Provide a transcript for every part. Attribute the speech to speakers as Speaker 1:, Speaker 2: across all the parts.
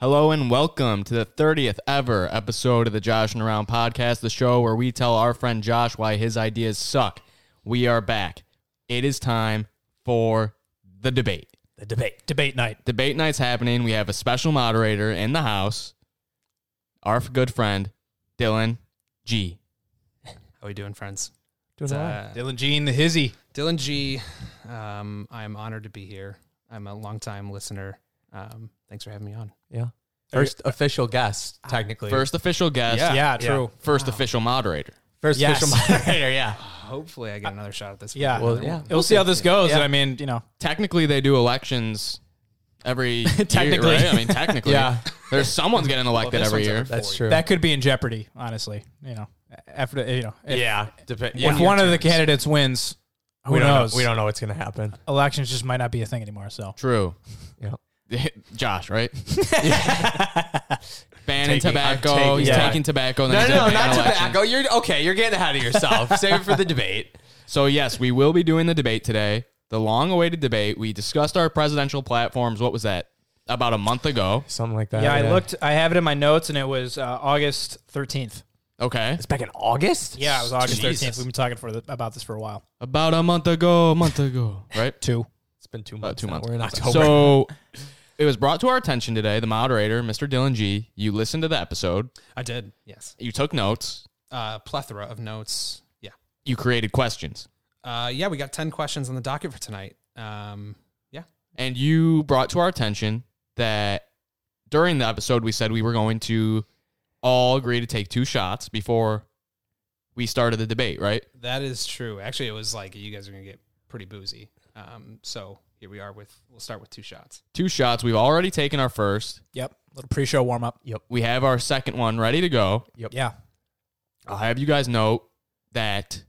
Speaker 1: Hello and welcome to the 30th ever episode of the Josh and Around podcast, the show where we tell our friend Josh why his ideas suck. We are back. It is time for the debate.
Speaker 2: The debate. Debate night.
Speaker 1: Debate night's happening. We have a special moderator in the house, our good friend, Dylan G.
Speaker 3: How we doing, friends?
Speaker 2: Doing all right.
Speaker 3: Uh,
Speaker 4: Dylan Jean, the hizzy.
Speaker 3: Dylan G. Um, I'm honored to be here. I'm a longtime listener. Um, thanks for having me on.
Speaker 2: Yeah.
Speaker 4: First official guest, technically.
Speaker 1: First official guest,
Speaker 4: yeah,
Speaker 2: oh, Yeah,
Speaker 4: true.
Speaker 1: first official moderator.
Speaker 4: First
Speaker 2: Yes.
Speaker 4: official moderator, yeah.
Speaker 3: Hopefully, I get another shot at this.
Speaker 2: Yeah.
Speaker 3: one.
Speaker 4: Well, yeah.
Speaker 2: We'll see how this goes.
Speaker 4: Yeah.
Speaker 2: I mean, you know,
Speaker 1: Technically, they do elections every
Speaker 2: Technically.
Speaker 1: year, right? I mean, technically.
Speaker 4: Yeah.
Speaker 1: There's someone's getting elected
Speaker 3: this
Speaker 1: every
Speaker 3: one's
Speaker 1: year.
Speaker 3: every-
Speaker 4: That's true.
Speaker 2: that could be in jeopardy, honestly. You know, after, you know, if,
Speaker 4: yeah. Dep-
Speaker 2: if
Speaker 4: yeah.
Speaker 2: one of the candidates wins, who
Speaker 4: we don't
Speaker 2: knows?
Speaker 4: Know. We don't know what's going to happen.
Speaker 2: Elections just might not be a thing anymore. So,
Speaker 1: True.
Speaker 4: Yeah.
Speaker 1: Josh, right? Banning
Speaker 4: Taking- I'm
Speaker 1: tobacco.
Speaker 4: taking-
Speaker 1: He's
Speaker 4: yeah.
Speaker 1: taking tobacco. And
Speaker 4: No,
Speaker 1: then he's
Speaker 4: no, no,
Speaker 1: gonna ban
Speaker 4: not
Speaker 1: elections.
Speaker 3: Oh,
Speaker 4: tobacco. You're okay. You're getting ahead of yourself. Save it for the debate.
Speaker 1: So yes, we will be doing the debate today. The long-awaited debate. We discussed our presidential platforms. What was that? About a month ago.
Speaker 4: Something like that.
Speaker 2: yeah, I looked, I have it in my notes and it was uh, August 13th.
Speaker 1: Okay.
Speaker 4: It's back in August?
Speaker 2: Yeah, it was August
Speaker 4: Jesus.
Speaker 2: 13th. We've been talking for the, about this for a while.
Speaker 1: About a month ago. A month ago. Right.
Speaker 2: Two.
Speaker 4: It's been two
Speaker 1: About
Speaker 4: months.
Speaker 1: two
Speaker 4: now.
Speaker 1: months.
Speaker 4: We're in October.
Speaker 1: So it was brought to our attention today. The moderator, Mr. Dylan G. You listened to the episode.
Speaker 3: I did. Yes.
Speaker 1: You took notes.
Speaker 3: Uh, plethora of notes. Yeah.
Speaker 1: You created questions.
Speaker 3: Uh, yeah. We got ten questions on the docket for tonight. Um, yeah.
Speaker 1: and you brought to our attention that during the episode we said we were going to all agree to take two shots before we started the debate, right?
Speaker 3: That is true. Actually, it was like you guys are gonna get pretty boozy. Um, so here we are with. We'll start with two shots.
Speaker 1: Two shots. We've already taken our first.
Speaker 2: Yep. Little pre show warm up.
Speaker 1: We have our second one ready to go.
Speaker 2: Yeah.
Speaker 1: I'll have you guys know that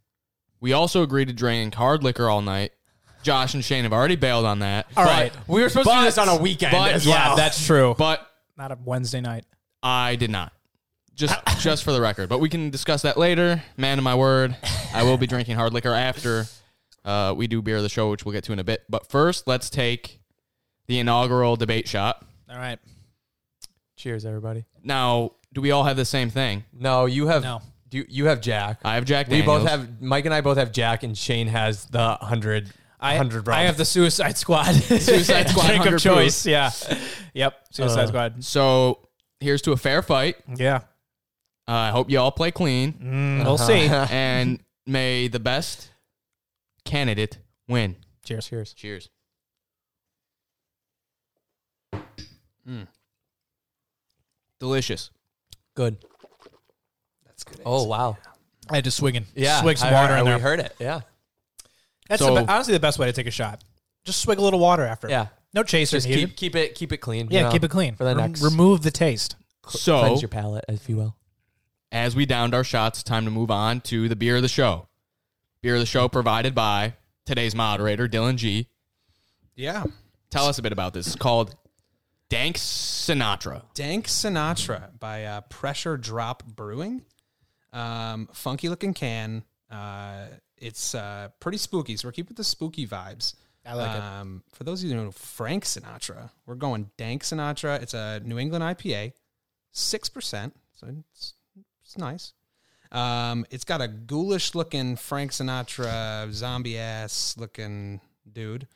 Speaker 1: we also agreed to drink hard liquor all night. Josh and Shane have already bailed on that.
Speaker 2: All
Speaker 1: But-
Speaker 2: right.
Speaker 4: we were supposed to do this on a weekend
Speaker 1: but-
Speaker 4: as
Speaker 2: Yeah,
Speaker 4: well.
Speaker 2: that's true.
Speaker 1: But
Speaker 2: Not a Wednesday night.
Speaker 1: I did not. Just just for the record, but we can discuss that later. Man of my word, I will be drinking hard liquor after uh, we do beer of the show, which we'll get to in a bit. But first, let's take the inaugural debate shot.
Speaker 2: All right.
Speaker 4: Cheers, everybody.
Speaker 1: Now, do we all have the same thing?
Speaker 4: No, you have.
Speaker 2: No.
Speaker 4: Do you, you have Jack.
Speaker 1: I have Jack.
Speaker 4: we both
Speaker 1: Daniels.
Speaker 4: have. Mike and I both have Jack, and Shane has the 100.
Speaker 2: I,
Speaker 4: 100
Speaker 2: I
Speaker 4: round.
Speaker 2: have the Suicide Squad.
Speaker 1: Suicide Squad,
Speaker 2: Drink
Speaker 1: 100
Speaker 2: of choice. Yeah. Yep. Suicide Squad.
Speaker 1: So here's to a fair fight.
Speaker 2: Uh, Yeah.
Speaker 1: Uh, I hope you all play clean,
Speaker 2: We'll see.
Speaker 4: Uh-huh.
Speaker 1: and may the best candidate win.
Speaker 2: Cheers. Cheers.
Speaker 1: Cheers. Mm. Delicious.
Speaker 4: Good.
Speaker 3: That's good.
Speaker 4: Oh, wow.
Speaker 2: I had to swigging.
Speaker 4: Yeah.
Speaker 2: Swig some
Speaker 4: I-
Speaker 2: water
Speaker 4: I-
Speaker 2: in
Speaker 4: we
Speaker 2: there.
Speaker 4: heard it. Yeah.
Speaker 2: That's
Speaker 1: So-
Speaker 2: the be- honestly the best way to take a shot. Just swig a little water after.
Speaker 4: Yeah.
Speaker 2: No chasers
Speaker 4: Just
Speaker 2: needed.
Speaker 4: keep, keep it keep it clean.
Speaker 2: yeah,
Speaker 4: you know,
Speaker 2: keep it clean.
Speaker 4: for the
Speaker 2: Rem-
Speaker 4: next.
Speaker 2: remove the taste.
Speaker 1: So,
Speaker 4: cleanse your palate, if you will.
Speaker 1: as we downed our shots, time to move on to the beer of the show. Beer of the show provided by today's moderator, Dylan G.
Speaker 3: Yeah.
Speaker 1: Tell us a bit about this. It's called Dank Sinatra.
Speaker 3: Dank Sinatra by uh, Pressure Drop Brewing. Um, funky looking can. Uh, it's uh, pretty spooky, so we're keeping the spooky vibes. I
Speaker 2: like it.
Speaker 3: um, it. For those of you who know Frank Sinatra, we're going Dank Sinatra. It's a New England IPA, six percent, so it's, it's nice. Um, it's got a ghoulish looking Frank Sinatra zombie ass looking dude.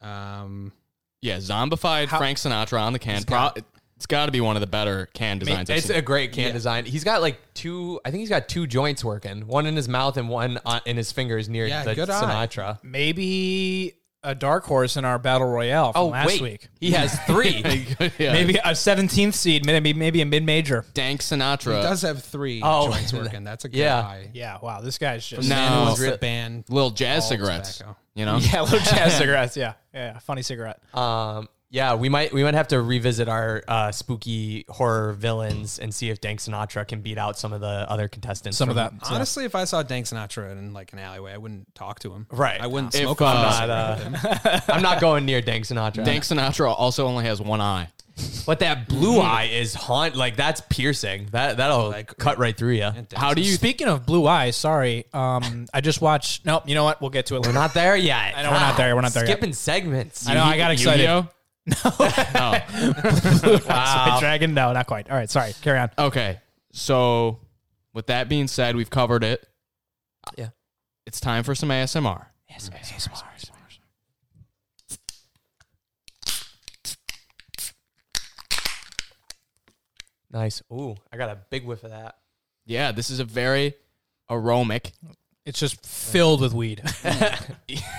Speaker 3: Um,
Speaker 1: Yeah, zombified Frank Sinatra on the can. Pro- it's got to be one of the better can
Speaker 4: I mean,
Speaker 1: designs. I've
Speaker 4: it's
Speaker 1: seen.
Speaker 4: a great can design. He's got like two. I think he's got two joints working. One in his mouth and one on, in his fingers near
Speaker 3: Yeah,
Speaker 4: the
Speaker 3: good eye.
Speaker 4: Sinatra.
Speaker 2: Maybe a dark horse in our battle royale from
Speaker 4: Oh
Speaker 2: last
Speaker 4: wait,
Speaker 2: week.
Speaker 4: he has three.
Speaker 1: Yeah.
Speaker 2: Maybe a 17th seed, maybe maybe a mid major.
Speaker 1: Dank
Speaker 3: it
Speaker 1: Sinatra.
Speaker 3: does have three
Speaker 4: Oh,
Speaker 3: joints working. That's a good
Speaker 4: yeah.
Speaker 3: eye.
Speaker 2: Yeah, wow, this guy's just
Speaker 1: No.
Speaker 3: Man who was
Speaker 4: Really-
Speaker 3: the band
Speaker 1: little jazz
Speaker 3: All
Speaker 1: cigarettes.
Speaker 3: tobacco.
Speaker 1: You know?
Speaker 2: Yeah, little jazz cigarettes. Yeah, yeah, yeah, funny cigarette.
Speaker 4: um, yeah, we might we might have to revisit our uh, spooky horror villains and see if Dank Sinatra can beat out some of the other contestants.
Speaker 2: Some of
Speaker 4: from-
Speaker 2: that.
Speaker 3: Honestly, if I saw Dank Sinatra in like an alleyway, I wouldn't talk to him.
Speaker 4: Right.
Speaker 3: I wouldn't
Speaker 1: If,
Speaker 3: smoke
Speaker 1: uh,
Speaker 3: a
Speaker 1: I'm
Speaker 4: But,
Speaker 3: cigarette.
Speaker 4: uh, I'm not going near Dank Sinatra.
Speaker 1: Dank Sinatra also only has one eye.
Speaker 4: But that
Speaker 2: Mm-hmm.
Speaker 4: blue eye is haunt. Like that's piercing. That that'll like cut right through you.
Speaker 1: How do you
Speaker 2: Speaking of blue eyes, sorry, um, I just watched. Nope, you know what? We'll get to it
Speaker 4: We're
Speaker 2: later.
Speaker 4: not there yet.
Speaker 2: I know we're not there. We're not there yet.
Speaker 4: Skipping segments.
Speaker 2: I know I got excited.
Speaker 1: Yu-Gi-Oh?
Speaker 2: Wow. Dragon? No, not quite. All right, sorry. Carry on.
Speaker 4: Oh.
Speaker 1: Okay. So, with that being said, we've covered it.
Speaker 4: Yeah.
Speaker 1: It's time for some ASMR.
Speaker 4: Nice. Ooh, I got a big whiff of that.
Speaker 1: Yeah, this is a very aromatic.
Speaker 2: It's just filled with weed.
Speaker 1: yeah,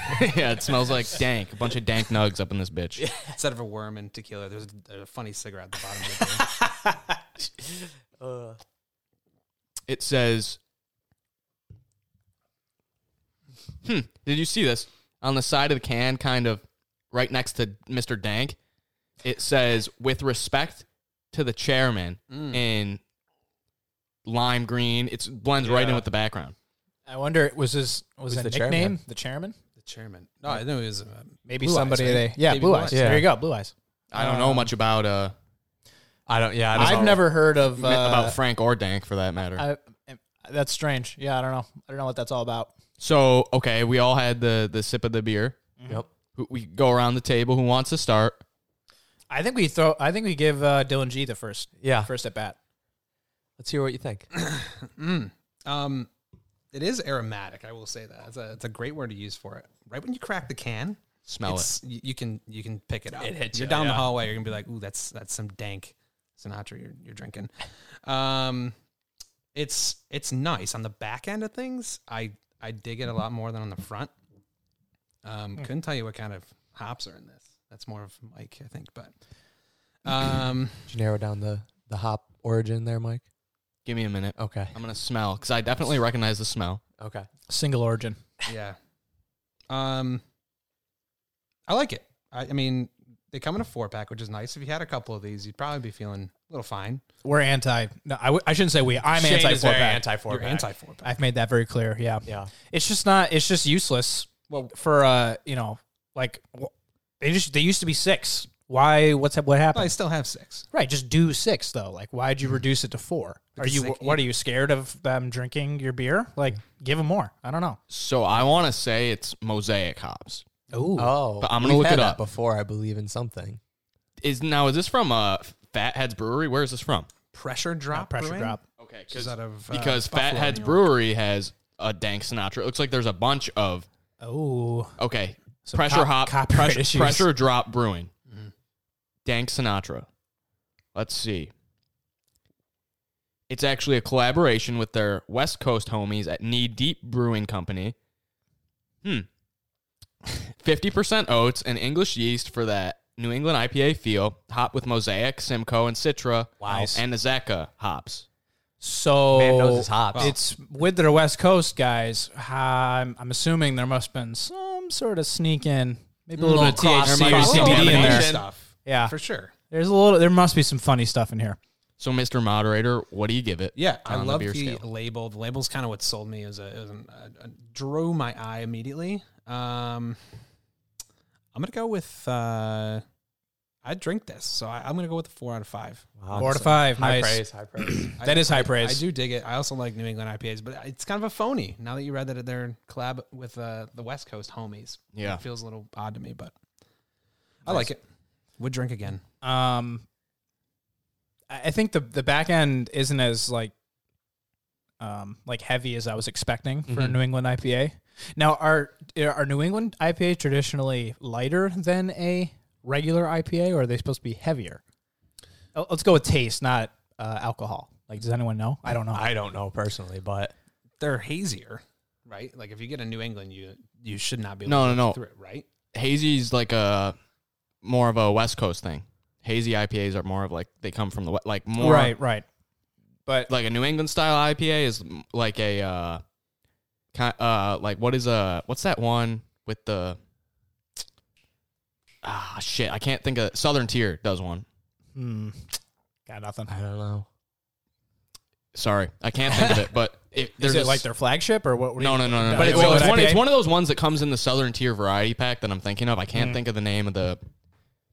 Speaker 1: it smells like dank. A bunch of dank nugs up in this bitch.
Speaker 3: Instead of a worm and tequila, there's a, a funny cigarette at the bottom of the thing.
Speaker 4: Uh,
Speaker 1: It says, hmm, did you see this? On the side of the can, kind of right next to Mr. Dank, it says, with respect to the chairman in lime green. It blends right in
Speaker 4: Yeah.
Speaker 1: with the background.
Speaker 2: I wonder, was his was
Speaker 4: Who's
Speaker 2: that
Speaker 4: the
Speaker 2: nickname?
Speaker 4: chairman?
Speaker 2: The chairman?
Speaker 3: The chairman. No, I know it was. Um,
Speaker 2: Maybe
Speaker 3: Blue Eyes,
Speaker 2: somebody
Speaker 3: right?
Speaker 2: they yeah,
Speaker 3: Maybe
Speaker 2: blue
Speaker 3: Blue
Speaker 2: eyes.
Speaker 3: Eyes.
Speaker 2: There you go, blue eyes.
Speaker 1: I don't know much about uh,
Speaker 4: I don't. Yeah, I don't
Speaker 2: I've
Speaker 4: know.
Speaker 2: never heard of uh,
Speaker 1: about Frank or Dank for that matter.
Speaker 2: I, that's strange. Yeah, I don't know. I don't know what that's all about.
Speaker 1: so okay, we all had the the sip of the beer.
Speaker 4: Yep.
Speaker 1: Who- We go around the table. Who wants to start?
Speaker 2: I think we throw. I think we give uh, Dylan G the first
Speaker 4: Yeah.
Speaker 2: first at bat.
Speaker 4: Let's hear what you think.
Speaker 3: um, it is aromatic. I will say that. It's a, it's a great word to use for it. Right when you crack the can,
Speaker 1: Smell it.
Speaker 3: it's, you, you can you can pick it up.
Speaker 4: It hits
Speaker 3: you're
Speaker 4: ya,
Speaker 3: down the
Speaker 4: yeah.
Speaker 3: hallway. You're gonna be like, ooh, that's that's some dank Sinatra you're, you're drinking. Um, it's it's nice on the back end of things. I I dig it a lot more than on the front. Um, couldn't tell you what kind of hops are in this. That's more of Mike, I think. But um,
Speaker 4: Did you narrow down the the hop origin there, Mike?
Speaker 1: Give me a minute.
Speaker 4: Okay.
Speaker 1: I'm gonna smell because I definitely recognize the smell.
Speaker 4: Okay.
Speaker 2: Single origin.
Speaker 3: yeah, um, I like it. I, I mean, they come in a four pack, which is nice. If you had a couple of these, you'd probably be feeling a little fine.
Speaker 2: We're anti. No, I, w- I shouldn't say we. I'm anti four pack.
Speaker 4: anti four
Speaker 3: You're anti four pack.
Speaker 2: I've made that very clear. Yeah.
Speaker 4: Yeah.
Speaker 2: It's just not. It's just useless. Well, for uh, you know, like wh- they just they used to be six. Why? What's hap- what
Speaker 3: Well, I
Speaker 2: happened?
Speaker 3: still have six.
Speaker 2: Right. Just do six though. Like, why'd you reduce it to four? Are
Speaker 3: Because
Speaker 2: you
Speaker 3: they
Speaker 2: wh-
Speaker 3: can-
Speaker 2: what? Are you scared of them drinking your beer? Like, give them more. I don't know.
Speaker 1: So I want to say it's mosaic hops.
Speaker 2: Ooh.
Speaker 4: Oh,
Speaker 1: But I'm gonna
Speaker 4: we've
Speaker 1: look
Speaker 4: had
Speaker 1: it
Speaker 4: that
Speaker 1: up.
Speaker 4: before. I believe in something.
Speaker 1: Is now is this from uh, Fatheads Brewery? Where is this from?
Speaker 3: Pressure drop.
Speaker 2: pressure
Speaker 3: brewing,
Speaker 2: drop.
Speaker 1: Okay,
Speaker 3: Which is out of uh,
Speaker 1: because
Speaker 3: Buffalo,
Speaker 1: Fatheads
Speaker 3: New York.
Speaker 1: Brewery has a Dank Sinatra. It looks like there's a bunch of
Speaker 2: Oh.
Speaker 1: okay pressure
Speaker 2: cop-
Speaker 1: hop
Speaker 2: copyright
Speaker 1: pressure,
Speaker 2: issues. Mm-hmm.
Speaker 1: pressure drop brewing. Dank Sinatra. Let's see. It's actually a collaboration with their West Coast homies at Knee Deep Brewing Company. Hmm. 50% oats and English yeast for that New England IPA feel, hop with Mosaic, Simcoe, and Citra,
Speaker 4: Wow.
Speaker 1: and Azeka hops.
Speaker 2: So
Speaker 4: Man knows his hops.
Speaker 2: It's with their West Coast guys. I'm, I'm assuming there must have been some sort of sneak in, maybe a little, bit of
Speaker 1: cross-
Speaker 2: THC or
Speaker 1: cross-
Speaker 2: CBD in
Speaker 1: contamination.
Speaker 2: there.
Speaker 3: stuff
Speaker 2: Yeah,
Speaker 3: for sure.
Speaker 2: there's a little. There must be some funny stuff in here.
Speaker 1: So, Mr. Moderator, what do you give it?
Speaker 3: Yeah, I
Speaker 1: on
Speaker 3: love the,
Speaker 1: beer scale?
Speaker 3: label. The label's kind of what sold me. It was a, it was an, uh, uh, drew my eye immediately. Um, I'm gonna go with. Uh, I drink this, so I, I'm gonna go with a four out of five.
Speaker 4: Wow.
Speaker 2: Four to five,
Speaker 4: High
Speaker 2: nice.
Speaker 4: praise. High praise.
Speaker 2: That is high praise.
Speaker 3: I do dig it. I also like New England IPAs, but it's kind of a phony. Now that you read that they're in collab with uh, the West Coast homies,
Speaker 1: Yeah.
Speaker 3: it feels a little odd to me, but I like it. Would drink again.
Speaker 2: Um, I I think the the back end isn't as like, um, like heavy as I was expecting for a
Speaker 4: Mm-hmm.
Speaker 2: New England IPA. Now, are are New England IPA traditionally lighter than a regular IPA, or are they supposed to be heavier? Oh, Let's go with taste, not uh, alcohol. Like, does anyone know? I don't know.
Speaker 4: I don't know personally, but
Speaker 3: They're hazier, right? Like if you get a New England, you you should not be
Speaker 1: No,
Speaker 3: able to
Speaker 1: no, no.
Speaker 3: get through it, right?
Speaker 1: hazy's like a more of a West Coast thing. Hazy IPAs are more of like they come from the we- like more
Speaker 2: right, right. But
Speaker 1: like a New England style IPA is m- like a uh, ki- uh like what is a what's that one with the ah shit I can't think of Southern Tier does one.
Speaker 2: hmm, got nothing.
Speaker 4: I don't know.
Speaker 1: Sorry, I can't think of it. But it,
Speaker 2: Is
Speaker 1: there's
Speaker 2: it
Speaker 1: a
Speaker 2: like
Speaker 1: s-
Speaker 2: their flagship or what? were
Speaker 1: no
Speaker 2: you-
Speaker 1: no no no. no.
Speaker 2: But
Speaker 1: It-
Speaker 2: it's,
Speaker 1: well,
Speaker 2: an
Speaker 1: it's, one, it's
Speaker 2: IPA?
Speaker 1: one of those ones that comes in the Southern Tier variety pack that I'm thinking of. I
Speaker 2: Hmm.
Speaker 1: can't think of the name of the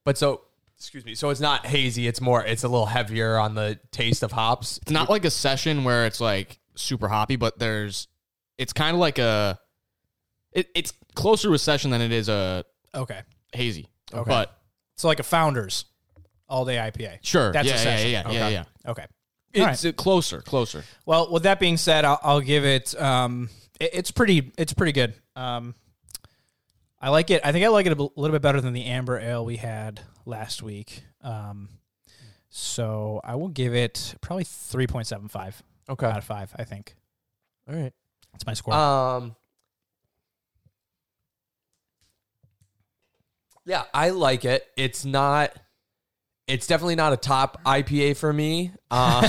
Speaker 4: But so, excuse me. So it's not hazy. It's more. It's a little heavier on the taste of hops.
Speaker 1: it's not like a session where it's like super hoppy, but there's it's kind of like a it, it's closer to a session than it is a
Speaker 2: Okay.
Speaker 1: hazy. But
Speaker 2: So like a Founders all day IPA.
Speaker 1: Sure.
Speaker 2: That's
Speaker 1: yeah,
Speaker 2: a
Speaker 1: yeah,
Speaker 2: session.
Speaker 1: yeah, yeah, yeah,
Speaker 2: Okay.
Speaker 1: yeah.
Speaker 2: Okay. All right.
Speaker 1: It's uh, closer, closer.
Speaker 2: Well, with that being said, I'll, I'll give it. Um, it- It's pretty. It's pretty good. Um, I like it. I think I like it a bl- little bit better than the amber ale we had last week. Um, so I will give it probably three point seven five
Speaker 4: Okay.
Speaker 2: out of five. I think
Speaker 4: All right.
Speaker 2: that's my
Speaker 1: Uh,
Speaker 2: score.
Speaker 4: Um. Yeah, I like it. It's not. It's definitely not a top IPA for me. Um,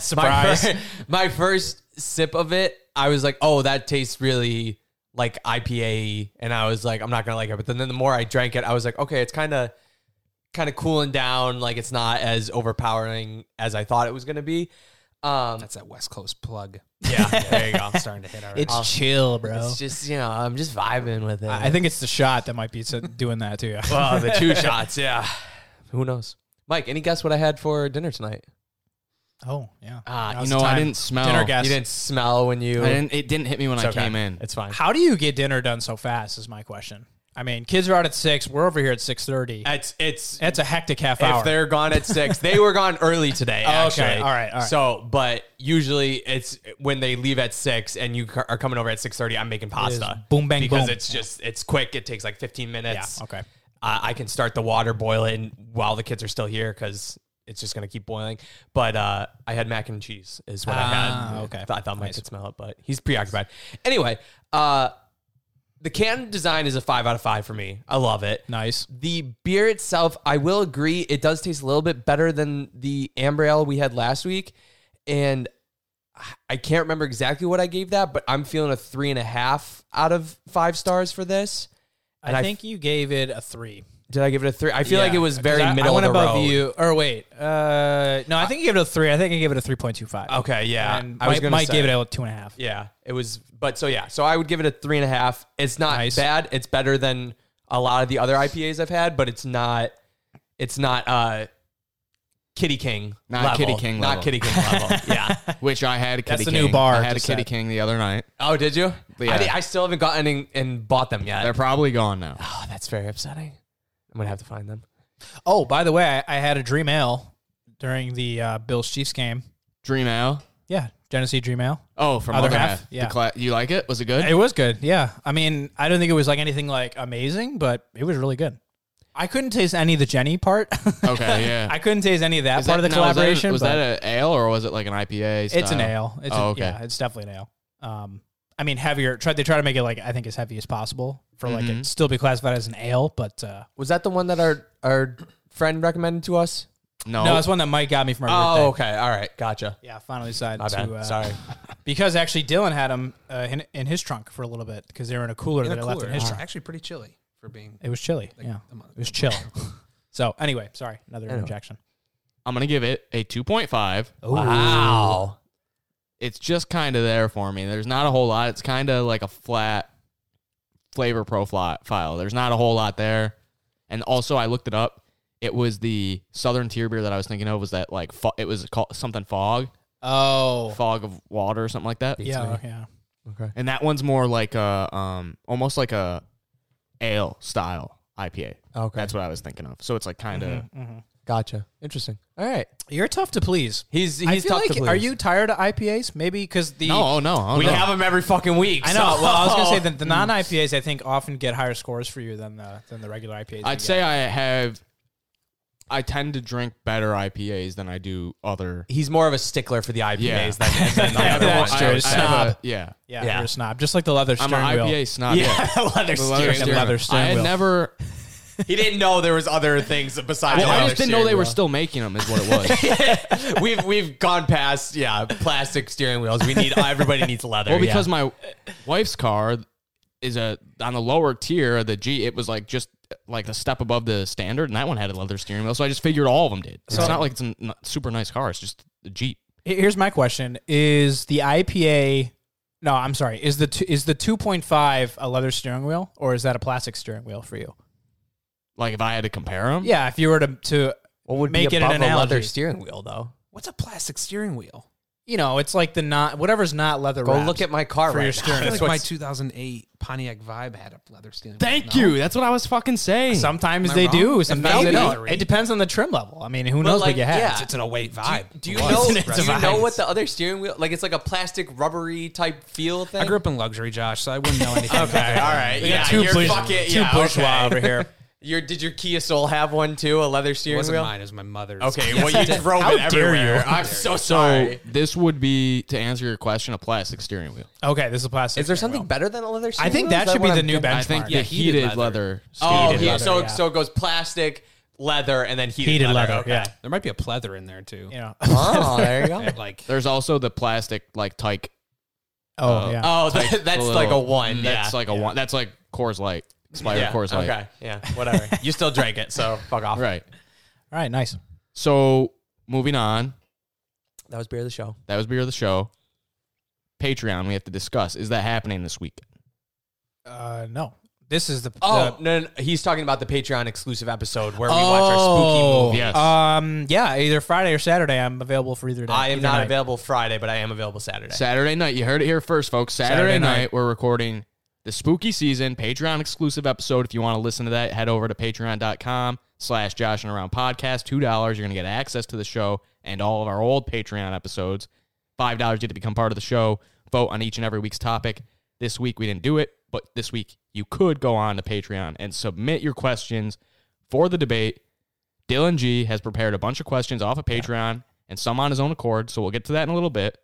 Speaker 2: Surprise.
Speaker 4: My, fir- my first sip of it, I was like, "Oh, that tastes really like IPA," and I was like, "I'm not gonna like it." But then, then the more I drank it, I was like, "Okay, it's kind of." Kind of cooling down, like it's not as overpowering as I thought it was going to be. Um,
Speaker 3: That's that West Coast plug.
Speaker 4: yeah, there you go.
Speaker 3: starting to hit already.
Speaker 2: it's chill, bro.
Speaker 4: It's just you know, I'm just vibing with it.
Speaker 2: I I think it's the shot that might be s- doing that too.
Speaker 4: Oh, the two shots, yeah. Who knows? Mike, any guess what I had for dinner tonight?
Speaker 2: oh yeah.
Speaker 1: Ah,
Speaker 2: Now's
Speaker 1: you
Speaker 2: the
Speaker 1: know, I
Speaker 2: time.
Speaker 1: didn't smell.
Speaker 2: Dinner guest.
Speaker 4: You didn't smell when you
Speaker 1: Oh. I didn't, it didn't hit me when
Speaker 4: It's
Speaker 1: I
Speaker 4: okay.
Speaker 1: came in.
Speaker 4: It's fine.
Speaker 2: How do you get dinner done so fast? Is my question. I mean, kids are out at six. We're over here at six thirty.
Speaker 4: It's it's
Speaker 2: That's a hectic half
Speaker 4: if
Speaker 2: hour. Oh,
Speaker 4: they're gone at six, they were gone early today. Actually.
Speaker 2: all right, all right.
Speaker 4: So, but usually it's when they leave at six and you ca- are coming over at six thirty. I'm making pasta.
Speaker 2: boom, bang,
Speaker 4: because
Speaker 2: boom.
Speaker 4: it's just it's quick. It takes like fifteen
Speaker 2: yeah.
Speaker 4: minutes. Uh,
Speaker 2: Okay.
Speaker 4: I I can start the water boiling while the kids are still here because it's just gonna keep boiling. But uh, I had mac and cheese is what I
Speaker 2: Ah,
Speaker 4: had.
Speaker 2: okay.
Speaker 4: I thought Mike could smell it, but he's preoccupied. Anyway, uh, the can design is a five out of five for me. I love it.
Speaker 2: Nice.
Speaker 4: The beer itself, I will agree, it does taste a little bit better than the amber ale we had last week, and I can't remember exactly what I gave that, but I'm feeling a three and a half out of five stars for this. And
Speaker 2: I
Speaker 4: I
Speaker 2: think you gave it a three.
Speaker 4: Did I give it a three? I feel like it was
Speaker 2: 'Cause
Speaker 4: very
Speaker 2: I,
Speaker 4: middle
Speaker 2: I went
Speaker 4: of the
Speaker 2: above
Speaker 4: road.
Speaker 2: you. Or wait, uh, no, I think you gave it a three. I think I gave it a three point two five.
Speaker 4: Okay, yeah.
Speaker 2: and
Speaker 4: I was
Speaker 2: Mike,
Speaker 4: gonna
Speaker 2: Mike
Speaker 4: say-
Speaker 2: gave it a two and a half.
Speaker 4: Yeah, it was. But so yeah, so I would give it a three and a half. It's not
Speaker 2: Nice.
Speaker 4: bad. It's better than a lot of the other IPAs I've had, but it's not. It's not uh, Kitty King.
Speaker 1: Not
Speaker 4: level.
Speaker 1: Kitty King
Speaker 4: Not
Speaker 1: level.
Speaker 4: Kitty King level. yeah.
Speaker 1: Which I had a Kitty
Speaker 2: the
Speaker 1: King.
Speaker 2: new bar,
Speaker 1: I had a
Speaker 2: just
Speaker 1: Kitty
Speaker 2: that.
Speaker 1: King the other night.
Speaker 4: Oh, did you?
Speaker 1: Yeah.
Speaker 4: I, di- I still haven't gotten in, and bought them yet.
Speaker 1: They're probably gone now.
Speaker 4: oh, that's very upsetting. I'm gonna have to find them.
Speaker 2: Oh, by the way, I, I had a dream ale during the uh, Bills Chiefs game.
Speaker 1: Dream Ale.
Speaker 2: Yeah, Genesee Dream Ale.
Speaker 1: Oh, from
Speaker 2: Other
Speaker 1: other,
Speaker 2: half?
Speaker 1: half.
Speaker 2: Yeah.
Speaker 1: The cla- you like it? Was it good?
Speaker 2: It was good. Yeah. I mean, I don't think it was like anything like amazing, but it was really good. I couldn't taste any of the Jenny part.
Speaker 1: Okay, yeah.
Speaker 2: I couldn't taste any of that
Speaker 1: Is
Speaker 2: part
Speaker 1: that-
Speaker 2: of the
Speaker 1: now, is that a-
Speaker 2: collaboration.
Speaker 1: Was
Speaker 2: but-
Speaker 1: that, an ale or was it like an IPA?
Speaker 2: It's an
Speaker 1: style?
Speaker 2: ale. It's
Speaker 1: Oh,
Speaker 2: a-
Speaker 1: okay.
Speaker 2: yeah, it's definitely an ale. Um, I mean heavier. Try they try to make it like I think as heavy as possible for like
Speaker 1: Mm-hmm.
Speaker 2: it still be classified as an ale, but uh,
Speaker 4: Was that the one that our our friend recommended to us?
Speaker 1: No.
Speaker 2: no, it's one that Mike got me for my
Speaker 4: Oh,
Speaker 2: birthday.
Speaker 4: okay. All right. Gotcha.
Speaker 2: Yeah, finally decided
Speaker 4: My bad.
Speaker 2: to. Uh,
Speaker 4: Sorry.
Speaker 2: because actually Dylan had them uh, in, in his trunk for a little bit because they were in a cooler
Speaker 3: In
Speaker 2: that
Speaker 3: a
Speaker 2: I left
Speaker 3: cooler.
Speaker 2: in his
Speaker 3: It's
Speaker 2: trunk.
Speaker 3: actually pretty chilly for being.
Speaker 2: It was chilly. yeah,
Speaker 3: a month.
Speaker 2: it was chill. so anyway, sorry, another
Speaker 4: Anyway.
Speaker 2: interjection.
Speaker 1: I'm going to give it a 2.5.
Speaker 4: Wow.
Speaker 1: It's just kind of there for me. There's not a whole lot. It's kind of like a flat flavor profile. There's not a whole lot there. And also, I looked it up. It was the Southern Tier beer that I was thinking of. Was that like fo- it was called something fog,
Speaker 2: Oh,
Speaker 1: fog of water or something like that.
Speaker 2: yeah, yeah.
Speaker 4: Okay.
Speaker 1: And that one's more like a um almost like a ale style IPA.
Speaker 4: Okay.
Speaker 1: That's what I was thinking of. So it's like kind of
Speaker 4: Gotcha. Interesting. All right.
Speaker 2: You're tough to please.
Speaker 4: He's he's
Speaker 2: I feel
Speaker 4: tough
Speaker 2: like,
Speaker 4: to please.
Speaker 2: Are you tired of IPAs? Maybe because the
Speaker 1: no, oh no, oh,
Speaker 4: We
Speaker 1: no.
Speaker 4: have them every fucking week.
Speaker 2: I know.
Speaker 4: so-
Speaker 2: Well, I was gonna say that the
Speaker 1: Mm.
Speaker 2: non IPAs I think often get higher scores for you than the than the regular IPAs. you
Speaker 1: I'd
Speaker 2: get.
Speaker 1: say I have. I tend to drink better IPAs than I do other.
Speaker 4: he's more of a stickler for the IPAs
Speaker 1: Yeah.
Speaker 4: than, than the
Speaker 1: I have
Speaker 4: other
Speaker 1: a-
Speaker 4: ones.
Speaker 1: I-
Speaker 2: true.
Speaker 1: I have a-
Speaker 2: Snob.
Speaker 1: yeah,
Speaker 2: yeah,
Speaker 4: yeah.
Speaker 2: you're a snob, just like the leather
Speaker 1: I'm
Speaker 2: steering
Speaker 1: an
Speaker 2: wheel.
Speaker 1: IPA snob. Yeah,
Speaker 4: leather
Speaker 1: The leather
Speaker 4: steering.
Speaker 1: steering
Speaker 2: leather
Speaker 1: wheel.
Speaker 2: steering
Speaker 1: I had
Speaker 2: wheel.
Speaker 1: never.
Speaker 4: He didn't know there was other things besides.
Speaker 1: Well,
Speaker 4: leather
Speaker 1: I just didn't know
Speaker 4: steering
Speaker 1: they were
Speaker 4: wheel.
Speaker 1: still making them. Is what it was.
Speaker 4: we've we've gone past yeah plastic steering wheels. We need everybody needs leather.
Speaker 1: well, because
Speaker 4: yeah.
Speaker 1: my wife's car is a on the lower tier. The G, it was like just like the step above the standard, and that one had a leather steering wheel. So I just figured all of them did. So it's not like it's a n- super nice car. It's just a Jeep.
Speaker 2: Here's my question: Is the IPA? No, I'm sorry. Is the two, is the 2.5 a leather steering wheel, or is that a plastic steering wheel for you?
Speaker 1: Like if I had to compare them,
Speaker 2: Yeah, if you were to to
Speaker 4: what would
Speaker 2: make
Speaker 4: be
Speaker 2: it
Speaker 4: above
Speaker 2: an
Speaker 4: a leather
Speaker 2: analogy.
Speaker 4: steering wheel though?
Speaker 3: What's a plastic steering wheel?
Speaker 2: you know, it's like the not whatever's not leather.
Speaker 4: Go
Speaker 2: wrapped.
Speaker 4: look at my car
Speaker 2: For
Speaker 4: right
Speaker 2: your
Speaker 4: now.
Speaker 2: steering.
Speaker 3: I feel
Speaker 2: That's
Speaker 3: like my 2008 Pontiac Vibe had a leather steering. wheel.
Speaker 1: Thank
Speaker 3: No?
Speaker 1: you. That's what I was fucking saying.
Speaker 2: Sometimes
Speaker 3: Am I
Speaker 2: they
Speaker 3: wrong?
Speaker 2: do. Sometimes they
Speaker 4: Maybe.
Speaker 2: don't. It depends on the trim level. I mean, who knows
Speaker 4: like,
Speaker 2: what you have?
Speaker 4: yeah.
Speaker 3: It's, it's an away vibe.
Speaker 4: Do you
Speaker 3: It was.
Speaker 4: know?
Speaker 2: It's
Speaker 4: Do you
Speaker 2: a
Speaker 4: know
Speaker 2: vibe.
Speaker 4: what the other steering wheel? Like it's like a plastic rubbery type feel thing.
Speaker 3: I grew up in luxury, Josh, so I wouldn't know anything. okay,
Speaker 4: All right,
Speaker 2: We got
Speaker 4: yeah,
Speaker 2: two
Speaker 4: you're
Speaker 2: bourgeois-
Speaker 4: fucking
Speaker 2: two
Speaker 4: yeah,
Speaker 2: bourgeois
Speaker 4: okay.
Speaker 2: over here.
Speaker 4: Your did your Kia Soul have one too? A leather
Speaker 3: It
Speaker 4: steering
Speaker 3: wasn't
Speaker 4: wheel?
Speaker 3: mine. It was my mother's.
Speaker 4: Okay,
Speaker 3: Yes,
Speaker 4: well
Speaker 3: it
Speaker 4: you
Speaker 3: did.
Speaker 4: drove it
Speaker 2: How dare you.
Speaker 4: everywhere. I'm so sorry.
Speaker 1: this would be to answer your question, a plastic steering wheel.
Speaker 2: Okay, this is plastic.
Speaker 4: Is there something better than a leather
Speaker 2: I
Speaker 4: steering
Speaker 2: think
Speaker 4: wheel? Is
Speaker 2: that should be
Speaker 4: what
Speaker 2: the
Speaker 4: I'm
Speaker 2: new
Speaker 4: getting-
Speaker 2: benchmark.
Speaker 1: I think
Speaker 3: Yeah,
Speaker 1: the
Speaker 3: heated
Speaker 1: heated,
Speaker 3: leather.
Speaker 1: leather.
Speaker 4: Oh,
Speaker 1: steering
Speaker 4: heat-
Speaker 1: wheel.
Speaker 4: so
Speaker 2: leather, yeah.
Speaker 4: so it goes plastic, leather, and then heated,
Speaker 2: heated
Speaker 4: leather.
Speaker 2: leather.
Speaker 4: okay.
Speaker 2: Yeah.
Speaker 3: There might be a pleather in there too.
Speaker 2: You know.
Speaker 4: Oh, there you go.
Speaker 3: Yeah, Like
Speaker 1: There's also the plastic like Tyke.
Speaker 2: Oh yeah.
Speaker 4: Oh, that, that's
Speaker 1: little-
Speaker 4: like a one.
Speaker 1: That's
Speaker 4: yeah.
Speaker 1: like a one. That's like Coors Light. Expired
Speaker 4: yeah.
Speaker 1: Coors Light.
Speaker 4: Okay. Yeah. Whatever. you still drank it, so fuck off.
Speaker 1: Right.
Speaker 2: All right. Nice.
Speaker 1: So moving on.
Speaker 4: That was beer of the show.
Speaker 1: That was beer of the show. Patreon. We have to discuss. Is that happening this week?
Speaker 2: Uh, no. This is the.
Speaker 4: Oh
Speaker 2: the-
Speaker 4: no, no, no, he's talking about the Patreon exclusive episode where we watch our
Speaker 1: Oh.
Speaker 4: spooky movie.
Speaker 1: Yes.
Speaker 2: Um. Yeah. Either Friday or Saturday. I'm available for either day.
Speaker 4: I am
Speaker 2: either
Speaker 4: not
Speaker 2: night.
Speaker 4: available Friday, but I am available Saturday.
Speaker 1: Saturday night. You heard it here first, folks. Saturday,
Speaker 2: Saturday
Speaker 1: night,
Speaker 2: night.
Speaker 1: we're recording the spooky season Patreon exclusive episode. If you want to listen to that, head over to patreon.com slash Josh and Around Podcast. Two dollars. You're gonna get access to the show and all of our old Patreon episodes. Five dollars you get to become part of the show, vote on each and every week's topic. This week we didn't do it, but this week you could go on to Patreon and submit your questions for the debate. Dylan G has prepared a bunch of questions off of Patreon and some on his own accord, so we'll get to that in a little bit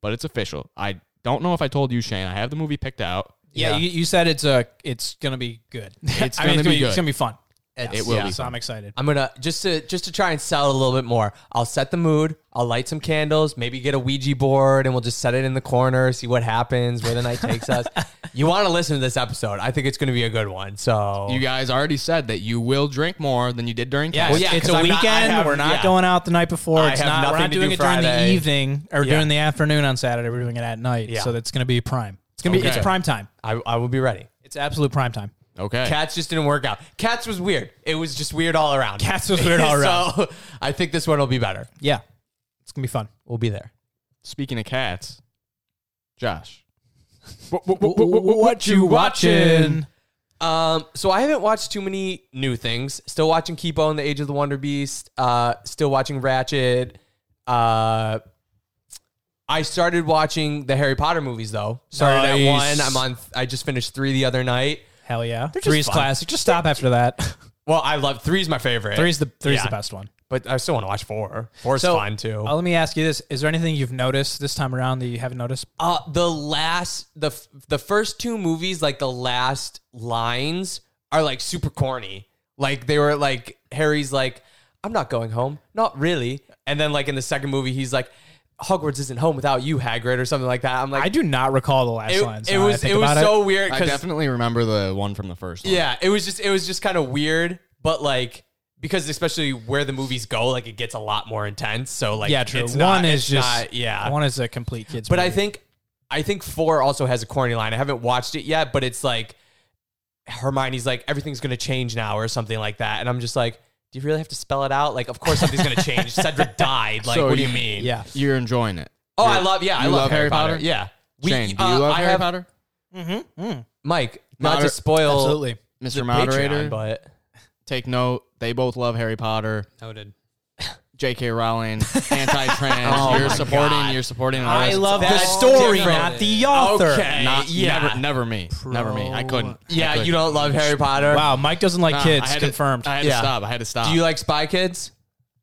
Speaker 1: but it's official. I don't know if I told you, Shane. I have the movie picked out.
Speaker 2: Yeah.
Speaker 4: Yeah.
Speaker 2: You, you said it's a. It's gonna be good.
Speaker 1: It's
Speaker 2: I mean,
Speaker 1: gonna
Speaker 2: it's
Speaker 1: be
Speaker 2: gonna
Speaker 1: good.
Speaker 2: It's gonna be fun.
Speaker 1: It will
Speaker 2: Yeah,
Speaker 1: be
Speaker 2: So
Speaker 1: fun.
Speaker 2: I'm excited.
Speaker 4: I'm gonna just to just to try and sell it a little bit more. I'll set the mood. I'll light some candles. Maybe get a Ouija board, and we'll just set it in the corner. See what happens. Where the night takes us. You want to listen to this episode? I think it's gonna be a good one. So
Speaker 1: You guys already said that you will drink more than you did during.
Speaker 2: Yeah,
Speaker 1: Well,
Speaker 4: yeah,
Speaker 2: it's
Speaker 4: 'cause
Speaker 2: a
Speaker 4: I'm not-
Speaker 2: weekend.
Speaker 4: I have-
Speaker 2: we're not
Speaker 4: yeah.
Speaker 2: going out the night before.
Speaker 4: I
Speaker 2: It's
Speaker 4: have
Speaker 2: not. We're
Speaker 4: nothing
Speaker 2: not
Speaker 4: to
Speaker 2: doing
Speaker 4: do
Speaker 2: it during the
Speaker 4: Friday.
Speaker 2: evening or
Speaker 4: Yeah.
Speaker 2: during the afternoon on Saturday. We're doing it at night,
Speaker 4: Yeah.
Speaker 2: so that's gonna be prime. It's gonna be
Speaker 4: Okay.
Speaker 2: it's prime time.
Speaker 4: I, I will be ready.
Speaker 2: It's absolute prime time.
Speaker 1: Okay.
Speaker 4: Cats just didn't work out. Cats was weird. It was just weird all around.
Speaker 2: Cats was weird all around.
Speaker 4: so I think this one will be better.
Speaker 2: Yeah, it's gonna be fun.
Speaker 4: We'll be there.
Speaker 1: Speaking of cats, Josh.
Speaker 2: What
Speaker 4: you watching? Um, so I haven't watched too many new things. Still watching Kipo and the Age of the Wonder Beast. Uh, still watching Ratchet. Uh, I started watching the Harry Potter movies though. Started
Speaker 2: Nice.
Speaker 4: at one. I'm on. I just finished three the other night.
Speaker 2: Hell yeah!
Speaker 4: just
Speaker 2: Three's
Speaker 4: fun.
Speaker 2: classic. Just stop after that.
Speaker 4: Well, I love three's my favorite.
Speaker 2: Three's the three's
Speaker 4: Yeah.
Speaker 2: the best one.
Speaker 4: but I still want to watch four. Four's fine too.
Speaker 2: uh, let me ask you this: Is there anything you've noticed this time around that you haven't noticed?
Speaker 4: Uh, the last the f- the first two movies, like the last lines, are like super corny. Like they were like Harry's like, "I'm not going home, not really," and then like in the second movie, he's like, "Hogwarts isn't home without you, Hagrid," or something like that. I'm like,
Speaker 2: I do not recall the last
Speaker 4: It,
Speaker 2: lines.
Speaker 4: it
Speaker 2: now that I
Speaker 4: was
Speaker 2: think
Speaker 4: it was
Speaker 2: about
Speaker 4: so weird
Speaker 1: I
Speaker 4: because
Speaker 1: definitely remember the one from the first. One.
Speaker 4: yeah, it was just it was just kind of weird, but like. Because especially where the movies go, like it gets a lot more intense. So like,
Speaker 2: Yeah, true.
Speaker 4: It's
Speaker 2: one
Speaker 4: not-
Speaker 2: is
Speaker 4: it's
Speaker 2: just
Speaker 4: not- yeah.
Speaker 2: One is a complete kids.
Speaker 4: But
Speaker 2: movie.
Speaker 4: I think I think four also has a corny line. I haven't watched it yet, but it's like Hermione's like everything's gonna change now or something like that, and I'm just like, do you really have to spell it out? Like, of course something's gonna change. Cedric died. Like,
Speaker 1: So
Speaker 4: what do you
Speaker 1: you-
Speaker 4: mean?
Speaker 2: yeah.
Speaker 1: You're enjoying it.
Speaker 4: Oh, I love. Yeah, I
Speaker 1: you
Speaker 4: love,
Speaker 1: love
Speaker 4: Harry
Speaker 1: Harry
Speaker 4: Potter.
Speaker 1: Potter?
Speaker 4: Yeah.
Speaker 1: Shane, do you
Speaker 4: uh,
Speaker 1: love
Speaker 4: I
Speaker 1: Harry
Speaker 4: have-
Speaker 1: Potter?
Speaker 4: Mike, not
Speaker 1: Moder-
Speaker 4: to spoil
Speaker 2: Absolutely.
Speaker 4: the
Speaker 1: Mr.
Speaker 4: Patreon,
Speaker 1: Moderator,
Speaker 4: but
Speaker 1: take note. They both love Harry Potter.
Speaker 3: noted.
Speaker 1: J.K. Rowling, anti-trans.
Speaker 4: Oh
Speaker 1: you're supporting. You're supporting. an
Speaker 2: I
Speaker 1: artist.
Speaker 2: love the
Speaker 4: That's
Speaker 2: story,
Speaker 4: different.
Speaker 2: not the author.
Speaker 4: Okay.
Speaker 1: Not,
Speaker 4: yeah.
Speaker 1: Never, never me. Never me. I couldn't. I
Speaker 4: yeah,
Speaker 1: couldn't.
Speaker 4: you don't love Harry Potter.
Speaker 2: Wow, Mike doesn't like
Speaker 1: Nah,
Speaker 2: kids.
Speaker 1: I had to-
Speaker 2: confirmed.
Speaker 1: I had to
Speaker 4: Yeah.
Speaker 1: stop. I had to stop.
Speaker 4: Do you like Spy Kids?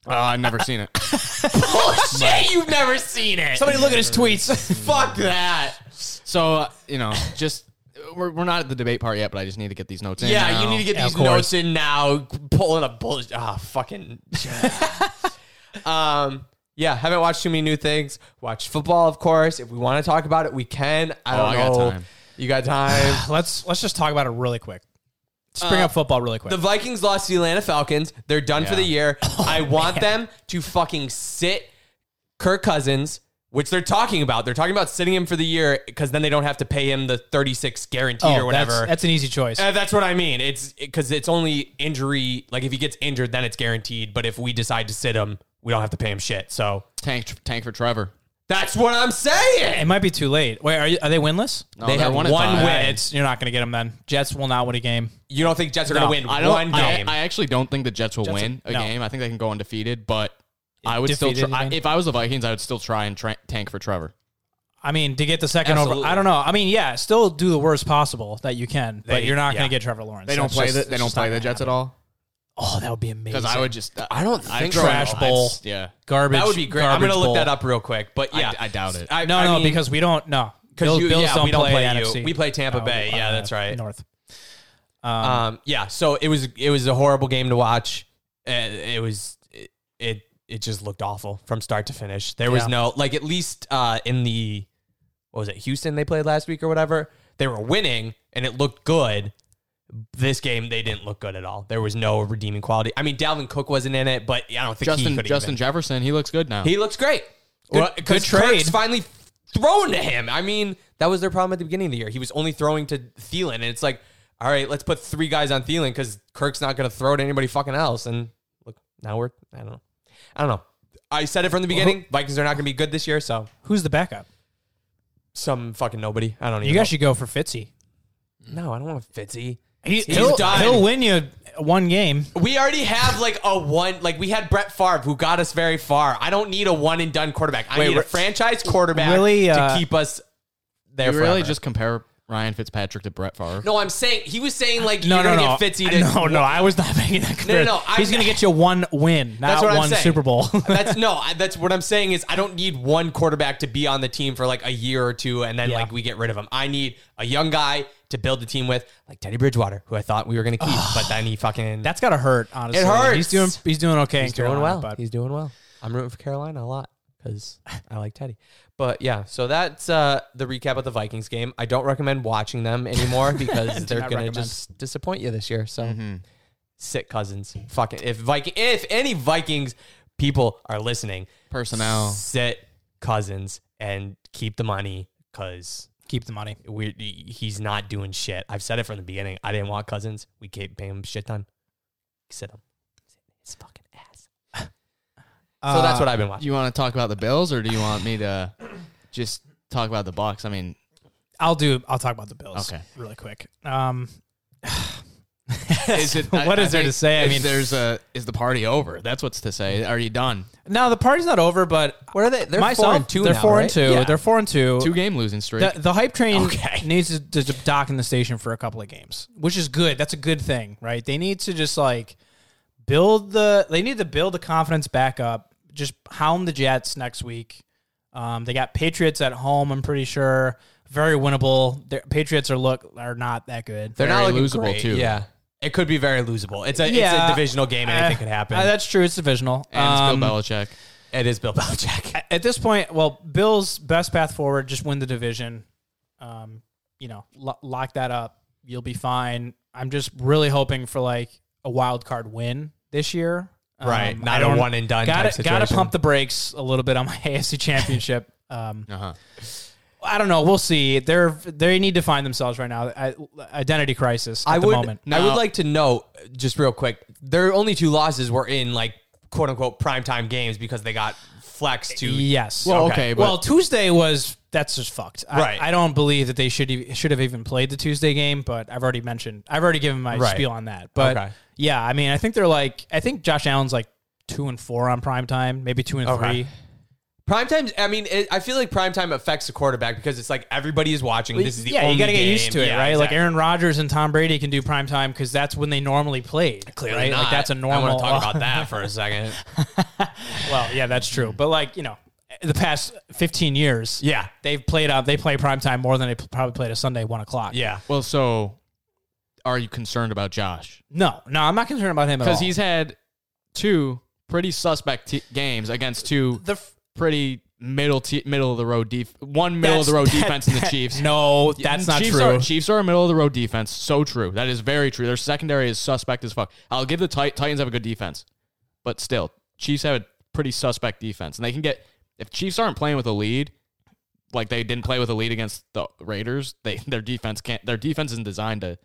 Speaker 1: Oh, I've never seen it.
Speaker 4: Bullshit! You've never seen it.
Speaker 2: Somebody look at his tweets.
Speaker 4: Fuck that.
Speaker 1: So uh, you know, just we're, we're not at the debate part yet, but I just need to get these notes in.
Speaker 4: Yeah,
Speaker 1: now.
Speaker 4: you need to get
Speaker 2: Yeah,
Speaker 4: these
Speaker 2: of course.
Speaker 4: notes in now. Pulling a bullshit. Ah, fucking. um. Yeah, haven't watched too many new things. Watch football, of course. If we want to talk about it, we can. I
Speaker 1: Oh,
Speaker 4: don't
Speaker 1: I got
Speaker 4: know.
Speaker 1: time.
Speaker 4: You got time.
Speaker 2: let's let's just talk about it really quick. Let's bring up football really quick.
Speaker 4: Uh, the Vikings lost to the Atlanta Falcons. They're done for
Speaker 1: Yeah. Oh,
Speaker 4: the year. I want them to fucking sit Kirk Cousins, which they're talking about. They're talking about sitting him for the year because then they don't have to pay him the 36 guaranteed
Speaker 1: Oh,
Speaker 4: or whatever.
Speaker 2: Oh, That's, that's an easy choice.
Speaker 4: Uh, that's what I mean. It's because it's only injury. Like if he gets injured, then it's guaranteed. But if we decide to sit him, we don't have to pay him shit. So
Speaker 1: tank tank for Trevor.
Speaker 4: That's what I'm saying.
Speaker 2: It might be too late. Wait, are, you, are they winless?
Speaker 1: No,
Speaker 4: They
Speaker 1: they're
Speaker 4: have
Speaker 1: at
Speaker 4: one
Speaker 1: five.
Speaker 4: win.
Speaker 2: It's you're not going to get them then. Jets will not win a game.
Speaker 4: You don't think Jets are
Speaker 2: No,
Speaker 4: going to win
Speaker 1: I don't.
Speaker 4: one
Speaker 1: I,
Speaker 4: game?
Speaker 1: I actually don't think the Jets will win a
Speaker 2: no.
Speaker 1: game. I think they can go undefeated, but I would still.
Speaker 2: Defeated,
Speaker 1: Try,
Speaker 2: you mean?
Speaker 1: if I was the Vikings, I would still try and tra- tank for Trevor.
Speaker 2: I mean, to get the second over,
Speaker 4: Absolutely.
Speaker 2: I don't know. I mean, yeah, still do the worst possible that you can, but
Speaker 4: They-
Speaker 2: you're not going
Speaker 4: yeah.
Speaker 2: to get Trevor Lawrence.
Speaker 1: They don't
Speaker 2: That's
Speaker 1: play.
Speaker 2: just-
Speaker 1: the,
Speaker 2: it's
Speaker 1: they don't
Speaker 2: just not
Speaker 1: play the
Speaker 2: gonna
Speaker 1: Jets
Speaker 2: happen.
Speaker 1: at all.
Speaker 2: Oh, that would be amazing.
Speaker 1: Because I would just.
Speaker 4: I don't
Speaker 1: I'd
Speaker 4: think
Speaker 1: throw
Speaker 2: trash
Speaker 1: it all.
Speaker 2: bowl.
Speaker 1: I'd- Yeah.
Speaker 2: garbage.
Speaker 4: that would be great. I'm going to look that up real quick. But yeah,
Speaker 1: I doubt it.
Speaker 4: I,
Speaker 2: No,
Speaker 4: I
Speaker 2: no,
Speaker 4: mean,
Speaker 2: because we don't. No,
Speaker 4: because
Speaker 2: Bills,
Speaker 4: you-
Speaker 2: Bills
Speaker 4: yeah,
Speaker 2: don't,
Speaker 4: we don't
Speaker 2: play,
Speaker 4: play you.
Speaker 2: NFC.
Speaker 4: We play Tampa
Speaker 2: Uh,
Speaker 4: Bay. Yeah,
Speaker 2: uh,
Speaker 4: that's right.
Speaker 2: North.
Speaker 4: um, yeah. So it was it was a horrible game to watch. Uh, It was it it, it just looked awful from start to finish. There was
Speaker 2: Yeah.
Speaker 4: no like at least uh, in the what was it Houston they played last week or whatever they were winning and it looked good. This game they didn't look good at all. There was no redeeming quality. I mean Dalvin Cook wasn't in it, but I don't think he
Speaker 1: Justin
Speaker 4: could
Speaker 1: Justin
Speaker 4: even.
Speaker 1: Jefferson. He looks good now.
Speaker 4: He looks great. Because
Speaker 2: good
Speaker 4: Kirk's
Speaker 2: trade.
Speaker 4: finally thrown to him. I mean, that was their problem at the beginning of the year. He was only throwing to Thielen, and it's like, all right, let's put three guys on Thielen because Kirk's not going to throw to anybody fucking else. And look, now we're I don't know, I don't know. I said it from the beginning. Vikings are not going to be good this year, so
Speaker 2: Who's the backup?
Speaker 4: some fucking nobody. I don't even.
Speaker 2: You guys should go for Fitzy.
Speaker 4: know. no, I don't want Fitzy.
Speaker 2: He,
Speaker 4: He's
Speaker 2: will
Speaker 4: done.
Speaker 2: he'll win you one game.
Speaker 4: We already have like a one. Like we had Brett Favre, who got us very far. I don't need a one and done quarterback. I
Speaker 2: Wait,
Speaker 4: need a
Speaker 2: re-
Speaker 4: franchise quarterback
Speaker 2: really, uh,
Speaker 4: to keep us there.
Speaker 1: You really
Speaker 4: forever.
Speaker 1: just compare Ryan Fitzpatrick to Brett Favre.
Speaker 4: No, I'm saying he was saying like
Speaker 2: No,
Speaker 4: you're
Speaker 2: no,
Speaker 4: gonna
Speaker 2: no.
Speaker 4: get Fitzy to
Speaker 2: no, no. I was not making that comparison.
Speaker 4: no, I'm-
Speaker 2: He's going to get you one win, not
Speaker 4: That's what I'm
Speaker 2: one
Speaker 4: saying.
Speaker 2: Super Bowl.
Speaker 4: That's no. I- That's what I'm saying is I don't need one quarterback to be on the team for like a year or two, and then
Speaker 2: Yeah.
Speaker 4: like we get rid of him. I need a young guy to build the team with, like Teddy Bridgewater, who I thought we were gonna keep, but then he fucking
Speaker 2: That's got to hurt. Honestly,
Speaker 4: It hurts.
Speaker 2: He's doing. He's doing okay.
Speaker 4: he's
Speaker 2: in
Speaker 4: doing
Speaker 2: Carolina,
Speaker 4: well.
Speaker 2: but-
Speaker 4: He's doing well. I'm rooting for Carolina a lot because I like Teddy. But yeah, so that's uh, the recap of the Vikings game. I don't recommend watching them anymore because they're
Speaker 2: not
Speaker 4: gonna
Speaker 2: recommend. Mm-hmm.
Speaker 4: just disappoint you this year. So
Speaker 1: Mm-hmm.
Speaker 4: sick cousins, fucking if Viking if any Vikings people are listening,
Speaker 1: Personnel.
Speaker 4: sit cousins and keep the money because
Speaker 2: keep the money.
Speaker 4: we he's not doing shit. I've said it from the beginning. I didn't want cousins. We keep paying him shit ton. Sit him. Sit his fucking ass. So that's what
Speaker 2: Uh,
Speaker 4: I've been watching.
Speaker 1: Do you want to talk about the Bills, or do you want me to just talk about the Bucks? I mean,
Speaker 2: I'll do. I'll talk about the Bills.
Speaker 1: Okay.
Speaker 2: really quick. Um,
Speaker 1: is it
Speaker 2: What is there to
Speaker 1: think
Speaker 2: say? I
Speaker 1: if
Speaker 2: mean-
Speaker 1: there's a is the party over? That's what's to say. Are you done?
Speaker 2: no, the party's not over, but
Speaker 4: What are they? They're
Speaker 2: myself,
Speaker 4: four and two.
Speaker 2: They're
Speaker 4: now,
Speaker 2: four
Speaker 4: right?
Speaker 2: and two.
Speaker 1: Yeah.
Speaker 2: They're four and two.
Speaker 1: Two game losing streak.
Speaker 2: the, the hype train
Speaker 4: Okay.
Speaker 2: needs to, to dock in the station for a couple of games, which is good. That's a good thing, right? They need to just like build the. They need to build the confidence back up. Just hound the Jets next week. Um, they got Patriots at home. I'm pretty sure very winnable. Their Patriots are look are not that good.
Speaker 4: They're
Speaker 1: Very
Speaker 4: not looking
Speaker 1: losable,
Speaker 4: great.
Speaker 1: too.
Speaker 4: Yeah, it could be very losable. It's a
Speaker 2: Yeah.
Speaker 4: it's a divisional game. Anything could happen.
Speaker 2: Uh, that's true. It's divisional.
Speaker 1: and it's
Speaker 2: Um,
Speaker 1: Bill Belichick.
Speaker 4: it is Bill Belichick.
Speaker 2: a- at this point, well, Bill's best path forward just win the division. Um, you know, lo- lock that up. You'll be fine. I'm just really hoping for like a wild card win this year. Um,
Speaker 4: Right,
Speaker 2: I
Speaker 4: not a
Speaker 2: don't-
Speaker 4: one and done.
Speaker 2: Gotta
Speaker 4: type situation.
Speaker 2: gotta pump the brakes a little bit on my AFC Championship. Um,
Speaker 1: Uh
Speaker 4: Uh-huh.
Speaker 1: huh.
Speaker 2: I don't know. We'll see. They're they need to find themselves right now. I, identity crisis at
Speaker 4: I
Speaker 2: the
Speaker 4: would.
Speaker 2: moment.
Speaker 4: I would
Speaker 1: Now-
Speaker 4: like to know just real quick. Their only two losses were in like quote unquote primetime games because they got flexed to.
Speaker 2: Yes.
Speaker 1: Well, okay, but
Speaker 2: well, Tuesday was that's just fucked. I,
Speaker 4: Right.
Speaker 2: I don't believe that they should e- should have even played the Tuesday game, but I've already mentioned I've already given my
Speaker 4: Right.
Speaker 2: spiel on that. But
Speaker 4: Okay.
Speaker 2: yeah, I mean, I think they're like I think Josh Allen's like two and four on prime time, maybe two and
Speaker 4: Okay.
Speaker 2: three.
Speaker 4: Primetime, I mean, it, I feel like primetime affects the quarterback because it's like everybody is watching. This is the
Speaker 2: yeah,
Speaker 4: only
Speaker 2: you got to get
Speaker 4: game.
Speaker 2: used to it,
Speaker 4: Yeah,
Speaker 2: right? Like
Speaker 4: exactly.
Speaker 2: Aaron Rodgers and Tom Brady can do prime time because that's when they normally played.
Speaker 4: Clearly
Speaker 2: right?
Speaker 4: not.
Speaker 2: Like that's a normal.
Speaker 4: I want to talk about that for a second.
Speaker 2: well, yeah, that's true. But like you know, the past fifteen years,
Speaker 4: Yeah,
Speaker 2: they've played out. They play prime time more than they p- probably played a Sunday one o'clock.
Speaker 4: yeah.
Speaker 1: Well, so are you concerned about Josh?
Speaker 2: No, no, I'm not concerned about him at all.
Speaker 1: Because he's had two pretty suspect t- games against two
Speaker 2: the f-
Speaker 1: pretty middle t- middle of the road def- one middle of the road
Speaker 2: That's-
Speaker 1: defense in the Chiefs.
Speaker 2: No, that's not
Speaker 1: Chiefs
Speaker 2: true.
Speaker 1: Are, Chiefs are a middle of the road defense. So true. That is very true. Their secondary is suspect as fuck. I'll give the Ti- Titans have a good defense, but still, Chiefs have a pretty suspect defense, and they can get if Chiefs aren't playing with a lead, like they didn't play with a lead against the Raiders. They their defense can't. Their defense isn't designed to.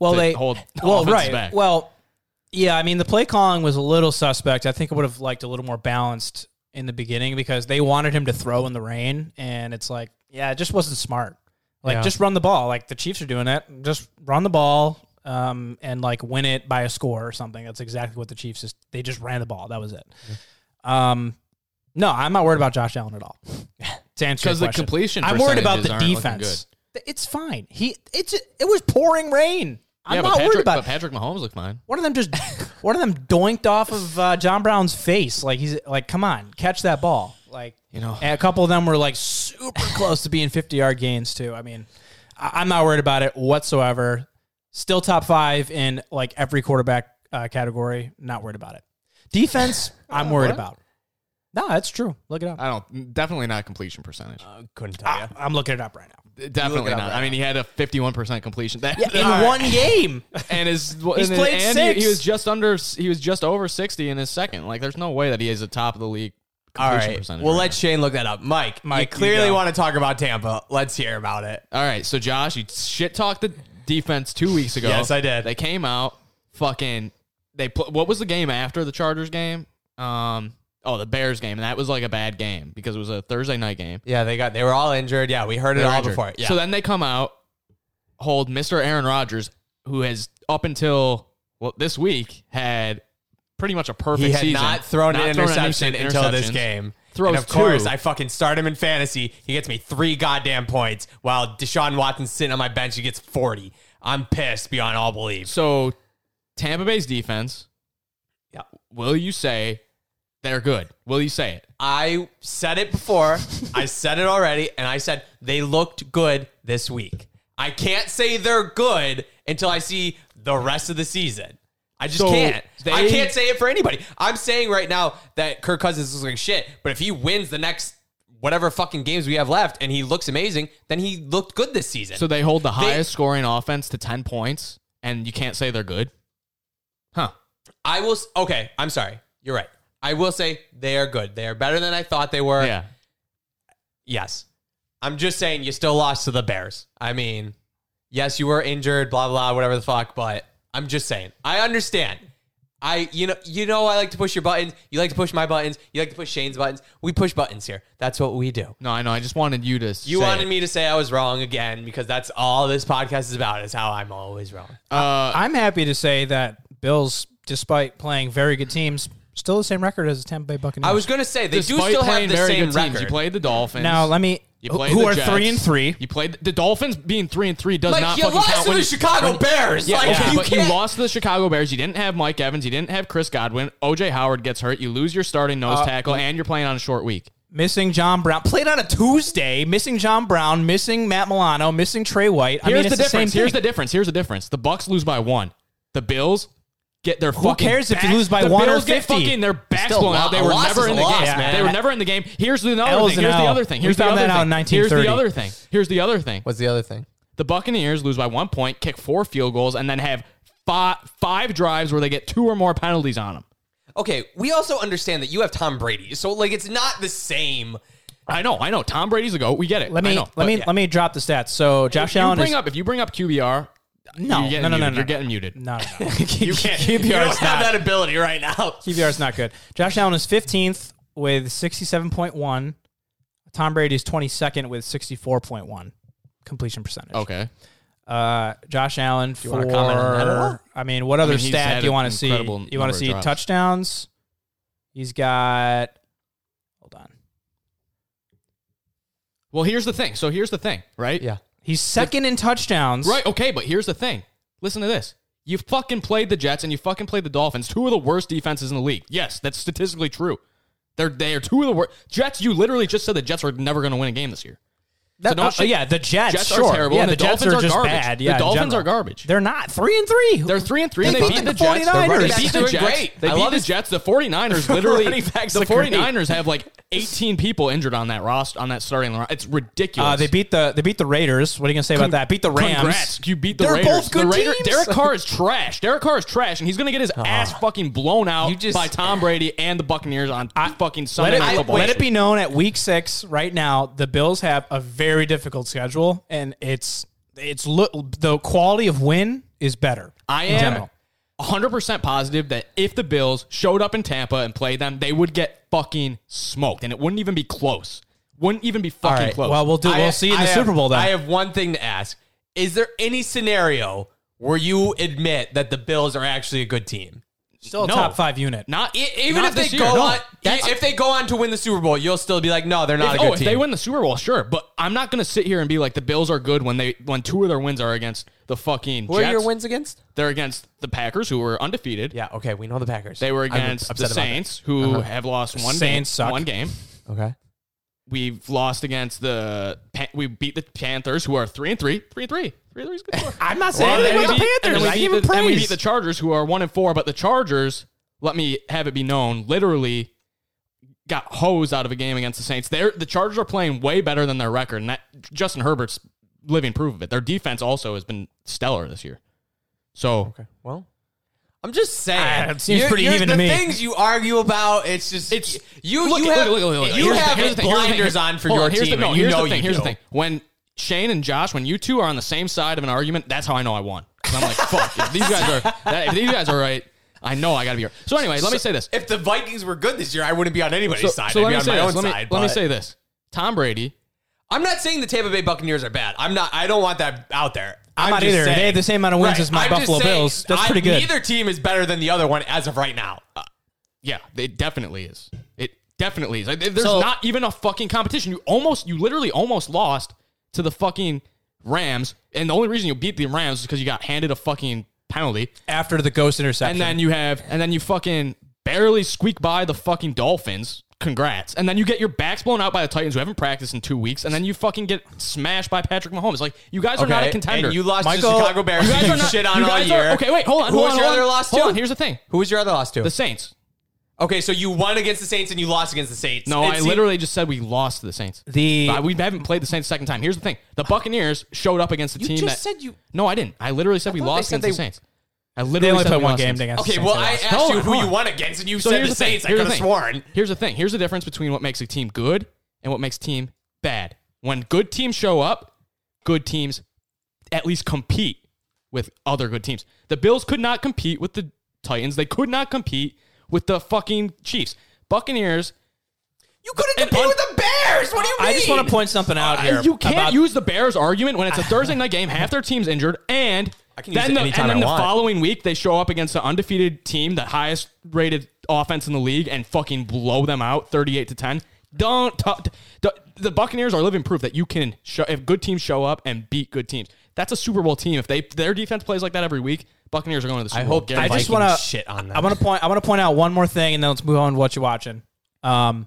Speaker 2: well,
Speaker 1: to
Speaker 2: they
Speaker 1: hold
Speaker 2: well,
Speaker 1: offense
Speaker 2: right.
Speaker 1: back.
Speaker 2: Well, yeah. I mean, the play calling was a little suspect. I think it would have liked a little more balanced in the beginning because they wanted him to throw in the rain, and it's like, yeah, it just wasn't smart. Like,
Speaker 4: Yeah.
Speaker 2: just run the ball. Like the Chiefs are doing it. Just run the ball, um, and like win it by a score or something. That's exactly what the Chiefs is. They just ran the ball. That was it. Um, no, I'm not worried about Josh Allen at all. to answer your
Speaker 1: Because the
Speaker 2: question.
Speaker 1: completion
Speaker 2: I'm worried about
Speaker 1: percentages
Speaker 2: the
Speaker 1: aren't looking
Speaker 2: defense. Th- It's fine. He it's it was pouring rain. I'm
Speaker 1: yeah,
Speaker 2: not
Speaker 1: but Patrick,
Speaker 2: worried about
Speaker 1: but Patrick Mahomes looked fine.
Speaker 2: one of them just one of them doinked off of uh, John Brown's face. Like he's like, come on, catch that ball. Like
Speaker 1: You know.
Speaker 2: and a couple of them were like super close to being 50 yard gains too. I mean, I- I'm not worried about it whatsoever. Still top five in like every quarterback uh, category. Not worried about it. Defense, I'm worried about. No, that's true. Look it up.
Speaker 1: I don't definitely not completion percentage.
Speaker 4: Uh, couldn't tell
Speaker 2: I,
Speaker 4: you.
Speaker 2: I'm looking it up right now.
Speaker 1: definitely
Speaker 4: up
Speaker 1: not. I mean, he had a 51% completion. That,
Speaker 2: In
Speaker 1: All right.
Speaker 2: one game,
Speaker 1: and his
Speaker 2: He's
Speaker 1: and,
Speaker 2: played
Speaker 1: and he-
Speaker 2: six.
Speaker 1: He, was just under he was just over 60 in his second. Like there's no way that he is a top of the league
Speaker 4: All
Speaker 1: completion
Speaker 4: right.
Speaker 1: percentage.
Speaker 4: We'll
Speaker 1: right
Speaker 4: let Shane look that up. Mike,
Speaker 2: Mike,
Speaker 4: you
Speaker 2: you
Speaker 4: clearly
Speaker 2: go.
Speaker 4: want to talk about Tampa. Let's hear about it.
Speaker 1: now. All right, so Josh, you shit talked the defense 2 weeks ago.
Speaker 4: Yes, I did.
Speaker 1: They came out fucking they put what was the game after the Chargers game? Um oh, the Bears game. And that was like a bad game because it was a Thursday night game.
Speaker 4: Yeah, they got they were all injured. Yeah, we heard it
Speaker 1: They're
Speaker 4: all
Speaker 1: injured.
Speaker 4: before. Yeah.
Speaker 1: So then they come out, hold Mr. Aaron Rodgers, who has up until well this week had pretty much a perfect
Speaker 4: he had
Speaker 1: season.
Speaker 4: not thrown
Speaker 1: Not
Speaker 4: an
Speaker 1: thrown
Speaker 4: interception
Speaker 1: inter-
Speaker 4: until this
Speaker 1: interceptions.
Speaker 4: game.
Speaker 1: Throws
Speaker 4: and of
Speaker 1: two.
Speaker 4: course, I fucking start him in fantasy. He gets me three goddamn points while Deshaun Watson's sitting on my bench. He gets 40. I'm pissed beyond all belief.
Speaker 1: So Tampa Bay's defense,
Speaker 4: Yeah.
Speaker 1: will you say they're good? Will you say it?
Speaker 4: I said it before. I said it already, and I said they looked good this week. I can't say they're good until I see the rest of the season. I just
Speaker 1: So
Speaker 4: can't. I
Speaker 1: they-
Speaker 4: can't say it for anybody. I'm saying right now that Kirk Cousins is looking shit, but if he wins the next whatever fucking games we have left and he looks amazing, then he looked good this season.
Speaker 1: So they hold the highest scoring offense to 10 points and you can't say they're good? Huh.
Speaker 4: I will. s- Okay, I'm sorry. You're right. I will say they are good. They are better than I thought they were.
Speaker 1: Yeah.
Speaker 4: Yes. I'm just saying you still lost to the Bears. I mean, yes, you were injured, blah blah, whatever the fuck, but I'm just saying. I understand. I you know you know I like to push your buttons. You like to push my buttons. You like to push Shane's buttons. We push buttons here. That's what we do.
Speaker 1: No, I know. I just wanted you to
Speaker 4: You
Speaker 1: say
Speaker 4: wanted
Speaker 1: it.
Speaker 4: me to say I was wrong again because that's all this podcast is about is how I'm always wrong.
Speaker 1: uh,
Speaker 2: I'm happy to say that Bills, despite playing very good teams, still the same record as the Tampa Bay Buccaneers.
Speaker 4: I was going to say they do
Speaker 1: despite
Speaker 4: still have
Speaker 1: playing
Speaker 4: the
Speaker 1: very
Speaker 4: same
Speaker 1: good teams. You
Speaker 4: record.
Speaker 1: played the Dolphins.
Speaker 2: now let me
Speaker 1: You
Speaker 2: who,
Speaker 1: played
Speaker 2: who
Speaker 1: the
Speaker 2: are
Speaker 1: Jets.
Speaker 2: three and three.
Speaker 1: You played the Dolphins being three and three does
Speaker 4: like
Speaker 1: not
Speaker 4: you
Speaker 1: fucking
Speaker 4: lost
Speaker 1: count.
Speaker 4: to
Speaker 1: when
Speaker 4: the
Speaker 1: you-
Speaker 4: Chicago Bears.
Speaker 1: Yeah,
Speaker 4: like,
Speaker 1: okay,
Speaker 4: you
Speaker 1: but you
Speaker 4: can't-
Speaker 1: lost to the Chicago Bears. You didn't have Mike Evans. You didn't have Chris Godwin. OJ Howard gets hurt. You lose your starting nose
Speaker 2: Uh,
Speaker 1: tackle, and you're playing on a short week.
Speaker 2: Missing John Brown. Played on a Tuesday. Missing John Brown. Missing Matt Milano. Missing Trey White. I
Speaker 1: Here's
Speaker 2: mean, it's
Speaker 1: the difference.
Speaker 2: same
Speaker 1: Here's the
Speaker 2: thing.
Speaker 1: difference. Here's the difference. The Bucks lose by one. The Bills get their
Speaker 2: Who
Speaker 1: fucking.
Speaker 2: cares if you
Speaker 1: back-
Speaker 2: lose by
Speaker 1: the
Speaker 2: one or
Speaker 1: Bills get
Speaker 2: 50?
Speaker 1: fucking their backs
Speaker 4: Still,
Speaker 1: blown
Speaker 4: lo-
Speaker 1: out. They
Speaker 4: a
Speaker 1: were
Speaker 4: loss
Speaker 1: never
Speaker 4: is
Speaker 1: in
Speaker 4: a
Speaker 1: the
Speaker 4: loss,
Speaker 1: game.
Speaker 2: man.
Speaker 1: They were never in the game. Here's the other
Speaker 2: L's
Speaker 1: thing.
Speaker 2: and
Speaker 1: Here's the
Speaker 2: L.
Speaker 1: other thing.
Speaker 2: We
Speaker 1: Here's the
Speaker 2: found
Speaker 1: other
Speaker 2: that out in
Speaker 1: thing. Here's the
Speaker 2: 1930.
Speaker 1: other thing. Here's the other thing.
Speaker 4: What's the other thing?
Speaker 1: The Buccaneers lose by one point, kick four field goals, and then have five five drives where they get two or more penalties on them.
Speaker 4: Okay, we also understand that you have Tom Brady, so like it's not the same.
Speaker 1: I know, I know. Tom Brady's a goat. We get it.
Speaker 2: Let
Speaker 1: I
Speaker 2: me
Speaker 1: know,
Speaker 2: let
Speaker 1: but
Speaker 2: me
Speaker 1: yeah.
Speaker 2: let me drop the stats. So Josh
Speaker 1: you
Speaker 2: Allen
Speaker 1: bring
Speaker 2: is
Speaker 1: up if you bring up QBR,
Speaker 2: no,
Speaker 1: you're getting
Speaker 2: no, no, no,
Speaker 1: muted.
Speaker 2: no,
Speaker 1: You're getting muted.
Speaker 2: no, no, no. you can't.
Speaker 4: you don't
Speaker 2: QBR's
Speaker 4: have
Speaker 2: not.
Speaker 4: that ability right now.
Speaker 2: QBR's not good. Josh Allen is 15th with 67.1. Tom Brady is 22nd with 64.1 completion percentage.
Speaker 1: Okay.
Speaker 2: Uh, Josh Allen for.
Speaker 4: wanna comment on that at all?
Speaker 2: I mean, what other
Speaker 1: mean, he's
Speaker 2: stat
Speaker 1: had
Speaker 2: do you
Speaker 1: an
Speaker 2: want to see?
Speaker 1: incredible
Speaker 2: You
Speaker 1: number
Speaker 2: want
Speaker 1: of
Speaker 2: to see
Speaker 1: drops.
Speaker 2: touchdowns? He's got. Hold on.
Speaker 1: Well, here's the thing. So here's the thing, right?
Speaker 2: He's second in touchdowns.
Speaker 1: Right. Okay, but here's the thing. Listen to this. You fucking played the Jets and you fucking played the Dolphins, two of the worst defenses in the league. Yes, that's statistically true. They're they are two of the worst. Jets. You literally just said the Jets were never going to win a game this year.
Speaker 2: That,
Speaker 1: So no
Speaker 2: uh,
Speaker 1: shit.
Speaker 2: yeah, the Jets,
Speaker 1: Jets are
Speaker 2: sure.
Speaker 1: terrible,
Speaker 2: Yeah,
Speaker 1: and
Speaker 2: the,
Speaker 1: the
Speaker 2: Jets
Speaker 1: Dolphins
Speaker 2: are
Speaker 1: are
Speaker 2: just
Speaker 1: garbage.
Speaker 2: bad.
Speaker 1: The
Speaker 2: Yeah, in
Speaker 1: Dolphins
Speaker 2: general.
Speaker 1: are garbage.
Speaker 2: They're not three and three.
Speaker 1: They're three and three, and
Speaker 2: They
Speaker 1: they
Speaker 2: beat
Speaker 1: beat the
Speaker 2: the
Speaker 1: Jets.
Speaker 2: 49ers.
Speaker 1: They beat the
Speaker 4: Running backs are
Speaker 1: Jets.
Speaker 4: great.
Speaker 1: They
Speaker 4: I
Speaker 1: beat
Speaker 4: love
Speaker 1: the
Speaker 4: this-
Speaker 1: Jets. The 49ers literally.
Speaker 4: Running backs
Speaker 1: the
Speaker 4: are great.
Speaker 1: 49ers have like 18 people injured on that roster, on that starting line. It's ridiculous.
Speaker 2: Uh, they beat the they beat the Raiders. What are you gonna say about that? Beat the Rams.
Speaker 1: Congrats. You beat the
Speaker 2: They're
Speaker 1: Raiders.
Speaker 2: both good
Speaker 1: the Raiders.
Speaker 2: teams.
Speaker 1: Derek Carr is trash. Derek Carr is trash, and he's going to get his ass fucking blown out
Speaker 4: You just-
Speaker 1: by Tom Brady and the Buccaneers on fucking
Speaker 2: Let
Speaker 1: Sunday
Speaker 2: it,
Speaker 1: Night Football.
Speaker 2: let it be known at week six right now, the Bills have a very difficult schedule, and it's it's look the quality of win is better.
Speaker 1: I
Speaker 2: in
Speaker 1: am
Speaker 2: general.
Speaker 1: 100% positive that if the Bills showed up in Tampa and played them, they would get fucking smoked, and it wouldn't even be close. Wouldn't even be
Speaker 4: All
Speaker 1: fucking
Speaker 4: right,
Speaker 1: close.
Speaker 2: Well, we'll do.
Speaker 4: I-
Speaker 2: we'll see you in
Speaker 4: I
Speaker 2: the
Speaker 4: have-
Speaker 2: Super Bowl then.
Speaker 4: I have one thing to ask: Is there any scenario where you admit that the Bills are actually a good team?
Speaker 2: Still a
Speaker 1: No.
Speaker 2: top five unit.
Speaker 1: not
Speaker 4: E- even
Speaker 1: not
Speaker 4: if they
Speaker 1: this year,
Speaker 4: go
Speaker 1: no.
Speaker 4: on,
Speaker 1: That's-
Speaker 4: if they go on to win the Super Bowl, you'll still be like, no, they're
Speaker 1: If-
Speaker 4: not a good
Speaker 1: oh, if
Speaker 4: team.
Speaker 1: e-, they win the Super Bowl, sure. But I'm not gonna sit here and be like the Bills are good when they when two of their wins are against the fucking.
Speaker 4: Who are
Speaker 1: Jets.
Speaker 4: your wins against?
Speaker 1: They're against the Packers, who were undefeated.
Speaker 4: Yeah, okay, we know the Packers.
Speaker 1: They were
Speaker 4: I'm
Speaker 1: against
Speaker 4: upset
Speaker 1: the
Speaker 4: about that. Uh-huh.
Speaker 1: Saints, who have lost one
Speaker 2: Saints
Speaker 1: game.
Speaker 2: suck.
Speaker 1: One game.
Speaker 4: Okay.
Speaker 1: We've lost against the. Pa- We beat the Panthers, who are three and three, three and three, three and three is a good. score.
Speaker 2: I'm not
Speaker 1: And then
Speaker 2: anything
Speaker 1: we
Speaker 2: about
Speaker 1: beat- and then we
Speaker 2: I
Speaker 1: beat
Speaker 2: give them
Speaker 1: the- And we
Speaker 2: praise.
Speaker 1: beat the Chargers, who are one and four, but the Chargers, let me have it be known, literally got hosed out of a game against the Saints. They're the Chargers are playing way better than their record, and that Justin Herbert's living proof of it. Their defense also has been stellar this year. So
Speaker 4: Okay. Well, I'm just saying.
Speaker 2: Ah, it seems pretty even
Speaker 4: the
Speaker 2: to me.
Speaker 4: things you argue about, it's just
Speaker 1: It's-
Speaker 4: you.
Speaker 1: Look
Speaker 4: you
Speaker 1: at-
Speaker 4: have
Speaker 1: look, look, look, look.
Speaker 4: you
Speaker 1: Here's the
Speaker 4: have
Speaker 1: thing, here's the thing, here's the thing,
Speaker 4: blinders
Speaker 1: here's-
Speaker 4: on for
Speaker 1: hold
Speaker 4: your
Speaker 1: on, here's
Speaker 4: team.
Speaker 1: The, no,
Speaker 4: and you
Speaker 1: here's
Speaker 4: know
Speaker 1: the thing.
Speaker 4: you
Speaker 1: Here's
Speaker 4: do.
Speaker 1: the thing. When Shane and Josh, when you two are on the same side of an argument, that's how I know I won. 'Cause I'm like, fuck, if these guys are that, if these guys are right, I know I got to be right. So anyway, let me say this.
Speaker 4: If the Vikings were good this year, I wouldn't be on anybody's
Speaker 1: So,
Speaker 4: side.
Speaker 1: so
Speaker 4: I'd
Speaker 1: let
Speaker 4: be
Speaker 1: me
Speaker 4: on
Speaker 1: say
Speaker 4: my own
Speaker 1: this. Let me,
Speaker 4: side.
Speaker 1: let me
Speaker 4: but-
Speaker 1: say this. Tom Brady.
Speaker 4: I'm not saying the Tampa Bay Buccaneers are bad. I'm not. I don't want that out there.
Speaker 2: I'm not
Speaker 4: just
Speaker 2: either.
Speaker 4: saying-
Speaker 2: They have the same amount of wins
Speaker 4: Right.
Speaker 2: as my
Speaker 4: I'm just
Speaker 2: Buffalo
Speaker 4: saying,
Speaker 2: Bills. That's
Speaker 4: I-
Speaker 2: pretty good.
Speaker 4: Neither team is better than the other one as of right now.
Speaker 1: Yeah, it definitely is. It definitely is. Like, there's
Speaker 2: So-
Speaker 1: not even a fucking competition. You almost, you literally almost lost to the fucking Rams, and the only reason you beat the Rams is because you got handed a fucking penalty,
Speaker 2: After the ghost
Speaker 1: and
Speaker 2: interception,
Speaker 1: then you have, and then you fucking barely squeak by the fucking Dolphins. Congrats, and then you get your backs blown out by the Titans, who haven't practiced in two weeks, and then you fucking get smashed by Patrick Mahomes. Like you guys are not a
Speaker 4: Okay?
Speaker 1: contender.
Speaker 4: And you lost to
Speaker 2: Michael-
Speaker 4: the Chicago Bears.
Speaker 1: You guys
Speaker 4: who
Speaker 1: are not,
Speaker 4: shit on
Speaker 1: you
Speaker 4: all
Speaker 1: guys
Speaker 4: year.
Speaker 1: Are, okay, wait, hold on.
Speaker 4: Who
Speaker 1: hold
Speaker 4: was
Speaker 1: on,
Speaker 4: your
Speaker 1: hold
Speaker 4: other
Speaker 1: on.
Speaker 4: loss to?
Speaker 1: Hold on. Here's the thing.
Speaker 4: Who was your other loss to?
Speaker 1: The Saints.
Speaker 4: Okay, so you won against the Saints and you lost against the Saints.
Speaker 1: No,
Speaker 4: It
Speaker 1: I
Speaker 4: seemed-
Speaker 1: literally just said we lost to the Saints.
Speaker 2: the
Speaker 1: But we haven't played the Saints second time. Here's the thing: the Buccaneers showed up against the
Speaker 4: You
Speaker 1: team
Speaker 4: just
Speaker 1: that.
Speaker 4: said you-
Speaker 1: no, I didn't. I literally said we
Speaker 4: thought they
Speaker 1: lost
Speaker 4: said
Speaker 1: against the
Speaker 4: they-
Speaker 1: Saints. I
Speaker 2: they
Speaker 1: literally
Speaker 2: only
Speaker 1: said
Speaker 2: played
Speaker 1: we
Speaker 2: one
Speaker 1: lost
Speaker 2: game
Speaker 1: against-
Speaker 2: against. the
Speaker 4: Okay,
Speaker 2: Saints,
Speaker 4: well,
Speaker 2: they
Speaker 4: I
Speaker 2: lost.
Speaker 4: asked
Speaker 1: Hold
Speaker 4: you
Speaker 1: on,
Speaker 4: who
Speaker 1: hold
Speaker 4: you
Speaker 1: on.
Speaker 4: won against, and you
Speaker 1: So
Speaker 4: said
Speaker 1: here's
Speaker 4: the
Speaker 1: thing.
Speaker 4: Saints. I
Speaker 1: Here's
Speaker 4: could
Speaker 1: the
Speaker 4: have
Speaker 1: thing.
Speaker 4: sworn.
Speaker 1: Here's the thing. Here's the difference between what makes a team good and what makes team bad. When good teams show up, good teams at least compete with other good teams. The Bills could not compete with the Titans. They could not compete with the fucking Chiefs. Buccaneers.
Speaker 4: You couldn't
Speaker 1: And
Speaker 4: compete
Speaker 1: un-
Speaker 4: with the Bears. What do you mean?
Speaker 2: I just want to point something out here.
Speaker 1: Uh, You can't
Speaker 2: about-
Speaker 1: use the Bears argument when it's a Thursday night game, half their team's injured, and
Speaker 4: I can use
Speaker 1: then
Speaker 4: it
Speaker 1: the, and
Speaker 4: anytime
Speaker 1: then
Speaker 4: I
Speaker 1: the
Speaker 4: want.
Speaker 1: following week they show up against an undefeated team, the highest rated offense in the league, and fucking blow them out, thirty-eight to ten. Don't t- t- the Buccaneers are living proof that you can show if good teams show up and beat good teams. That's a Super Bowl team. If they their defense plays like that every week, Buccaneers are going to the Super Bowl.
Speaker 4: hope
Speaker 1: Guaranteed.
Speaker 2: I
Speaker 4: Vikings
Speaker 2: just want to
Speaker 4: shit on them.
Speaker 2: I want to point. I want to point out one more thing, and then let's move on to what you're watching. Um,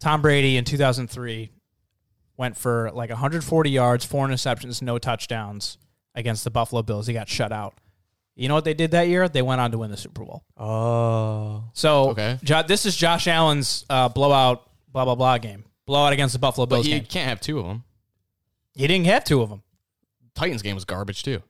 Speaker 2: Tom Brady in 2003 went for like 140 yards, four interceptions, no touchdowns against the Buffalo Bills. He got shut out. You know what they did that year? They went on to win the Super Bowl.
Speaker 4: Oh,
Speaker 2: So
Speaker 1: Okay.
Speaker 2: Jo- this is Josh Allen's uh, blowout, blah blah blah game, blowout against the Buffalo
Speaker 1: But
Speaker 2: Bills.
Speaker 1: you
Speaker 2: game.
Speaker 1: can't have two of them.
Speaker 2: He didn't have two of them.
Speaker 1: Titans game was garbage too.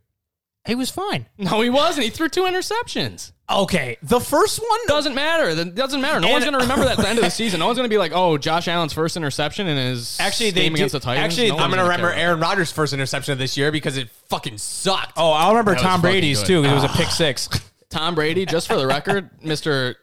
Speaker 2: He was fine.
Speaker 1: No, he wasn't. He threw two interceptions.
Speaker 2: Okay, the first one
Speaker 1: Doesn't matter. That doesn't matter. No
Speaker 2: And-
Speaker 1: one's gonna remember that at the end of the season. No one's gonna be like, "Oh, Josh Allen's first interception in his
Speaker 2: Actually, they
Speaker 1: game
Speaker 2: do-
Speaker 1: against the Titans."
Speaker 2: actually,
Speaker 1: No
Speaker 4: I'm
Speaker 1: one's
Speaker 4: gonna remember
Speaker 1: care.
Speaker 4: Aaron Rodgers' first interception of this year because it fucking sucked.
Speaker 2: Oh, I remember
Speaker 1: was
Speaker 2: Tom
Speaker 1: fucking
Speaker 2: Brady's
Speaker 1: good. Ah.
Speaker 2: too. 'cause It was a pick six.
Speaker 1: Tom Brady. Just for the record, Mister,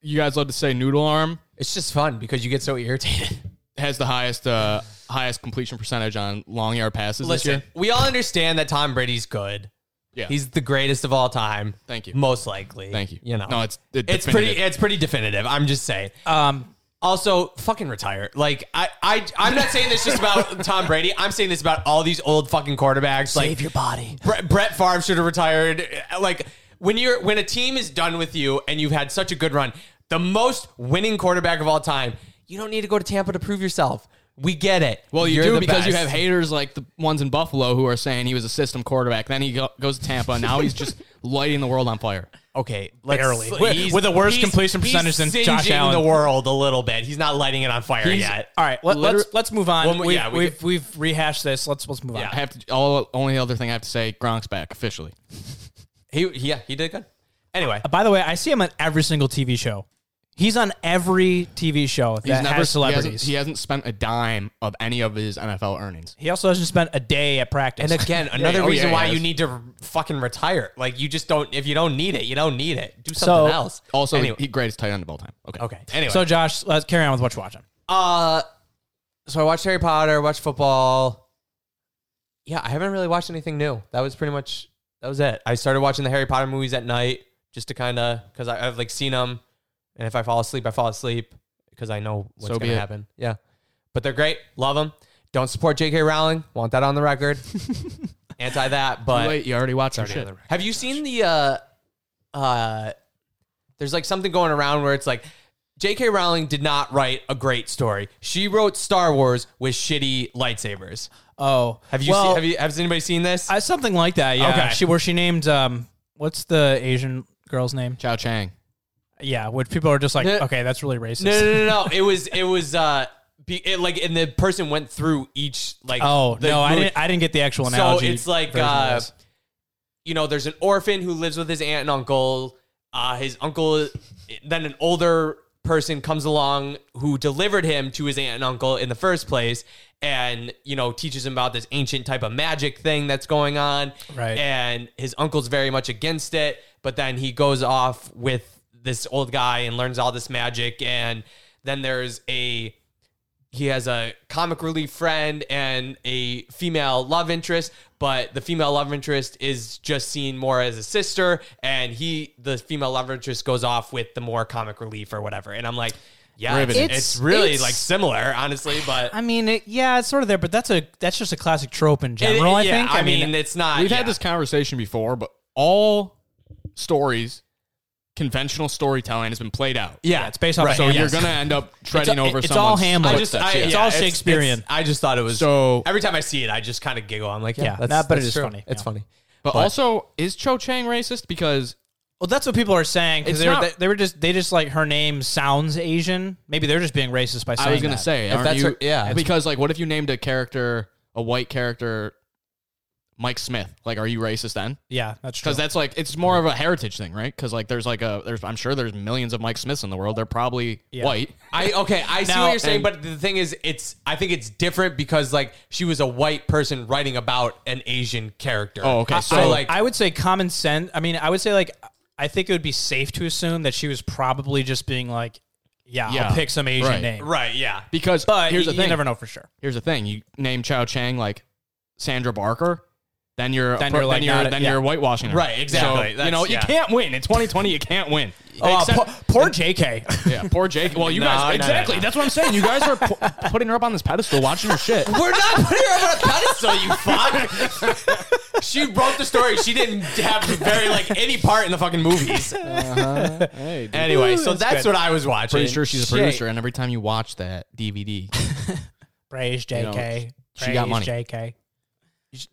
Speaker 1: you guys love to say noodle arm
Speaker 4: it's just fun because you get so irritated.
Speaker 1: has the highest uh, highest completion percentage on long yard passes
Speaker 4: Listen,
Speaker 1: this year.
Speaker 4: we all understand that Tom Brady's good.
Speaker 1: Yeah,
Speaker 4: He's the greatest of all time.
Speaker 1: Thank you.
Speaker 4: Most likely.
Speaker 1: Thank you.
Speaker 4: You know.
Speaker 1: No, it's- it-
Speaker 4: it's
Speaker 1: definitive.
Speaker 4: pretty it's pretty definitive. I'm just saying.
Speaker 2: Um,
Speaker 4: Also, fucking retire. Like I, I, I'm not saying this just about Tom Brady. I'm saying this about all these old fucking quarterbacks. Like
Speaker 2: your body.
Speaker 4: Brett, Brett Favre should have retired. Like when you're when a team is done with you and you've had such a good run, the most winning quarterback of all time, you don't need to go to Tampa to prove yourself. We get it.
Speaker 1: Well, you
Speaker 4: You're
Speaker 1: do
Speaker 4: the
Speaker 1: because you
Speaker 4: best.
Speaker 1: have haters like the ones in Buffalo who are saying he was a system quarterback. Then he go- goes to Tampa. Now he's just lighting the world on fire.
Speaker 4: Okay, let's,
Speaker 2: Barely.
Speaker 4: he's-
Speaker 2: With- with the worst
Speaker 4: he's-
Speaker 2: completion percentage than
Speaker 4: he's
Speaker 2: Josh
Speaker 4: singeing
Speaker 2: Allen.
Speaker 4: the world a little bit. He's not lighting it on fire yet.
Speaker 2: All right, let,
Speaker 1: Liter-
Speaker 2: us let's move on.
Speaker 4: One more-
Speaker 2: we've,
Speaker 4: yeah, we
Speaker 2: we've, we've rehashed this. Let's let's move
Speaker 1: I
Speaker 2: on.
Speaker 1: have to. All only other thing I have to say: Gronk's back officially.
Speaker 4: He, yeah, he did good. Anyway,
Speaker 2: Uh, By the way, I see him on every single TV show. He's on every TV show that
Speaker 1: He's never
Speaker 2: has
Speaker 1: he hasn't-
Speaker 2: celebrities.
Speaker 1: He hasn't, spent a dime of any of his NFL earnings.
Speaker 2: He also doesn't spend a day at practice.
Speaker 4: And again, another
Speaker 1: yeah, oh,
Speaker 4: reason
Speaker 1: yeah,
Speaker 4: why
Speaker 1: yeah.
Speaker 4: you need to fucking retire. Like you just don't. If you don't need it, you don't need it. Do
Speaker 2: So-
Speaker 4: something else.
Speaker 1: Also,
Speaker 4: Anyway.
Speaker 1: he greatest tight end of all time. Okay.
Speaker 4: Okay.
Speaker 1: Anyway,
Speaker 2: so Josh, let's carry on with what you're watching.
Speaker 4: Uh, so I watched Harry Potter, watched football. Yeah, I haven't really watched anything new. That was pretty much that was it. I started watching the Harry Potter movies at night just to kind of because I've like seen them, and if I fall asleep, I fall asleep because I know what's
Speaker 1: So be
Speaker 4: gonna
Speaker 1: it.
Speaker 4: happen. Yeah, but they're great. Love them. Don't support J.K. Rowling. Want that on the record. Anti that. But
Speaker 1: wait, you already watched our shit.
Speaker 4: have you seen the uh uh there's like something going around where it's like J.K. Rowling did not write a great story. She wrote Star Wars with shitty lightsabers.
Speaker 2: Oh,
Speaker 4: Have you
Speaker 2: well,
Speaker 4: seen, have you has anybody seen this?
Speaker 2: I, something like that? Yeah.
Speaker 4: Okay.
Speaker 2: She where she named um, what's the Asian girl's name?
Speaker 1: Chao Chang.
Speaker 2: Yeah, which people are just like,
Speaker 4: No.
Speaker 2: okay, that's really racist.
Speaker 4: no, no, no, no. It was it was uh be, it, like and the person went through each like
Speaker 2: Oh
Speaker 4: the
Speaker 2: no, I
Speaker 4: movie.
Speaker 2: didn't. I didn't get the actual
Speaker 4: So
Speaker 2: analogy.
Speaker 4: it's like
Speaker 2: version of
Speaker 4: uh
Speaker 2: this.
Speaker 4: you know, there's an orphan who lives with his aunt and uncle. Uh, his uncle, then an older person comes along who delivered him to his aunt and uncle in the first place, and you know teaches him about this ancient type of magic thing that's going on.
Speaker 2: Right.
Speaker 4: And his uncle's very much against it, but then he goes off with this old guy and learns all this magic, and then there's a he has a comic relief friend and a female love interest, but the female love interest is just seen more as a sister, and he, the female love interest, goes off with the more comic relief or whatever. And I'm like, yeah, it's,
Speaker 1: Riveting.
Speaker 4: it's
Speaker 2: It's-
Speaker 4: really
Speaker 2: it's-
Speaker 4: like similar, honestly, but
Speaker 2: I mean, it, yeah, it's sort of there, but that's a that's just a classic trope in
Speaker 4: It- it-
Speaker 2: general. I
Speaker 4: yeah,
Speaker 2: think.
Speaker 4: I, mean, it's not.
Speaker 1: We've
Speaker 4: Uh, yeah.
Speaker 1: had this conversation before, but all stories, conventional storytelling has been played out.
Speaker 2: yeah, it's based off.
Speaker 1: So
Speaker 2: Hamlet.
Speaker 1: you're gonna end up treading
Speaker 2: all-
Speaker 1: over
Speaker 2: it's
Speaker 1: someone's
Speaker 2: all Hamlet.
Speaker 4: I just, I,
Speaker 1: footsteps, yeah.
Speaker 2: It's
Speaker 4: yeah,
Speaker 2: all Shakespearean.
Speaker 4: it's- I just thought it was
Speaker 1: So-
Speaker 4: Every time I see it, I just kind of giggle. I'm like, yeah,
Speaker 2: Yeah,
Speaker 4: that's,
Speaker 2: that- but it
Speaker 4: that's
Speaker 2: is
Speaker 4: true.
Speaker 2: funny,
Speaker 4: It's
Speaker 2: yeah.
Speaker 4: funny.
Speaker 1: But, also, is Cho Chang racist? Because
Speaker 2: Well, that's what people are saying because
Speaker 1: It's
Speaker 2: they, were-
Speaker 1: not-
Speaker 2: they, they were just they just like her name sounds Asian. Maybe they're just being racist by saying.
Speaker 1: I was gonna
Speaker 2: that.
Speaker 1: say, aren't
Speaker 4: that's
Speaker 1: you,
Speaker 4: her- yeah.
Speaker 1: Because like, what if you named a character, a white character, Mike Smith? Like, are you racist then?
Speaker 2: Yeah, that's true.
Speaker 1: Because that's like it's more of a heritage thing, right? Because like, there's like a there's I'm sure there's millions of Mike Smiths in the world. They're probably white.
Speaker 4: I okay, I see
Speaker 2: Now-
Speaker 4: what you're saying,
Speaker 1: and-
Speaker 4: but the thing is, it's I think it's different because like she was a white person writing about an Asian character.
Speaker 1: Oh, okay,
Speaker 4: so
Speaker 1: so-
Speaker 2: I,
Speaker 4: like
Speaker 2: I would say common sense. I mean, I would say like I think it would be safe to assume that she was probably just being like, yeah,
Speaker 1: Yeah,
Speaker 2: I'll pick some Asian
Speaker 1: right.
Speaker 2: name.
Speaker 4: right, yeah,
Speaker 1: Because
Speaker 2: But
Speaker 1: here's
Speaker 2: you,
Speaker 1: the thing.
Speaker 2: you never know for sure.
Speaker 1: Here's the thing. You name Chow Chang like Sandra Barker. Then you're a
Speaker 2: Then
Speaker 1: pro-
Speaker 2: you're, like,
Speaker 1: then you're,
Speaker 2: not-
Speaker 1: then
Speaker 2: yeah.
Speaker 1: you're whitewashing her.
Speaker 4: Right, exactly.
Speaker 1: So, you know
Speaker 4: That's- yeah.
Speaker 1: you can't win. It's 2020. You can't win.
Speaker 2: Oh,
Speaker 1: Except-
Speaker 2: poor, poor JK.
Speaker 1: Yeah, poor Jake. Well, you
Speaker 4: No, no, no,
Speaker 1: guys exactly.
Speaker 4: no.
Speaker 1: That's what I'm saying. You guys are pu- putting her up on this pedestal, watching her shit.
Speaker 4: We're not putting her on a pedestal, you fuck. she wrote the story. She didn't have very like any part in the fucking movies.
Speaker 1: Uh-huh.
Speaker 4: Anyway, so that's, what I was watching.
Speaker 1: Pretty sure she's a
Speaker 4: Shit.
Speaker 1: producer, and every time you watch that DVD,
Speaker 2: Praise JK.
Speaker 1: know, she
Speaker 2: Praise
Speaker 1: got money.
Speaker 2: JK.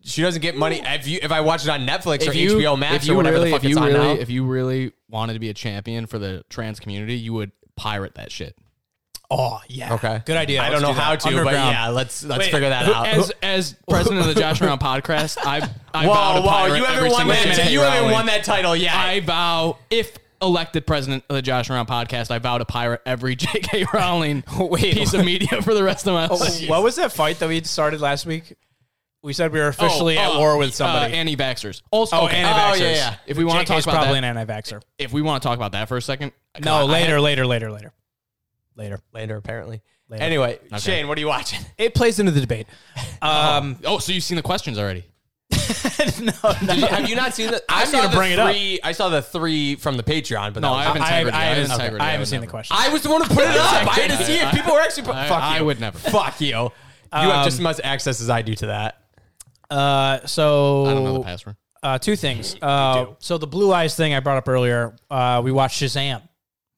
Speaker 4: She doesn't get money if you if I watch it on Netflix or HBO Max
Speaker 1: if you
Speaker 4: or whatever
Speaker 1: really,
Speaker 4: the
Speaker 1: if
Speaker 4: fuck it's
Speaker 1: you
Speaker 4: on
Speaker 1: really,
Speaker 4: now.
Speaker 1: if you really wanted to be a champion for the trans community, you would pirate that shit.
Speaker 2: Oh yeah.
Speaker 4: Okay.
Speaker 2: Good idea.
Speaker 4: I
Speaker 2: Let's
Speaker 4: don't know
Speaker 2: do that.
Speaker 4: how to, but
Speaker 2: Underground.
Speaker 4: yeah, let's let's
Speaker 2: Wait,
Speaker 4: figure that out.
Speaker 1: As as president of the Josh Around podcast, I I vow
Speaker 4: Whoa,
Speaker 1: to
Speaker 4: whoa!
Speaker 1: pirate
Speaker 4: You
Speaker 1: every
Speaker 4: haven't won
Speaker 1: single
Speaker 4: that.
Speaker 1: shit.
Speaker 4: You haven't won that title yet.
Speaker 1: I vow if elected president of the Josh Around podcast, I vow to pirate every J.K. Rowling
Speaker 2: Wait. Oh,
Speaker 1: piece of media for the rest of my life.
Speaker 2: What was that fight that we started last week? We said we were officially
Speaker 1: Oh,
Speaker 2: at
Speaker 1: uh,
Speaker 2: war
Speaker 1: Uh,
Speaker 2: with somebody.
Speaker 1: anti-vaxxers. Also,
Speaker 2: oh,
Speaker 1: okay.
Speaker 2: anti-vaxxers.
Speaker 4: yeah, yeah.
Speaker 1: If we want to talk
Speaker 2: JK's
Speaker 1: about
Speaker 2: probably
Speaker 1: that,
Speaker 2: an anti-vaxxer.
Speaker 1: if we want to talk about that for a second,
Speaker 2: No,
Speaker 1: I-
Speaker 2: later, later, later, later, later.
Speaker 4: later, apparently.
Speaker 2: Later.
Speaker 4: Anyway, Shane, what are you watching?
Speaker 2: It plays into the debate. Um,
Speaker 1: oh, so you've seen the questions already?
Speaker 2: no, no.
Speaker 4: Have you not seen the? I
Speaker 2: I'm
Speaker 4: saw
Speaker 2: gonna
Speaker 4: the
Speaker 2: bring it up.
Speaker 4: three, I saw the three from the Patreon, but
Speaker 1: No,
Speaker 4: that was-
Speaker 1: I haven't. Integrity.
Speaker 2: I, I
Speaker 1: I have
Speaker 2: haven't, okay.
Speaker 1: integrity.
Speaker 2: I
Speaker 1: I
Speaker 2: haven't
Speaker 1: would
Speaker 2: seen the
Speaker 1: never.
Speaker 2: question.
Speaker 4: I was the one who put it up. I didn't
Speaker 1: I-
Speaker 4: see it.
Speaker 1: I-
Speaker 4: People were actually.
Speaker 1: I-
Speaker 4: fuck you.
Speaker 1: I would never.
Speaker 4: Fuck you. You have just as much access as I do to that.
Speaker 2: Uh, so
Speaker 1: I don't know the password.
Speaker 2: Uh, two things. Uh, so the blue eyes thing I brought up earlier. Uh, we watched Shazam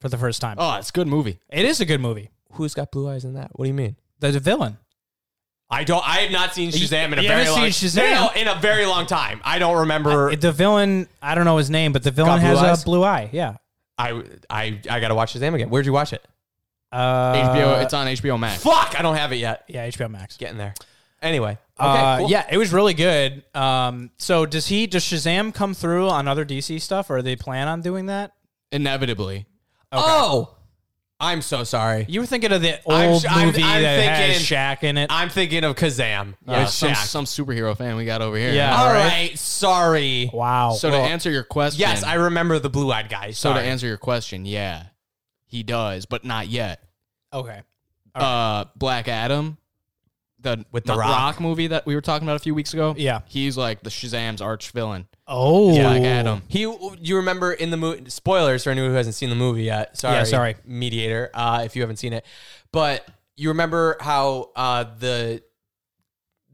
Speaker 2: for the first time.
Speaker 1: Oh, it's a good movie.
Speaker 2: It is a good movie.
Speaker 4: Who's got blue eyes in that? What do you mean?
Speaker 2: The, the villain.
Speaker 4: I don't. I have not seen Shazam in a
Speaker 2: you
Speaker 4: very
Speaker 2: haven't
Speaker 4: long.
Speaker 2: seen
Speaker 4: No, no,
Speaker 2: Shazam?
Speaker 4: in a very long time. I don't remember.
Speaker 2: The villain. I don't know his name, but the villain
Speaker 4: Got blue
Speaker 2: has
Speaker 4: eyes?
Speaker 2: a blue eye. Yeah.
Speaker 4: I I I gotta watch Shazam again. Where'd you watch it?
Speaker 2: Uh,
Speaker 1: HBO. It's on HBO Max.
Speaker 4: Fuck! I don't have it yet.
Speaker 2: yeah, HBO Max.
Speaker 4: Getting there. Anyway. Okay.
Speaker 2: Uh,
Speaker 4: cool.
Speaker 2: Yeah, it was really good. Um, so does he? Does Shazam come through on other DC stuff, or they plan on doing that?
Speaker 1: Inevitably,
Speaker 4: Oh, I'm so sorry.
Speaker 2: You were thinking of the
Speaker 4: I'm
Speaker 2: old
Speaker 4: sh- I'm-
Speaker 2: movie
Speaker 4: I'm
Speaker 2: that has
Speaker 4: thinking-
Speaker 2: Shaq in it.
Speaker 4: I'm thinking of Kazam.
Speaker 1: Yeah,
Speaker 4: Yeah,
Speaker 1: some,
Speaker 4: Shaq.
Speaker 1: some superhero fan we got over here.
Speaker 2: Uh, Yeah.
Speaker 4: All
Speaker 2: Alright.
Speaker 4: right, sorry.
Speaker 2: wow.
Speaker 1: So to answer your question,
Speaker 4: Yes, I remember the blue-eyed guy.
Speaker 1: So to
Speaker 4: Sorry.
Speaker 1: answer your question, yeah, he does, but not yet.
Speaker 2: okay.
Speaker 1: Uh, Black Adam, the
Speaker 4: With The
Speaker 1: Mo-
Speaker 4: Rock.
Speaker 1: movie that we were talking about a few weeks ago.
Speaker 2: Yeah.
Speaker 1: he's like the Shazam's arch villain.
Speaker 2: Oh.
Speaker 1: Black Adam.
Speaker 4: He, you remember in the movie? Spoilers for anyone who hasn't seen the movie yet. Sorry,
Speaker 2: Yeah, sorry.
Speaker 4: mediator. Uh, if you haven't seen it, but you remember how uh, the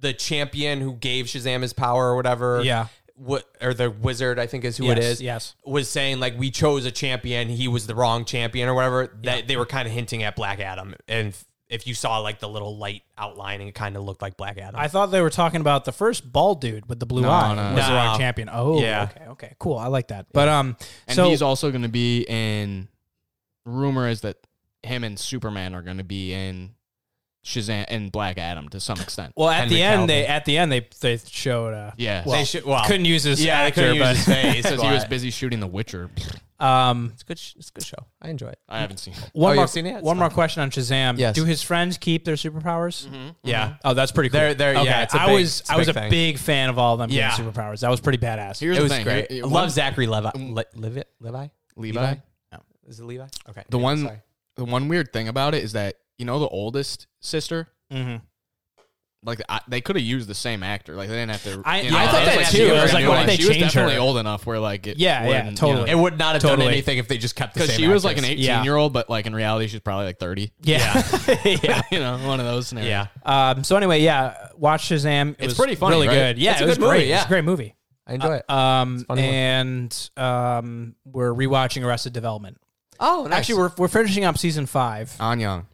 Speaker 4: the champion who gave Shazam his power or whatever,
Speaker 2: Yeah.
Speaker 4: what or the wizard I think is who it
Speaker 2: Yes,
Speaker 4: is,
Speaker 2: yes.
Speaker 4: was saying like we chose a champion, he was the wrong champion or whatever. That they were kind of hinting at Black Adam, and if, if you saw like the little light outlining, it kind of looked like Black Adam.
Speaker 2: I thought they were talking about the first bald dude with the blue eye
Speaker 1: no.
Speaker 2: was the
Speaker 4: No.
Speaker 2: rock champion. Oh,
Speaker 4: Yeah.
Speaker 2: okay, okay, cool. I like that. But um,
Speaker 1: And
Speaker 2: so
Speaker 1: he's also going to be in. Rumor is that him and Superman are going to be in Shazam and Black Adam to some extent.
Speaker 2: well, at
Speaker 4: Henry
Speaker 2: the end,
Speaker 4: Cavill.
Speaker 2: they at the end they they showed uh,
Speaker 1: yeah,
Speaker 2: well,
Speaker 4: They should- well,
Speaker 2: couldn't use his
Speaker 4: yeah, I
Speaker 2: actor,
Speaker 4: couldn't use his
Speaker 2: but
Speaker 4: face.
Speaker 1: because he was
Speaker 4: but-
Speaker 1: busy shooting The Witcher.
Speaker 2: um,
Speaker 4: It's a good. sh- It's a good show. I enjoy it.
Speaker 1: I haven't seen. it.
Speaker 2: one
Speaker 4: Oh,
Speaker 2: more
Speaker 4: you've seen it? It's
Speaker 2: one
Speaker 4: fine.
Speaker 2: more question on Shazam.
Speaker 4: Yes.
Speaker 2: Do his friends keep their superpowers?
Speaker 4: Yeah.
Speaker 2: Oh, that's pretty cool.
Speaker 4: They're- they're-
Speaker 2: okay.
Speaker 4: yeah, it's a
Speaker 2: I
Speaker 4: big-
Speaker 2: was
Speaker 4: it's a
Speaker 2: I was a
Speaker 4: big thing.
Speaker 2: big fan of all of them getting
Speaker 4: Yeah.
Speaker 2: superpowers. That was Mm, pretty badass.
Speaker 1: Here's
Speaker 4: It
Speaker 1: the
Speaker 4: was
Speaker 1: thing.
Speaker 4: great.
Speaker 1: Here-
Speaker 4: Love Zachary Levi. Le- Levi. Levi.
Speaker 1: Levi.
Speaker 4: Is it Levi? Okay.
Speaker 1: The
Speaker 4: yeah,
Speaker 1: one-
Speaker 4: sorry.
Speaker 1: The one weird thing about it is that you know the oldest sister
Speaker 2: mm-hmm.
Speaker 1: like I, they could have used the same actor. Like they didn't have to.
Speaker 2: I-
Speaker 1: you
Speaker 2: yeah, I
Speaker 1: they didn't
Speaker 2: thought that
Speaker 1: have to
Speaker 2: too.
Speaker 1: give
Speaker 2: I was
Speaker 1: a
Speaker 2: like,
Speaker 1: new
Speaker 2: why
Speaker 1: one.
Speaker 2: did they
Speaker 1: she was
Speaker 2: change her?
Speaker 1: definitely old enough where like it
Speaker 2: Yeah, yeah,
Speaker 1: wouldn't,
Speaker 2: totally.
Speaker 4: It would not have
Speaker 2: Totally.
Speaker 4: done anything if they just kept the
Speaker 1: because
Speaker 4: same.
Speaker 1: she was like
Speaker 4: actress.
Speaker 1: an eighteen year old, but like in reality she's probably like thirty.
Speaker 2: Yeah. Yeah.
Speaker 1: you know, one of those scenarios.
Speaker 4: Yeah.
Speaker 2: Um, so anyway, yeah, watch Shazam. It
Speaker 1: It's
Speaker 2: was
Speaker 1: pretty funny,
Speaker 2: really
Speaker 1: right?
Speaker 2: good. Yeah,
Speaker 4: It's
Speaker 2: it
Speaker 4: a
Speaker 2: was
Speaker 4: good movie,
Speaker 2: great. It was
Speaker 4: yeah.
Speaker 2: a great movie.
Speaker 4: I enjoy it.
Speaker 2: Um,
Speaker 4: funny one.
Speaker 2: and um, we're rewatching Arrested Development.
Speaker 4: oh,
Speaker 2: Actually, we're we're finishing up season five,
Speaker 1: On Young,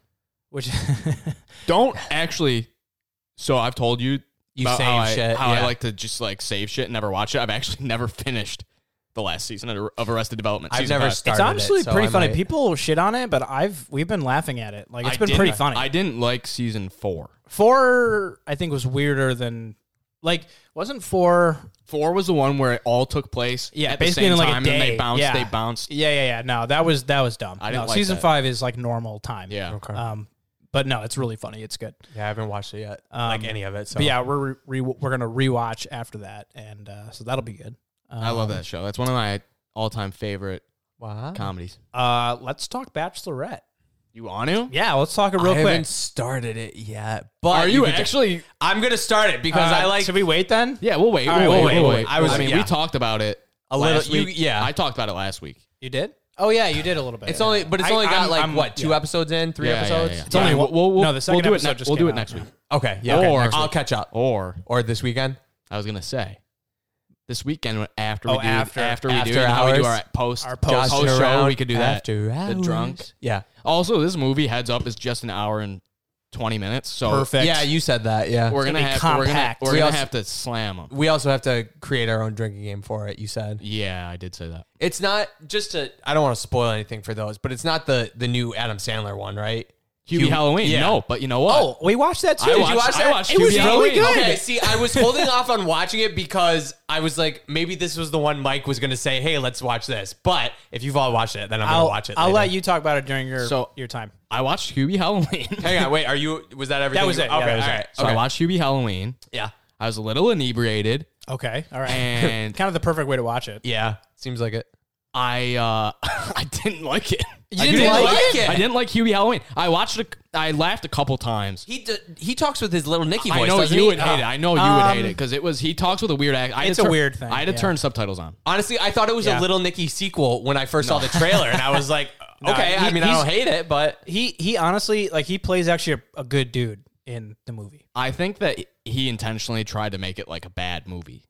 Speaker 2: which
Speaker 1: don't actually. So I've told you,
Speaker 4: You
Speaker 1: about
Speaker 4: save
Speaker 1: how, I,
Speaker 4: shit,
Speaker 1: how I
Speaker 4: yeah.
Speaker 1: like to just like save shit and never watch it. I've actually never finished the last season of- of Arrested Development.
Speaker 4: I've
Speaker 1: season
Speaker 4: never
Speaker 1: five.
Speaker 4: started.
Speaker 2: it's honestly
Speaker 4: it, so
Speaker 2: pretty
Speaker 4: I
Speaker 2: funny.
Speaker 4: might-
Speaker 2: People shit on it, but I've we've been laughing at it. Like it's
Speaker 1: I
Speaker 2: been
Speaker 1: didn't-
Speaker 2: pretty funny.
Speaker 1: I didn't like season four.
Speaker 2: four, I think, was weirder than like wasn't four.
Speaker 1: Four was the one where it all took place.
Speaker 2: Yeah,
Speaker 1: at the
Speaker 2: basically
Speaker 1: same
Speaker 2: in like a
Speaker 1: time, and
Speaker 2: day.
Speaker 1: they bounced.
Speaker 2: Yeah.
Speaker 1: They bounced.
Speaker 2: Yeah, yeah, yeah. No, that was that was dumb.
Speaker 1: I didn't
Speaker 2: no,
Speaker 1: like
Speaker 2: season
Speaker 1: that.
Speaker 2: five is like normal time.
Speaker 1: Yeah.
Speaker 4: Okay.
Speaker 2: Um, but no, it's really funny. It's good.
Speaker 4: yeah, I haven't watched it yet. like any of it. So
Speaker 1: Oh.
Speaker 2: Um, But yeah, we're re- re- we're gonna rewatch after that, and uh, so that'll be good. Um,
Speaker 1: I love that show. That's one of my all-time favorite
Speaker 4: Wow.
Speaker 1: comedies.
Speaker 2: Uh, let's talk Bachelorette.
Speaker 1: You want to?
Speaker 2: Yeah, let's talk it real
Speaker 4: I
Speaker 2: quick.
Speaker 4: haven't started it yet. But
Speaker 1: Are you
Speaker 4: could-
Speaker 1: actually?
Speaker 4: I'm gonna start it because
Speaker 2: Uh,
Speaker 4: I like
Speaker 2: Should we wait then?
Speaker 1: Yeah, we'll wait. We'll,
Speaker 2: right,
Speaker 1: wait,
Speaker 2: we'll
Speaker 1: we'll
Speaker 2: wait,
Speaker 1: wait.
Speaker 2: we'll
Speaker 1: I
Speaker 4: wait.
Speaker 1: was. I mean, we
Speaker 4: yeah.
Speaker 1: talked about it
Speaker 4: A little-
Speaker 1: last
Speaker 4: you-
Speaker 1: week.
Speaker 4: yeah.
Speaker 1: I talked about it last week.
Speaker 2: You did? Oh yeah, you did a little bit.
Speaker 4: It's only, but it's
Speaker 2: I-
Speaker 4: only got
Speaker 2: I'm-
Speaker 4: like
Speaker 2: I'm-
Speaker 4: what two
Speaker 2: yeah.
Speaker 4: episodes in, three
Speaker 1: Yeah, yeah,
Speaker 4: episodes.
Speaker 1: yeah, yeah.
Speaker 2: It's only one-
Speaker 1: We'll, we'll,
Speaker 2: no, the second
Speaker 1: we'll do it.
Speaker 2: episode
Speaker 1: next-
Speaker 2: just
Speaker 1: we'll do
Speaker 2: came
Speaker 1: it
Speaker 2: out,
Speaker 1: next
Speaker 2: yeah.
Speaker 1: week.
Speaker 4: Okay, yeah. okay,
Speaker 1: Or-
Speaker 4: next week. I'll catch up.
Speaker 1: Or
Speaker 4: Or this weekend.
Speaker 1: I was gonna say this weekend after
Speaker 2: Oh,
Speaker 1: we do
Speaker 2: after-
Speaker 1: we
Speaker 4: after
Speaker 1: do how we do
Speaker 4: hours.
Speaker 1: our post
Speaker 2: Our post.
Speaker 1: post show
Speaker 4: around
Speaker 1: we could do that.
Speaker 4: After hours.
Speaker 1: drunk.
Speaker 4: Yeah.
Speaker 1: Also, this movie Heads Up is just an hour and twenty minutes. So
Speaker 2: Perfect.
Speaker 4: Yeah, you said that. Yeah.
Speaker 1: We're
Speaker 2: It's
Speaker 1: gonna
Speaker 2: gonna be
Speaker 1: have to, we're gonna
Speaker 2: compact.
Speaker 1: we're
Speaker 4: We
Speaker 1: gonna
Speaker 4: also-
Speaker 1: have to slam them.
Speaker 4: we also have to create our own drinking game for it. You said
Speaker 1: Yeah, I did say that.
Speaker 4: it's not just a. I don't want to spoil anything for those, but it's not the the new Adam Sandler one, right?
Speaker 1: Hubie
Speaker 4: Hubie-
Speaker 1: Halloween.
Speaker 4: yeah.
Speaker 1: No, but you know what?
Speaker 2: Oh, we watched that too.
Speaker 1: I
Speaker 2: Did
Speaker 1: watched-
Speaker 2: you watch
Speaker 1: I
Speaker 2: that?
Speaker 1: watched
Speaker 2: it was
Speaker 1: Hubie
Speaker 2: really
Speaker 1: Halloween.
Speaker 2: good.
Speaker 4: Okay, see, I was holding off on watching it because I was like, maybe this was the one Mike was going to say, "Hey, let's watch this." But if you've all watched it, then I'm going
Speaker 2: I'll
Speaker 4: to watch it.
Speaker 2: Oh, I'll
Speaker 4: later.
Speaker 2: let you talk about it during your
Speaker 1: So-
Speaker 2: your time.
Speaker 1: I watched Hubie Halloween.
Speaker 4: Hang on, wait. Are you? Was that everything?
Speaker 2: was
Speaker 4: you-
Speaker 2: it, yeah,
Speaker 4: Okay,
Speaker 2: that was
Speaker 4: all
Speaker 2: it.
Speaker 4: right.
Speaker 1: So
Speaker 4: okay.
Speaker 1: I watched Hubie Halloween.
Speaker 4: Yeah,
Speaker 1: I was a little inebriated,
Speaker 2: Okay. All right.
Speaker 1: and
Speaker 2: kind of the perfect way to watch it.
Speaker 4: yeah. Seems like it.
Speaker 1: I uh, I didn't like it. I
Speaker 4: didn't like it?
Speaker 1: I didn't like Hubie Halloween. I watched it. I laughed a couple times.
Speaker 4: He d- he talks with his little Nicky voice.
Speaker 1: I know
Speaker 4: doesn't
Speaker 1: you
Speaker 4: he? Oh. Ah.
Speaker 1: would hate it. I know you would hate
Speaker 2: Um,
Speaker 1: it because it was he talks with a weird act. I had
Speaker 2: it's
Speaker 1: to
Speaker 2: a
Speaker 1: turn-
Speaker 2: weird thing,
Speaker 1: I had to
Speaker 2: yeah.
Speaker 1: turn subtitles on.
Speaker 4: Honestly, I thought it was
Speaker 2: Yeah.
Speaker 4: a Little Nicky sequel when I first saw the trailer, and I was like, uh, okay.
Speaker 2: he-
Speaker 4: I mean, I
Speaker 2: he's-
Speaker 4: don't hate it, but
Speaker 2: He he honestly like he plays actually a, a good dude in the movie.
Speaker 1: I think that he intentionally tried to make it like a bad movie.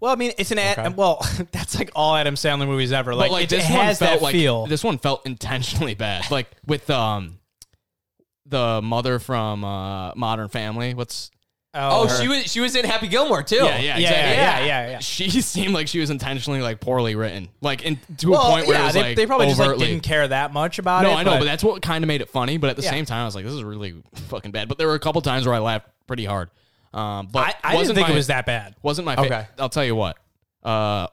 Speaker 2: Well, I mean, it's an ad. Well, that's like all Adam Sandler movies ever. Like,
Speaker 1: But like
Speaker 2: it,
Speaker 1: this
Speaker 2: it
Speaker 1: one
Speaker 2: has
Speaker 1: felt
Speaker 2: that
Speaker 1: like
Speaker 2: feel.
Speaker 1: this one felt intentionally bad. Like with um the mother from uh, Modern Family. What's
Speaker 4: oh,
Speaker 2: her-
Speaker 4: she was she was in Happy Gilmore too.
Speaker 1: yeah yeah
Speaker 2: yeah,
Speaker 1: exactly.
Speaker 2: yeah, yeah, yeah, yeah.
Speaker 1: She seemed like she was intentionally like poorly written, like in, to
Speaker 2: Well,
Speaker 1: a point where
Speaker 2: yeah,
Speaker 1: it was
Speaker 2: they,
Speaker 1: like
Speaker 2: they probably
Speaker 1: overtly.
Speaker 2: just like didn't care that much about
Speaker 1: no,
Speaker 2: it.
Speaker 1: I know, but, that's what kind of made it funny. But at the
Speaker 2: Yeah.
Speaker 1: same time, I was like, this is really fucking bad. But there were a couple times where I laughed pretty hard. Um, but
Speaker 2: I, I didn't
Speaker 1: wasn't
Speaker 2: think
Speaker 1: my-
Speaker 2: it was that bad.
Speaker 1: Wasn't my favorite.
Speaker 4: Okay.
Speaker 1: I'll tell you what. Uh,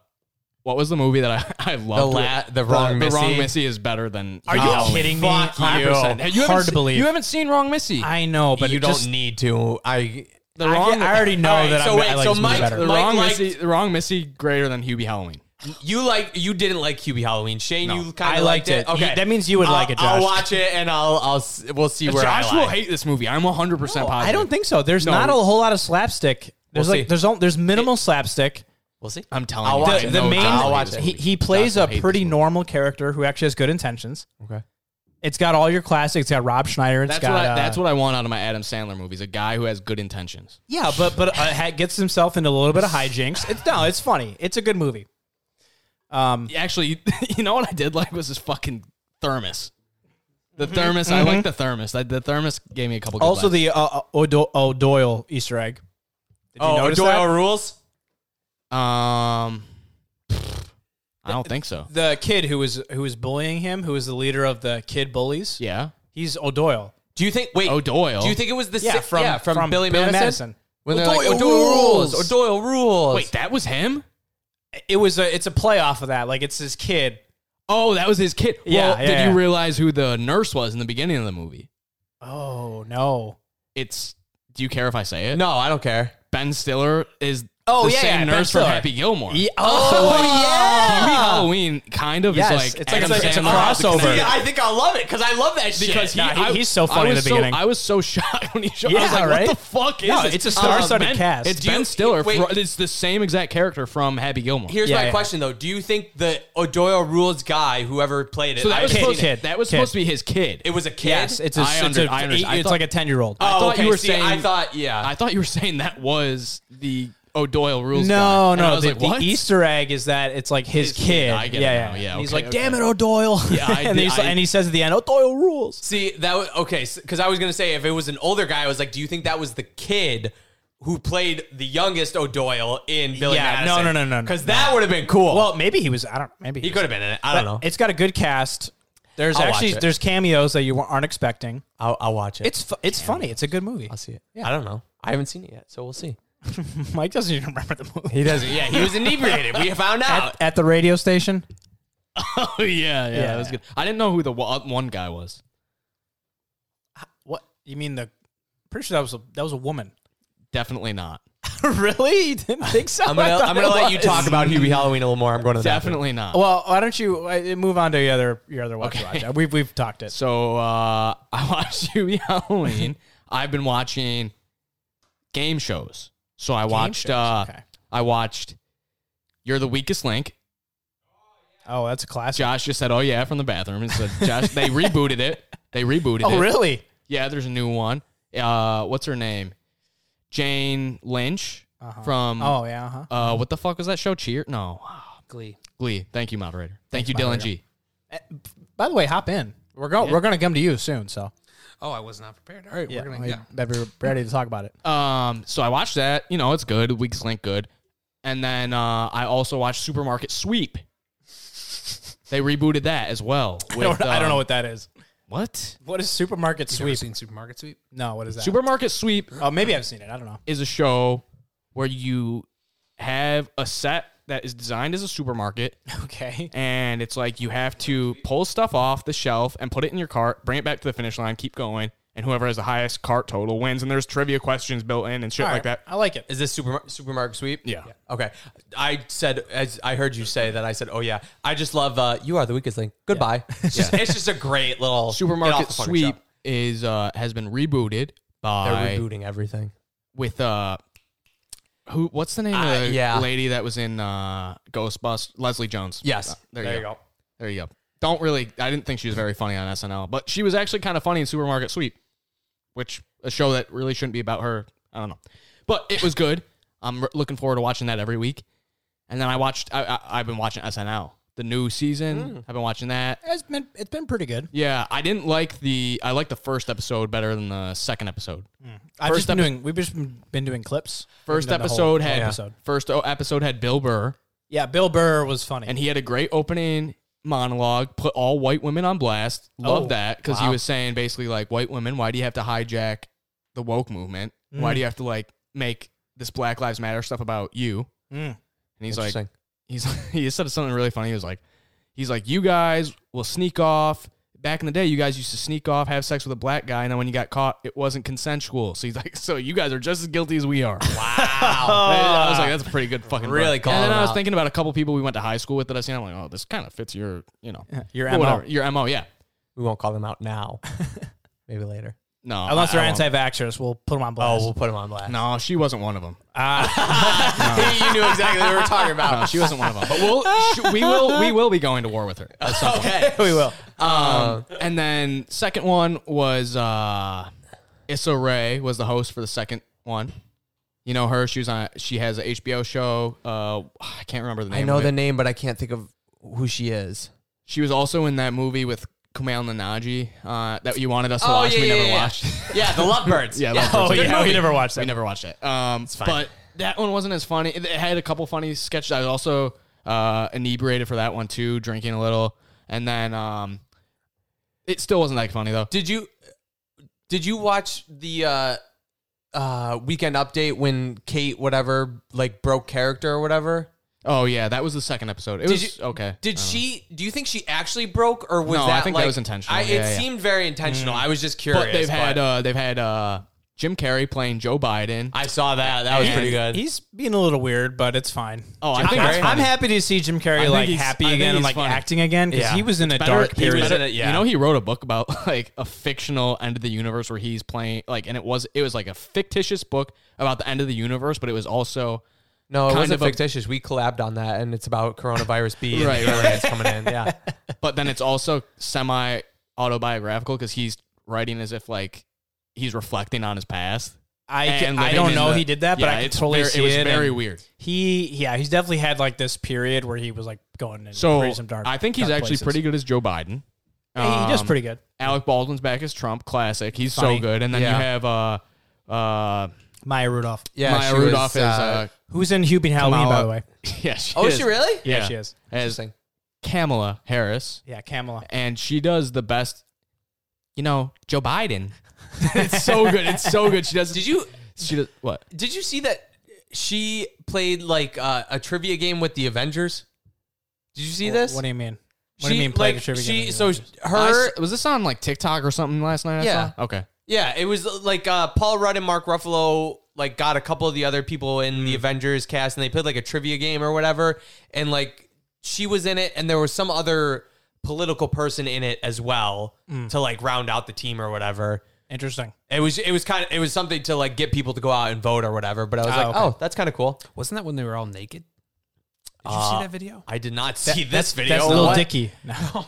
Speaker 1: What was the movie that I I
Speaker 4: The
Speaker 1: loved?
Speaker 4: la- the wrong
Speaker 1: the
Speaker 4: Missy.
Speaker 1: wrong Missy is better than.
Speaker 2: Are you
Speaker 1: Oh,
Speaker 2: kidding me?
Speaker 1: Fuck you.
Speaker 2: 100%.
Speaker 1: Hey, you haven't
Speaker 2: Hard to
Speaker 1: se-
Speaker 2: believe.
Speaker 1: You haven't seen Wrong Missy.
Speaker 2: I know, but
Speaker 4: you
Speaker 2: it
Speaker 4: don't
Speaker 2: just-
Speaker 4: need to. I
Speaker 1: the
Speaker 2: I
Speaker 1: wrong.
Speaker 2: get- I already know
Speaker 4: All right,
Speaker 2: that
Speaker 4: so
Speaker 2: I'm,
Speaker 4: wait,
Speaker 2: I like
Speaker 4: so
Speaker 2: this movie
Speaker 4: Mike-
Speaker 1: the
Speaker 2: better.
Speaker 4: Mike
Speaker 1: wrong
Speaker 4: liked-
Speaker 1: Missy. The wrong Missy greater than Hubie Halloween.
Speaker 4: you like you didn't like Hubie Halloween. Shane,
Speaker 1: No.
Speaker 4: you kind
Speaker 2: I
Speaker 4: of
Speaker 2: liked it. You-
Speaker 4: Okay,
Speaker 2: that means you would
Speaker 4: I'll-
Speaker 2: like it,
Speaker 4: I'll
Speaker 2: Josh.
Speaker 4: watch it and I'll I'll s- we'll see where
Speaker 1: Josh
Speaker 4: I lie.
Speaker 1: will hate this movie. I'm 100 percent
Speaker 2: No,
Speaker 1: positive.
Speaker 2: I don't think so. There's
Speaker 1: No.
Speaker 2: not a whole lot of slapstick. There's
Speaker 4: We'll
Speaker 2: like
Speaker 4: see.
Speaker 2: there's all, there's minimal slapstick.
Speaker 4: We'll see.
Speaker 1: I'm telling
Speaker 4: I'll
Speaker 1: you.
Speaker 4: watch
Speaker 1: Oh, I
Speaker 2: The,
Speaker 4: it.
Speaker 2: the
Speaker 1: know
Speaker 2: main
Speaker 1: Josh
Speaker 4: I'll
Speaker 1: will
Speaker 4: watch
Speaker 1: hate
Speaker 4: it.
Speaker 1: this
Speaker 2: he,
Speaker 1: movie.
Speaker 2: he plays
Speaker 1: Josh will
Speaker 2: a
Speaker 1: hate this
Speaker 2: pretty
Speaker 1: movie.
Speaker 2: normal character who actually has good intentions.
Speaker 4: Okay.
Speaker 2: It's got all your classics. It's got Rob Schneider. it
Speaker 1: That's
Speaker 2: got
Speaker 1: what
Speaker 2: uh,
Speaker 1: I, that's what I want out of my Adam Sandler movies. A guy who has good intentions.
Speaker 2: Yeah, but but uh, ha- gets himself into a little bit of hijinks. It's no, it's funny. It's a good movie. Um,
Speaker 1: Actually, you, you know what I did like was this fucking thermos. The thermos. I like the thermos. I, the thermos gave me a couple. Good
Speaker 2: also
Speaker 1: laughs.
Speaker 2: the uh, uh, O'Do- O'Doyle Easter egg. Did you
Speaker 4: Oh,
Speaker 2: notice
Speaker 4: Doyle
Speaker 2: that?
Speaker 4: rules.
Speaker 1: um, I don't think so.
Speaker 2: the kid who was who was bullying him, who was the leader of the kid bullies.
Speaker 1: Yeah, Oh,
Speaker 2: He's O'Doyle.
Speaker 4: Do you think? Wait,
Speaker 1: O'Doyle.
Speaker 4: Do you think it was the
Speaker 2: Yeah,
Speaker 4: sixth-
Speaker 2: from-
Speaker 4: yeah, from,
Speaker 2: from
Speaker 4: Billy,
Speaker 2: Billy
Speaker 4: Madison?
Speaker 2: Madison.
Speaker 4: When they're like,
Speaker 1: O'Doyle
Speaker 4: O'Doyle
Speaker 1: rules.
Speaker 4: rules. O'Doyle rules.
Speaker 1: Wait, that was him.
Speaker 2: It was a it's a play off of that. Like it's his kid.
Speaker 1: Oh, that was his kid.
Speaker 2: Yeah,
Speaker 1: well,
Speaker 2: yeah,
Speaker 1: did
Speaker 2: yeah.
Speaker 1: you realize who the nurse was in the beginning of the movie?
Speaker 2: Oh no.
Speaker 1: It's. Do you care if I say it?
Speaker 4: no, I don't care.
Speaker 1: Ben Stiller is
Speaker 4: Oh,
Speaker 1: the
Speaker 4: yeah,
Speaker 1: same
Speaker 4: yeah, Ben
Speaker 1: nurse from
Speaker 4: Stiller.
Speaker 1: Happy Gilmore.
Speaker 2: Oh,
Speaker 1: Hubie
Speaker 4: yeah.
Speaker 1: Halloween kind of
Speaker 2: Yes,
Speaker 1: is like
Speaker 2: it's like-
Speaker 1: Adam
Speaker 2: it's like- it's a
Speaker 1: Sandler at the
Speaker 2: crossover.
Speaker 1: beginning.
Speaker 4: See, I think I'll love it because I love that shit.
Speaker 1: because he,
Speaker 2: Nah, he-
Speaker 1: I-
Speaker 2: he's so funny
Speaker 1: I
Speaker 2: in
Speaker 1: was
Speaker 2: the
Speaker 1: so-
Speaker 2: beginning.
Speaker 1: I was so shocked when he showed. I was
Speaker 2: Yeah,
Speaker 1: like,
Speaker 2: right?
Speaker 1: What the fuck is
Speaker 2: No,
Speaker 1: this? Uh,
Speaker 2: it's a star-studded
Speaker 1: Ben-
Speaker 2: cast.
Speaker 1: It's
Speaker 4: Do
Speaker 1: Ben
Speaker 4: you-
Speaker 1: Stiller.
Speaker 4: wait.
Speaker 1: fro- it's the same exact character from Happy Gilmore.
Speaker 4: Here's
Speaker 2: Yeah,
Speaker 4: my
Speaker 2: yeah.
Speaker 4: question though: Do you think the O'Doyle rules guy, whoever played it,
Speaker 1: so
Speaker 4: I
Speaker 1: that was
Speaker 4: haven't
Speaker 1: supposed,
Speaker 4: seen it.
Speaker 2: kid,
Speaker 1: that was
Speaker 2: kid.
Speaker 1: supposed to be his kid.
Speaker 4: It was a kid.
Speaker 2: Yes, it's a,
Speaker 1: I
Speaker 2: it's,
Speaker 1: under-
Speaker 2: a-
Speaker 1: I under-
Speaker 2: it's
Speaker 1: I thought-
Speaker 2: like a ten year old.
Speaker 4: Oh,
Speaker 1: I thought
Speaker 4: okay,
Speaker 1: you were
Speaker 4: see,
Speaker 1: saying.
Speaker 4: I thought yeah.
Speaker 1: I thought you were saying that was the O'Doyle rules. guy.
Speaker 2: No,
Speaker 1: And
Speaker 2: no.
Speaker 1: I was
Speaker 2: the,
Speaker 1: like,
Speaker 2: the
Speaker 1: what?
Speaker 2: Easter egg is that it's like his,
Speaker 1: His
Speaker 2: kid.
Speaker 1: kid, I get it
Speaker 2: yeah,
Speaker 1: now,
Speaker 2: yeah,
Speaker 1: yeah,
Speaker 2: And he's
Speaker 1: okay,
Speaker 2: like,
Speaker 1: okay.
Speaker 2: "Damn it, O'Doyle!"
Speaker 1: Yeah, I
Speaker 2: and,
Speaker 1: did-
Speaker 2: he's,
Speaker 1: I-
Speaker 2: and he says at the end, "O'Doyle rules."
Speaker 4: See that was okay because I was gonna say if it was an older guy, I was like, do you think that was the kid who played the youngest O'Doyle in Billy
Speaker 2: Yeah, no,
Speaker 4: Madison?
Speaker 2: no, no, no, no,
Speaker 4: because that would have been cool.
Speaker 2: Well, maybe he was. I don't. Maybe
Speaker 4: he
Speaker 2: was-
Speaker 4: could have been in it. I don't know.
Speaker 2: It's got a good cast. There's
Speaker 4: I'll watch
Speaker 2: actually
Speaker 4: it.
Speaker 2: there's cameos that you wa- aren't expecting.
Speaker 4: I'll, I'll watch it.
Speaker 2: It's fu- it's funny. It's a good movie.
Speaker 4: I'll see it. I don't know. I haven't seen it yet, so we'll see.
Speaker 2: Mike doesn't even remember the movie.
Speaker 4: He doesn't. Yeah, he was inebriated. We found out.
Speaker 2: At, at the radio station.
Speaker 1: Oh yeah, yeah, that was
Speaker 2: Yeah.
Speaker 1: good. I didn't know who the wa- one guy was.
Speaker 2: What you mean the? Pretty sure that was a, that was a woman.
Speaker 1: Definitely not.
Speaker 2: really? You didn't think so?
Speaker 4: I'm gonna
Speaker 2: I thought
Speaker 4: I'm gonna
Speaker 2: it
Speaker 4: let you
Speaker 2: was.
Speaker 4: talk about Hubie Halloween a little more. I'm going to the bathroom.
Speaker 1: Definitely not.
Speaker 2: Well, why don't you uh, move on to your other your other watch?
Speaker 1: Okay.
Speaker 2: Roger. We've we've talked it.
Speaker 1: So uh, I watched Hubie Halloween. I've been watching game shows. So I watched.
Speaker 2: shows,
Speaker 1: Uh,
Speaker 2: okay.
Speaker 1: I watched. You're the weakest link.
Speaker 2: Oh, that's a classic.
Speaker 1: Josh just said, "Oh yeah," from the bathroom. And said, "Josh, they rebooted it. They rebooted it.
Speaker 2: Oh, really?
Speaker 1: Yeah, there's a new one. Uh, what's her name? Jane Lynch from.
Speaker 2: Oh, yeah. Uh-huh.
Speaker 1: Uh, what the fuck was that show? Cheer? No,
Speaker 4: Glee.
Speaker 1: Glee. Thank you, moderator. Thank, you, Dylan G.
Speaker 2: By the way, hop in. We're going. We're going to come to you soon. So
Speaker 3: Oh, I was not prepared. All right,
Speaker 2: yeah,
Speaker 3: we're
Speaker 2: we
Speaker 3: gonna. Yeah.
Speaker 2: better be ready to talk about it.
Speaker 1: Um, so I watched that. You know, it's good. Week's Link, good. And then uh, I also watched Supermarket Sweep. They rebooted that as well.
Speaker 2: I, don't,
Speaker 1: with,
Speaker 2: I don't
Speaker 1: um,
Speaker 2: know what that is.
Speaker 1: What?
Speaker 2: What is supermarket
Speaker 3: You ever
Speaker 2: sweep?
Speaker 3: seen Supermarket Sweep?
Speaker 2: No, what is that?
Speaker 1: Supermarket Sweep
Speaker 2: oh, maybe I've seen it. I don't know.
Speaker 1: is a show where you have a set that is designed as a supermarket,
Speaker 2: Okay.
Speaker 1: and it's like you have to pull stuff off the shelf and put it in your cart, bring it back to the finish line, keep going, and whoever has the highest cart total wins. And there's trivia questions built in and shit like that.
Speaker 2: I like it.
Speaker 4: Is this super supermarket sweep?
Speaker 1: Yeah.
Speaker 4: Okay. I said as I heard you say that. I said, "Oh yeah." I just love. Uh, you are the weakest link. Goodbye. It's, just, it's just a great little get off
Speaker 1: Supermarket
Speaker 4: the fucking
Speaker 1: Sweep
Speaker 4: shop.
Speaker 1: is uh has been rebooted
Speaker 4: They're
Speaker 1: by
Speaker 4: rebooting everything.
Speaker 1: with uh who what's the name
Speaker 4: Uh,
Speaker 1: of the
Speaker 4: yeah.
Speaker 1: lady that was in uh Ghostbusters Leslie Jones.
Speaker 4: Yes.
Speaker 1: Uh, there, you, go. There you go. Don't really I didn't think she was very funny on SNL, but she was actually kind of funny in Supermarket Sweep, which a show that really shouldn't be about her. I don't know. But it was good. I'm r- looking forward to watching that every week. And then I watched I, I I've been watching SNL. The new season. I've been watching that.
Speaker 2: It's been it's been pretty good.
Speaker 1: Yeah, I didn't like the. I like the first episode better than the second episode.
Speaker 2: I've
Speaker 1: First
Speaker 2: just been
Speaker 1: epi-
Speaker 2: doing. We've just been- been doing clips. We haven't
Speaker 1: First
Speaker 2: done the whole-
Speaker 1: episode
Speaker 2: whole
Speaker 1: had
Speaker 2: episode.
Speaker 1: first o- episode had Bill Burr,
Speaker 2: Yeah, Bill Burr was funny.
Speaker 1: and he had a great opening monologue. Put all white women on blast. Love
Speaker 2: Oh,
Speaker 1: that because he was saying basically like white women. Why do you have to hijack the woke movement?
Speaker 4: Mm.
Speaker 1: Why do you have to like make this Black Lives Matter stuff about you?
Speaker 2: Mm.
Speaker 1: And he's like,
Speaker 4: Interesting.
Speaker 1: he's he said something really funny. He was like, he's like, you guys will sneak off. Back in the day, you guys used to sneak off, have sex with a black guy, and then when you got caught, it wasn't consensual. So he's like, so you guys are just as guilty as we are.
Speaker 4: Wow.
Speaker 1: I was like, that's a pretty good fucking
Speaker 4: Really
Speaker 1: burn.
Speaker 4: calling
Speaker 1: And then I was
Speaker 4: out.
Speaker 1: thinking about a couple people we went to high school with that I seen. I'm like, oh, this kind of fits your, you know,
Speaker 2: Your
Speaker 1: well,
Speaker 2: MO.
Speaker 1: whatever, your mo. Yeah,
Speaker 4: we won't call them out now. Maybe later.
Speaker 1: no,
Speaker 2: Unless
Speaker 1: I-
Speaker 2: they're
Speaker 1: I won't.
Speaker 2: anti-vaxxers, we'll put them on
Speaker 4: Oh,
Speaker 2: blast.
Speaker 4: we'll put them on blast.
Speaker 1: No, she wasn't one of them. Ah.
Speaker 4: you knew exactly what we were talking about.
Speaker 1: No, she wasn't one of them. But we'll, sh- we will, we will be going to war with her. at some point.
Speaker 4: Okay, we will.
Speaker 1: Um, and then second one was uh, Issa Rae was the host for the second one. You know her. She was on. She has a HBO show. Uh, I can't remember the name.
Speaker 4: I know
Speaker 1: of it.
Speaker 4: the name, but I can't think of who she is.
Speaker 1: She was also in that movie with Kumail Nanjiani uh, that you wanted us to
Speaker 4: Oh,
Speaker 1: watch.
Speaker 4: yeah,
Speaker 1: we
Speaker 4: yeah,
Speaker 1: never
Speaker 4: yeah.
Speaker 1: watched.
Speaker 4: Yeah, the Lovebirds.
Speaker 1: Yeah, Lovebirds.
Speaker 2: Oh, yeah, we never watched
Speaker 1: we
Speaker 2: that.
Speaker 1: never watched it. Um,
Speaker 4: fine.
Speaker 1: but that one wasn't as funny. It it had a couple funny sketches. I was also uh, inebriated for that one too, drinking a little, and then um, it still wasn't that funny though.
Speaker 4: Did you did you watch the uh uh weekend update when Kate whatever like broke character or whatever?
Speaker 1: Oh yeah, that was the second episode. It was
Speaker 4: you-
Speaker 1: okay.
Speaker 4: Did she do you think she actually broke or was
Speaker 1: Oh. No, I
Speaker 4: that
Speaker 1: think that
Speaker 4: like,
Speaker 1: was intentional.
Speaker 4: I,
Speaker 1: Yeah,
Speaker 4: it
Speaker 1: yeah. Mm.
Speaker 4: seemed very intentional. I was just curious.
Speaker 1: But they've had uh, they've had uh, Jim Carrey playing Joe Biden.
Speaker 4: I saw that. That was
Speaker 1: And
Speaker 4: pretty good.
Speaker 2: He's being a little weird, but it's fine.
Speaker 1: Oh, I
Speaker 2: Jim
Speaker 1: think
Speaker 2: Carrey-
Speaker 1: that's
Speaker 2: I'm
Speaker 1: funny.
Speaker 2: happy to see Jim
Speaker 1: think
Speaker 2: Carrey like
Speaker 1: he's- I
Speaker 2: happy
Speaker 1: think
Speaker 2: again and
Speaker 1: he's
Speaker 2: like
Speaker 1: funny.
Speaker 2: acting again because
Speaker 4: Yeah.
Speaker 2: he was in a
Speaker 1: Better-
Speaker 2: dark
Speaker 1: he was
Speaker 2: period.
Speaker 1: better-
Speaker 4: yeah.
Speaker 1: You know, he wrote a book about like a fictional end of the universe where he's playing like, and it was it was like a fictitious book about the end of the universe, but it was also
Speaker 4: no, it
Speaker 1: kind
Speaker 4: wasn't
Speaker 1: of a-
Speaker 4: fictitious. we collabed on that, and it's about coronavirus B and
Speaker 1: Right,
Speaker 4: the aliens coming in. Yeah,
Speaker 1: but then it's also semi autobiographical because he's writing as if like he's reflecting on his past.
Speaker 2: I,
Speaker 1: and
Speaker 2: can, I
Speaker 1: living
Speaker 2: don't
Speaker 1: in
Speaker 2: know
Speaker 1: the-
Speaker 2: he did that, but
Speaker 1: Yeah,
Speaker 2: I could
Speaker 1: it's
Speaker 2: totally
Speaker 1: very-
Speaker 2: see
Speaker 1: it was
Speaker 2: and
Speaker 1: very weird.
Speaker 2: He yeah, he's definitely had like this period where he was like going in
Speaker 1: So
Speaker 2: some dark.
Speaker 1: I think he's
Speaker 2: dark
Speaker 1: actually
Speaker 2: places.
Speaker 1: pretty good as Joe Biden.
Speaker 2: Yeah, he does
Speaker 1: Um,
Speaker 2: pretty good.
Speaker 1: Alec Baldwin's back as Trump, classic. He's
Speaker 2: Funny.
Speaker 1: so good. And then
Speaker 4: Yeah.
Speaker 1: you have uh uh
Speaker 2: Maya Rudolph,
Speaker 4: yeah.
Speaker 1: Maya
Speaker 4: she was,
Speaker 1: Rudolph as uh
Speaker 2: who's in Hubie Halloween, by
Speaker 4: Kamala.
Speaker 2: the way.
Speaker 1: yeah, she
Speaker 4: oh, is
Speaker 1: is.
Speaker 4: she really?
Speaker 1: Yeah,
Speaker 2: Yeah, she is.
Speaker 1: As
Speaker 4: Interesting.
Speaker 1: Kamala Harris,
Speaker 2: Yeah, Kamala.
Speaker 1: and she does the best. You know, Joe Biden. it's so good. It's so good. She does.
Speaker 4: Did you
Speaker 1: She does what?
Speaker 4: did you see that she played like uh, a trivia game with the Avengers? Did you see this?
Speaker 2: What do you mean? What
Speaker 4: she,
Speaker 2: do you mean? Play
Speaker 4: like,
Speaker 2: the trivia
Speaker 4: she,
Speaker 2: game with
Speaker 4: So
Speaker 2: the Avengers?
Speaker 1: I
Speaker 4: her,
Speaker 1: s- was this on like TikTok or something last night? I
Speaker 4: Yeah.
Speaker 1: saw? Okay.
Speaker 4: yeah, it was like uh, Paul Rudd and Mark Ruffalo like got a couple of the other people in
Speaker 2: Mm.
Speaker 4: the Avengers cast, and they played like a trivia game or whatever, and like she was in it, and there was some other political person in it as well
Speaker 2: Mm.
Speaker 4: to like round out the team or whatever.
Speaker 2: interesting.
Speaker 4: It was it was kind of it was something to like get people to go out and vote or whatever. But I was
Speaker 2: Ah,
Speaker 4: like,
Speaker 2: okay.
Speaker 4: oh, that's kind of cool.
Speaker 3: Wasn't that when they were all naked? Did you
Speaker 1: Uh,
Speaker 3: see that video?
Speaker 4: I did not see this video.
Speaker 2: That's little
Speaker 4: What?
Speaker 2: Dicky. No.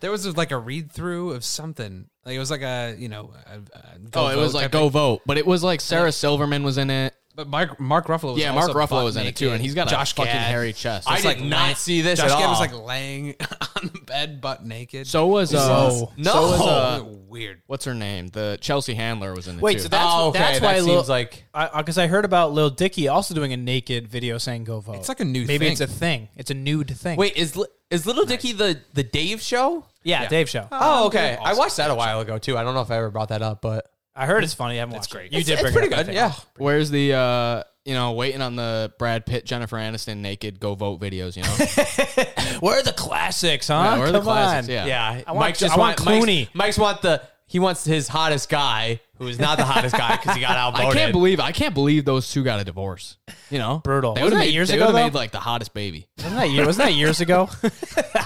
Speaker 3: There was like a read through of something. Like it was like a you know. A, a go
Speaker 1: Oh, it was
Speaker 3: vote
Speaker 1: like
Speaker 3: type
Speaker 1: go vote, but it was like Sarah Silverman was in it.
Speaker 3: thing. But Mark Mark Ruffalo. Was
Speaker 1: Yeah, Mark
Speaker 3: also
Speaker 1: Ruffalo
Speaker 3: butt
Speaker 1: was in it
Speaker 3: naked.
Speaker 1: too, and he's got
Speaker 3: Josh
Speaker 1: a fucking
Speaker 3: Gad.
Speaker 1: hairy chest.
Speaker 4: I
Speaker 1: It's
Speaker 4: did
Speaker 1: like
Speaker 4: not see this
Speaker 3: Josh
Speaker 4: at
Speaker 3: Gad
Speaker 4: all.
Speaker 3: was like laying on the bed, butt naked.
Speaker 1: so was uh
Speaker 2: Whoa.
Speaker 1: no so was, uh,
Speaker 3: weird.
Speaker 1: what's her name? The Chelsea Handler was in it
Speaker 2: Wait,
Speaker 1: too.
Speaker 2: so that- That's-
Speaker 4: oh, okay.
Speaker 2: that's
Speaker 4: that
Speaker 2: why Lil-
Speaker 4: seems like
Speaker 2: Because I, heard about Lil Dicky also doing a naked video saying "Go vote."
Speaker 3: It's like a new
Speaker 2: Maybe
Speaker 3: thing.
Speaker 2: it's a thing. It's a nude thing.
Speaker 4: wait is Li- is Little Dicky the the Dave show?
Speaker 2: yeah, Dave show.
Speaker 4: Oh, okay. I watched that a while ago too. I don't know if I ever brought that up, but
Speaker 2: I heard it's funny. I haven't watched it.
Speaker 3: great.
Speaker 2: You
Speaker 4: it's,
Speaker 2: did.
Speaker 4: it's
Speaker 2: bring
Speaker 4: pretty
Speaker 2: it up, I think.
Speaker 4: good. Yeah.
Speaker 1: Where's the uh you know waiting on the Brad Pitt Jennifer Aniston naked go vote videos? You know,
Speaker 2: Where are the classics, huh?
Speaker 1: Yeah, where are the
Speaker 2: Come
Speaker 1: classics?
Speaker 2: on.
Speaker 1: Yeah.
Speaker 4: Yeah.
Speaker 2: I want- I want
Speaker 4: Mike's-
Speaker 2: Clooney.
Speaker 4: Mike's, want the he wants his hottest guy who is not the hottest guy because he got
Speaker 1: I
Speaker 4: outvoted.
Speaker 1: can't believe I can't believe those two got a divorce. You know,
Speaker 2: Brutal.
Speaker 1: They
Speaker 2: Wasn't
Speaker 1: would've
Speaker 2: that
Speaker 1: made-
Speaker 2: years
Speaker 1: they
Speaker 2: ago,
Speaker 1: would've
Speaker 2: though?
Speaker 1: made like the hottest baby.
Speaker 2: Wasn't that, year- wasn't that years ago?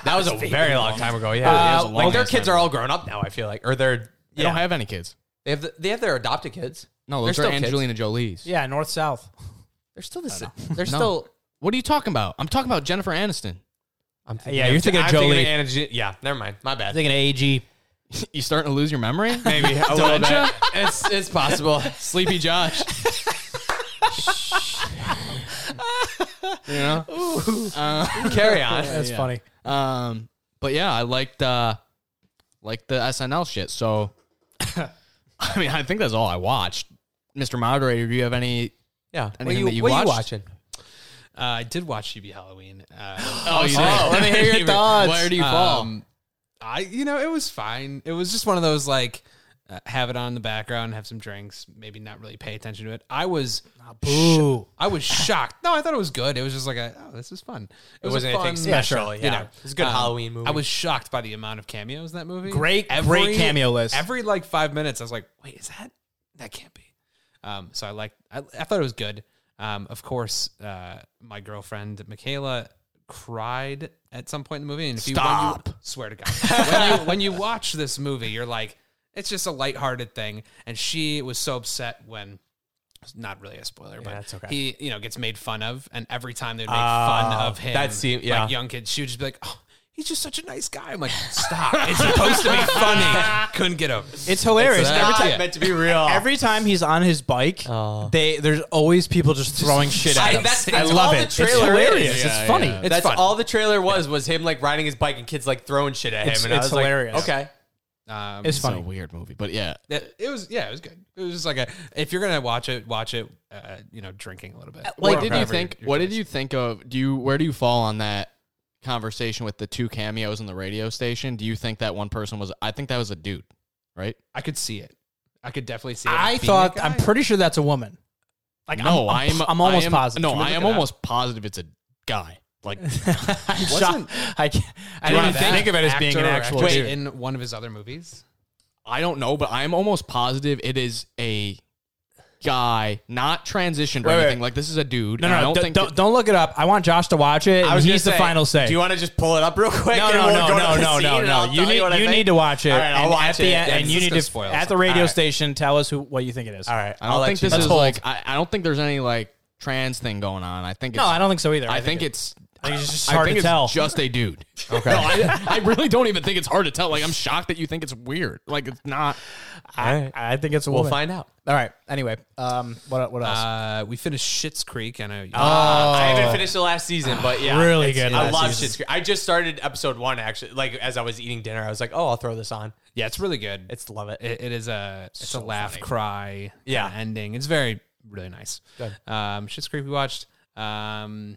Speaker 4: that was a very long time ago. Yeah.
Speaker 1: Yeah, it was a long
Speaker 4: like Uh, their
Speaker 1: ass
Speaker 4: kids
Speaker 1: time
Speaker 4: are all grown up now. I feel like or they're
Speaker 1: They
Speaker 4: yeah.
Speaker 1: don't have any kids.
Speaker 4: they have the, they have their adopted kids.
Speaker 1: No,
Speaker 4: They're
Speaker 1: those
Speaker 4: still
Speaker 1: are
Speaker 4: kids.
Speaker 1: Angelina Jolie's.
Speaker 2: yeah, North South.
Speaker 4: They're still the same. They're
Speaker 1: No.
Speaker 4: still.
Speaker 1: What are you talking about? I'm talking about Jennifer Aniston.
Speaker 4: I'm
Speaker 2: Yeah, you're thinking of
Speaker 4: I'm
Speaker 2: Jolie.
Speaker 4: Anna G- yeah, never mind. My bad.
Speaker 2: Thinking of AG.
Speaker 1: You starting to lose your memory?
Speaker 4: Maybe a little bit. Oh, It's it's possible.
Speaker 1: Sleepy Josh. you know? Uh,
Speaker 4: Carry on.
Speaker 2: That's funny.
Speaker 1: Um, but yeah, I liked uh like the SNL shit. So I mean, I think that's all I watched. Mr. Moderator, do you have any
Speaker 4: Yeah. What
Speaker 1: Anything
Speaker 4: you,
Speaker 1: that you
Speaker 4: what you
Speaker 1: watched?
Speaker 4: watching?
Speaker 3: Uh, I did watch Hubie Halloween. Uh,
Speaker 1: Oh, you
Speaker 4: oh, let me hear
Speaker 1: Where
Speaker 4: your thoughts.
Speaker 1: do you fall?
Speaker 3: Um, I you know it was fine. It was just one of those like uh, have it on in the background, have some drinks, maybe not really pay attention to it. I was
Speaker 2: boo.
Speaker 3: I was shocked. No, I thought it was good. It was just like a, oh, this is fun. It,
Speaker 4: It
Speaker 3: was
Speaker 4: wasn't
Speaker 3: a fun,
Speaker 4: anything special. Yeah,
Speaker 3: You know,
Speaker 4: it's a good
Speaker 3: um,
Speaker 4: Halloween movie.
Speaker 3: I was shocked by the amount of cameos in that movie.
Speaker 2: Great- great cameo list.
Speaker 3: Every like five minutes, I was like, wait, is that that can't be? Um, so I liked. I, I thought it was good. Um, of course, uh, my girlfriend Michaela cried at some point in the movie, and if you, when you swear to God, when you, when you watch this movie, you're like, it's just a lighthearted thing, and she was so upset when. it's Not really a spoiler, but
Speaker 4: that's okay.
Speaker 3: he, you know, gets made fun of, and every time they make fun of him,
Speaker 4: that scene-
Speaker 3: like,
Speaker 4: yeah.
Speaker 3: young kids, she would just be like, "Oh, he's just such a nice guy." I'm like, "Stop! It's supposed to be funny." Couldn't get over. it.
Speaker 2: It's hilarious.
Speaker 4: every
Speaker 2: every,
Speaker 4: time
Speaker 2: time,
Speaker 3: yeah.
Speaker 4: meant to be real.
Speaker 2: every time he's on his bike,
Speaker 4: Oh.
Speaker 2: they there's always people just throwing shit at
Speaker 4: I-
Speaker 2: him.
Speaker 4: that's-
Speaker 2: I
Speaker 4: that's all
Speaker 2: love
Speaker 4: the
Speaker 2: it. It's
Speaker 4: trailer
Speaker 2: hilarious.
Speaker 4: is.
Speaker 2: It's
Speaker 1: Yeah,
Speaker 2: funny.
Speaker 1: yeah.
Speaker 2: It's
Speaker 4: That's
Speaker 2: fun.
Speaker 4: all the trailer was was him like riding his bike and kids like throwing shit at him.
Speaker 2: It's-
Speaker 4: and I
Speaker 2: it's
Speaker 4: was like,
Speaker 2: hilarious.
Speaker 4: okay,
Speaker 3: Um,
Speaker 2: it's
Speaker 1: It's a
Speaker 2: funny.
Speaker 1: weird movie, but yeah,
Speaker 3: it, it was, yeah, it was good. It was just like a if you're gonna watch it, watch it, uh, you know, drinking a little bit.
Speaker 1: What
Speaker 3: Or
Speaker 1: did you
Speaker 3: however
Speaker 1: think?
Speaker 3: your- your
Speaker 1: What did
Speaker 3: choice.
Speaker 1: you think of? Do you where do you fall on that conversation with the two cameos in the radio station? Do you think that one person was? I think that was a dude, right?
Speaker 3: I could see it. I could definitely see it.
Speaker 2: I
Speaker 3: being
Speaker 2: thought
Speaker 3: that
Speaker 2: I'm
Speaker 3: guy.
Speaker 2: pretty sure that's a woman. Like
Speaker 1: no,
Speaker 2: I'm,
Speaker 1: I'm.
Speaker 2: I'm, I'm almost
Speaker 1: I am-
Speaker 2: positive.
Speaker 1: No,
Speaker 3: Can we
Speaker 1: I
Speaker 3: look
Speaker 1: am
Speaker 3: it up?
Speaker 1: almost positive it's a guy. Like
Speaker 2: I'm shocked.
Speaker 3: Wasn't-
Speaker 2: I, can't- I
Speaker 3: Do you
Speaker 2: didn't
Speaker 3: wanna
Speaker 2: think of it as being
Speaker 3: actor
Speaker 2: an
Speaker 3: or
Speaker 2: actual
Speaker 3: actress
Speaker 2: dude.
Speaker 3: in one of his other movies.
Speaker 1: I don't know, but I'm almost positive it is a guy, not transitioned or
Speaker 2: Wait, wait.
Speaker 1: anything. Like this is a dude.
Speaker 2: No,
Speaker 1: and
Speaker 2: no,
Speaker 1: I
Speaker 2: don't,
Speaker 1: don't
Speaker 2: don't,
Speaker 1: think
Speaker 2: don't, look it up. I want Josh to watch it.
Speaker 4: I
Speaker 2: and
Speaker 4: was
Speaker 2: he's the
Speaker 4: gonna say,
Speaker 2: final say.
Speaker 4: Do you want to just pull it up real quick?
Speaker 2: no,
Speaker 4: and
Speaker 2: no,
Speaker 4: we'll
Speaker 2: no,
Speaker 4: go to
Speaker 2: no,
Speaker 4: the
Speaker 2: no,
Speaker 4: scene
Speaker 2: no,
Speaker 4: and
Speaker 2: no.
Speaker 4: I'll
Speaker 2: You
Speaker 4: tell
Speaker 2: need,
Speaker 4: what I
Speaker 2: you
Speaker 4: think?
Speaker 2: need to watch it.
Speaker 4: All right, I'll
Speaker 2: and
Speaker 4: watch
Speaker 2: at the
Speaker 4: it.
Speaker 2: end,
Speaker 4: Yeah,
Speaker 2: and
Speaker 4: this
Speaker 2: you
Speaker 4: is
Speaker 2: need
Speaker 3: gonna
Speaker 2: to
Speaker 3: spoil
Speaker 2: at
Speaker 3: us.
Speaker 2: the radio station tell us who what you think it is.
Speaker 4: All right,
Speaker 1: I don't
Speaker 4: I'll
Speaker 1: think
Speaker 4: let you
Speaker 1: this
Speaker 4: know.
Speaker 1: is like. I, I don't think there's any like trans thing going on. I think. It's,
Speaker 2: No, I don't think so either.
Speaker 1: I think it's.
Speaker 2: I think it's just
Speaker 1: I
Speaker 2: hard
Speaker 1: think
Speaker 2: to
Speaker 1: it's
Speaker 2: tell.
Speaker 1: Just a dude.
Speaker 4: Okay.
Speaker 1: No, I, I really don't even think it's hard to tell. Like, I'm shocked that you think it's weird. Like, it's not.
Speaker 2: I, I think it's a
Speaker 4: We'll
Speaker 2: woman.
Speaker 4: find out.
Speaker 2: All right. Anyway, um, what what else?
Speaker 3: Uh, we finished Shit's Creek. I know. You
Speaker 4: Uh, I haven't finished the last season, but yeah,
Speaker 2: Oh. Really
Speaker 4: it's-
Speaker 2: good
Speaker 4: I
Speaker 2: last
Speaker 4: love
Speaker 2: season.
Speaker 4: Shit's Creek. I just started episode one actually. Like as I was eating dinner, I was like, oh, I'll throw this on.
Speaker 3: yeah, it's really good.
Speaker 4: It's love it.
Speaker 3: it, it is a it's a laugh
Speaker 4: funny.
Speaker 3: cry
Speaker 4: Yeah.
Speaker 3: kinda ending. It's very really nice.
Speaker 4: Good.
Speaker 3: Um, Shit's Creek we watched. Um,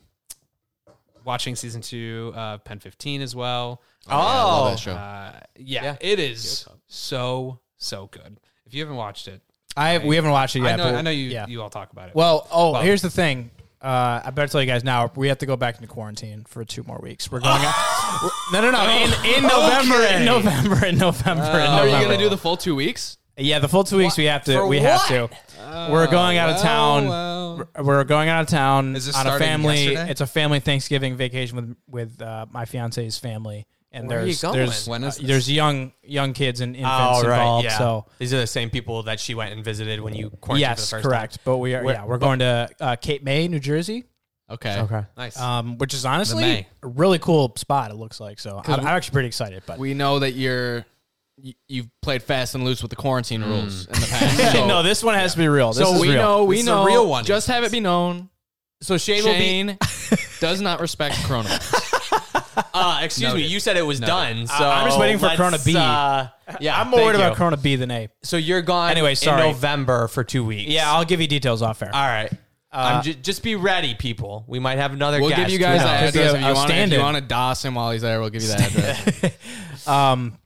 Speaker 3: watching season two of Pen Fifteen as well.
Speaker 4: Oh,
Speaker 1: I love that show.
Speaker 3: Uh, yeah,
Speaker 4: Yeah.
Speaker 3: it is so so good. If you haven't watched it,
Speaker 2: I we haven't watched it yet.
Speaker 3: I know
Speaker 2: but-
Speaker 3: I know you
Speaker 2: yeah.
Speaker 3: you all talk about it.
Speaker 2: Well, oh, here's the thing. Uh, I better tell you guys now. We have to go back into quarantine for two more weeks. We're going. out. we're- no, no, no. In, in November, in November, in November, in
Speaker 1: Are you
Speaker 2: November.
Speaker 1: gonna do the full two weeks?
Speaker 2: Yeah, the full two weeks we have to.
Speaker 4: For
Speaker 2: we have to. we're going out of town.
Speaker 3: well.
Speaker 2: We're going out of town
Speaker 3: Is this
Speaker 2: on a
Speaker 3: starting
Speaker 2: family.
Speaker 3: yesterday?
Speaker 2: It's a family Thanksgiving vacation with with uh, my fiance's family. And
Speaker 4: Where are you
Speaker 2: there's
Speaker 4: going?
Speaker 2: there's
Speaker 3: When is
Speaker 2: uh,
Speaker 3: this?
Speaker 2: there's young young kids and infants
Speaker 4: Oh, right,
Speaker 2: involved.
Speaker 4: yeah.
Speaker 2: So
Speaker 4: these are the same people that she went and visited when you quarantined for the
Speaker 2: yes,
Speaker 4: first
Speaker 2: correct. But we are
Speaker 4: Where-
Speaker 2: yeah we're going to uh, Cape May, New Jersey.
Speaker 1: Okay.
Speaker 4: time. Okay.
Speaker 3: nice.
Speaker 2: um, which is
Speaker 3: May.
Speaker 2: honestly a really cool spot. It looks like so. I'm, I'm actually pretty excited. But
Speaker 1: We know that you're. y- You've played fast and loose with the quarantine rules in the past. So,
Speaker 2: Hmm. no, this one has to be real. This
Speaker 1: so
Speaker 2: is
Speaker 1: we
Speaker 2: real.
Speaker 1: know, we
Speaker 3: This is a
Speaker 1: know.
Speaker 3: real one.
Speaker 1: Just have it be known.
Speaker 4: So Shane, will be.
Speaker 1: Shane does not respect coronavirus.
Speaker 4: Uh, excuse me.
Speaker 3: Noted.
Speaker 4: You said it was done. So
Speaker 2: Uh, I'm just waiting for
Speaker 4: let's,
Speaker 2: Corona B.
Speaker 4: Uh, yeah,
Speaker 2: I'm more
Speaker 4: thank
Speaker 2: worried
Speaker 4: you.
Speaker 2: about Corona B than A.
Speaker 4: So you're gone.
Speaker 2: Anyway, sorry.
Speaker 4: In November for two weeks.
Speaker 2: Yeah, I'll Uh, give you details off air.
Speaker 4: All right. I'm ju- just be ready, people. We might have another.
Speaker 1: We'll
Speaker 4: guest.
Speaker 1: give you guys
Speaker 4: Who
Speaker 1: the
Speaker 4: knows?
Speaker 2: Could be
Speaker 1: address. If you, want, if you
Speaker 2: outstanding.
Speaker 1: want to DOS him while he's there, we'll give you the address.
Speaker 2: Um,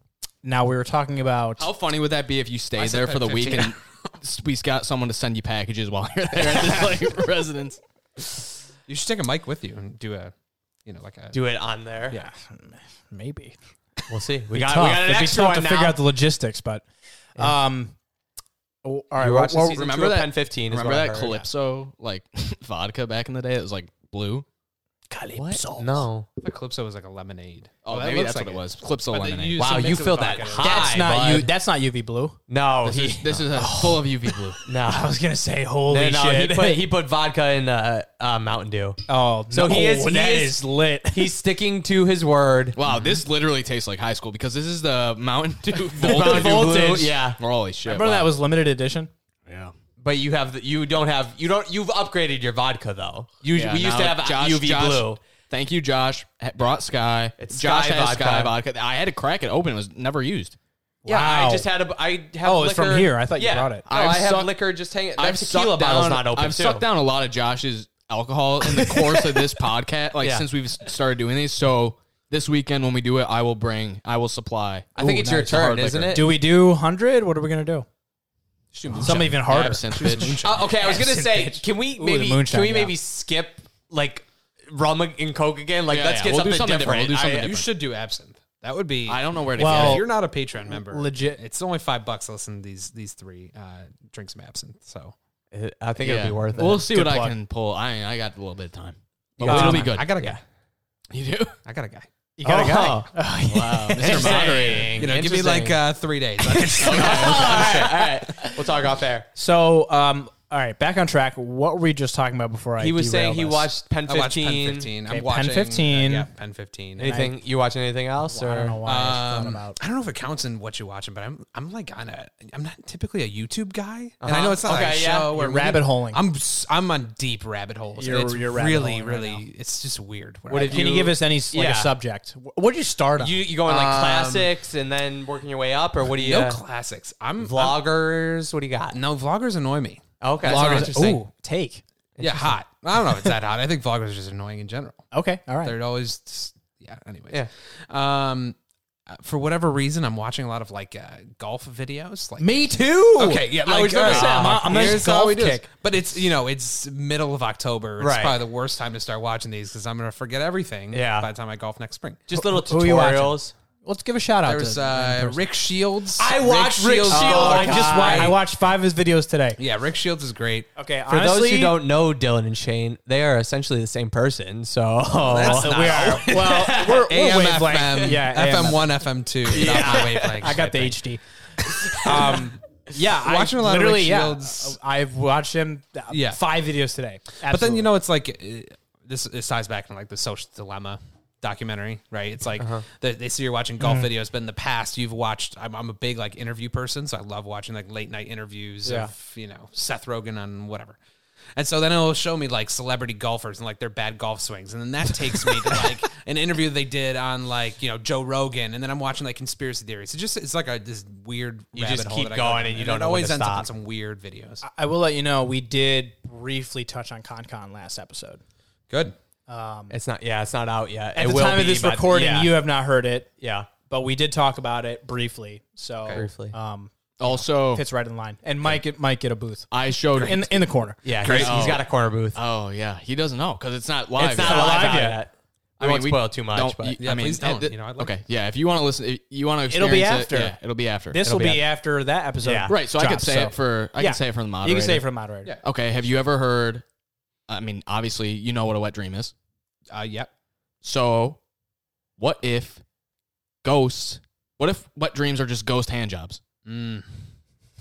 Speaker 2: now we were talking about.
Speaker 1: How funny would that be if you stayed there for the week and we got someone to send you packages while you're there at this like, residence?
Speaker 3: you should take a mic with you and do a you know like a
Speaker 4: do it on there.
Speaker 2: Yeah, maybe
Speaker 4: we'll see. We
Speaker 2: Be
Speaker 4: got,
Speaker 2: tough.
Speaker 4: we got an
Speaker 2: It'd be
Speaker 4: extra
Speaker 2: tough
Speaker 4: one
Speaker 2: to
Speaker 4: now.
Speaker 2: figure out the logistics, but um, oh, all right.
Speaker 4: you
Speaker 2: well,
Speaker 4: watched
Speaker 2: well,
Speaker 4: the season
Speaker 1: remember
Speaker 4: two of
Speaker 1: that-
Speaker 4: Pen 15. is
Speaker 1: Remember
Speaker 4: what I
Speaker 1: that
Speaker 4: heard.
Speaker 1: Calypso like vodka back in the day? It was like blue.
Speaker 2: Calypso.
Speaker 4: No.
Speaker 3: I thought Calypso was like a lemonade.
Speaker 1: Oh,
Speaker 3: that
Speaker 1: maybe
Speaker 3: looks
Speaker 1: that's
Speaker 3: like
Speaker 1: what it was. Calypso
Speaker 3: But they
Speaker 1: lemonade.
Speaker 3: use-
Speaker 1: Wow,
Speaker 4: Wow,
Speaker 3: mix
Speaker 4: you
Speaker 3: it with
Speaker 4: feel that
Speaker 3: vodka.
Speaker 4: high.
Speaker 2: That's not
Speaker 4: bud.
Speaker 2: you. That's not UV blue.
Speaker 4: No,
Speaker 1: this Oh.
Speaker 4: he
Speaker 1: is this is a full of UV blue.
Speaker 4: no.
Speaker 2: I was gonna say, holy
Speaker 4: No, no, he
Speaker 2: shit!
Speaker 4: put he put vodka in uh, uh, Mountain Dew.
Speaker 2: oh,
Speaker 4: So
Speaker 2: no,
Speaker 4: he is- he
Speaker 2: that
Speaker 4: is-
Speaker 2: is lit.
Speaker 4: He's sticking to his word.
Speaker 1: Wow, this literally tastes like high school because this is the Mountain Dew
Speaker 4: Mountain
Speaker 1: voltage.
Speaker 4: Dew Blue, yeah.
Speaker 1: Holy shit.
Speaker 2: Remember
Speaker 1: wow.
Speaker 2: that was limited edition.
Speaker 1: Yeah.
Speaker 4: But you have the, you don't have you don't you've upgraded your vodka though. You we used to
Speaker 1: now
Speaker 4: have
Speaker 1: Josh-
Speaker 4: UV
Speaker 1: Josh-
Speaker 4: blue.
Speaker 1: Thank you, Josh. Ha- Brought Sky.
Speaker 4: It's
Speaker 1: Josh
Speaker 4: Sky
Speaker 1: has
Speaker 4: vodka.
Speaker 1: Sky vodka. I had to crack it open. It was never used.
Speaker 4: Yeah, I
Speaker 2: Wow.
Speaker 4: just had a I have
Speaker 2: Oh,
Speaker 4: liquor.
Speaker 2: it's from here. I thought you brought it.
Speaker 4: No, I
Speaker 1: I've
Speaker 4: have
Speaker 1: sucked-
Speaker 4: liquor just hanging. That
Speaker 1: I've
Speaker 4: tequila
Speaker 1: sucked
Speaker 4: bottle's
Speaker 1: down,
Speaker 4: not open
Speaker 1: I've
Speaker 4: too.
Speaker 1: sucked down a lot of Josh's alcohol in the course of this podcast, like
Speaker 4: Yeah.
Speaker 1: since we've s- started doing these. So This weekend when we do it, I will bring, I will supply.
Speaker 4: I think
Speaker 1: Ooh,
Speaker 4: it's your
Speaker 1: nice. The hard
Speaker 4: turn, isn't
Speaker 1: liquor.
Speaker 4: it?
Speaker 2: Do we do 100? What are we going to do? Some even harder.
Speaker 1: Absinthe, bitch.
Speaker 4: Uh, okay, I was gonna
Speaker 2: Absinthe,
Speaker 4: say,
Speaker 2: bitch.
Speaker 4: can we
Speaker 2: the
Speaker 4: maybe
Speaker 2: moonshine,
Speaker 4: can we
Speaker 2: yeah.
Speaker 4: maybe skip like rum and coke again? Like
Speaker 1: Yeah,
Speaker 4: let's
Speaker 1: yeah,
Speaker 4: get
Speaker 1: we'll do
Speaker 4: something,
Speaker 1: something different. We'll
Speaker 4: different.
Speaker 1: do something
Speaker 4: I-
Speaker 1: different.
Speaker 3: You should do absinthe. That would be.
Speaker 1: I don't know where to
Speaker 2: Well-
Speaker 1: get
Speaker 3: If
Speaker 1: it.
Speaker 3: you're not a Patreon member,
Speaker 2: Legit.
Speaker 3: It's only five bucks. to Listen, to these these three uh, drink some absinthe. So
Speaker 4: I think
Speaker 1: Yeah.
Speaker 4: it'll be worth it.
Speaker 1: We'll see
Speaker 2: Good
Speaker 1: what
Speaker 2: plug.
Speaker 1: I can pull. I I got a little bit of time. But
Speaker 4: got
Speaker 1: it'll
Speaker 4: time.
Speaker 1: be good.
Speaker 3: I got a guy.
Speaker 1: You do?
Speaker 3: I got a guy.
Speaker 2: You got a guy.
Speaker 4: Oh.
Speaker 1: Wow. Mr. Moderator.
Speaker 3: You know, give me like uh, three days. I can just-
Speaker 4: all right, we'll talk off air.
Speaker 2: So, um, all right, back on track. What were we just talking about before I
Speaker 4: He was saying
Speaker 2: derailed
Speaker 4: he
Speaker 2: us?
Speaker 4: watched Pen
Speaker 3: I watched Pen
Speaker 4: 15.
Speaker 3: 15.
Speaker 2: Okay,
Speaker 3: I'm
Speaker 2: Pen
Speaker 3: watching uh,
Speaker 2: 15.
Speaker 3: yeah, Pen 15.
Speaker 4: Anything you watching anything else?
Speaker 2: I don't
Speaker 4: or-
Speaker 2: know why. I thought
Speaker 3: Um,
Speaker 2: about.
Speaker 3: I don't know if it counts in what you're watching, but I'm I'm like on a I'm not typically a YouTube guy, and I know it's not like a
Speaker 4: Uh-huh. Okay, yeah.
Speaker 3: show or
Speaker 2: You're rabbit holing.
Speaker 3: I'm s- I'm on deep rabbit holes.
Speaker 2: You're-
Speaker 3: it's
Speaker 2: you're rabbit
Speaker 3: really
Speaker 2: holing right
Speaker 3: really it's just weird.
Speaker 4: What if
Speaker 2: Can you,
Speaker 4: you-
Speaker 2: give us any like
Speaker 4: Yeah.
Speaker 2: a subject? Wh- What did you start on?
Speaker 4: You you going like
Speaker 3: Um,
Speaker 4: classics and then working your way up, or what do you?
Speaker 3: no
Speaker 4: uh,
Speaker 3: classics? I'm
Speaker 4: vloggers. What do you got? Oh,
Speaker 3: I'm- no vloggers annoy me.
Speaker 4: Okay,
Speaker 3: Vloggers- interesting.
Speaker 2: Ooh, take.
Speaker 3: Yeah, hot. I don't know. if It's that hot. I think vloggers are just annoying in general.
Speaker 2: Okay, all right.
Speaker 3: They're always just- yeah. Anyways, yeah. Um, uh, for whatever reason, I'm watching a lot of like uh, golf videos. Like
Speaker 2: Me too.
Speaker 3: Okay, yeah. Like,
Speaker 2: I was gonna
Speaker 3: uh,
Speaker 2: say I'm, on- I'm on this
Speaker 3: here's how
Speaker 2: golf
Speaker 3: we do this.
Speaker 2: kick.
Speaker 3: But it's you know it's middle of October. It's
Speaker 4: Right.
Speaker 3: probably the worst time to start watching these because I'm gonna forget everything.
Speaker 4: Yeah.
Speaker 3: By the time I golf next spring.
Speaker 4: Just little
Speaker 2: who you watching?
Speaker 4: tutorials.
Speaker 2: Let's give a shout out.
Speaker 3: There was
Speaker 2: to random
Speaker 3: uh,
Speaker 2: person.
Speaker 3: Rick Shields.
Speaker 4: I watched Rick Shields.
Speaker 2: Oh, I
Speaker 4: Oh,
Speaker 2: just wa- I watched five of his videos today.
Speaker 3: yeah, Rick Shields is great.
Speaker 2: Okay,
Speaker 4: For
Speaker 2: honestly,
Speaker 4: those who don't know Dylan and Shane, they are essentially the same person. So
Speaker 2: we are well, we're, we're
Speaker 3: AM,
Speaker 2: wavelength.
Speaker 3: FM,
Speaker 2: yeah,
Speaker 3: FM one, FM two. Yeah,
Speaker 2: I got the HD. Um, yeah, I
Speaker 3: Watching a lot of
Speaker 2: literally,
Speaker 3: Rick
Speaker 2: yeah,
Speaker 3: Shields.
Speaker 2: I've watched him. uh,
Speaker 3: Yeah.
Speaker 2: five videos today.
Speaker 3: But then
Speaker 2: Absolutely.
Speaker 3: you know it's like uh, this it ties back to like the social dilemma documentary, right? It's like
Speaker 2: Uh-huh.
Speaker 3: they, they see you're watching golf
Speaker 4: Mm-hmm.
Speaker 3: videos, but in the past you've watched. I'm, I'm a big like interview person, so I love watching like late night interviews
Speaker 2: Yeah.
Speaker 3: of you know Seth Rogen on whatever. And so then it'll show me like celebrity golfers and like their bad golf swings, and then that takes me to like an interview they did on like you know Joe Rogan, and then I'm watching like conspiracy theories. It just it's like a this weird
Speaker 4: You
Speaker 3: rabbit
Speaker 4: just
Speaker 3: hole
Speaker 4: keep
Speaker 3: that I go down,
Speaker 4: going and you don't
Speaker 3: it
Speaker 4: know when
Speaker 3: always
Speaker 4: to
Speaker 3: ends up in
Speaker 4: stop.
Speaker 3: some weird videos.
Speaker 2: I will let you know we did briefly touch on ConCon last episode.
Speaker 3: Good.
Speaker 2: Um,
Speaker 4: It's not. Yeah, it's not out yet.
Speaker 2: at the time of this recording,
Speaker 4: yeah,
Speaker 2: you have not heard it,
Speaker 4: yeah,
Speaker 2: but we did talk about it briefly. So
Speaker 4: Briefly.
Speaker 2: um,
Speaker 1: Also,
Speaker 2: fits right in line, and Mike it might get a booth
Speaker 1: I showed
Speaker 2: in in the corner.
Speaker 4: yeah.
Speaker 3: Great.
Speaker 4: He's, he's got a corner booth.
Speaker 1: Oh yeah, he doesn't know because it's not live.
Speaker 4: it's not
Speaker 1: yet.
Speaker 4: live,
Speaker 2: live
Speaker 4: yet.
Speaker 2: yet.
Speaker 4: I
Speaker 1: mean,
Speaker 4: won't spoil too much,
Speaker 1: don't-
Speaker 4: but
Speaker 1: you-
Speaker 3: Yeah,
Speaker 1: I mean,
Speaker 3: please don't,
Speaker 1: it-
Speaker 3: you know, I'd like-
Speaker 1: okay, yeah. If you want to listen, if you want to.
Speaker 2: It'll be
Speaker 1: experience it,
Speaker 2: after.
Speaker 1: yeah, it'll be after.
Speaker 2: This will
Speaker 4: be
Speaker 2: be after that episode.
Speaker 4: Yeah.
Speaker 1: right. So I could
Speaker 2: drops,
Speaker 1: say
Speaker 2: so-
Speaker 1: it for. I
Speaker 2: Yeah.
Speaker 1: can say it from the moderator.
Speaker 2: You can say it for the moderator.
Speaker 3: Yeah.
Speaker 1: Okay. Have you ever heard? I mean, obviously, you know what a wet dream is.
Speaker 3: Uh, yep.
Speaker 1: So, what if ghosts? What if wet dreams are just ghost hand jobs?
Speaker 3: Mm.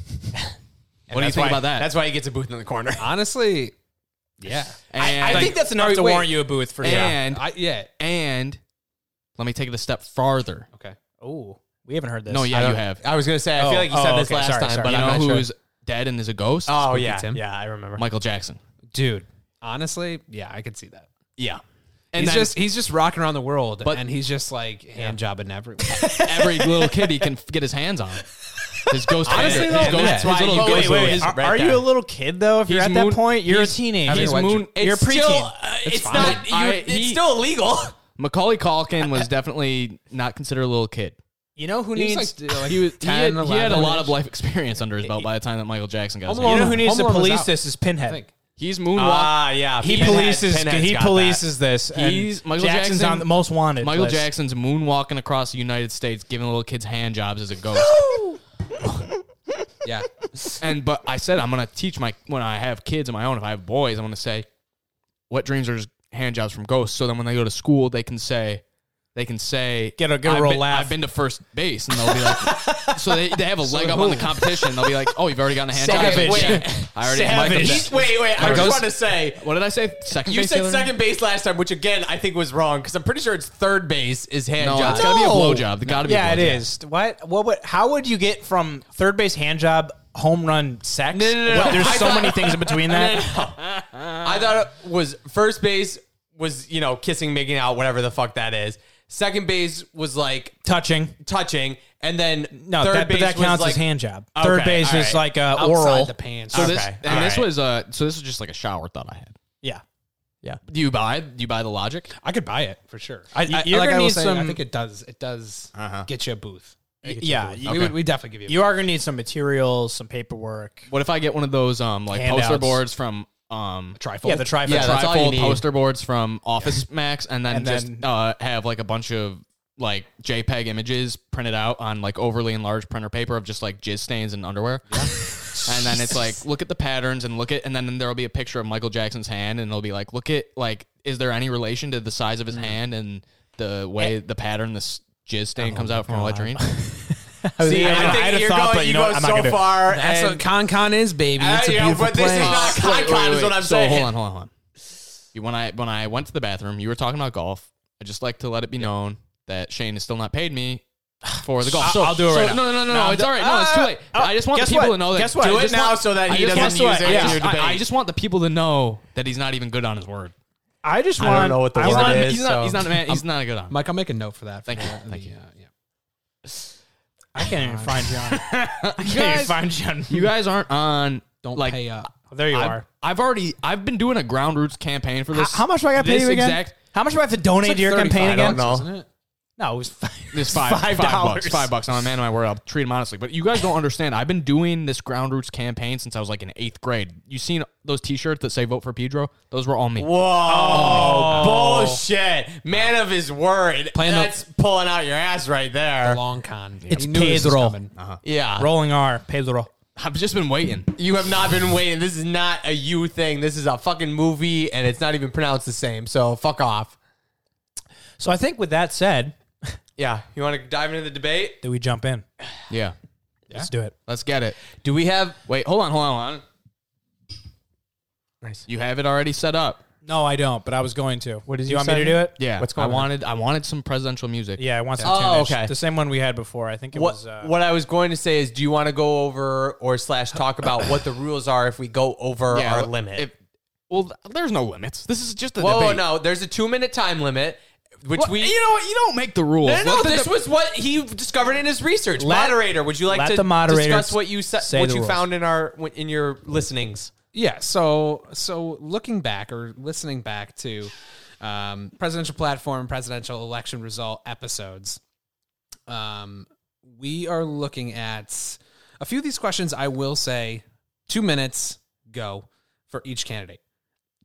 Speaker 1: What do you
Speaker 4: That's
Speaker 1: think
Speaker 4: why-
Speaker 1: about that?
Speaker 4: That's why he gets a booth in the corner.
Speaker 3: Honestly, yeah.
Speaker 1: and,
Speaker 2: I think that's enough
Speaker 3: Wait,
Speaker 2: to
Speaker 3: wait.
Speaker 2: warrant you a booth for sure.
Speaker 1: and
Speaker 3: I, yeah.
Speaker 1: and let me take it a step farther.
Speaker 3: Okay.
Speaker 2: Oh, we haven't heard this.
Speaker 1: No,
Speaker 4: I
Speaker 1: yeah,
Speaker 4: don't-
Speaker 1: you have.
Speaker 4: I was gonna say. I
Speaker 2: Oh,
Speaker 4: feel like you said
Speaker 2: oh,
Speaker 4: this
Speaker 2: okay,
Speaker 4: last
Speaker 2: sorry,
Speaker 4: time,
Speaker 2: sorry.
Speaker 4: but
Speaker 1: You
Speaker 4: I'm
Speaker 1: know
Speaker 4: not sure.
Speaker 1: who's dead and is a ghost?
Speaker 4: Oh yeah,
Speaker 3: Tim?
Speaker 4: yeah. I remember.
Speaker 1: Michael Jackson.
Speaker 3: Dude, honestly, yeah, I could see that.
Speaker 1: Yeah.
Speaker 3: And
Speaker 1: And
Speaker 3: he's
Speaker 1: then
Speaker 3: just he's just rocking around the world
Speaker 1: But-
Speaker 3: and he's just like hand jobbing everyone.
Speaker 1: every little kid he can f- get his hands on. His ghost
Speaker 3: Honestly,
Speaker 1: hand,
Speaker 3: though,
Speaker 1: his ghost,
Speaker 4: that's why
Speaker 1: his little
Speaker 4: he goes
Speaker 1: ghost
Speaker 2: wait, wait,
Speaker 4: away.
Speaker 1: moves.
Speaker 2: wait.
Speaker 4: He's
Speaker 2: Are,
Speaker 4: right
Speaker 2: are
Speaker 4: there.
Speaker 2: you a little kid though? If you're
Speaker 1: He's
Speaker 2: at that
Speaker 1: moon-
Speaker 2: point, you're a
Speaker 1: he's-
Speaker 2: teenager.
Speaker 1: he's moon-
Speaker 4: It's
Speaker 2: You're a preteen.
Speaker 4: still, uh,
Speaker 3: It's
Speaker 4: it's
Speaker 3: fine.
Speaker 4: not. You,
Speaker 1: I-
Speaker 4: it's
Speaker 1: he-
Speaker 4: still illegal.
Speaker 1: Macaulay Culkin was definitely not considered a little kid.
Speaker 2: You know who
Speaker 3: He was
Speaker 2: needs
Speaker 3: like, uh, like
Speaker 1: He was. He
Speaker 3: 10,
Speaker 1: had, he had a
Speaker 3: 11
Speaker 1: lot of life experience under his belt by the time that Michael Jackson got. his
Speaker 3: Home
Speaker 2: You
Speaker 1: hands
Speaker 2: know
Speaker 1: on
Speaker 2: who
Speaker 1: him.
Speaker 2: needs to
Speaker 3: Alone was
Speaker 2: police
Speaker 3: out.
Speaker 2: this is
Speaker 3: I
Speaker 2: Pinhead.
Speaker 3: think.
Speaker 1: He's moonwalk.
Speaker 4: Ah, yeah.
Speaker 2: He
Speaker 4: Pinhead's-
Speaker 2: polices
Speaker 4: Pinhead's
Speaker 2: he
Speaker 4: got that.
Speaker 2: polices this. and
Speaker 1: He's- Michael
Speaker 2: Jackson's
Speaker 1: Jackson-
Speaker 2: on the most wanted.
Speaker 1: Michael
Speaker 2: list.
Speaker 1: Jackson's moonwalking across the United States, giving little kids hand jobs as a ghost.
Speaker 3: yeah.
Speaker 1: and but I said I'm gonna teach my when I have kids of my own, if I have boys, I'm gonna say what dreams are just hand jobs from ghosts. So then when they go to school, they can say they can say
Speaker 2: Get a- get a
Speaker 1: I've
Speaker 2: real
Speaker 1: been,
Speaker 2: laugh.
Speaker 1: I've been to first base, and they'll be like, so they, they have a leg up on the competition. They'll be like, oh, you've already gotten a hand
Speaker 4: Savage.
Speaker 1: job.
Speaker 4: Wait.
Speaker 1: Yeah. I already
Speaker 4: Savage.
Speaker 1: Michael
Speaker 4: He's-
Speaker 1: Jackson.
Speaker 4: Wait, wait. I
Speaker 1: Ghost-
Speaker 4: just want to say.
Speaker 1: What did I say? Second
Speaker 4: You
Speaker 1: base
Speaker 4: said
Speaker 1: the other night?
Speaker 4: second base last time, which again I think was wrong because I'm pretty sure it's third base is hand
Speaker 1: No,
Speaker 4: job.
Speaker 1: it's gotta be a blowjob. It's gotta be.
Speaker 2: Yeah,
Speaker 1: a
Speaker 2: it
Speaker 1: blowjob.
Speaker 2: is. What? What? would How would you get from third base hand job, home run, sex?
Speaker 4: No, no, no,
Speaker 2: Well,
Speaker 4: no.
Speaker 2: there's
Speaker 4: I
Speaker 2: so
Speaker 4: thought-
Speaker 2: many things in between that.
Speaker 4: I thought it was first base was you know kissing, making out, whatever the fuck that is. Second base was like
Speaker 2: Touching.
Speaker 4: touching, and then
Speaker 2: No,
Speaker 4: third
Speaker 2: that, but
Speaker 4: base
Speaker 2: that
Speaker 4: was
Speaker 2: counts
Speaker 4: like,
Speaker 2: as hand job.
Speaker 4: Okay,
Speaker 2: Third base
Speaker 4: all
Speaker 2: is
Speaker 4: right.
Speaker 2: like uh,
Speaker 3: Outside
Speaker 2: oral.
Speaker 3: the pants.
Speaker 1: So this
Speaker 4: Okay,
Speaker 1: and
Speaker 4: all
Speaker 1: this
Speaker 4: right.
Speaker 1: was uh so this was just like a shower thought I had.
Speaker 2: yeah.
Speaker 4: Yeah.
Speaker 1: Do you buy? Do you buy the logic?
Speaker 3: I could buy it for sure. I,
Speaker 4: I- I-
Speaker 3: you're
Speaker 4: like I
Speaker 3: gonna
Speaker 4: will
Speaker 3: need
Speaker 4: say, I
Speaker 3: some. I
Speaker 4: think
Speaker 3: think it does. It does get you a booth.
Speaker 2: yeah, you,
Speaker 1: Okay.
Speaker 3: We, would, we definitely give you.
Speaker 2: you are gonna need some materials, some paperwork.
Speaker 1: What if I get one of those um like poster
Speaker 2: Handouts.
Speaker 1: boards from um
Speaker 3: trifold.
Speaker 2: Yeah, the trifold.
Speaker 1: yeah
Speaker 4: that's all you
Speaker 1: trifold
Speaker 4: need.
Speaker 1: poster boards from Office Max, and then
Speaker 2: And
Speaker 1: just
Speaker 2: then-
Speaker 1: uh have like a bunch of like JPEG images printed out on like overly enlarged printer paper of just like jizz stains and underwear. and then it's like look at the patterns and look at and then there'll be a picture of Michael Jackson's hand and it'll be like look at like is there any relation to the size of his hand and the way the pattern this jizz stain comes out from a latrine?
Speaker 4: See, Oh, I, think you're going, you go so far.
Speaker 3: That's
Speaker 4: and,
Speaker 3: what Con Con is, baby. It's
Speaker 4: Uh,
Speaker 3: a
Speaker 4: yeah,
Speaker 3: beautiful
Speaker 4: but this is
Speaker 3: place.
Speaker 4: not Con
Speaker 1: Wait, wait,
Speaker 4: Con is
Speaker 1: wait.
Speaker 4: what I'm
Speaker 1: so
Speaker 4: saying.
Speaker 1: hold on, hold on, hold on. You- When I when I went to the bathroom, you were talking about golf. I just like to let it be known that Shane has still not paid me for the golf.
Speaker 2: I'll-
Speaker 1: So,
Speaker 2: I'll do it
Speaker 1: so-
Speaker 2: right now.
Speaker 1: No, no, no, no. It's all right. No, it's too late. I just want the
Speaker 2: guess
Speaker 1: people
Speaker 2: what?
Speaker 1: to know that.
Speaker 2: Guess what?
Speaker 1: I
Speaker 2: Do it
Speaker 1: just
Speaker 4: now
Speaker 1: want-
Speaker 4: so that
Speaker 1: I
Speaker 4: he
Speaker 1: just
Speaker 4: doesn't
Speaker 1: want-
Speaker 4: use it in
Speaker 1: yeah.
Speaker 4: your
Speaker 1: I-
Speaker 4: debate.
Speaker 1: I just want the people to know that he's not even good on his word.
Speaker 2: I just
Speaker 4: I
Speaker 2: want.
Speaker 4: don't know what the
Speaker 2: I
Speaker 4: word
Speaker 2: want-
Speaker 4: is.
Speaker 1: He's not.
Speaker 4: so-
Speaker 1: He's not a man. He's not good on.
Speaker 3: Mike, I'll make a note for that.
Speaker 1: Thank
Speaker 3: for
Speaker 1: you.
Speaker 3: the-
Speaker 1: Thank
Speaker 3: the,
Speaker 1: you.
Speaker 3: uh, yeah.
Speaker 2: I can't even find you. On, I
Speaker 1: You
Speaker 2: can't even
Speaker 1: guys-
Speaker 2: find you. On,
Speaker 1: you guys aren't on.
Speaker 3: Don't
Speaker 1: like.
Speaker 3: pay uh, up.
Speaker 2: there you
Speaker 1: I've,
Speaker 2: are.
Speaker 1: I've already. I've been doing a ground roots campaign for
Speaker 2: How,
Speaker 1: this.
Speaker 2: how much do I got to pay
Speaker 1: this
Speaker 2: you again?
Speaker 1: exact-
Speaker 2: how much do I have to donate to your campaign
Speaker 4: I don't
Speaker 2: again?
Speaker 4: know.
Speaker 3: Isn't it?
Speaker 2: No, it was five,
Speaker 1: It's five, five,
Speaker 2: dollars.
Speaker 1: bucks. Five bucks. I'm a man of my word. I'll treat him honestly. But you guys don't understand. I've been doing this Ground Roots campaign since I was like in eighth grade. You seen those T-shirts that say "Vote for Pedro"? Those were all me.
Speaker 4: Whoa, Oh, bullshit. Man of his word.
Speaker 3: Playing the-
Speaker 4: That's pulling out your ass right there.
Speaker 3: Long Con.
Speaker 2: It's
Speaker 3: We knew this was
Speaker 2: Pedro.
Speaker 3: coming.
Speaker 4: yeah.
Speaker 2: Rolling R, Pedro.
Speaker 1: I've just been waiting.
Speaker 4: You have not been waiting. This is not a you thing. This is a fucking movie, and it's not even pronounced the same. So fuck off.
Speaker 2: So I think with that said,
Speaker 4: Yeah. You want to dive into the debate?
Speaker 2: that we jump in.
Speaker 1: Yeah,
Speaker 2: Let's do it.
Speaker 1: let's get it.
Speaker 4: Do we have?
Speaker 1: Wait, hold on, hold on, hold on.
Speaker 4: Nice.
Speaker 1: You have it already set up.
Speaker 2: No, I don't. But I was going to. What
Speaker 4: did
Speaker 2: do
Speaker 4: you
Speaker 2: you want me
Speaker 4: say?
Speaker 2: to do it?
Speaker 1: Yeah,
Speaker 4: What's going
Speaker 1: I
Speaker 4: on?
Speaker 1: wanted, I wanted some presidential music.
Speaker 2: Yeah, I want some.
Speaker 4: Oh,
Speaker 2: 10-inch.
Speaker 4: okay.
Speaker 2: The same one we had before. I think it
Speaker 4: What,
Speaker 2: was. Uh,
Speaker 4: what I was going to say is, do you want to go over or slash talk about what the rules are if we go over
Speaker 1: Yeah,
Speaker 4: our
Speaker 1: if-
Speaker 4: limit?
Speaker 1: if- well, th- there's no limits. This is just a
Speaker 4: Whoa,
Speaker 1: debate.
Speaker 4: no, there's a two minute time limit, which
Speaker 1: What-
Speaker 4: we.
Speaker 1: you know what? You don't make the rules.
Speaker 4: no, no, no,
Speaker 1: Let the
Speaker 4: this
Speaker 1: de-
Speaker 4: was what he discovered in his research.
Speaker 2: Let-
Speaker 4: moderator, would you like
Speaker 2: let
Speaker 4: to
Speaker 2: the moderator
Speaker 4: discuss what you sa-
Speaker 2: say
Speaker 4: what
Speaker 2: the
Speaker 4: you
Speaker 2: rules.
Speaker 4: found in our in your listenings?
Speaker 3: Yeah. So so looking back or listening back to um, presidential platform, presidential election result episodes, um, we are looking at a few of these questions. I will say, two minutes go for each candidate.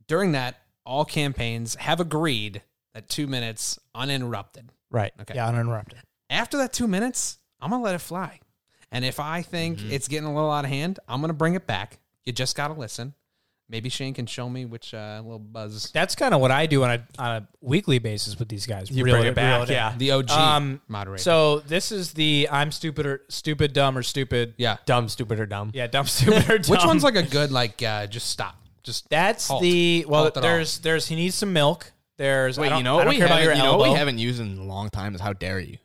Speaker 3: During that, all campaigns have agreed that two minutes uninterrupted
Speaker 2: right.
Speaker 3: Okay.
Speaker 2: Yeah, uninterrupted.
Speaker 3: after that two minutes, I'm gonna let it fly. And if I think
Speaker 2: Mm-hmm.
Speaker 3: it's getting a little out of hand, I'm gonna bring it back. You just gotta listen. Maybe Shane can show me which uh, little buzz
Speaker 2: That's kind of what I do on a, on a weekly basis with these guys. You
Speaker 4: bring it back, yeah.
Speaker 3: the OG
Speaker 2: Um,
Speaker 3: moderator.
Speaker 2: So this is the I'm stupid or stupid, dumb or stupid.
Speaker 3: yeah,
Speaker 4: Dumb, stupid, or dumb.
Speaker 2: Yeah, dumb, stupid or dumb.
Speaker 3: which one's like a good like uh, just stop, just
Speaker 2: That's
Speaker 3: Halt.
Speaker 2: the well.
Speaker 3: Halt it all.
Speaker 2: There's there's he needs some milk. There's I
Speaker 1: Wait,
Speaker 2: don't-
Speaker 1: you know
Speaker 2: I
Speaker 1: what
Speaker 2: don't
Speaker 1: we
Speaker 2: care about
Speaker 1: haven't,
Speaker 2: your
Speaker 1: you know what we
Speaker 2: elbow.
Speaker 1: haven't used in a long time is how dare you.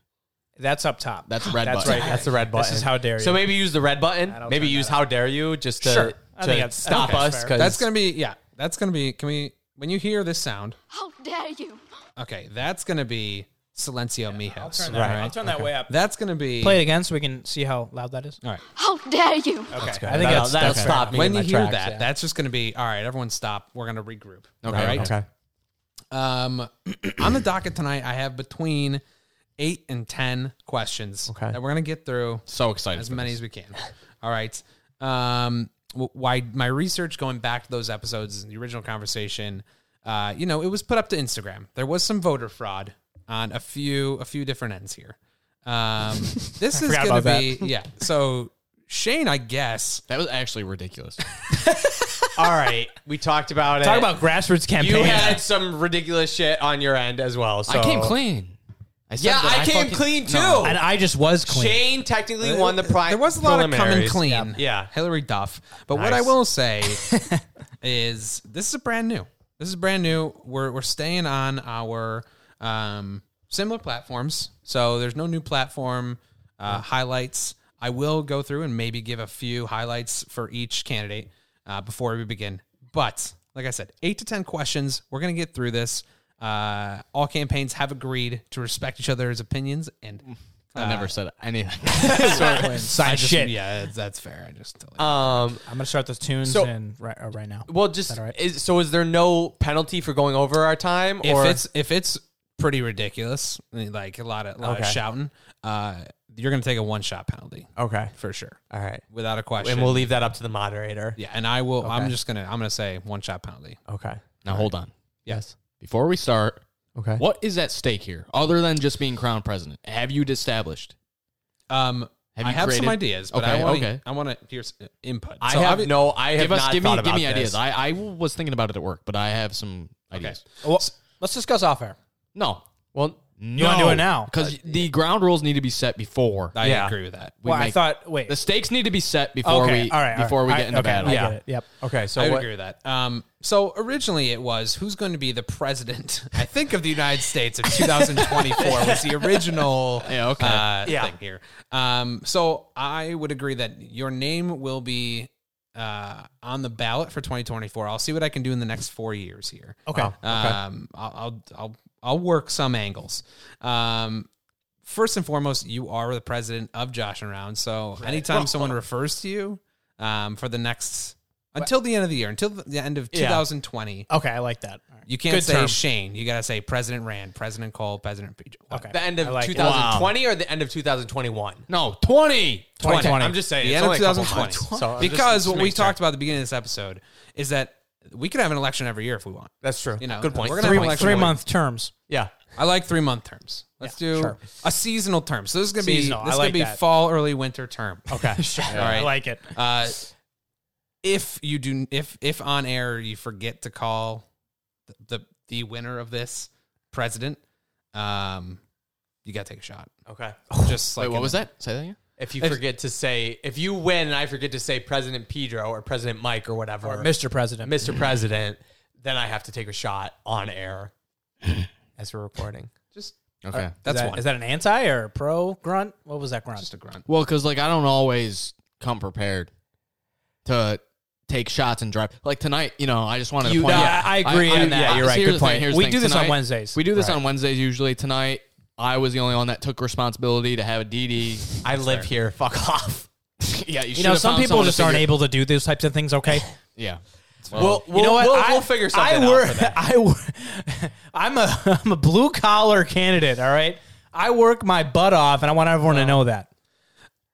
Speaker 2: That's up top.
Speaker 1: That's red
Speaker 2: That's
Speaker 1: button.
Speaker 2: right.
Speaker 4: That's the red button.
Speaker 2: This is how dare
Speaker 4: So
Speaker 2: you.
Speaker 4: maybe use the red button.
Speaker 2: That'll
Speaker 4: Maybe
Speaker 2: turn
Speaker 4: use
Speaker 2: that
Speaker 4: how dare you just to,
Speaker 2: Sure. I
Speaker 4: to
Speaker 2: think that's-
Speaker 4: stop
Speaker 2: okay,
Speaker 4: us.
Speaker 2: fair.
Speaker 4: 'cause-
Speaker 3: That's gonna be yeah. That's gonna be. Can we when you hear this sound?
Speaker 5: How dare you!
Speaker 3: Okay, that's gonna be Silencio Mijos.
Speaker 2: Turn that,
Speaker 4: Right.
Speaker 2: I'll turn that way up.
Speaker 3: That's gonna be
Speaker 2: Play it again so we can see how loud that is.
Speaker 3: all right.
Speaker 5: How dare you!
Speaker 2: Okay,
Speaker 4: good.
Speaker 2: I think
Speaker 4: That'll-
Speaker 2: that's,
Speaker 4: that'll
Speaker 2: that's
Speaker 4: stop
Speaker 2: fair.
Speaker 4: me.
Speaker 3: When
Speaker 4: in
Speaker 3: you
Speaker 4: my
Speaker 3: hear
Speaker 4: tracks,
Speaker 3: that,
Speaker 4: yeah.
Speaker 3: that's just gonna be all right. Everyone stop. We're gonna regroup.
Speaker 1: Okay,
Speaker 3: all right?
Speaker 1: okay.
Speaker 4: okay.
Speaker 3: Um, on the docket tonight, I have between eight and ten questions
Speaker 4: Okay.
Speaker 3: that we're gonna get through
Speaker 1: So excited.
Speaker 3: as
Speaker 1: for
Speaker 3: many
Speaker 1: this.
Speaker 3: as we can. All right. Um, wh- why my research going back to those episodes and the original conversation, uh, you know, it was put up to Instagram. There was some voter fraud on a few a few different ends here. Um, this is
Speaker 2: forgot
Speaker 3: gonna
Speaker 2: about
Speaker 3: be yeah. So Shane, I guess
Speaker 1: That was actually ridiculous.
Speaker 4: All right, we talked about it.
Speaker 2: Talk about grassroots campaign.
Speaker 4: you had some ridiculous shit on your end as well. So
Speaker 1: I came
Speaker 2: Oh.
Speaker 1: clean. I said
Speaker 4: Yeah,
Speaker 1: that
Speaker 4: I came
Speaker 1: fucking-
Speaker 4: clean too.
Speaker 1: No.
Speaker 2: and I just was clean.
Speaker 4: Shane technically won the prize.
Speaker 3: There was a lot of coming clean.
Speaker 4: Yeah.
Speaker 3: Hillary Duff. But what I
Speaker 4: Nice.
Speaker 3: will say is this is brand new. This is brand new. We're we're staying on our um, similar platforms. So there's no new platform uh, highlights. I will go through and maybe give a few highlights for each candidate uh, before we begin. But like I said, eight to ten questions. We're gonna get
Speaker 4: Mm.
Speaker 3: through this. Uh, all campaigns have agreed to respect each other's opinions and
Speaker 1: I never said anything.
Speaker 2: Side
Speaker 3: Just-
Speaker 2: shit.
Speaker 3: Yeah, that's, that's fair. I just totally.
Speaker 4: Um,
Speaker 2: I'm gonna start those tunes
Speaker 4: So-
Speaker 2: and right, uh, right now.
Speaker 4: well, just
Speaker 2: that all right?
Speaker 4: is, so is there no penalty for going over our time?
Speaker 3: if
Speaker 4: or
Speaker 3: it's if it's pretty ridiculous, I mean, like a lot of, lot of
Speaker 4: Okay.
Speaker 3: shouting, uh, you're gonna take a one shot penalty
Speaker 4: okay,
Speaker 3: for sure,
Speaker 4: all right,
Speaker 3: without a question.
Speaker 4: and we'll leave that up to the moderator.
Speaker 3: Yeah, and I will. I'm
Speaker 4: Okay.
Speaker 3: just gonna. I'm gonna say one shot penalty.
Speaker 4: Okay.
Speaker 1: now hold on.
Speaker 4: Yes.
Speaker 1: Before we start,
Speaker 4: Okay.
Speaker 1: what is at stake here other than just being crown president? Have you established?
Speaker 3: Um,
Speaker 1: Have
Speaker 3: I
Speaker 1: you
Speaker 3: have some
Speaker 1: created-
Speaker 3: ideas, but I
Speaker 1: Okay,
Speaker 3: want
Speaker 1: okay.
Speaker 3: I want to hear s- input.
Speaker 4: I
Speaker 3: So
Speaker 4: have
Speaker 3: obvi-
Speaker 4: no. I have
Speaker 1: give us
Speaker 4: not
Speaker 1: give
Speaker 4: thought
Speaker 1: me give
Speaker 4: about
Speaker 1: me ideas.
Speaker 4: this.
Speaker 1: I, I was thinking about it at work, but I have some ideas.
Speaker 2: Well, let's discuss off air.
Speaker 1: No.
Speaker 4: well,
Speaker 1: No.
Speaker 2: wanna do it now?
Speaker 1: Because the ground rules need to be set before.
Speaker 3: I
Speaker 4: Yeah.
Speaker 3: agree with that.
Speaker 1: we
Speaker 2: well, I
Speaker 1: make-
Speaker 2: thought. Wait.
Speaker 1: The stakes need to be set before
Speaker 2: okay.
Speaker 1: we
Speaker 2: all right. all
Speaker 1: before
Speaker 2: right.
Speaker 1: we
Speaker 2: I-
Speaker 1: get into
Speaker 2: okay,
Speaker 1: battle.
Speaker 2: I
Speaker 4: Yeah.
Speaker 2: get it. Yep.
Speaker 4: okay. So
Speaker 3: I would
Speaker 4: what,
Speaker 3: agree with that. Um, so originally it was who's going to be the president? I think of the United States in 2024 was the original
Speaker 1: Yeah, okay.
Speaker 3: uh,
Speaker 4: Yeah.
Speaker 3: thing here. Um, so I would agree that your name will be uh, on the ballot for 2024. I'll see what I can do in the next four years here.
Speaker 2: Oh, Okay.
Speaker 3: Um, I'll, I'll I'll I'll work some angles. Um, first and foremost, you are the president of Josh and Round. So anytime someone
Speaker 4: uh,
Speaker 3: refers to you, um, for the next until the end of the year, until the end of 2020,
Speaker 4: Uh,
Speaker 2: Okay. I like that. All right.
Speaker 3: you can't
Speaker 2: Good
Speaker 3: say
Speaker 2: term.
Speaker 3: Shane. You gotta say President Rand, President Cole, President. Page.
Speaker 2: Okay.
Speaker 4: the end of
Speaker 2: I like it.
Speaker 4: 2020 or the end of 2021?
Speaker 1: No, twenty.
Speaker 2: 2020.
Speaker 4: I'm just saying.
Speaker 3: The
Speaker 4: it's
Speaker 3: end of
Speaker 4: only a couple months.
Speaker 3: 2020.
Speaker 4: So uh, I'm just-
Speaker 3: because
Speaker 4: just
Speaker 3: what we
Speaker 4: making sure.
Speaker 3: talked about at the beginning of this episode is that we could have an election every year if we want.
Speaker 4: That's true.
Speaker 3: You know,
Speaker 4: good point.
Speaker 3: we're gonna
Speaker 2: Three,
Speaker 3: have an election
Speaker 2: three
Speaker 3: every-
Speaker 2: month terms.
Speaker 4: Yeah.
Speaker 3: I like three month terms. Let's do
Speaker 2: sure.
Speaker 3: a seasonal term. So this is gonna
Speaker 2: Seasonal.
Speaker 3: be
Speaker 2: I
Speaker 3: this is
Speaker 2: like
Speaker 3: gonna be
Speaker 2: that.
Speaker 3: fall, early winter term.
Speaker 2: Okay. Sure. I
Speaker 3: right.
Speaker 2: like it.
Speaker 3: Uh, if you do, if if on air you forget to call the the, the winner of this president, um, you gotta take a shot.
Speaker 4: Okay.
Speaker 3: Just like
Speaker 1: Wait, what was that? Say that again.
Speaker 4: If you forget to say, if you win and I forget to say President Pedro or President Mike or whatever,
Speaker 2: Or Mr. President.
Speaker 4: Mr. President, then I have to take a shot on air as we're recording.
Speaker 3: Just
Speaker 1: Okay.
Speaker 3: that's
Speaker 2: is that,
Speaker 3: one.
Speaker 2: Is that an anti or pro grunt? What was that grunt?
Speaker 3: just a grunt.
Speaker 1: Well, because like I don't always come prepared to take shots and drive. Like tonight, you know, I just wanted
Speaker 2: You-
Speaker 1: to point
Speaker 2: yeah,
Speaker 1: out.
Speaker 2: I agree on that. Yeah, you're right.
Speaker 1: Here's
Speaker 2: Good
Speaker 1: the thing,
Speaker 2: point.
Speaker 1: here's the
Speaker 2: We
Speaker 1: thing.
Speaker 2: do this on
Speaker 1: Tonight-
Speaker 2: Wednesdays.
Speaker 1: We do this
Speaker 2: Right.
Speaker 1: on Wednesdays usually. Tonight, I was the only one that took responsibility to have a DD.
Speaker 4: I live here. Fuck off.
Speaker 1: yeah, you,
Speaker 2: you know, some people just aren't able to do those types of things. Okay.
Speaker 1: Yeah.
Speaker 4: Well, we'll,
Speaker 2: you know what?
Speaker 4: We'll,
Speaker 2: I-
Speaker 4: we'll figure something
Speaker 2: I
Speaker 4: out.
Speaker 2: work.
Speaker 4: for that.
Speaker 2: I work. I'm a I'm a blue collar candidate. All right. I work my butt off, and I want everyone to know that.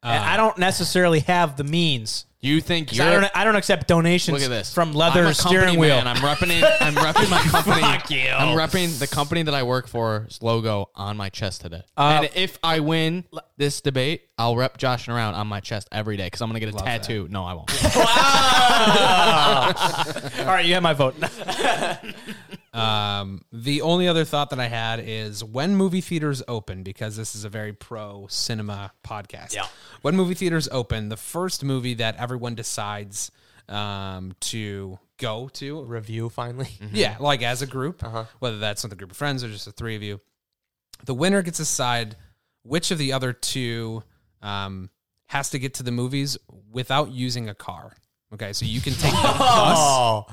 Speaker 2: And I don't necessarily have the means.
Speaker 1: You think you're
Speaker 2: I don't. I don't accept donations.
Speaker 1: Look at this.
Speaker 2: from
Speaker 1: I'm
Speaker 2: leather
Speaker 1: a company
Speaker 2: steering wheel.
Speaker 1: Man. I'm repping. I'm repping my company.
Speaker 2: Oh.
Speaker 1: I'm repping the company that I work for's logo on my chest today. and if I win this debate, I'll rep Josh around on my chest every day because I'm gonna get a tattoo. No, I won't.
Speaker 2: All right, you have my vote.
Speaker 3: Um, the only other thought that I had is when movie theaters open, because this is a very pro cinema podcast.
Speaker 4: Yeah.
Speaker 3: When movie theaters open, the first movie that everyone decides um, to go to,
Speaker 4: Review finally.
Speaker 3: yeah, like as a group,
Speaker 4: Uh-huh.
Speaker 3: whether that's with a group of friends or just the three of you, the winner gets to decide which of the other two um, has to get to the movies without using a car. Okay, so you can take the bus.
Speaker 4: Oh,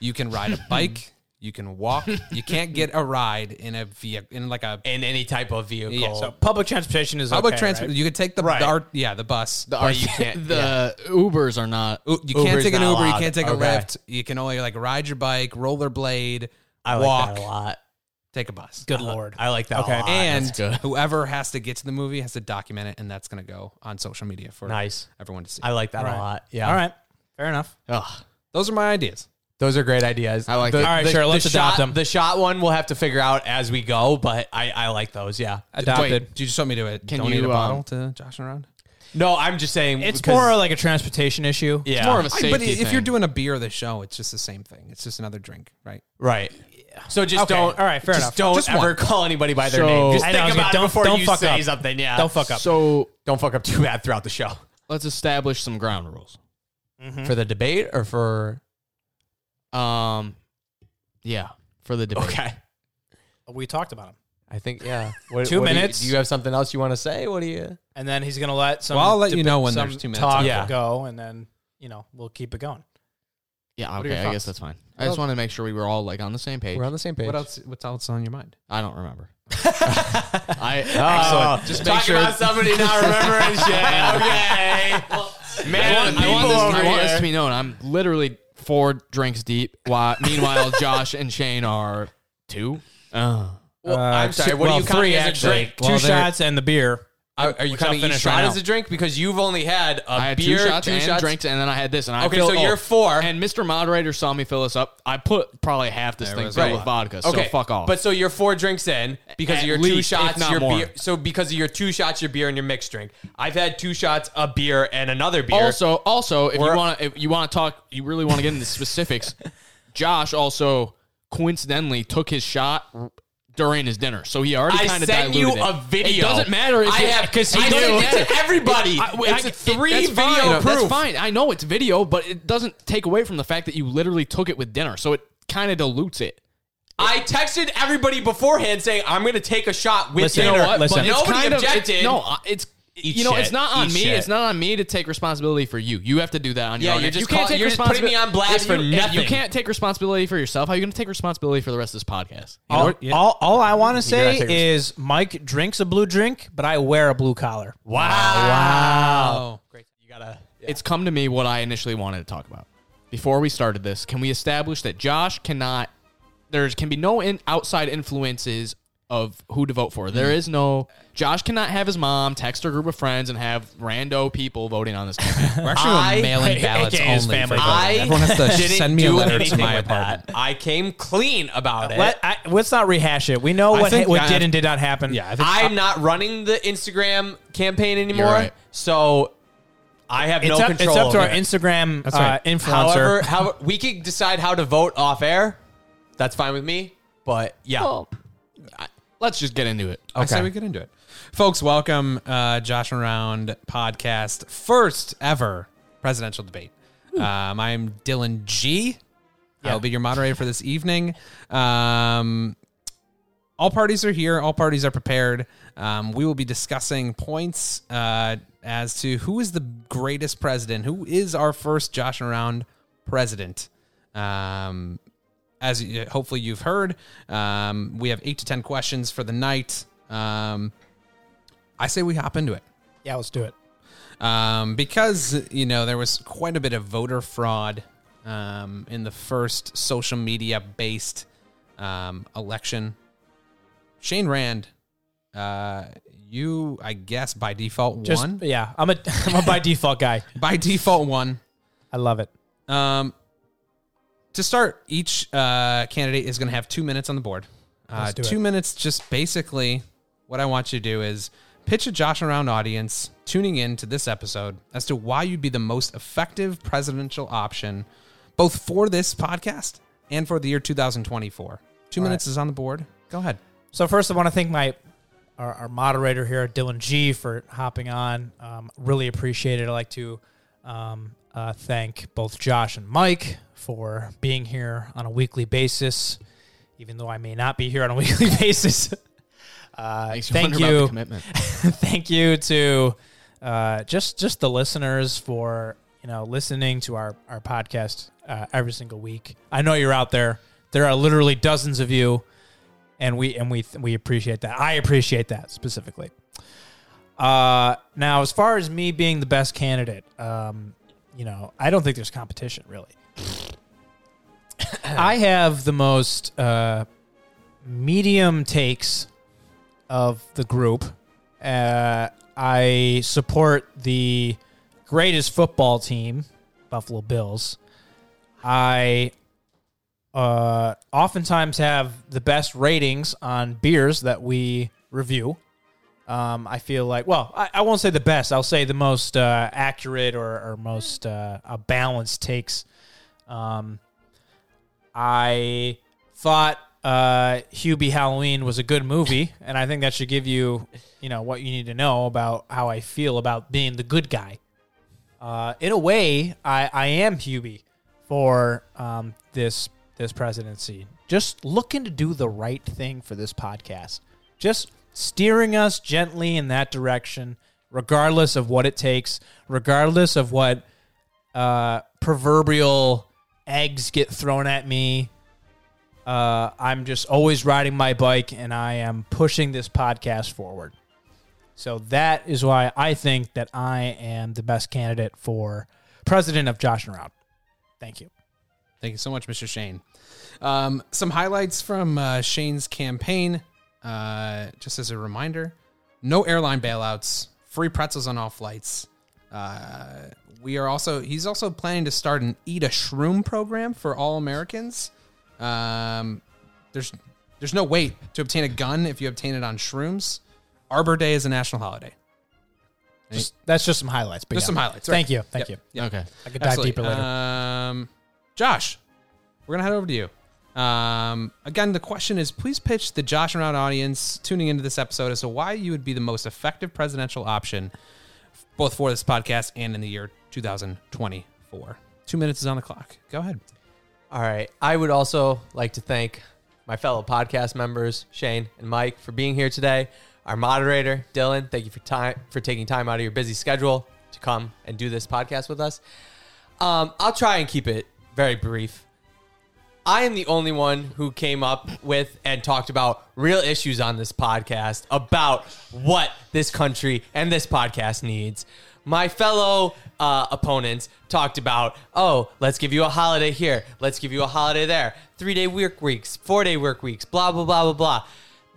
Speaker 3: You can ride a bike. you can walk. You can't get a ride in a vehicle in like a
Speaker 4: in any type of vehicle.
Speaker 3: Yeah, so-
Speaker 2: Public transportation is
Speaker 3: public
Speaker 2: okay,
Speaker 3: transport.
Speaker 2: right?
Speaker 3: You could take the, the R- yeah the bus.
Speaker 1: The,
Speaker 3: Or
Speaker 1: you can't, the Ubers are not.
Speaker 3: you, you can't
Speaker 4: Uber's
Speaker 3: take an
Speaker 4: not
Speaker 3: Uber. You
Speaker 4: allowed.
Speaker 3: can't take a
Speaker 4: Okay.
Speaker 3: lift. You can only like ride your bike, rollerblade,
Speaker 4: I like
Speaker 3: walk,
Speaker 4: that a lot.
Speaker 3: take a bus.
Speaker 2: Good lord.
Speaker 4: I like that
Speaker 2: Okay.
Speaker 4: a lot.
Speaker 3: And
Speaker 1: good.
Speaker 3: whoever has to get to the movie has to document it, and that's going to go on social media for
Speaker 4: Nice.
Speaker 3: everyone to see.
Speaker 4: I like that a lot. Yeah.
Speaker 2: All right. Fair enough.
Speaker 1: Ugh.
Speaker 3: Those are my ideas.
Speaker 4: Those are great ideas. I
Speaker 1: like
Speaker 4: the,
Speaker 1: it.
Speaker 4: All
Speaker 1: All
Speaker 2: right, sure, let's
Speaker 4: the
Speaker 2: adopt
Speaker 4: shot,
Speaker 2: them.
Speaker 4: The shot one we'll have to figure out as we go, but I, I like those. Yeah.
Speaker 2: Adopted.
Speaker 3: Wait, you just want me to it?
Speaker 1: Can
Speaker 3: Donate
Speaker 1: you,
Speaker 3: a bottle
Speaker 1: um,
Speaker 3: to Josh around?
Speaker 4: No, I'm just saying
Speaker 2: it's
Speaker 4: because-
Speaker 2: more like a transportation issue.
Speaker 4: yeah,
Speaker 1: It's more of a safety
Speaker 3: But if
Speaker 1: thing.
Speaker 3: you're doing a beer of the show, it's just the same thing. It's just another drink, right?
Speaker 4: right. So just
Speaker 2: Okay,
Speaker 4: don't.
Speaker 2: all right, fair
Speaker 4: just
Speaker 2: enough.
Speaker 4: Don't
Speaker 3: Just
Speaker 4: ever
Speaker 3: one.
Speaker 4: call anybody by their
Speaker 1: So-
Speaker 4: name. Just
Speaker 2: I know, I
Speaker 4: think
Speaker 2: was gonna-
Speaker 4: about
Speaker 2: don't-
Speaker 4: it before
Speaker 2: don't
Speaker 4: you
Speaker 2: fuck
Speaker 4: say
Speaker 2: up.
Speaker 4: something. Yeah.
Speaker 2: Don't fuck up.
Speaker 1: So
Speaker 4: Don't fuck up too bad throughout the show
Speaker 1: let's establish some ground rules.
Speaker 2: Mm-hmm.
Speaker 4: for the debate or for
Speaker 1: Um, yeah, for the debate.
Speaker 4: okay.
Speaker 2: we talked about him,
Speaker 4: I think yeah. What,
Speaker 2: Two
Speaker 4: what do you-
Speaker 2: minutes.
Speaker 4: Do you, have something else you want to say? What do you?
Speaker 2: and then he's gonna let some.
Speaker 3: Well, I'll let you
Speaker 2: deba-
Speaker 3: know when
Speaker 2: some
Speaker 3: there's two minutes
Speaker 2: Talk
Speaker 4: left. Yeah.
Speaker 2: go, and then you know we'll keep it going.
Speaker 1: Yeah,
Speaker 4: are your
Speaker 1: okay. I guess that's
Speaker 4: thoughts?
Speaker 1: fine. I just wanted to make sure we were all like on the same page.
Speaker 4: We're on the same page.
Speaker 3: What else? What's else on your mind?
Speaker 1: I don't remember. I
Speaker 4: Oh,
Speaker 1: excellent. Just
Speaker 4: Talk
Speaker 1: make sure.
Speaker 4: about somebody not remembering shit. Okay. Man,
Speaker 1: I want, this,
Speaker 4: people
Speaker 1: I
Speaker 4: over
Speaker 1: want this
Speaker 4: here.
Speaker 1: to be known. I'm literally four drinks deep. While, meanwhile, Josh and Shane are two.
Speaker 4: Well, Uh, I'm sorry.
Speaker 2: Uh, two-
Speaker 4: What
Speaker 2: well,
Speaker 4: are you counting
Speaker 2: three,
Speaker 4: as a
Speaker 2: actually.
Speaker 4: drink?
Speaker 2: Two shots and the beer.
Speaker 4: Are, are you
Speaker 2: Which I'll
Speaker 4: counting each
Speaker 2: finish right
Speaker 4: shot
Speaker 2: now.
Speaker 4: as a drink? Because you've only had a
Speaker 1: I had
Speaker 4: beer,
Speaker 1: two shots and drinks, and then I had this. And I
Speaker 4: Okay,
Speaker 1: feel-
Speaker 4: so you're four.
Speaker 1: And Mr. Moderator saw me fill this up. I put probably half this thing
Speaker 3: was
Speaker 1: filled
Speaker 4: a
Speaker 1: with
Speaker 4: lot.
Speaker 1: vodka. So
Speaker 4: Okay,
Speaker 1: fuck off.
Speaker 4: But so you're four drinks in because
Speaker 1: At
Speaker 4: of your two
Speaker 1: least, if
Speaker 4: shots,
Speaker 1: not
Speaker 4: your
Speaker 1: more.
Speaker 4: beer. So because of your two shots, your beer and your mixed drink. I've had two shots, a beer, and another beer.
Speaker 1: also, also, if
Speaker 4: We're-
Speaker 1: you want to, if you want to talk, you really want to get into specifics. Josh also coincidentally took his shot during his dinner, so he already
Speaker 4: I
Speaker 1: kind of
Speaker 4: sent
Speaker 1: diluted
Speaker 4: you
Speaker 1: it.
Speaker 4: a video.
Speaker 1: It doesn't matter. If
Speaker 4: I
Speaker 1: it-
Speaker 4: have because he
Speaker 1: it doesn't
Speaker 4: sent it
Speaker 1: matter.
Speaker 4: to everybody.
Speaker 1: I- I-
Speaker 4: it's
Speaker 1: it-
Speaker 4: three
Speaker 1: that's
Speaker 4: video
Speaker 1: fine.
Speaker 4: proof.
Speaker 1: That's fine. I know it's video, but it doesn't take away from the fact that you literally took it with dinner, so it kind of dilutes it.
Speaker 4: I texted everybody beforehand saying I'm going to take a shot with
Speaker 2: Listen,
Speaker 4: dinner,
Speaker 2: you know what?
Speaker 4: but
Speaker 2: Listen.
Speaker 1: It's
Speaker 4: nobody
Speaker 1: kind of- it's-
Speaker 4: objected.
Speaker 1: no, I- it's
Speaker 4: Eat
Speaker 1: you know,
Speaker 4: shit.
Speaker 1: it's not on
Speaker 4: Eat
Speaker 1: me.
Speaker 4: shit.
Speaker 1: It's not on me to take responsibility for you. You have to do that on your
Speaker 4: Yeah,
Speaker 1: own.
Speaker 4: you're
Speaker 1: If
Speaker 4: just
Speaker 1: you can't
Speaker 4: call-
Speaker 1: take
Speaker 4: you're just putting
Speaker 1: responsibi-
Speaker 4: me on blast
Speaker 1: if
Speaker 4: for
Speaker 1: you, if
Speaker 4: nothing.
Speaker 1: you can't take responsibility for yourself. How are you going to take responsibility for the rest of this podcast? You
Speaker 2: All,
Speaker 1: know?
Speaker 2: all, all I want to say
Speaker 4: take
Speaker 2: is Mike drinks a blue drink, but I wear a blue collar.
Speaker 4: wow. Wow. Great. You gotta.
Speaker 1: It's come to me what I initially wanted to talk about. Before we started this, can we establish that Josh cannot? There can be no in, outside influences of who to vote for.
Speaker 4: Mm.
Speaker 1: There is no Josh cannot have his mom text her group of friends and have rando people voting on this. campaign.
Speaker 3: We're actually doing
Speaker 4: I-
Speaker 3: mailing ballots
Speaker 2: AKA his
Speaker 3: only. For
Speaker 2: family.
Speaker 3: voting.
Speaker 4: I
Speaker 3: Everyone has to
Speaker 4: didn't
Speaker 3: send me a
Speaker 4: do
Speaker 3: letter to
Speaker 4: anything
Speaker 3: my
Speaker 4: with
Speaker 3: apartment.
Speaker 4: That. I came clean about it.
Speaker 2: Let, I, let's not rehash it. We know
Speaker 3: I
Speaker 2: what,
Speaker 3: think
Speaker 2: what
Speaker 4: uh,
Speaker 3: I-
Speaker 2: did and did not happen.
Speaker 3: Yeah, I think
Speaker 4: I'm not running the Instagram campaign anymore,
Speaker 1: right.
Speaker 4: so I have
Speaker 2: it's,
Speaker 4: no
Speaker 2: up, it's
Speaker 4: control.
Speaker 2: up to
Speaker 4: over
Speaker 2: our
Speaker 4: it.
Speaker 2: Instagram uh,
Speaker 3: right.
Speaker 2: influencer.
Speaker 4: However, how we could decide how to vote off air. That's fine with me. But yeah,
Speaker 5: Oh,
Speaker 1: Let's just get into it.
Speaker 3: I say we get into it. Folks, welcome uh, Josh Around podcast, first ever presidential debate. Um, I'm Dylan G. will be your moderator for this evening. Um, all parties are here. All parties are prepared. Um, we will be discussing points uh, as to who is the greatest president, who is our first Josh Around president. Um, as you, hopefully you've heard, um, we have eight to ten questions for the night. Um, I say we hop into it
Speaker 2: yeah, let's do it.
Speaker 3: um, because you know there was quite a bit of voter fraud um, in the first social media based um, election. Shane Rand, uh, you I guess by default
Speaker 2: Just
Speaker 3: won.
Speaker 2: yeah, I'm a I'm a by default guy.
Speaker 3: By default won.
Speaker 2: I love it.
Speaker 3: Um, to start, each uh, candidate is going to have two minutes on the board. Uh,
Speaker 2: Let's do
Speaker 3: two
Speaker 2: it.
Speaker 3: minutes, just basically what I want you to do is pitch a Josh Around audience tuning in to this episode as to why you'd be the most effective presidential option, both for this podcast and for the year 2024. Two minutes is on the board. Go ahead.
Speaker 2: So first, I want to thank my our, our moderator here, Dylan G, for hopping on. Um, really appreciate it. I'd like to um, uh, thank both Josh and Mike for being here on a weekly basis, even though I may not be here on a weekly basis. Uh,
Speaker 1: Makes
Speaker 2: thank
Speaker 1: wonder about the
Speaker 2: you,
Speaker 1: commitment.
Speaker 2: thank you to uh, just just the listeners for you know listening to our our podcast uh, every single week. I know you're out there. There are literally dozens of you, and we and we we appreciate that. I appreciate that specifically. Uh, now, as far as me being the best candidate, um, you know, I don't think there's competition really. I have the most uh, medium takes of the group. Uh, I support the greatest football team, Buffalo Bills. I uh, oftentimes have the best ratings on beers that we review. Um, I feel like, well, I, I won't say the best. I'll say the most uh, accurate or, or most uh, uh, balanced takes. Um, I thought uh, Hubie Halloween was a good movie, and I think that should give you, you know, what you need to know about how I feel about being the good guy. Uh, in a way, I, I am Hubie for um, this this presidency. Just looking to do the right thing for this podcast. Just steering us gently in that direction, regardless of what it takes, regardless of what uh, proverbial eggs get thrown at me. Uh, I'm just always riding my bike and I am pushing this podcast forward. So that is why I think that I am the best candidate for president of Josh and Round. Thank you.
Speaker 3: Thank you so much, Mr. Shane. Um, some highlights from uh, Shane's campaign. Uh, just as a reminder, no airline bailouts, free pretzels on all flights. Uh, we are also he's also planning to start an eat a shroom program for all Americans. Um, there's there's no wait to obtain a gun if you obtain it on shrooms. Arbor Day is a national holiday.
Speaker 2: Just, that's just some highlights. But
Speaker 3: Just
Speaker 2: yeah.
Speaker 3: some highlights,
Speaker 2: Thank
Speaker 3: right.
Speaker 2: you. Thank
Speaker 3: Yep.
Speaker 2: you.
Speaker 1: Okay.
Speaker 2: I could dive
Speaker 3: Absolutely.
Speaker 2: deeper later.
Speaker 3: Um, Josh, we're gonna head over to you. Um, again, the question is: Please pitch the Josh around audience tuning into this episode as to why you would be the most effective presidential option, both for this podcast and in the year 2024. Two minutes is on the clock. Go ahead.
Speaker 4: All right. I would also like to thank my fellow podcast members, Shane and Mike, for being here today. Our moderator, Dylan, thank you for time for taking time out of your busy schedule to come and do this podcast with us. Um, I'll try and keep it very brief. I am the only one who came up with and talked about real issues on this podcast about what this country and this podcast needs. My fellow uh, opponents talked about, oh, let's give you a holiday here, let's give you a holiday there, three day work weeks, four day work weeks, blah, blah, blah, blah, blah.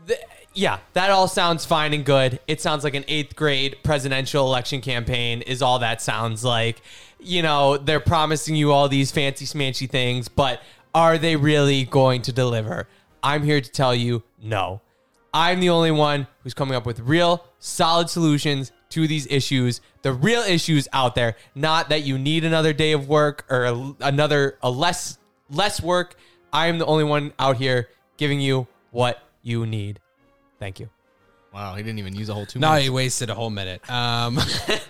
Speaker 4: Th- yeah, that all sounds fine and good. It sounds like an eighth grade presidential election campaign, is all that sounds like. You know, they're promising you all these fancy smanchy things, but are they really going to deliver? I'm here to tell you no. I'm the only one who's coming up with real solid solutions to these issues, the real issues out there, not that you need another day of work or a, another a less less work. I am the only one out here giving you what you need. Thank you.
Speaker 1: Wow, he didn't even use a whole two
Speaker 3: No,
Speaker 1: minutes.
Speaker 3: he wasted a whole minute. Um,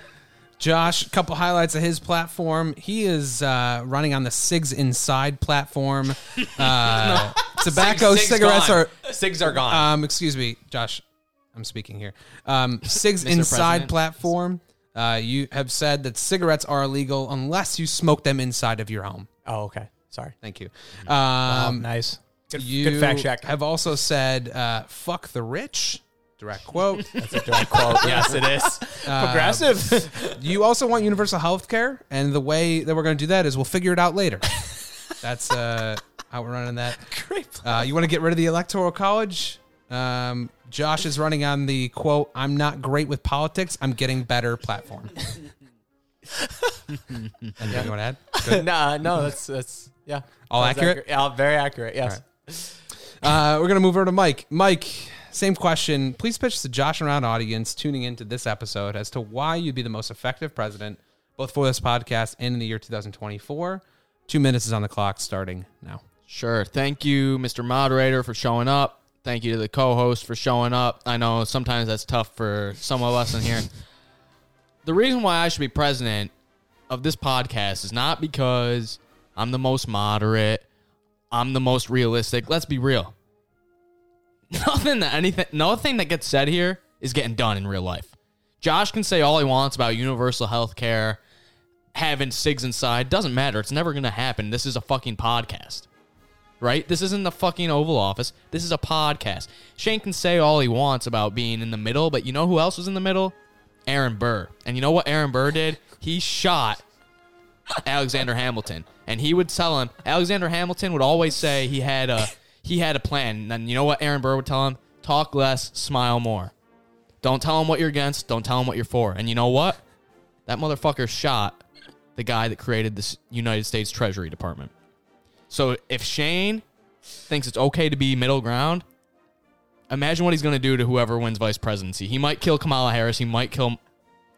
Speaker 3: Josh, couple highlights of his platform. He is uh, running on the Sigs Inside platform. Uh, Tobacco
Speaker 4: Sig's
Speaker 3: cigarettes
Speaker 4: gone.
Speaker 3: are
Speaker 4: cigs are gone.
Speaker 3: Um, excuse me, Josh. I'm speaking here. Um, Sig's inside
Speaker 1: President.
Speaker 3: platform. Uh, you have said that cigarettes are illegal unless you smoke them inside of your home.
Speaker 4: oh, okay. Sorry.
Speaker 3: Thank you. Um,
Speaker 2: Um, nice. Good,
Speaker 3: you
Speaker 2: good fact check.
Speaker 3: have also said uh, "fuck the rich." Direct quote.
Speaker 4: That's a direct quote. yes, it is.
Speaker 3: Um,
Speaker 2: Progressive.
Speaker 3: you also want universal health care, and the way that we're going to do that is we'll figure it out later. That's uh, how we're running that. Uh, you want to get rid of the electoral college? Um, Josh is running on the quote, I'm not great with politics, I'm getting better platform. Anything you want to add? Good.
Speaker 4: Uh, nah, no, that's that's yeah.
Speaker 3: All
Speaker 4: Sounds
Speaker 3: accurate?
Speaker 4: Yeah, all very accurate. Yes.
Speaker 3: Uh, we're going to move over to Mike. Mike, same question. Please pitch the Josh around audience tuning into this episode as to why you'd be the most effective president, both for this podcast and in the year 2024. Two minutes is on the clock starting now.
Speaker 1: Sure. Thank you, Mr. Moderator, for showing up. Thank you to the co host for showing up. I know sometimes that's tough for some of us in here. The reason why I should be president of this podcast is not because I'm the most moderate, I'm the most realistic. Let's be real. Nothing that anything nothing that gets said here is getting done in real life. Josh can say all he wants about universal health care, having SIGs inside, doesn't matter. It's never gonna happen. This is a fucking podcast right? This isn't the fucking Oval Office. This is a podcast. Shane can say all he wants about being in the middle, but you know who else was in the middle? Aaron Burr. And you know what Aaron Burr did? He shot Alexander Hamilton. And he would tell him Alexander Hamilton would always say he had a he had a plan. And you know what Aaron Burr would tell him? Talk less, smile more. Don't tell him what you're against, don't tell him what you're for. And you know what? That motherfucker shot the guy that created this United States Treasury Department. So if Shane thinks it's okay to be middle ground, imagine what he's going to do to whoever wins vice presidency. He might kill Kamala Harris. He might kill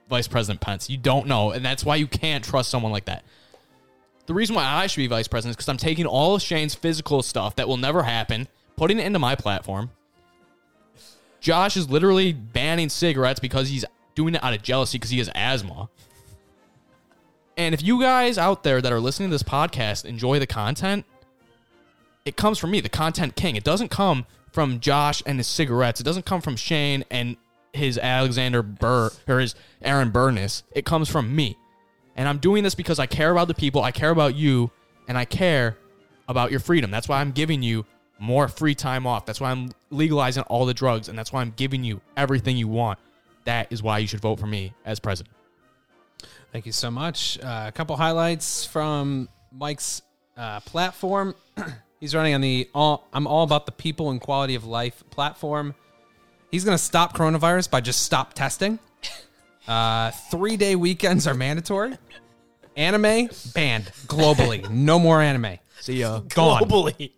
Speaker 1: Vice President Pence. You don't know. And that's why you can't trust someone like that. The reason why I should be vice president is because I'm taking all of Shane's physical stuff that will never happen, putting it into my platform. Josh is literally banning cigarettes because he's doing it out of jealousy because he has asthma. And if you guys out there that are listening to this podcast enjoy the content, it comes from me, the content king. It doesn't come from Josh and his cigarettes. It doesn't come from Shane and his Alexander Burr or his Aaron Burness. It comes from me. And I'm doing this because I care about the people, I care about you, and I care about your freedom. That's why I'm giving you more free time off. That's why I'm legalizing all the drugs, and that's why I'm giving you everything you want. That is why you should vote for me as president.
Speaker 3: Thank you so much. Uh, a couple highlights from Mike's uh, platform. He's running on the all, I'm all about the people and quality of life platform. He's going to stop coronavirus by just stop testing. Uh, three day weekends are mandatory. Anime banned globally. No more anime.
Speaker 1: See ya.
Speaker 3: Gone.
Speaker 2: Globally.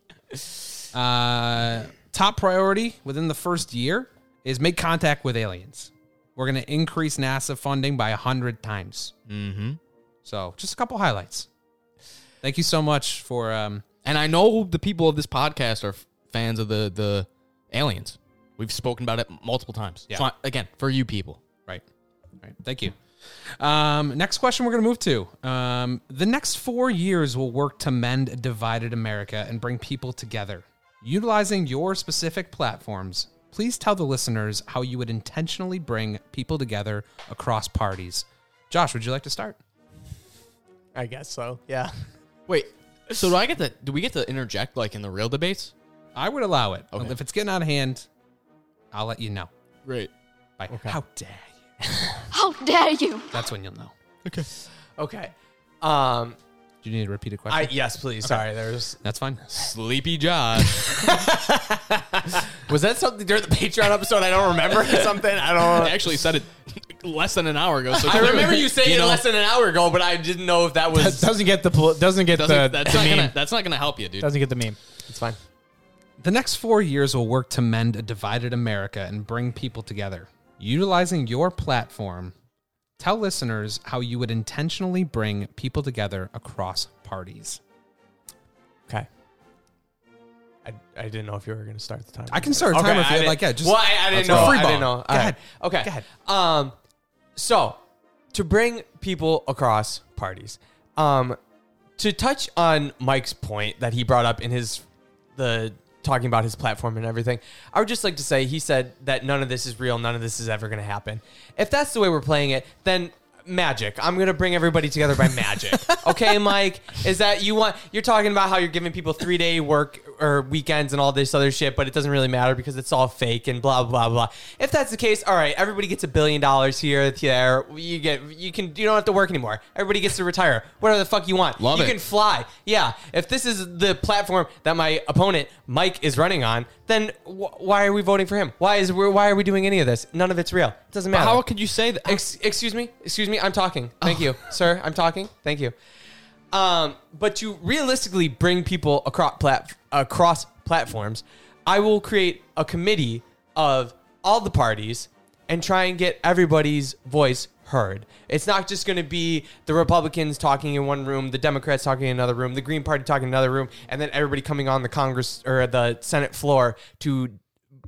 Speaker 3: Uh, top priority within the first year is make contact with aliens. We're going to increase NASA funding by 100 times. Mm-hmm. So, just a couple highlights. Thank you so much for. Um,
Speaker 1: And I know the people of this podcast are f- fans of the the aliens. We've spoken about it multiple times.
Speaker 3: Yeah.
Speaker 1: So I- again, for you people,
Speaker 3: right. Right. Thank you. Um, next question we're going to move to. Um, the next four years will work to mend a divided America and bring people together. Utilizing your specific platforms, please tell the listeners how you would intentionally bring people together across parties. Josh, would you like to start?
Speaker 2: I guess so. Yeah.
Speaker 1: Wait. So do I get to? Do we get to interject like in the real debates?
Speaker 3: I would allow it.
Speaker 1: Okay.
Speaker 3: If it's getting out of hand, I'll let you know.
Speaker 1: Right.
Speaker 3: Bye. How dare you?
Speaker 5: How dare you?
Speaker 3: That's when you'll know.
Speaker 4: Okay. Um.
Speaker 3: Do you need to repeat a question?
Speaker 4: I yes, please. Sorry. There's
Speaker 3: That's fine.
Speaker 1: Sleepy Josh.
Speaker 4: was that something during the Patreon episode? I don't remember something. I
Speaker 1: I
Speaker 4: don't.
Speaker 1: actually said it less than an hour ago. So
Speaker 4: I remember you saying
Speaker 1: know,
Speaker 4: it less than an hour ago, but I didn't know if that was.
Speaker 2: doesn't get the poli- doesn't get
Speaker 1: Doesn't,
Speaker 2: the,
Speaker 1: that's
Speaker 2: the
Speaker 1: not
Speaker 2: meme.
Speaker 1: gonna. That's not gonna help you, dude.
Speaker 2: doesn't get the meme.
Speaker 4: It's fine.
Speaker 3: The next four years will work to mend a divided America and bring people together. Utilizing your platform, tell listeners how you would intentionally bring people together across parties.
Speaker 4: Okay. I, I didn't know if you were going to start the time.
Speaker 3: I can start a timer if
Speaker 4: I
Speaker 3: you-
Speaker 4: didn't-
Speaker 3: like, yeah, just-
Speaker 4: well, I, I didn't
Speaker 3: let's
Speaker 4: know.
Speaker 3: go. Free
Speaker 4: I
Speaker 3: ball.
Speaker 4: didn't know. All
Speaker 3: Go ahead.
Speaker 4: right. Okay.
Speaker 3: Go ahead.
Speaker 4: Um, so to bring people across parties, um, to touch on Mike's point that he brought up in his the talking about his platform and everything, I would just like to say he said that none of this is real, none of this is ever going to happen. If that's the way we're playing it, then magic. I'm going to bring everybody together by magic. okay, Mike, is that you want you're talking about how you're giving people 3-day work or weekends and all this other shit, but it doesn't really matter because it's all fake and blah blah blah. If that's the case, all right, everybody gets a billion dollars here, there. You get you can you don't have to work anymore. Everybody gets to retire. Whatever the fuck you want.
Speaker 1: Love
Speaker 4: you
Speaker 1: it.
Speaker 4: can fly. Yeah. If this is the platform that my opponent Mike is running on, then wh- why are we voting for him? Why is we why are we doing any of this? None of it's real. It doesn't matter.
Speaker 1: How could you say that?
Speaker 4: Ex- excuse me, excuse me. I'm talking. Thank you, sir. I'm talking. Thank you. Um, but to realistically bring people across plat- across platforms, I will create a committee of all the parties and try and get everybody's voice heard. It's not just going to be the Republicans talking in one room, the Democrats talking in another room, the Green Party talking in another room, and then everybody coming on the Congress or the Senate floor to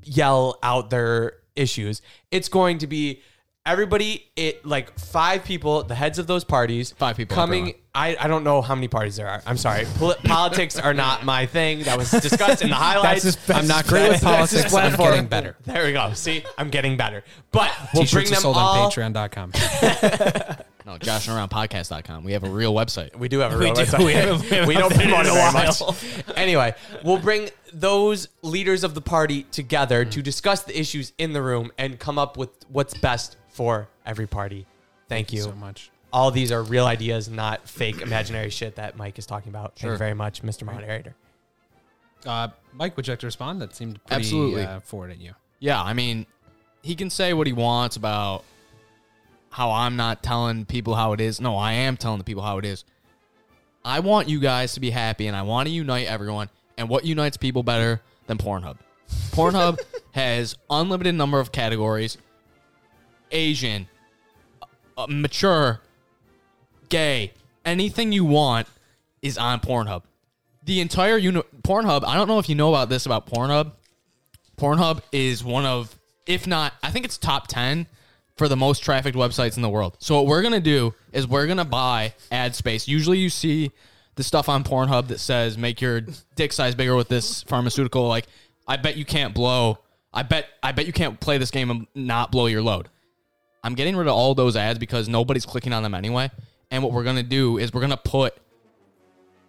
Speaker 4: yell out their issues. It's going to be everybody it like five people, the heads of those parties,
Speaker 1: Five people,
Speaker 4: coming
Speaker 1: everyone.
Speaker 4: I, I don't know how many parties there are. I'm sorry. Poli- politics are not my thing. That was discussed in the highlights.
Speaker 2: his- that's
Speaker 3: I'm not great with
Speaker 2: That's his
Speaker 3: politics. but I'm
Speaker 2: platform.
Speaker 3: getting better.
Speaker 4: There we go. See, I'm getting better. But we'll
Speaker 3: T-shirts
Speaker 4: bring
Speaker 3: are
Speaker 4: them
Speaker 3: sold
Speaker 4: all.
Speaker 3: on Patreon.com.
Speaker 1: No, joshandaroundpodcast.com. We have a real website.
Speaker 4: We do have a real
Speaker 2: do.
Speaker 4: website.
Speaker 2: We haven't- we haven't
Speaker 4: don't
Speaker 2: updated
Speaker 4: promote
Speaker 2: in
Speaker 4: it
Speaker 2: a
Speaker 4: very
Speaker 2: while.
Speaker 4: much. Anyway, we'll bring those leaders of the party together
Speaker 3: Mm.
Speaker 4: to discuss the issues in the room and come up with what's best for every party. Thank, you.
Speaker 3: so much.
Speaker 4: All these are real ideas, not fake imaginary shit that Mike is talking about. Thank you very much, Mr. Moderator.
Speaker 3: Uh, Mike, would you like to respond? That seemed pretty
Speaker 1: Absolutely.
Speaker 3: Uh, forward at you.
Speaker 1: Yeah, I mean, he can say what he wants about how I'm not telling people how it is. No, I am telling the people how it is. I want you guys to be happy and I want to unite everyone. And what unites people better than Pornhub? Pornhub has unlimited number of categories. Asian, uh, mature, gay, anything you want is on Pornhub. The entire uni- Pornhub, I don't know if you know about this about Pornhub. Pornhub is one of, if not, I think it's top 10 for the most trafficked websites in the world. So what we're going to do is we're going to buy ad space. Usually you see the stuff on Pornhub that says make your dick size bigger with this pharmaceutical like I bet you can't blow. I bet I bet you can't play this game and not blow your load. I'm getting rid of all those ads because nobody's clicking on them anyway. And what we're going to do is we're going to put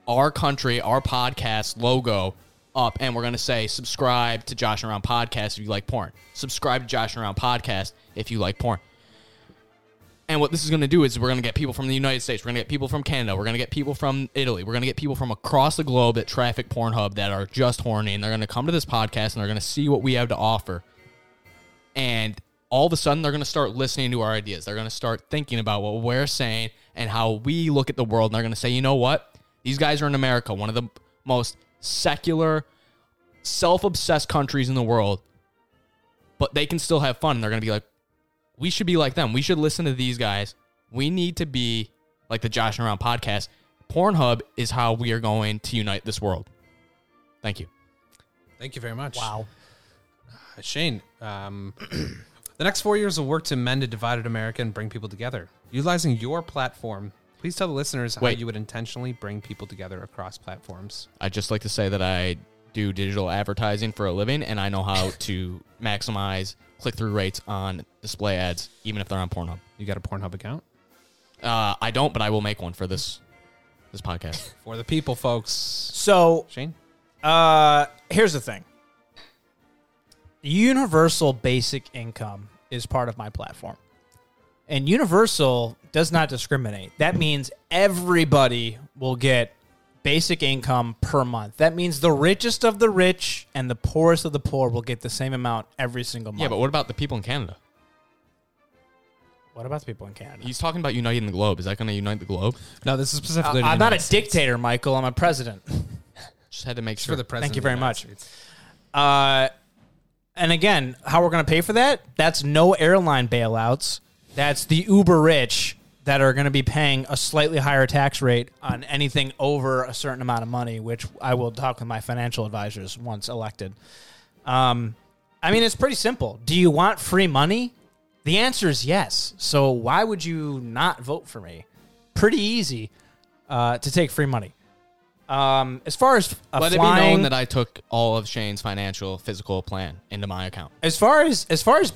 Speaker 1: our country, our podcast logo up and we're going to say subscribe to Josh and Around Podcast if you like porn. Subscribe to Josh and Around Podcast if you like porn. And what this is going to do is we're going to get people from the United States. We're going to get people from Canada. We're going to get people from Italy. We're going to get people from across the globe that traffic Pornhub that are just horny. And they're going to come to this podcast and they're going to see what we have to offer. And all of a sudden, they're going to start listening to our ideas. They're going to start thinking about what we're saying and how we look at the world. And they're going to say, you know what? These guys are in America, one of the most secular, self obsessed countries in the world. But they can still have fun. And they're going to be like, we should be like them. We should listen to these guys. We need to be like the Josh and Around podcast. Pornhub is how we are going to unite this world. Thank you.
Speaker 3: Thank you very much. Wow. Shane, um, the next four years will work to mend a divided America and bring people together. Utilizing your platform, please tell the listeners
Speaker 1: Wait.
Speaker 3: how you would intentionally bring people together across platforms.
Speaker 1: I'd just like to say that I do digital advertising for a living and I know how to maximize click through rates on display ads, even if they're on Pornhub.
Speaker 3: You got a Pornhub account?
Speaker 1: Uh, I don't, but I will make one for this this podcast.
Speaker 3: For the people, folks.
Speaker 2: So
Speaker 3: Shane?
Speaker 2: Uh, here's the thing. Universal basic income is part of my platform. And universal does not discriminate. That means everybody will get basic income per month. That means the richest of the rich and the poorest of the poor will get the same amount every single month.
Speaker 1: yeah, but what about the people in Canada?
Speaker 2: what about the people in Canada?
Speaker 1: He's talking about uniting the globe. Is that going to unite the globe?
Speaker 3: No, this is specifically.
Speaker 2: Uh, I'm not a dictator, Michael. I'm a president.
Speaker 1: Just had to make sure.
Speaker 3: for the president.
Speaker 2: Thank you very
Speaker 3: of the United
Speaker 2: much.
Speaker 3: States.
Speaker 2: Uh, and again, how we're going to pay for that? That's no airline bailouts. That's the uber rich that are going to be paying a slightly higher tax rate on anything over a certain amount of money, which I will talk with my financial advisors once elected. Um, I mean, it's pretty simple. Do you want free money? The answer is yes. So why would you not vote for me? Pretty easy uh, to take free money. Um, as far as a
Speaker 1: Let
Speaker 2: flying,
Speaker 1: it be known that I took all of Shane's financial physical plan into my account.
Speaker 2: As far as as far as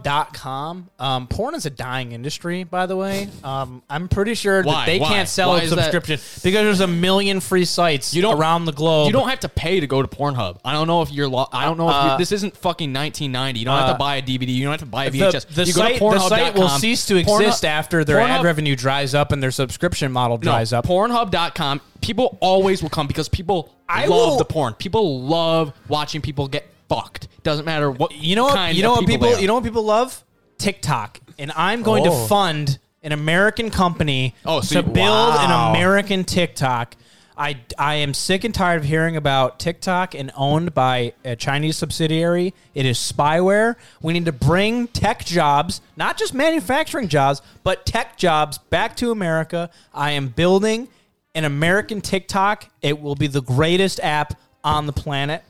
Speaker 2: Pornhub.com, um, porn is a dying industry, by the way. Um, I'm pretty sure
Speaker 1: Why?
Speaker 2: that they
Speaker 1: Why?
Speaker 2: can't sell
Speaker 1: Why
Speaker 2: a
Speaker 1: is that-
Speaker 2: subscription because there's a million free sites
Speaker 1: You don't-
Speaker 2: around the globe.
Speaker 1: You don't have to pay to go to Pornhub. I don't know if you're. Lo- I don't know if you
Speaker 2: Uh,
Speaker 1: this isn't fucking 1990. You don't have
Speaker 2: uh,
Speaker 1: to buy a DVD. You don't have to buy a
Speaker 2: the,
Speaker 1: VHS.
Speaker 2: the
Speaker 1: you
Speaker 2: site,
Speaker 1: go to
Speaker 2: the site will
Speaker 1: Pornhub.com.
Speaker 2: cease to
Speaker 1: Pornhub-
Speaker 2: exist after their ad
Speaker 1: Pornhub-
Speaker 2: revenue dries up and their subscription model
Speaker 1: No,
Speaker 2: dries up.
Speaker 1: Pornhub.com. People always will come because people
Speaker 2: I
Speaker 1: love
Speaker 2: will-
Speaker 1: the porn. People love watching people get fucked. Doesn't matter what
Speaker 2: you know what
Speaker 1: kind
Speaker 2: you know
Speaker 1: of
Speaker 2: what people,
Speaker 1: they are.
Speaker 2: you know what people love TikTok, and I'm going
Speaker 4: Oh.
Speaker 2: to fund an American company
Speaker 1: Oh, so
Speaker 2: to
Speaker 1: you-
Speaker 2: build
Speaker 4: wow.
Speaker 2: an American TikTok. I I am sick and tired of hearing about TikTok and owned by a Chinese subsidiary. It is spyware. We need to bring tech jobs, not just manufacturing jobs, but tech jobs back to America. I am building an American TikTok. It will be the greatest app on the planet.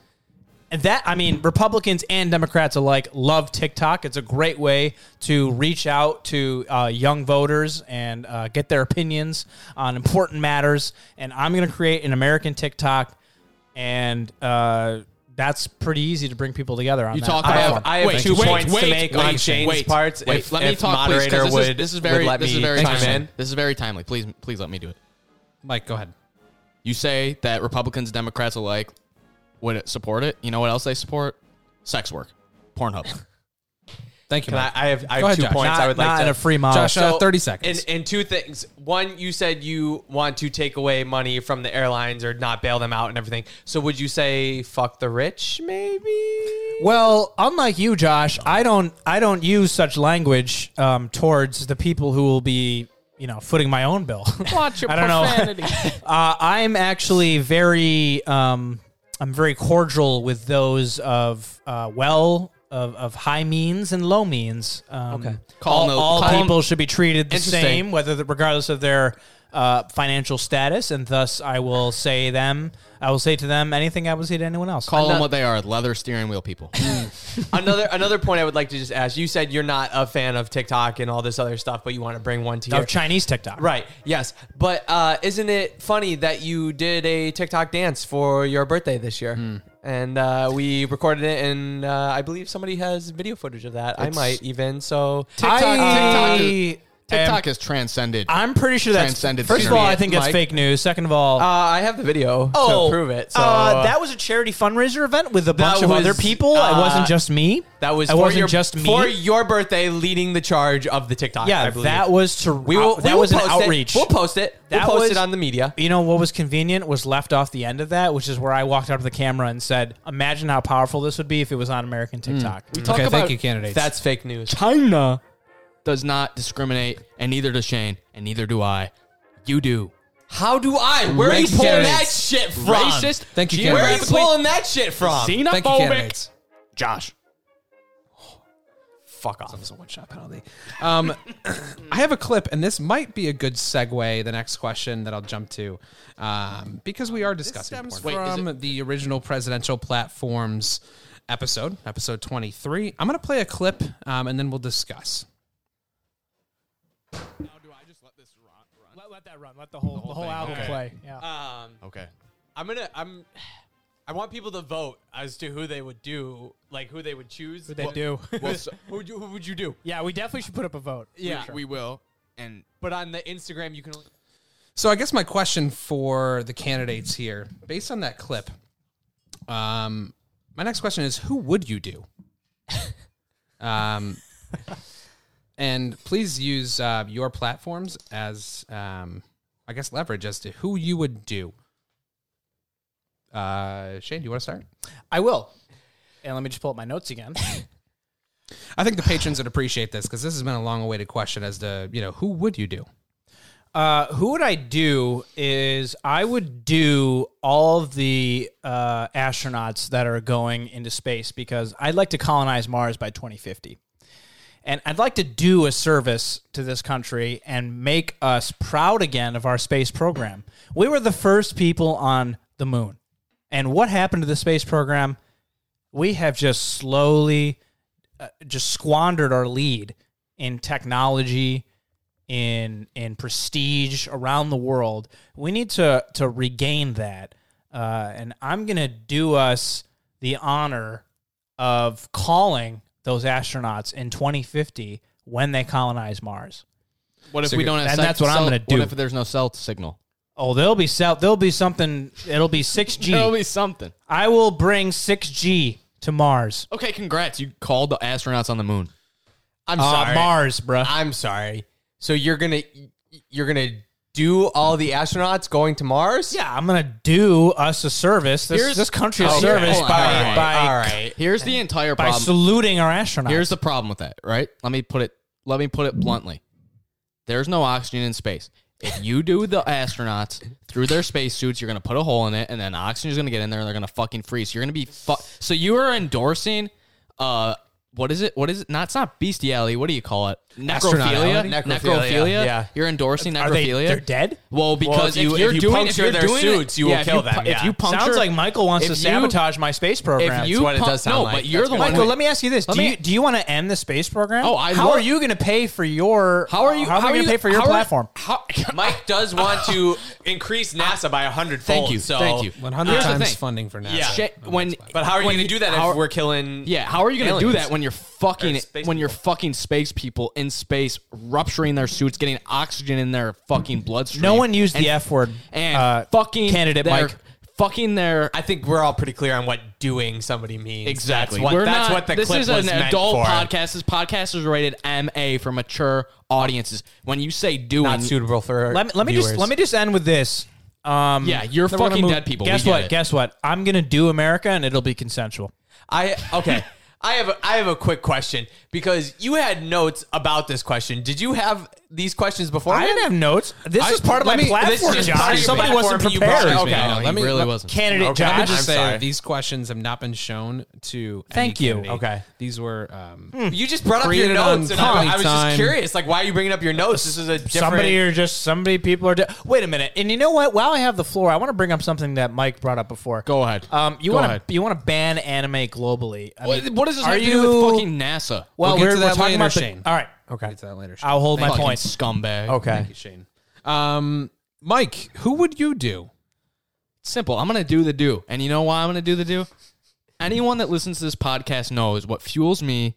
Speaker 2: And that, I mean, Republicans and Democrats alike love TikTok. It's a great way to reach out to uh, young voters and uh, get their opinions on important matters. And I'm going to create an American TikTok, and uh, that's pretty easy to bring people together on
Speaker 1: You
Speaker 2: that
Speaker 1: talk
Speaker 4: I
Speaker 2: platform.
Speaker 4: have,
Speaker 1: about-
Speaker 4: I have
Speaker 1: Wait,
Speaker 4: two
Speaker 1: wait,
Speaker 4: points to
Speaker 1: wait,
Speaker 4: make
Speaker 1: wait,
Speaker 4: on Shane's
Speaker 1: wait,
Speaker 4: parts.
Speaker 1: Wait,
Speaker 4: if,
Speaker 1: let me
Speaker 4: if
Speaker 1: talk, please, 'cause
Speaker 4: moderator
Speaker 1: this is-
Speaker 4: would,
Speaker 1: this is
Speaker 4: would
Speaker 1: very
Speaker 4: let
Speaker 1: this
Speaker 4: me
Speaker 1: is very
Speaker 4: chime
Speaker 1: timely.
Speaker 4: in.
Speaker 1: This is very timely. Please, please let me do it.
Speaker 3: Mike, go ahead.
Speaker 1: You say that Republicans, Democrats alike would support it. You know what else they support? Sex work, Pornhub.
Speaker 3: Thank you,
Speaker 4: Can I,
Speaker 3: Mike.
Speaker 4: I have, I have
Speaker 3: Go ahead,
Speaker 4: two
Speaker 3: Josh.
Speaker 4: points
Speaker 2: Not,
Speaker 4: I would
Speaker 2: not
Speaker 4: like
Speaker 2: in
Speaker 4: to.
Speaker 2: a free model.
Speaker 3: Josh, uh, 30 seconds.
Speaker 4: And, and two things. One, you said you want to take away money from the airlines or not bail them out and everything. So would you say fuck the rich, maybe?
Speaker 2: Well, unlike you, Josh, I don't I don't use such language um, towards the people who will be you know footing my own bill. Watch your I don't know. uh, I'm actually very um, I'm very cordial with those of uh, well. Of, of high means and low means. Um, okay.
Speaker 1: Call
Speaker 2: all
Speaker 1: no-
Speaker 2: all
Speaker 1: call-
Speaker 2: people should be treated the
Speaker 1: Interesting.
Speaker 2: same, whether the, regardless of their uh, financial status, and thus I will say them. I will say to them anything I would say to anyone else.
Speaker 1: Call them what they are: leather steering wheel people.
Speaker 2: Mm.
Speaker 4: another another point I would like to just ask. You said you're not a fan of TikTok and all this other stuff, but you want to bring one to your
Speaker 2: of Chinese TikTok.
Speaker 4: Right. Yes. But uh, isn't it funny that you did a TikTok dance for your birthday this year?
Speaker 2: Hmm.
Speaker 4: And uh, we recorded it, and uh, I believe somebody has video footage of that. I might even. So
Speaker 2: TikTok,
Speaker 1: I-
Speaker 2: TikTok,
Speaker 1: TikTok- TikTok has transcended.
Speaker 2: I'm pretty sure that's
Speaker 1: Transcended
Speaker 2: First of all,
Speaker 1: Syria.
Speaker 2: I think that's
Speaker 4: Mike.
Speaker 2: fake news. Second of all,
Speaker 4: Uh, I have the video
Speaker 2: oh,
Speaker 4: to prove it. So
Speaker 2: uh, that was a charity fundraiser event with a bunch of
Speaker 4: was,
Speaker 2: other people. it wasn't
Speaker 4: uh,
Speaker 2: just me.
Speaker 4: that was
Speaker 2: It
Speaker 4: for
Speaker 2: wasn't
Speaker 4: your,
Speaker 2: just me.
Speaker 4: for your birthday, leading the charge of the TikTok.
Speaker 2: yeah,
Speaker 4: I believe.
Speaker 2: that was to uh,
Speaker 4: we will.
Speaker 2: that
Speaker 4: we will
Speaker 2: was an
Speaker 4: post it.
Speaker 2: outreach.
Speaker 4: We'll post it.
Speaker 2: That
Speaker 4: we'll post
Speaker 2: was-
Speaker 4: it on the media.
Speaker 2: you know what was convenient was left off the end of that, which is where I walked up to the camera and said, "Imagine how powerful this would be if it was on American
Speaker 4: Hmm.
Speaker 2: TikTok."
Speaker 1: Talk
Speaker 3: okay,
Speaker 1: about-
Speaker 3: thank you, candidates.
Speaker 4: That's fake news.
Speaker 1: China does not discriminate, and neither does Shane, and neither do I. You do.
Speaker 4: How do I? Where are you
Speaker 3: Racist.
Speaker 4: pulling that shit from?
Speaker 1: Racist.
Speaker 3: Thank you,
Speaker 4: Where are you
Speaker 3: candidates.
Speaker 4: pulling that shit from?
Speaker 3: Thank you,
Speaker 1: Xenophobic.
Speaker 3: candidates.
Speaker 1: Josh.
Speaker 4: Fuck off.
Speaker 3: It's a one shot penalty. Um, I have a clip, and this might be a good segue. The next question that I'll jump to, um, because we are discussing
Speaker 1: stems
Speaker 3: porn.
Speaker 1: Wait, is
Speaker 3: from the original presidential platforms episode, episode twenty three. I'm going to play a clip, um, and then we'll discuss.
Speaker 2: Let, that run. Let the whole the whole, album play. Yeah.
Speaker 4: Um,
Speaker 1: Okay.
Speaker 4: I'm gonna. I'm. I want people to vote as to who they would do, like who they would choose. Who
Speaker 2: they do.
Speaker 1: Well, so-
Speaker 4: who, would you, who would you do?
Speaker 2: yeah, we definitely should put up a vote.
Speaker 4: Yeah.
Speaker 1: we will. And
Speaker 4: But on the Instagram, you can. Only-
Speaker 3: So I guess my question for the candidates here, based on that clip, um, my next question is, who would you do? um, and please use uh, your platforms as, um, I guess, leverage as to who you would do. Uh, Shane, do you want to start?
Speaker 2: I will. And let me just pull up my notes again.
Speaker 3: I think the patrons would appreciate this because this has been a long-awaited question as to you know who would you do.
Speaker 2: Uh, who would I do is I would do all of the uh, astronauts that are going into space because I'd like to colonize Mars by 2050. And I'd like to do a service to this country and make us proud again of our space program. We were the first people on the moon. And what happened to the space program? We have just slowly uh, just squandered our lead in technology in in prestige around the world. We need to to regain that, uh, and I'm gonna do us the honor of calling those astronauts in 2050 when they colonize Mars.
Speaker 1: what if
Speaker 3: So
Speaker 1: we
Speaker 3: you're-
Speaker 1: don't have
Speaker 2: and
Speaker 1: cell-
Speaker 2: that's what I'm
Speaker 1: cell-
Speaker 2: gonna do.
Speaker 1: What if there's no cell signal?
Speaker 2: Oh, there'll be south. There'll be something. It'll be 6G.
Speaker 1: be something.
Speaker 2: I will bring 6G to Mars.
Speaker 1: Okay, congrats. You called the astronauts on the moon.
Speaker 4: I'm
Speaker 2: Uh,
Speaker 4: sorry.
Speaker 2: Mars, bruh.
Speaker 4: I'm sorry. So you're gonna you're gonna do all the astronauts going to Mars?
Speaker 2: yeah, I'm gonna do us a service. This,
Speaker 1: Here's-
Speaker 2: this country a
Speaker 1: Okay,
Speaker 2: service
Speaker 1: hold on,
Speaker 2: by
Speaker 1: all right,
Speaker 2: by,
Speaker 4: all right.
Speaker 1: Here's the entire
Speaker 2: by
Speaker 1: problem.
Speaker 2: saluting our astronauts.
Speaker 1: Here's the problem with that, right? Let me put it let me put it bluntly. There's no oxygen in space. If you do the astronauts through their spacesuits, you're gonna put a hole in it, and then oxygen's gonna get in there, and they're gonna fucking freeze. You're gonna be fu- so you are endorsing, uh, what is it? What is it? Not it's not bestiality. What do you call it? Necrophilia.
Speaker 4: Astronautility?
Speaker 1: Necrophilia.
Speaker 4: Necrophilia, yeah.
Speaker 1: You're endorsing necrophilia.
Speaker 2: Are they? They're dead.
Speaker 1: Well, because
Speaker 4: if
Speaker 1: you,
Speaker 4: you
Speaker 1: are doing,
Speaker 4: puncture
Speaker 1: if you're
Speaker 4: their
Speaker 1: doing it-
Speaker 4: suits, you will
Speaker 1: yeah, if
Speaker 4: kill
Speaker 1: pu-
Speaker 4: them,
Speaker 1: If
Speaker 4: yeah.
Speaker 1: you puncture,
Speaker 2: Sounds like Michael wants
Speaker 1: if
Speaker 2: to
Speaker 1: you-
Speaker 2: sabotage my space program.
Speaker 1: If you
Speaker 4: That's what it
Speaker 1: pun-
Speaker 4: does sound
Speaker 1: no,
Speaker 4: like.
Speaker 1: but you're
Speaker 4: That's
Speaker 1: the
Speaker 4: what
Speaker 1: one.
Speaker 4: it
Speaker 2: Michael,
Speaker 4: Wait.
Speaker 2: let me ask you this:
Speaker 1: Let
Speaker 2: Do
Speaker 1: me-
Speaker 2: you do you want to end the space program?
Speaker 1: Oh, I
Speaker 2: how
Speaker 1: love-
Speaker 2: are you going to pay for your?
Speaker 1: How are you?
Speaker 2: How, are you going to pay for your
Speaker 1: how are-
Speaker 2: platform?
Speaker 1: how-
Speaker 4: Mike does want to increase NASA by a hundred.
Speaker 1: Thank you.
Speaker 4: So
Speaker 1: thank you.
Speaker 3: 100
Speaker 1: Here's the
Speaker 3: times
Speaker 1: thing.
Speaker 3: funding for NASA.
Speaker 4: Yeah.
Speaker 1: Shit, when,
Speaker 4: But how are you
Speaker 1: when
Speaker 4: gonna do that
Speaker 1: how-
Speaker 4: if we're killing?
Speaker 1: yeah, how are you gonna do
Speaker 4: aliens?
Speaker 1: that when you're fucking
Speaker 4: Or space
Speaker 1: when you're fucking space people in space rupturing their suits, getting oxygen in their fucking bloodstream?
Speaker 2: No one used
Speaker 1: and-
Speaker 2: the F word.
Speaker 1: And
Speaker 2: uh,
Speaker 1: fucking
Speaker 2: candidate
Speaker 1: their-
Speaker 2: Mike.
Speaker 1: fucking their
Speaker 4: I think we're all pretty clear on what doing somebody means.
Speaker 1: exactly.
Speaker 4: That's what,
Speaker 1: We're
Speaker 4: that's
Speaker 1: not,
Speaker 4: what the
Speaker 1: this
Speaker 4: clip
Speaker 1: is
Speaker 4: was
Speaker 1: an
Speaker 4: meant
Speaker 1: adult
Speaker 4: for.
Speaker 1: podcast. This podcast is rated MA for mature audiences. When you say doing,
Speaker 4: Not suitable for.
Speaker 2: Let me let me just
Speaker 4: viewers.
Speaker 2: let me just end with this. Um,
Speaker 1: Yeah, you're
Speaker 2: then we're gonna
Speaker 1: fucking dead people.
Speaker 2: Guess
Speaker 1: We get
Speaker 2: what?
Speaker 1: it.
Speaker 2: Guess what? I'm going to do America, and it'll be consensual.
Speaker 4: I okay. I have a, I have a quick question because you had notes about this question. Did you have these questions before?
Speaker 2: I didn't have notes. This is part of my
Speaker 3: let me-
Speaker 4: this
Speaker 2: platform,
Speaker 4: is just part
Speaker 2: Josh.
Speaker 4: of your
Speaker 2: Somebody
Speaker 4: platform
Speaker 2: wasn't
Speaker 4: that you brought
Speaker 2: prepared.
Speaker 4: up.
Speaker 1: okay,
Speaker 4: Okay,
Speaker 1: no,
Speaker 3: let
Speaker 1: he
Speaker 3: me-
Speaker 1: really
Speaker 3: let-
Speaker 1: wasn't.
Speaker 2: Candidate
Speaker 4: Okay.
Speaker 3: Let me
Speaker 2: Josh.
Speaker 3: just
Speaker 4: I'm
Speaker 3: say
Speaker 4: sorry.
Speaker 3: these questions have not been shown to. any
Speaker 2: Thank you.
Speaker 3: candidate.
Speaker 4: Okay. Hmm.
Speaker 3: these were. Um,
Speaker 4: You just brought up your
Speaker 3: Created on
Speaker 4: notes, and I, I was
Speaker 3: time.
Speaker 4: just curious, like, why are you bringing up your notes? This is a different.
Speaker 2: Somebody or just somebody people are. Di- Wait a minute. And you know what? While I have the floor, I want to bring up something that Mike brought up before.
Speaker 1: Go ahead.
Speaker 2: Um, you
Speaker 1: Go
Speaker 2: want
Speaker 1: ahead.
Speaker 2: to you want to ban anime globally? I
Speaker 1: What,
Speaker 2: mean,
Speaker 1: what does this
Speaker 2: are
Speaker 1: have to
Speaker 2: you,
Speaker 1: do with fucking NASA?
Speaker 2: Well,
Speaker 3: We'll
Speaker 2: we
Speaker 3: get
Speaker 2: are
Speaker 3: to that
Speaker 2: talking
Speaker 3: later,
Speaker 2: about the-
Speaker 3: Shane.
Speaker 2: all right.
Speaker 3: We'll get to that later. Shane.
Speaker 2: I'll hold my
Speaker 1: fucking
Speaker 2: point.
Speaker 1: scumbag.
Speaker 4: okay.
Speaker 3: Thank you, Shane. Um, Mike, who would you do?
Speaker 1: Simple. I'm going to do the do. And you know why I'm going to do the do? Anyone that listens to this podcast knows what fuels me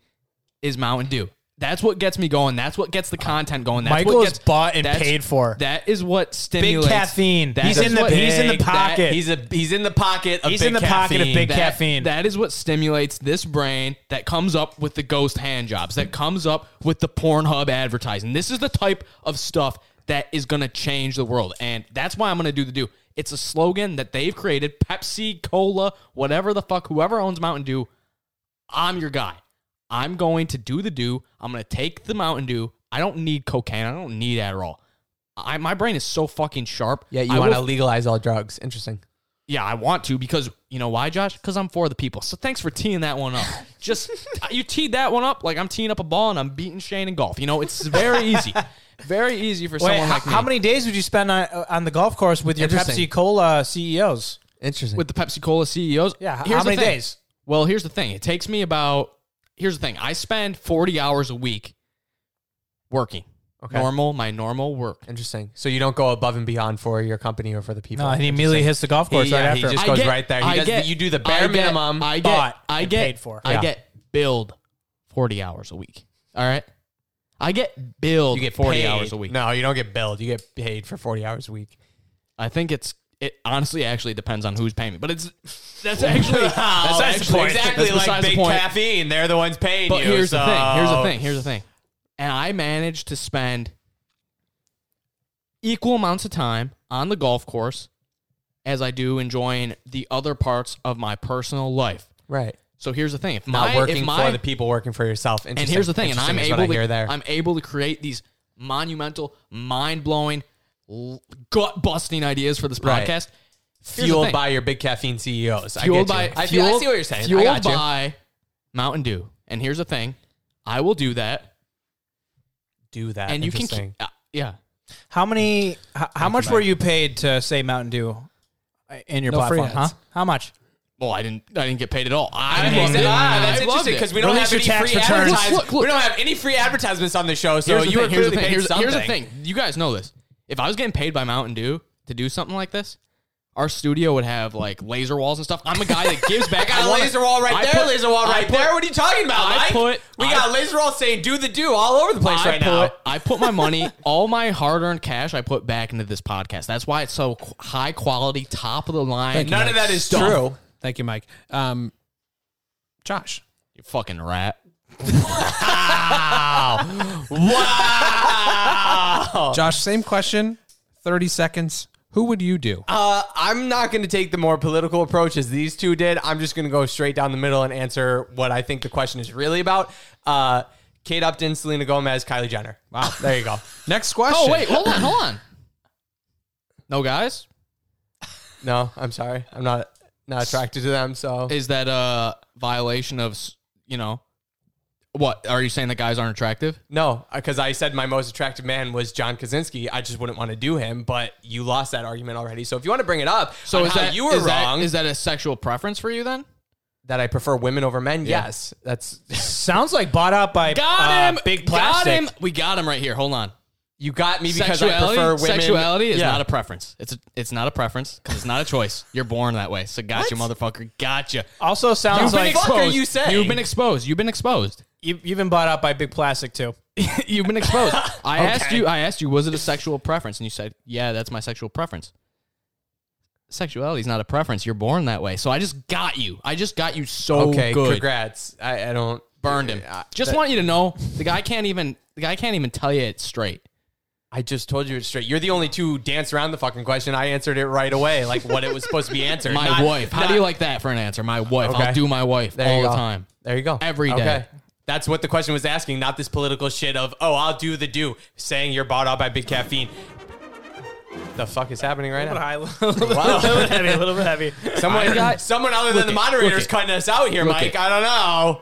Speaker 1: is Mountain Dew. That's what gets me going. That's what gets the content going. That's
Speaker 2: Michael
Speaker 1: what
Speaker 2: is
Speaker 1: gets,
Speaker 2: bought and
Speaker 1: that's-
Speaker 2: paid for.
Speaker 1: That is what stimulates
Speaker 2: caffeine.
Speaker 1: That
Speaker 2: He's
Speaker 1: is
Speaker 2: in the-
Speaker 1: what-
Speaker 2: he's in the
Speaker 1: that-
Speaker 2: pocket.
Speaker 4: He's a he's in the pocket. Of
Speaker 2: He's
Speaker 4: big
Speaker 2: in the pocket of
Speaker 4: caffeine.
Speaker 2: big
Speaker 4: That-
Speaker 2: caffeine.
Speaker 1: That is what stimulates this brain that comes up with the ghost hand jobs, that comes up with the Pornhub advertising. This is the type of stuff that is going to change the world. And that's why I'm going to do the do. It's a slogan that they've created Pepsi, Cola, whatever the fuck, whoever owns Mountain Dew, I'm your guy. I'm going to do the do. I'm going to take the Mountain Dew. I don't need cocaine. I don't need Adderall. I, my brain is so fucking sharp.
Speaker 4: Yeah,
Speaker 1: I
Speaker 4: you want to
Speaker 1: will-
Speaker 4: legalize all drugs. Interesting.
Speaker 1: yeah, I want to because you know why, Josh? Because I'm for the people. So thanks for teeing that one up. Just uh, you teed that one up like I'm teeing up a ball and I'm beating Shane in golf. You know, it's very easy, very easy for
Speaker 2: Wait,
Speaker 1: someone
Speaker 2: how,
Speaker 1: like me.
Speaker 2: how many days would you spend on, uh, on the golf course with your
Speaker 4: Interesting.
Speaker 2: Pepsi Cola uh, E CEOs?
Speaker 4: Interesting.
Speaker 1: with the Pepsi Cola CEOs?
Speaker 2: Yeah, h-
Speaker 1: here's
Speaker 2: how
Speaker 1: the
Speaker 2: many
Speaker 1: thing.
Speaker 2: days?
Speaker 1: Well, here's the thing. It takes me about. Here's the thing. I spend 40 hours a week working.
Speaker 4: Okay.
Speaker 1: Normal, my normal work.
Speaker 4: Interesting. So you don't go above and beyond for your company or for the people.
Speaker 2: No, he immediately hits the golf course
Speaker 4: He-
Speaker 2: right
Speaker 4: yeah, he
Speaker 2: after.
Speaker 4: just
Speaker 1: I
Speaker 4: goes right there. He does the- you do the bare
Speaker 1: I get-
Speaker 4: minimum,
Speaker 1: I get.
Speaker 2: bought
Speaker 1: I
Speaker 2: and
Speaker 1: get
Speaker 2: paid for.
Speaker 1: I
Speaker 4: Yeah.
Speaker 1: get billed forty hours a week. All right. I get billed
Speaker 4: you get
Speaker 1: forty
Speaker 4: paid.
Speaker 1: hours a week.
Speaker 4: No, you don't get billed. You get paid for forty hours a week.
Speaker 1: I think it's. It honestly actually depends on who's paying me, but it's that's actually that's actually
Speaker 4: exactly
Speaker 1: that's
Speaker 4: like
Speaker 1: besides the
Speaker 4: big
Speaker 1: point.
Speaker 4: caffeine. They're the ones paying
Speaker 1: But
Speaker 4: you.
Speaker 1: here's the thing. Here's the
Speaker 4: so-
Speaker 1: thing. Here's the thing. And I managed to spend equal amounts of time on the golf course as I do enjoying the other parts of my personal life.
Speaker 4: Right.
Speaker 1: So here's the thing: if
Speaker 4: Not
Speaker 1: my,
Speaker 4: working
Speaker 1: if my,
Speaker 4: for the people, working for yourself.
Speaker 1: and here's the thing, and I'm able
Speaker 4: to
Speaker 1: to
Speaker 4: hear there.
Speaker 1: I'm able to create these monumental, mind blowing, gut busting ideas for this
Speaker 4: Right.
Speaker 1: podcast, Here's the
Speaker 4: fueled
Speaker 1: thing.
Speaker 4: by your big caffeine CEOs.
Speaker 1: fueled
Speaker 4: I
Speaker 1: by
Speaker 4: get you. I, feel-
Speaker 1: fueled,
Speaker 4: I see what you're saying.
Speaker 1: Fueled
Speaker 4: I got you.
Speaker 1: by Mountain Dew. And here's the thing: I will do that,
Speaker 4: Do that.
Speaker 1: and you can,
Speaker 4: Interesting.
Speaker 1: keep- uh, yeah.
Speaker 2: How many? h- How, much were you paid to say Mountain Dew uh, in your
Speaker 4: No free
Speaker 2: platform? Huh?
Speaker 4: ads.
Speaker 2: How much?
Speaker 1: Well, I didn't. I didn't get paid at all. I,
Speaker 4: Okay,
Speaker 1: loved
Speaker 4: so-
Speaker 1: it.
Speaker 4: ah, that's
Speaker 1: I loved
Speaker 4: interesting
Speaker 1: it.
Speaker 4: because we don't
Speaker 2: Release
Speaker 4: have
Speaker 2: your
Speaker 4: any
Speaker 2: tax
Speaker 4: free
Speaker 2: returns.
Speaker 4: advertisements.
Speaker 1: Look, look.
Speaker 4: We don't have any free advertisements on the show, so
Speaker 1: Here's the
Speaker 4: you were
Speaker 1: thing, here's the
Speaker 4: clearly
Speaker 1: thing,
Speaker 4: paid
Speaker 1: here's,
Speaker 4: something.
Speaker 1: here's the thing. You guys know this. If I was getting paid by Mountain Dew to do something like this, our studio would have like laser walls and stuff. I'm a guy that gives
Speaker 4: I
Speaker 1: back.
Speaker 4: got a
Speaker 1: wanna-
Speaker 4: laser wall right
Speaker 1: I
Speaker 4: there,
Speaker 1: put-
Speaker 4: laser wall
Speaker 1: I
Speaker 4: right
Speaker 1: put-
Speaker 4: there. What are you talking about,
Speaker 1: I
Speaker 4: Mike?
Speaker 1: put-
Speaker 4: we
Speaker 1: I-
Speaker 4: got laser wall saying "do the do" all over the place
Speaker 1: I
Speaker 4: right
Speaker 1: put,
Speaker 4: now.
Speaker 1: I put my money, all my hard-earned cash, I put back into this podcast. That's why it's so qu- high quality, top of the line.
Speaker 4: None of that is
Speaker 1: stuff.
Speaker 4: true.
Speaker 3: Thank you, Mike. Um, Josh,
Speaker 1: You fucking rat.
Speaker 4: Uh.
Speaker 3: Josh, same question. Thirty seconds. Who would you do?
Speaker 4: Uh, I'm not going to take the more political approach as these two did. I'm just going to go straight down the middle and answer what I think the question is really about. Uh, Kate Upton, Selena Gomez, Kylie Jenner. Wow, there you go.
Speaker 3: Next question.
Speaker 1: Oh wait, hold on, hold on. No guys,
Speaker 4: No, I'm sorry, I'm not not attracted to them. So
Speaker 1: is that a violation of s- you know? What are you saying that guys aren't attractive?
Speaker 4: No, because I said my most attractive man was John Kaczynski. I just wouldn't want to do him, but you lost that argument already. So if you want to bring it up,
Speaker 1: So
Speaker 4: on
Speaker 1: is
Speaker 4: how
Speaker 1: that
Speaker 4: you were
Speaker 1: is that-
Speaker 4: wrong?
Speaker 1: is that a sexual preference for you then?
Speaker 4: that I prefer women over men? Yes, that's
Speaker 2: Sounds like bought out by uh, Big Plastic.
Speaker 1: Got him. We got him right here. Hold on.
Speaker 4: you got me because I
Speaker 1: sexuality,
Speaker 4: prefer women.
Speaker 1: sexuality is
Speaker 4: Yeah.
Speaker 1: not a preference. It's a, it's not a preference because it's not a choice. You're born that way. So gotcha, motherfucker. Gotcha.
Speaker 2: Also sounds
Speaker 1: You've been
Speaker 2: like
Speaker 4: fuck are
Speaker 1: exposed.
Speaker 4: you saying?
Speaker 1: have been exposed. You've been exposed.
Speaker 2: you, you've been bought out by Big Plastic too.
Speaker 1: You've been exposed. I asked you. I asked you. Was it a sexual preference? And you said, Yeah, that's my sexual preference. Sexuality is not a preference. You're born that way. So I just got you. I just got you so
Speaker 4: okay,
Speaker 1: Oh, good.
Speaker 4: congrats. I, I don't
Speaker 1: Burned him.
Speaker 4: I,
Speaker 1: Just
Speaker 4: that-
Speaker 1: want you to know, the guy can't even. The guy can't even tell you it straight.
Speaker 4: I just told you it straight. You're the only two who dance around the fucking question. I answered it right away, like what it was supposed to be answered.
Speaker 1: My
Speaker 4: Not-
Speaker 1: wife. How
Speaker 4: not-
Speaker 1: do you like that for an answer? My wife.
Speaker 4: Okay.
Speaker 1: I'll do my wife
Speaker 4: There
Speaker 1: all
Speaker 4: you
Speaker 1: the
Speaker 4: go.
Speaker 1: time.
Speaker 4: There you go.
Speaker 1: Every day.
Speaker 4: That's what the question was asking, not this political shit of, oh, I'll do the do, saying you're bought out by big caffeine. The fuck is happening right
Speaker 2: a
Speaker 4: now?
Speaker 2: little bit heavy, a little bit heavy.
Speaker 4: Someone,
Speaker 1: got-
Speaker 4: someone other than the
Speaker 1: it, look
Speaker 4: moderator's
Speaker 1: it.
Speaker 4: cutting us out here,
Speaker 1: Look
Speaker 4: Mike.
Speaker 1: it.
Speaker 4: I don't know.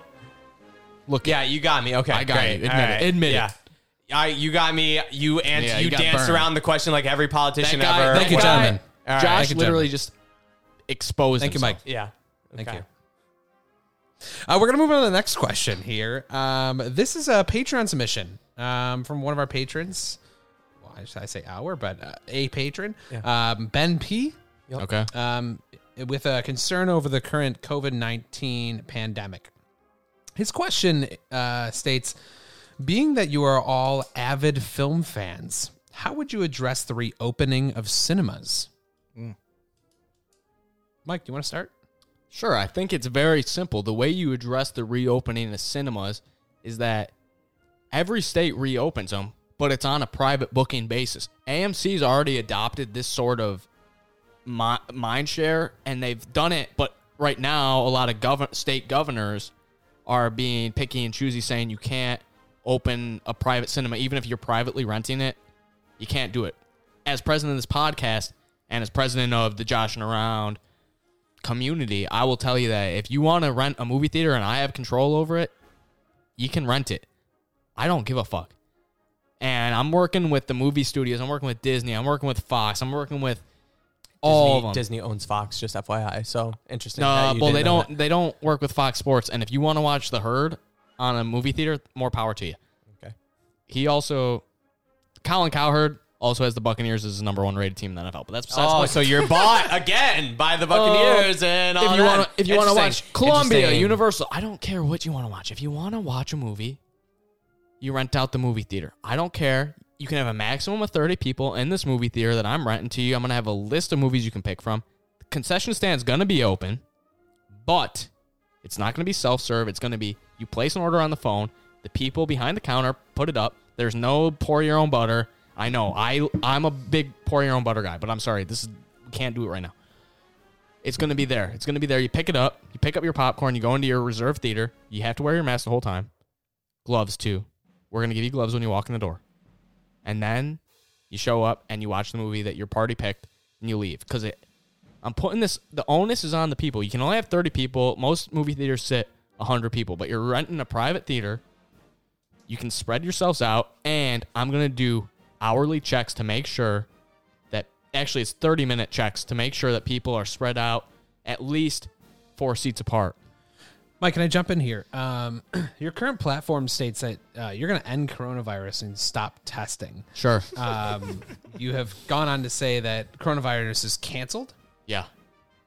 Speaker 1: Look,
Speaker 4: Yeah, you got me. Okay,
Speaker 1: I got
Speaker 4: great.
Speaker 1: you. Admit
Speaker 4: All
Speaker 1: it. Admit it.
Speaker 4: yeah. I, you got me. You ans-
Speaker 1: Yeah,
Speaker 4: you,
Speaker 1: you got
Speaker 4: danced
Speaker 1: burned.
Speaker 4: around the question like every
Speaker 1: that
Speaker 4: politician
Speaker 1: guy.
Speaker 4: ever.
Speaker 1: Thank you,
Speaker 4: Well,
Speaker 1: gentlemen.
Speaker 4: All right.
Speaker 1: Josh
Speaker 3: Thank you,
Speaker 1: literally just exposed.
Speaker 3: Thank you,
Speaker 1: himself.
Speaker 3: Mike.
Speaker 4: Yeah.
Speaker 3: Thank
Speaker 4: Okay.
Speaker 3: you. Uh, we're gonna move on to the next question here. Um, this is a Patreon submission um, from one of our patrons. Well, I, should- I say our, but uh, a patron, um, Ben P.
Speaker 1: Okay.
Speaker 3: um, with a concern over the current COVID 19 pandemic. His question uh, states Being that you are all avid film fans, how would you address the reopening of cinemas? Mike, do you want to start?
Speaker 1: Sure, I think it's very simple. The way you address the reopening of cinemas is that every state reopens them, but it's on a private booking basis. AMC's already adopted this sort of mi- mind share, and they've done it. But right now, a lot of gov- state governors are being picky and choosy, saying you can't open a private cinema, even if you're privately renting it. You can't do it. As president of this podcast and as president of the Josh and Around community, I will tell you that if you want to rent a movie theater and I have control over it, you can rent it. I don't give a fuck. And I'm working with the movie studios. I'm working with Disney. I'm working with Fox. I'm working with all
Speaker 4: Disney,
Speaker 1: of them.
Speaker 4: Disney owns Fox, just FYI. So interesting. that
Speaker 1: No,
Speaker 4: you
Speaker 1: well
Speaker 4: didn't
Speaker 1: they
Speaker 4: know
Speaker 1: don't. They don't work with Fox Sports. And if you want to watch The Herd on a movie theater, more power to you.
Speaker 4: that. Okay.
Speaker 1: He also, Colin Cowherd also has the Buccaneers as his number one rated team in the NFL. But that's besides the
Speaker 4: oh,
Speaker 1: point.
Speaker 4: so you're bought again by the Buccaneers and all
Speaker 1: if you
Speaker 4: that.
Speaker 1: want to if you want to watch
Speaker 4: Interesting.
Speaker 1: Columbia
Speaker 4: Interesting.
Speaker 1: Universal, I don't care what you want to watch. If you want to watch a movie, you rent out the movie theater. I don't care. You can have a maximum of 30 people in this movie theater that I'm renting to you. I'm going to have a list of movies you can pick from. The concession stand's going to be open, but it's not going to be self-serve. It's going to be you place an order on the phone, the people behind the counter put it up. There's no pour your own butter. I know. I I'm a big pour your own butter guy, but I'm sorry. This is we can't do it right now. It's going to be there. It's going to be there. You pick it up. You pick up your popcorn. You go into your reserve theater. You have to wear your mask the whole time. Gloves, too. We're going to give you gloves when you walk in the door. And then you show up and you watch the movie that your party picked and you leave. Because it, I'm putting this, the onus is on the people. You can only have 30 people. Most movie theaters sit 100 people, but you're renting a private theater. You can spread yourselves out. And I'm going to do hourly checks to make sure that actually it's 30 minute checks to make sure that people are spread out at least four seats apart.
Speaker 3: Mike, can I jump in here? Um, your current platform states that uh, you're going to end coronavirus and stop testing.
Speaker 1: Sure.
Speaker 3: Um, you have gone on to say that coronavirus is canceled.
Speaker 1: yeah.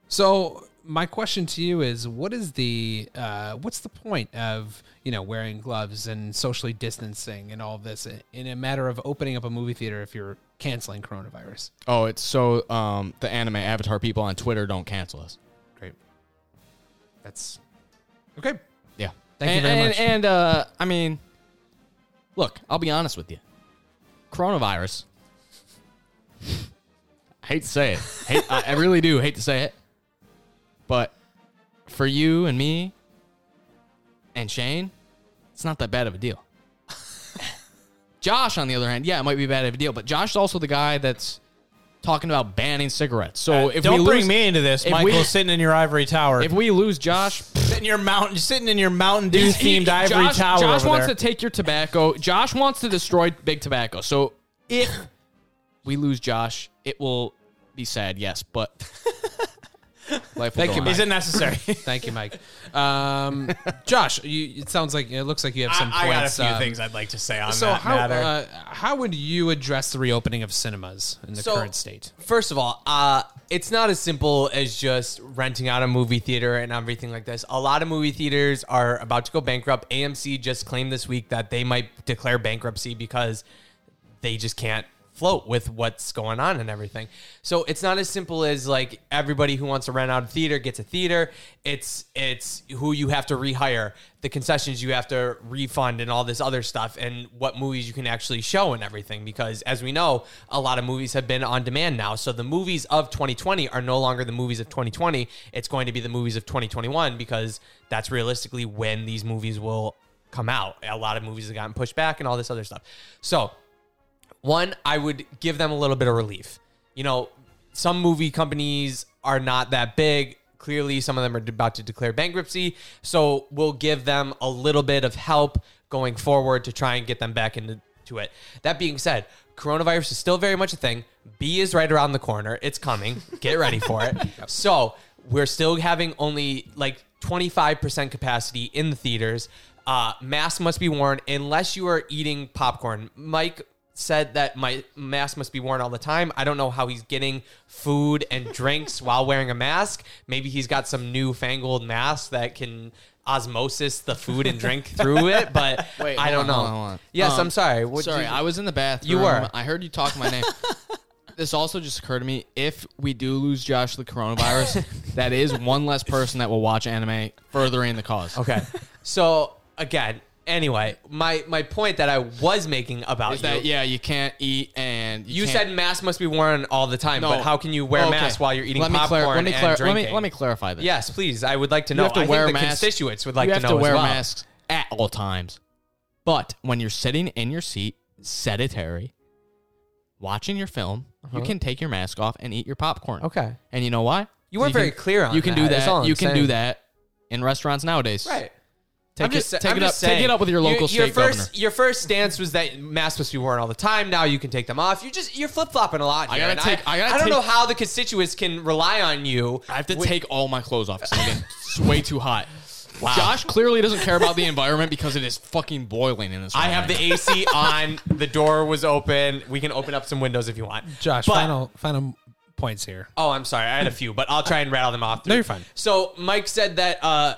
Speaker 3: So my question to you is, what is the uh, what's the point of you know wearing gloves and socially distancing and all this in a matter of opening up a movie theater if you're canceling coronavirus?
Speaker 1: Oh, it's so um, the anime avatar people on Twitter don't cancel us.
Speaker 3: Great. That's okay.
Speaker 1: Yeah.
Speaker 3: Thank you
Speaker 1: and,
Speaker 3: very
Speaker 1: and-
Speaker 3: much.
Speaker 1: And uh, I mean, look, I'll be honest with you. Coronavirus. I hate to say it. Hate, I, I really do hate to say it. But for you and me and Shane, it's not that bad of a deal. Josh, on the other hand, yeah, it might be bad of a deal, but Josh is also the guy that's talking about banning cigarettes. So if
Speaker 2: Uh, Don't
Speaker 1: we
Speaker 2: bring
Speaker 1: lose,
Speaker 2: me into this,
Speaker 1: if
Speaker 2: Michael.
Speaker 1: we-
Speaker 2: sitting in your ivory tower,
Speaker 1: if we lose Josh,
Speaker 2: sitting in your mountain, sitting in your Mountain Dew
Speaker 1: He's- he-
Speaker 2: themed ivory
Speaker 1: Josh,
Speaker 2: tower
Speaker 1: Josh
Speaker 2: over
Speaker 1: wants
Speaker 2: there.
Speaker 1: to take your tobacco. Josh wants to destroy big tobacco. So if we lose Josh, it will be sad, yes, but life will
Speaker 3: Thank
Speaker 1: go
Speaker 3: you,
Speaker 1: on.
Speaker 3: Mike.
Speaker 2: Is it necessary?
Speaker 3: Thank you, Mike. Um, Josh, you, it sounds like it looks like you have some
Speaker 2: I, I
Speaker 3: points.
Speaker 2: got a few
Speaker 3: um,
Speaker 2: things I'd like to say on
Speaker 3: So
Speaker 2: that
Speaker 3: how
Speaker 2: matter.
Speaker 3: uh, how would you address the reopening of cinemas in the
Speaker 4: So-
Speaker 3: current state?
Speaker 4: First of all, uh, it's not as simple as just renting out a movie theater and everything like this. A lot of movie theaters are about to go bankrupt. AMC just claimed this week that they might declare bankruptcy because they just can't float with what's going on and everything. So it's not as simple as like everybody who wants to rent out a theater gets a theater. It's it's who you have to rehire, the concessions you have to refund and all this other stuff and what movies you can actually show and everything because as we know, a lot of movies have been on demand now. So the movies of 2020 are no longer the movies of 2020. It's going to be the movies of 2021 because that's realistically when these movies will come out. A lot of movies have gotten pushed back and all this other stuff. So one, I would give them a little bit of relief. You know, some movie companies are not that big. Clearly, some of them are about to declare bankruptcy. So we'll give them a little bit of help going forward to try and get them back into to it. That being said, coronavirus is still very much a thing. B is right around the corner. It's coming. Get ready for it. So we're still having only like 25% capacity in the theaters. Uh, masks must be worn unless you are eating popcorn. Mike said that my mask must be worn all the time. I don't know how he's getting food and drinks while wearing a mask. Maybe he's got some newfangled mask that can osmosis the food and drink through it, but
Speaker 1: Wait,
Speaker 4: I
Speaker 1: hold on,
Speaker 4: don't know.
Speaker 1: hold on, hold on.
Speaker 4: Yes,
Speaker 1: Um,
Speaker 4: I'm sorry. What
Speaker 1: Sorry,
Speaker 4: you-
Speaker 1: I was in the bathroom.
Speaker 4: You were.
Speaker 1: I heard you talk my name. this also just occurred to me. If we do lose Josh to the coronavirus, that is one less person that will watch anime, furthering the cause.
Speaker 4: okay. So again, anyway, my my point that I was making about
Speaker 1: Is that
Speaker 4: you,
Speaker 1: yeah? You can't eat and
Speaker 4: you
Speaker 1: can't-
Speaker 4: said masks must be worn all the time,
Speaker 1: No. Oh,
Speaker 4: but how can you wear
Speaker 1: Okay.
Speaker 4: masks while you're eating
Speaker 1: Let me clar-
Speaker 4: popcorn
Speaker 1: let me
Speaker 4: and
Speaker 1: clar-
Speaker 4: drinking?
Speaker 1: Let me let me clarify this.
Speaker 4: Yes, please. I would like to
Speaker 1: You
Speaker 4: know.
Speaker 1: have to
Speaker 4: I think
Speaker 1: wear
Speaker 4: the
Speaker 1: masks.
Speaker 4: constituents would like
Speaker 1: you
Speaker 4: to
Speaker 1: have
Speaker 4: know
Speaker 1: to
Speaker 4: as
Speaker 1: wear
Speaker 4: well.
Speaker 1: masks at all times. But when you're sitting in your seat, sedentary, watching your film, you can take your mask off and eat your popcorn.
Speaker 4: Uh-huh. Okay.
Speaker 1: And you know why?
Speaker 4: You weren't
Speaker 1: can-
Speaker 4: very clear on
Speaker 1: You can
Speaker 4: that,
Speaker 1: do
Speaker 4: is all
Speaker 1: that.
Speaker 4: I'm
Speaker 1: You can do
Speaker 4: saying.
Speaker 1: that in restaurants nowadays.
Speaker 4: Right.
Speaker 1: Take
Speaker 4: I'm just,
Speaker 1: it, take
Speaker 4: I'm
Speaker 1: it up.
Speaker 4: just
Speaker 1: Take
Speaker 4: saying.
Speaker 1: it up with your
Speaker 4: You-
Speaker 1: local state
Speaker 4: first,
Speaker 1: governor.
Speaker 4: Your first stance was that masks must be worn all the time. Now you can take them off. You just you're flip flopping a lot.
Speaker 1: I
Speaker 4: Here,
Speaker 1: gotta
Speaker 4: and
Speaker 1: take- I gotta
Speaker 4: don't
Speaker 1: take-
Speaker 4: know how the constituents can rely on you.
Speaker 1: I have to take all my clothes off. 'cause I'm getting- It's way too hot. Josh clearly doesn't care about the environment because it is fucking boiling in this.
Speaker 4: I
Speaker 1: room
Speaker 4: have
Speaker 1: right
Speaker 4: the
Speaker 1: now.
Speaker 4: AC on. The door was open. We can open up some windows if you want.
Speaker 3: Josh,
Speaker 4: But-
Speaker 3: final final points here.
Speaker 4: Oh, I'm sorry. I had a few, but I'll try and rattle them off.
Speaker 3: No,
Speaker 4: through.
Speaker 3: you're fine.
Speaker 4: So Mike said that uh,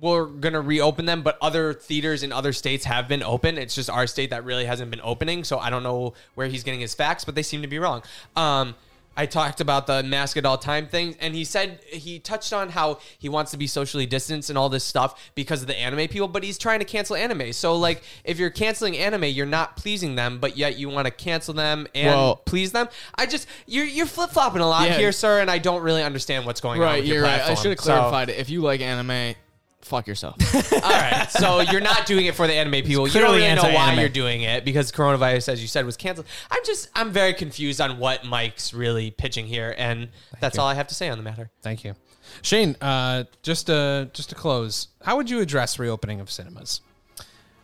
Speaker 4: we're gonna reopen them, but other theaters in other states have been open. It's just our state that really hasn't been opening. So I don't know where he's getting his facts, but they seem to be wrong. Um, I talked about the mask at all time thing, and he said he touched on how he wants to be socially distanced and all this stuff because of the anime people, but he's trying to cancel anime. So like, if you're canceling anime, you're not pleasing them, but yet you want to cancel them and
Speaker 1: Well-
Speaker 4: please them. I just you're you're flip flopping a lot
Speaker 1: Yeah.
Speaker 4: here, sir, and I don't really understand what's going on.
Speaker 1: Right,
Speaker 4: with your
Speaker 1: you're right. I
Speaker 4: platform.
Speaker 1: should have
Speaker 4: So-
Speaker 1: clarified it. If you like anime, fuck yourself.
Speaker 4: all right, so you're not doing it for the anime people. You don't
Speaker 3: clearly
Speaker 4: really know why
Speaker 3: anti-anime.
Speaker 4: you're doing it because coronavirus, as you said, was canceled. I'm just I'm very confused on what Mike's really pitching here, and that's all I have to say on the matter.
Speaker 3: Thank you, Shane. Uh, just to just to close, how would you address reopening of cinemas?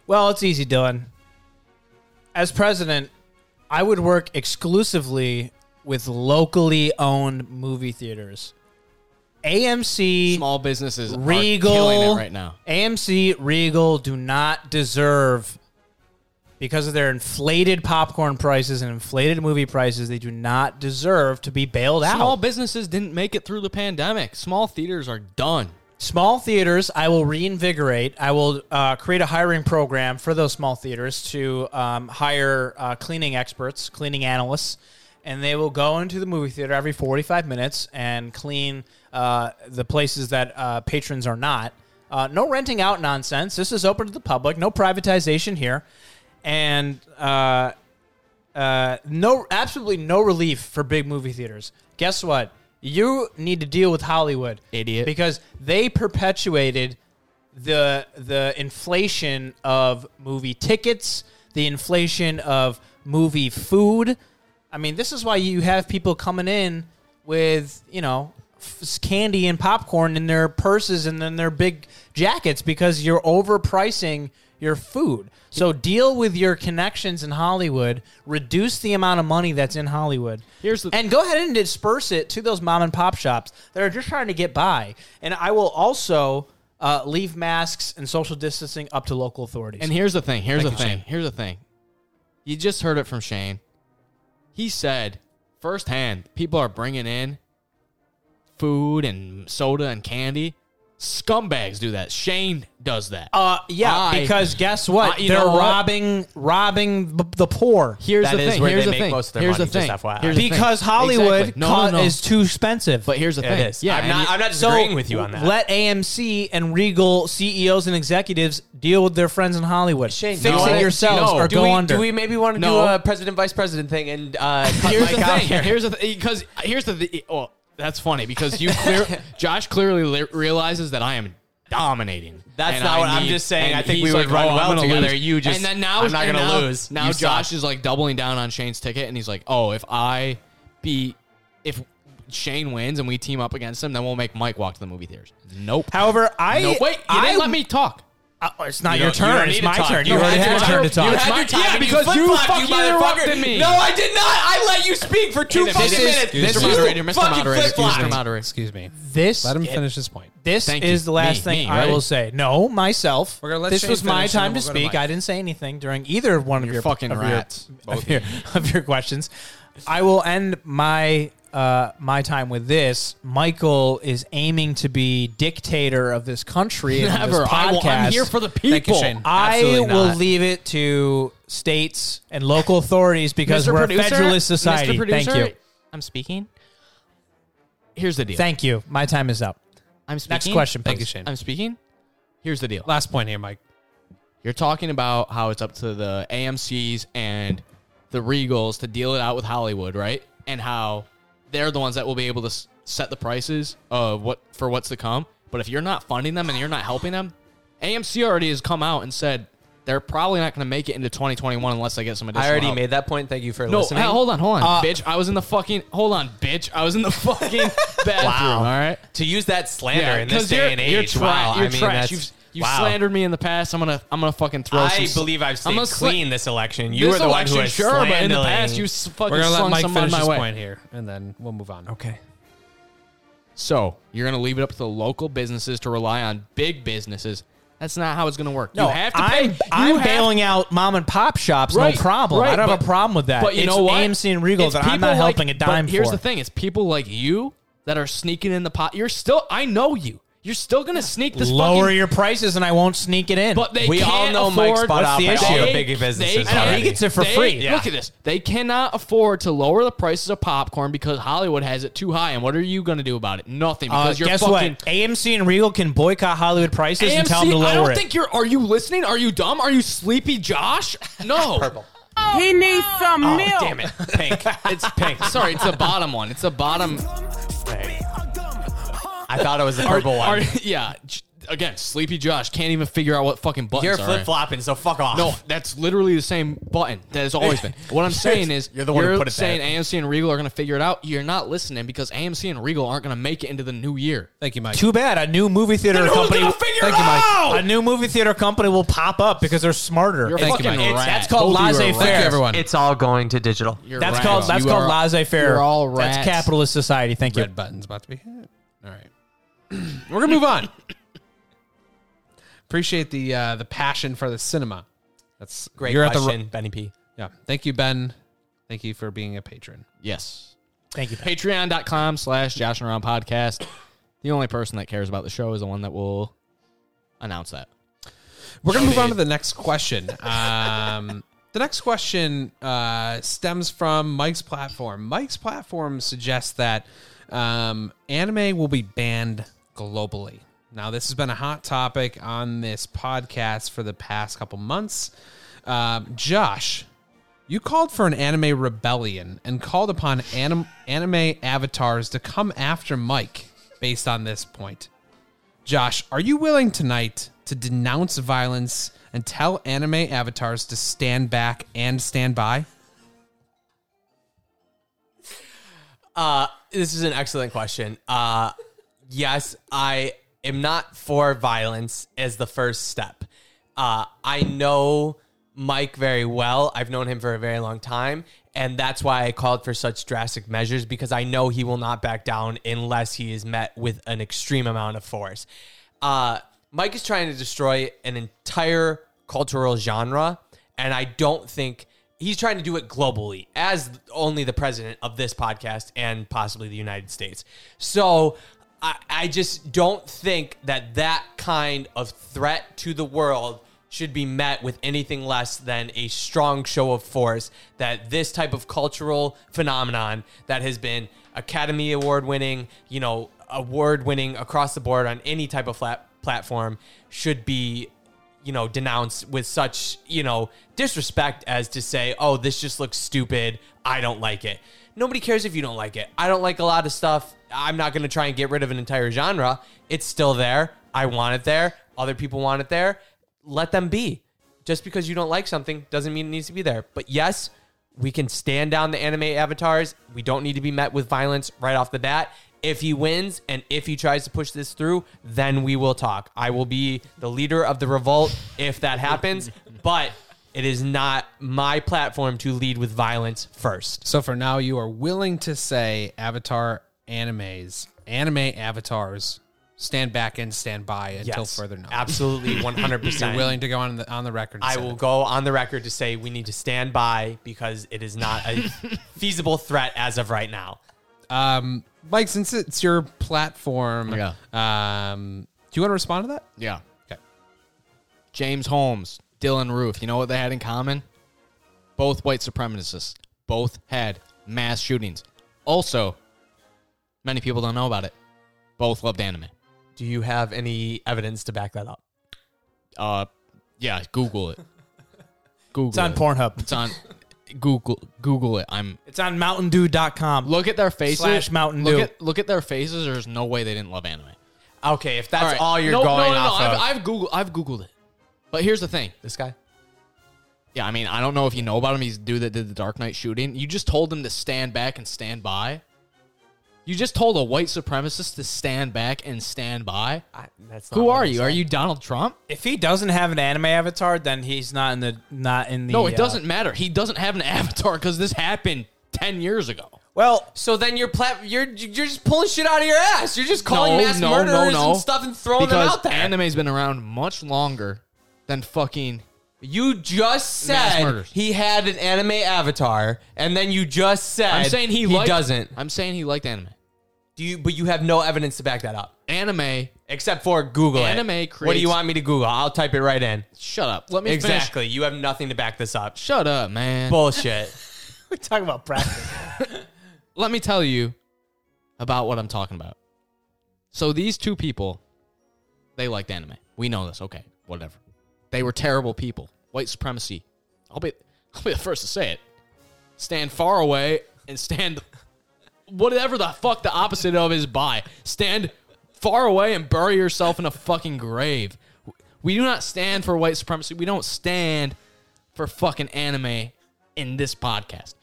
Speaker 2: Well, it's easy, Dylan. As president, I would work exclusively with locally owned movie theaters. AMC,
Speaker 1: Small businesses
Speaker 2: Regal,
Speaker 1: are killing it right now.
Speaker 2: AMC, Regal do not deserve because of their inflated popcorn prices and inflated movie prices. They do not deserve to be bailed out.
Speaker 1: Small businesses didn't make it through the pandemic. Small theaters are done.
Speaker 2: small theaters i will reinvigorate i will uh, create a hiring program for those small theaters to um, hire uh, cleaning experts cleaning analysts and they will go into the movie theater every 45 minutes and clean uh, the places that uh, patrons are not uh, no renting out nonsense this is open to the public no privatization here and uh, uh, no, absolutely no relief for big movie theaters. Guess what? You need to deal with Hollywood,
Speaker 1: Idiot.
Speaker 2: because they perpetuated the the inflation of movie tickets, the inflation of movie food. I mean, this is why you have people coming in with you know f- candy and popcorn in their purses and then their big jackets because you're overpricing your food. So deal with your connections in Hollywood, reduce the amount of money that's in Hollywood.
Speaker 1: Here's the-
Speaker 2: and go ahead and disperse it to those mom and pop shops that are just trying to get by. And I will also uh, leave masks and social distancing up to local authorities.
Speaker 1: And here's the thing. Here's the thing. Here's the thing. You just heard it from Shane. He said firsthand, people are bringing in food and soda and candy. Scumbags do that. Shane does that.
Speaker 2: uh, yeah,
Speaker 1: I-
Speaker 2: because guess what?
Speaker 1: I- Uh, you
Speaker 2: They're
Speaker 1: know what?
Speaker 2: robbing robbing b- the poor.
Speaker 1: here's
Speaker 4: That
Speaker 1: the
Speaker 4: is
Speaker 1: thing.
Speaker 4: where
Speaker 1: here's
Speaker 4: they
Speaker 1: the
Speaker 4: make
Speaker 1: thing.
Speaker 4: most of their
Speaker 1: here's
Speaker 4: money,
Speaker 1: the
Speaker 4: just
Speaker 1: thing.
Speaker 4: FYI.
Speaker 1: Here's the thing.
Speaker 2: because Hollywood
Speaker 1: Exactly. No,
Speaker 2: co-
Speaker 1: no, no.
Speaker 2: is too expensive.
Speaker 1: But here's the
Speaker 4: It
Speaker 1: thing.
Speaker 4: is.
Speaker 1: Yeah,
Speaker 4: I'm
Speaker 1: and
Speaker 4: not.
Speaker 1: you-
Speaker 4: I'm not
Speaker 2: so
Speaker 4: disagreeing with you on that.
Speaker 2: let AMC and Regal
Speaker 1: E
Speaker 2: CEOs and executives deal with their friends in Hollywood. Fix
Speaker 1: no.
Speaker 2: it yourselves
Speaker 1: No.
Speaker 2: or
Speaker 4: do
Speaker 2: go
Speaker 4: we,
Speaker 2: under.
Speaker 4: Do we maybe want to
Speaker 1: No.
Speaker 4: do a president vice president thing and uh, cut
Speaker 1: here's
Speaker 4: Mike
Speaker 1: the
Speaker 4: out
Speaker 1: thing.
Speaker 4: here?
Speaker 1: Here's the thing. Because here's the. Th- well, that's funny because you clear. Josh clearly li- realizes that I am dominating.
Speaker 4: That's
Speaker 1: And
Speaker 4: not
Speaker 1: I
Speaker 4: what I'm
Speaker 1: need-
Speaker 4: just saying.
Speaker 1: and
Speaker 4: I think
Speaker 1: he's "Oh,
Speaker 4: we would run
Speaker 1: I'm
Speaker 4: well
Speaker 1: gonna
Speaker 4: together.
Speaker 1: lose.
Speaker 4: You just-
Speaker 1: and then now
Speaker 4: I'm not
Speaker 1: and
Speaker 4: gonna
Speaker 1: now-
Speaker 4: lose.
Speaker 1: Now
Speaker 4: You
Speaker 1: Josh
Speaker 4: suck.
Speaker 1: is like doubling down on Shane's ticket, and he's like, "Oh, if I beat, if Shane wins and we team up against him, then we'll make Mike walk to the movie theaters." Nope.
Speaker 2: However, I
Speaker 1: no, wait. You
Speaker 2: I,
Speaker 1: didn't let me talk.
Speaker 2: Uh, it's not
Speaker 4: You
Speaker 2: your
Speaker 4: don't- you don't
Speaker 2: turn.
Speaker 4: need
Speaker 2: It's
Speaker 4: to
Speaker 2: my
Speaker 4: talk.
Speaker 2: turn.
Speaker 4: You
Speaker 2: You already
Speaker 4: had
Speaker 2: had
Speaker 4: your
Speaker 2: a turn to
Speaker 4: turn. You
Speaker 2: talk.
Speaker 4: had-
Speaker 1: my
Speaker 4: your time
Speaker 1: time
Speaker 4: and you
Speaker 1: because you
Speaker 4: flip-flopped,
Speaker 1: fucking
Speaker 4: you motherfucker.
Speaker 1: interrupted me.
Speaker 4: No, I did not. I let you speak for two
Speaker 1: Wait a minute.
Speaker 4: fucking
Speaker 1: This is-
Speaker 4: minutes.
Speaker 1: Mr.
Speaker 4: You
Speaker 1: Moderator, Mr.
Speaker 4: fucking
Speaker 1: Moderator, excuse
Speaker 4: flip-flopped.
Speaker 1: me. Moderator.
Speaker 3: Excuse me.
Speaker 2: This
Speaker 3: Let him finish his point.
Speaker 2: This
Speaker 1: Thank
Speaker 2: is
Speaker 1: you.
Speaker 2: the last
Speaker 1: Me,
Speaker 2: thing
Speaker 1: me,
Speaker 2: I
Speaker 1: right?
Speaker 2: will say. No, myself.
Speaker 3: We're gonna let
Speaker 2: this
Speaker 3: Shane
Speaker 2: was my
Speaker 3: finish and
Speaker 2: time
Speaker 3: then
Speaker 2: to
Speaker 3: we'll go to
Speaker 2: speak.
Speaker 3: Mike.
Speaker 2: I didn't say anything during either one of
Speaker 1: You're
Speaker 2: your
Speaker 1: fucking
Speaker 2: of
Speaker 1: rats,
Speaker 2: Your,
Speaker 1: both
Speaker 2: of, your, of your questions. I will end my uh, my time with this, Michael is aiming to be dictator of this country. and of
Speaker 1: Never.
Speaker 2: This
Speaker 1: I will-
Speaker 2: podcast.
Speaker 1: I'm here for the people.
Speaker 3: Thank you, Shane.
Speaker 2: I
Speaker 3: Absolutely
Speaker 2: will
Speaker 3: not.
Speaker 2: leave it to states and local authorities because
Speaker 1: Mr.
Speaker 2: we're
Speaker 1: Producer,
Speaker 2: a federalist society.
Speaker 1: Mr. Producer,
Speaker 2: Thank you.
Speaker 1: I'm speaking. Here's the deal.
Speaker 2: Thank you. My time is up.
Speaker 1: I'm speaking.
Speaker 2: Next question,
Speaker 3: Thank you,
Speaker 2: please.
Speaker 3: Shane.
Speaker 1: I'm speaking. Here's the deal.
Speaker 3: Last point here, Mike.
Speaker 1: You're talking about how it's up to the AMC's and the Regals to deal it out with Hollywood, right? And how they're the ones that will be able to s- set the prices of what for what's to come. But if you're not funding them and you're not helping them, AMC already has come out and said they're probably not going to make it into 2021 unless they get some additional.
Speaker 4: I already
Speaker 1: help.
Speaker 4: made that point. Thank you for
Speaker 1: No,
Speaker 4: listening.
Speaker 1: hey, hold on, hold on,
Speaker 2: Uh,
Speaker 1: bitch. I was in the fucking. Hold on, bitch. I was in the fucking bathroom. All right.
Speaker 4: To use that slander in this
Speaker 1: 'cause
Speaker 4: day
Speaker 1: you're,
Speaker 4: and age,
Speaker 1: you're tra-
Speaker 4: wow.
Speaker 1: You're
Speaker 4: I mean,
Speaker 1: trash.
Speaker 4: that's-
Speaker 1: You've, you've
Speaker 4: wow.
Speaker 1: slandered me in the past. I'm gonna, I'm gonna fucking throw.
Speaker 4: I
Speaker 1: some,
Speaker 4: believe I've
Speaker 1: I'm
Speaker 4: stayed
Speaker 1: gonna sla-
Speaker 4: clean this election. You
Speaker 1: this
Speaker 4: were the
Speaker 1: election,
Speaker 4: one who was
Speaker 1: sure, but in the past
Speaker 4: slandering-
Speaker 1: you s- fucking
Speaker 3: We're gonna let
Speaker 1: slung
Speaker 3: Mike
Speaker 1: some on
Speaker 3: finish
Speaker 1: my
Speaker 3: his
Speaker 1: way.
Speaker 3: point here, and then we'll move on.
Speaker 4: Okay.
Speaker 1: So you're gonna leave it up to the local businesses to rely on big businesses. That's not how it's gonna work.
Speaker 2: No,
Speaker 1: you have to
Speaker 2: I'm,
Speaker 1: pay.
Speaker 2: I'm
Speaker 1: you have-
Speaker 2: bailing out mom and pop shops.
Speaker 1: Right,
Speaker 2: no problem.
Speaker 1: right,
Speaker 2: I don't have
Speaker 1: but-
Speaker 2: a problem with that.
Speaker 1: But you
Speaker 2: It's
Speaker 1: know what?
Speaker 2: AMC and Regal
Speaker 1: It's
Speaker 2: that I'm not
Speaker 1: people like-
Speaker 2: helping a
Speaker 1: but
Speaker 2: dime
Speaker 1: Here's
Speaker 2: for.
Speaker 1: the thing: it's people like you that are sneaking in the pot. You're still. I know you. You're still gonna sneak this
Speaker 2: Lower
Speaker 1: fucking,
Speaker 2: your prices and I won't sneak it in.
Speaker 1: But they
Speaker 4: We all
Speaker 1: can't
Speaker 4: know Mike
Speaker 1: afford,
Speaker 4: spot
Speaker 1: what's
Speaker 4: out
Speaker 1: the
Speaker 4: by
Speaker 1: issue?
Speaker 2: all the
Speaker 4: big businesses
Speaker 1: They,
Speaker 4: already.
Speaker 1: can't-
Speaker 4: And he gets
Speaker 2: it for
Speaker 1: they-
Speaker 2: free.
Speaker 1: Look at this. They cannot afford to lower the prices of popcorn because Hollywood has it too high. And what are you going to do about it? Nothing.
Speaker 2: Uh,
Speaker 1: Because you're
Speaker 2: guess
Speaker 1: fucking.
Speaker 2: what? AMC and Regal can boycott Hollywood prices and tell them to
Speaker 1: AMC,
Speaker 2: lower
Speaker 1: I don't
Speaker 2: it.
Speaker 1: think you're. Are you listening? Are you dumb? Are you sleepy, Josh? No. Purple.
Speaker 6: He needs some milk.
Speaker 2: Oh, Damn it, pink. it's pink.
Speaker 1: Sorry, it's the bottom one. It's the bottom.
Speaker 4: I thought it was the purple one.
Speaker 1: Are- yeah. j- Again, sleepy Josh can't even figure out what fucking buttons
Speaker 4: you're
Speaker 1: are.
Speaker 4: flip flopping, so fuck off.
Speaker 1: No, that's literally the same button that has always been. What I'm saying is,
Speaker 4: You're the one who put it
Speaker 1: saying
Speaker 4: there.
Speaker 1: AMC and Regal are going to figure it out. You're not listening because AMC and Regal aren't going to make it into the new year.
Speaker 3: Thank you, Mike.
Speaker 2: Too bad a new movie theater
Speaker 1: who's
Speaker 2: company.
Speaker 1: gonna figure
Speaker 2: Thank
Speaker 1: it
Speaker 2: you, Mike.
Speaker 1: out?
Speaker 2: A new movie theater company will pop up because they're smarter.
Speaker 1: You're a
Speaker 2: It's-
Speaker 1: fucking
Speaker 3: Mike.
Speaker 1: rat.
Speaker 2: that's called
Speaker 1: Both of you are
Speaker 2: laissez-faire.
Speaker 3: Thank you, everyone.
Speaker 4: It's all going to digital.
Speaker 1: You're
Speaker 2: That's
Speaker 1: rats.
Speaker 2: called that's
Speaker 1: You
Speaker 2: called
Speaker 1: are-
Speaker 2: laissez-faire.
Speaker 1: You're all rats.
Speaker 2: That's capitalist society. Thank you.
Speaker 3: Red button's about to be hit. All right, we're gonna move on. Appreciate the uh, the passion for the cinema. That's
Speaker 4: Great
Speaker 3: You're at
Speaker 4: question,
Speaker 3: the ro-
Speaker 4: Benny P.
Speaker 3: yeah. Thank you, Ben. Thank you for being a patron.
Speaker 1: Yes.
Speaker 2: Thank you.
Speaker 1: Patreon.com slash Josh and Ron podcast. The only person that cares about the show is the one that will announce that.
Speaker 3: We're gonna move on to the next question. Um, the next question uh, stems from Mike's platform. Mike's platform suggests that um, anime will be banned globally. Now, this has been a hot topic on this podcast for the past couple months. Um, Josh, you called for an anime rebellion and called upon anim- anime avatars to come after Mike based on this point. Josh, are you willing tonight to denounce violence and tell anime avatars to stand back and stand by?
Speaker 4: Uh, this is an excellent question. Uh, yes, I am not for violence as the first step. Uh, I know Mike very well. I've known him for a very long time. And that's why I called for such drastic measures because I know he will not back down unless he is met with an extreme amount of force. Uh, Mike is trying to destroy an entire cultural genre. And I don't think he's trying to do it globally as only the president of this podcast and possibly the United States. So I, I just don't think that that kind of threat to the world should be met with anything less than a strong show of force that this type of cultural phenomenon that has been academy award winning you know award winning across the board on any type of flat platform should be you know, denounce with such, you know, disrespect as to say, oh, this just looks stupid. I don't like it. Nobody cares if you don't like it. I don't like a lot of stuff. I'm not going to try and get rid of an entire genre. It's still there. I want it there. Other people want it there. Let them be. Just because you don't like something doesn't mean it needs to be there. But yes, we can stand down the anime avatars. We don't need to be met with violence right off the bat. If he wins and if he tries to push this through, then we will talk. I will be the leader of the revolt if that happens, but it is not my platform to lead with violence first.
Speaker 3: So for now, you are willing to say avatar animes, anime avatars, stand back and stand by until
Speaker 4: Yes.
Speaker 3: further notice.
Speaker 4: Absolutely 100%.
Speaker 3: You're willing to go on the on the record. and
Speaker 4: I
Speaker 3: say
Speaker 4: will
Speaker 3: that.
Speaker 4: go on the record to say we need to stand by because it is not a feasible threat as of right now.
Speaker 3: Um, Mike, since it's your platform,
Speaker 1: Yeah.
Speaker 3: um, do you want to respond to that?
Speaker 1: Yeah.
Speaker 3: Okay.
Speaker 1: James Holmes, Dylan Roof. You know what they had in common? Both white supremacists. Both had mass shootings. Also, many people don't know about it. Both loved anime.
Speaker 4: Do you have any evidence to back that up?
Speaker 1: Uh, yeah, Google it. Google.
Speaker 2: It's on
Speaker 1: it.
Speaker 2: Pornhub.
Speaker 1: It's on Google. Google it. I'm
Speaker 2: It's on MountainDew.com.
Speaker 1: look at their faces.
Speaker 2: Slash Mountain
Speaker 1: look
Speaker 2: Dew.
Speaker 1: At, look at their faces. There's no way they didn't love anime.
Speaker 4: Okay, if that's
Speaker 1: right.
Speaker 4: all you're
Speaker 1: No,
Speaker 4: going
Speaker 1: no, no,
Speaker 4: off
Speaker 1: no.
Speaker 4: of,
Speaker 1: I've, I've Googled. I've Googled it. But here's the thing.
Speaker 4: this guy.
Speaker 1: Yeah, I mean, I don't know if you know about him. He's the dude that did the Dark Knight shooting. You just told him to stand back and stand by. You just told a white supremacist to stand back and stand by.
Speaker 4: I, that's not
Speaker 1: Who
Speaker 4: what
Speaker 1: are
Speaker 4: I
Speaker 1: you?
Speaker 4: said.
Speaker 1: Are you Donald Trump?
Speaker 2: If he doesn't have an anime avatar, then he's not in the not in the.
Speaker 1: No, it
Speaker 2: uh,
Speaker 1: doesn't matter. He doesn't have an avatar because this happened 10 years ago.
Speaker 2: Well,
Speaker 4: So then your plat- you're you're just pulling shit out of your ass. You're just calling mass murderers and stuff and throwing
Speaker 1: because
Speaker 4: them out there.
Speaker 1: anime's been around much longer than fucking.
Speaker 4: you just
Speaker 1: Mass
Speaker 4: said
Speaker 1: murders.
Speaker 4: he had an anime avatar, and then you just said
Speaker 1: I'm saying he,
Speaker 4: he
Speaker 1: liked,
Speaker 4: doesn't.
Speaker 1: I'm saying he liked anime.
Speaker 4: Do you? But you have no evidence to back that up,
Speaker 1: Anime.
Speaker 4: except for Google it.
Speaker 1: Anime
Speaker 4: What do
Speaker 1: creates-
Speaker 4: you want me to Google? I'll type it right in.
Speaker 1: Shut up. Let me finish.
Speaker 4: Exactly. You have nothing to back this up.
Speaker 1: Shut up, man.
Speaker 4: Bullshit.
Speaker 2: we're talking about practice.
Speaker 1: let me tell you about what I'm talking about. So these two people, they liked anime. We know this. Okay, whatever. They were terrible people. White supremacy. I'll be, I'll be the first to say it. Stand far away and stand, whatever the fuck the opposite of is by. Stand far away and bury yourself in a fucking grave. We do not stand for white supremacy. We don't stand for fucking anime in this podcast.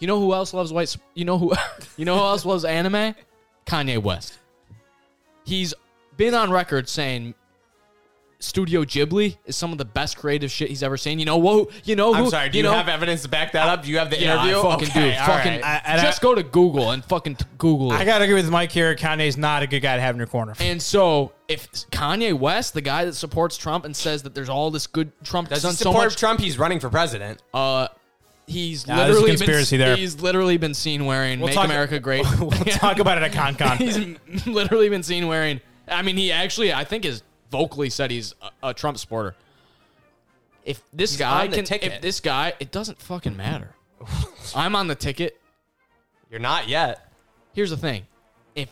Speaker 1: You know who else loves white? You know who? You know who else loves anime? Kanye West. He's been on record saying Studio Ghibli is some of the best creative shit he's ever seen. You know who? You know who?
Speaker 4: I'm sorry. Do you,
Speaker 1: know,
Speaker 4: have evidence to back that up? Do you have the
Speaker 1: Yeah, I
Speaker 4: interview?
Speaker 1: fucking do.
Speaker 4: all
Speaker 1: Fucking
Speaker 4: right.
Speaker 2: I- and
Speaker 1: just
Speaker 2: I-
Speaker 1: go to Google and fucking t- Google it.
Speaker 2: uh, I gotta agree with Mike here. Kanye's not a good guy to have in your corner.
Speaker 1: and so, if Kanye West, the guy that supports Trump and says that there's all this good Trump,
Speaker 4: Does he
Speaker 1: done so
Speaker 4: support
Speaker 1: much
Speaker 4: Trump? He's running for president.
Speaker 1: Uh, he's
Speaker 2: Nah, there's a
Speaker 1: literally
Speaker 2: conspiracy
Speaker 1: been,
Speaker 2: there.
Speaker 1: He's literally been seen wearing "Make
Speaker 2: talk-
Speaker 1: America Great."
Speaker 2: we'll talk about it at ConCon.
Speaker 1: he's literally been seen wearing. I mean, he actually, I think, has vocally said he's a, a Trump supporter. If this guy
Speaker 4: on the
Speaker 1: can, if
Speaker 4: ticket.
Speaker 1: this guy, it doesn't fucking matter. I'm on the ticket.
Speaker 4: You're not yet.
Speaker 1: Here's the thing: if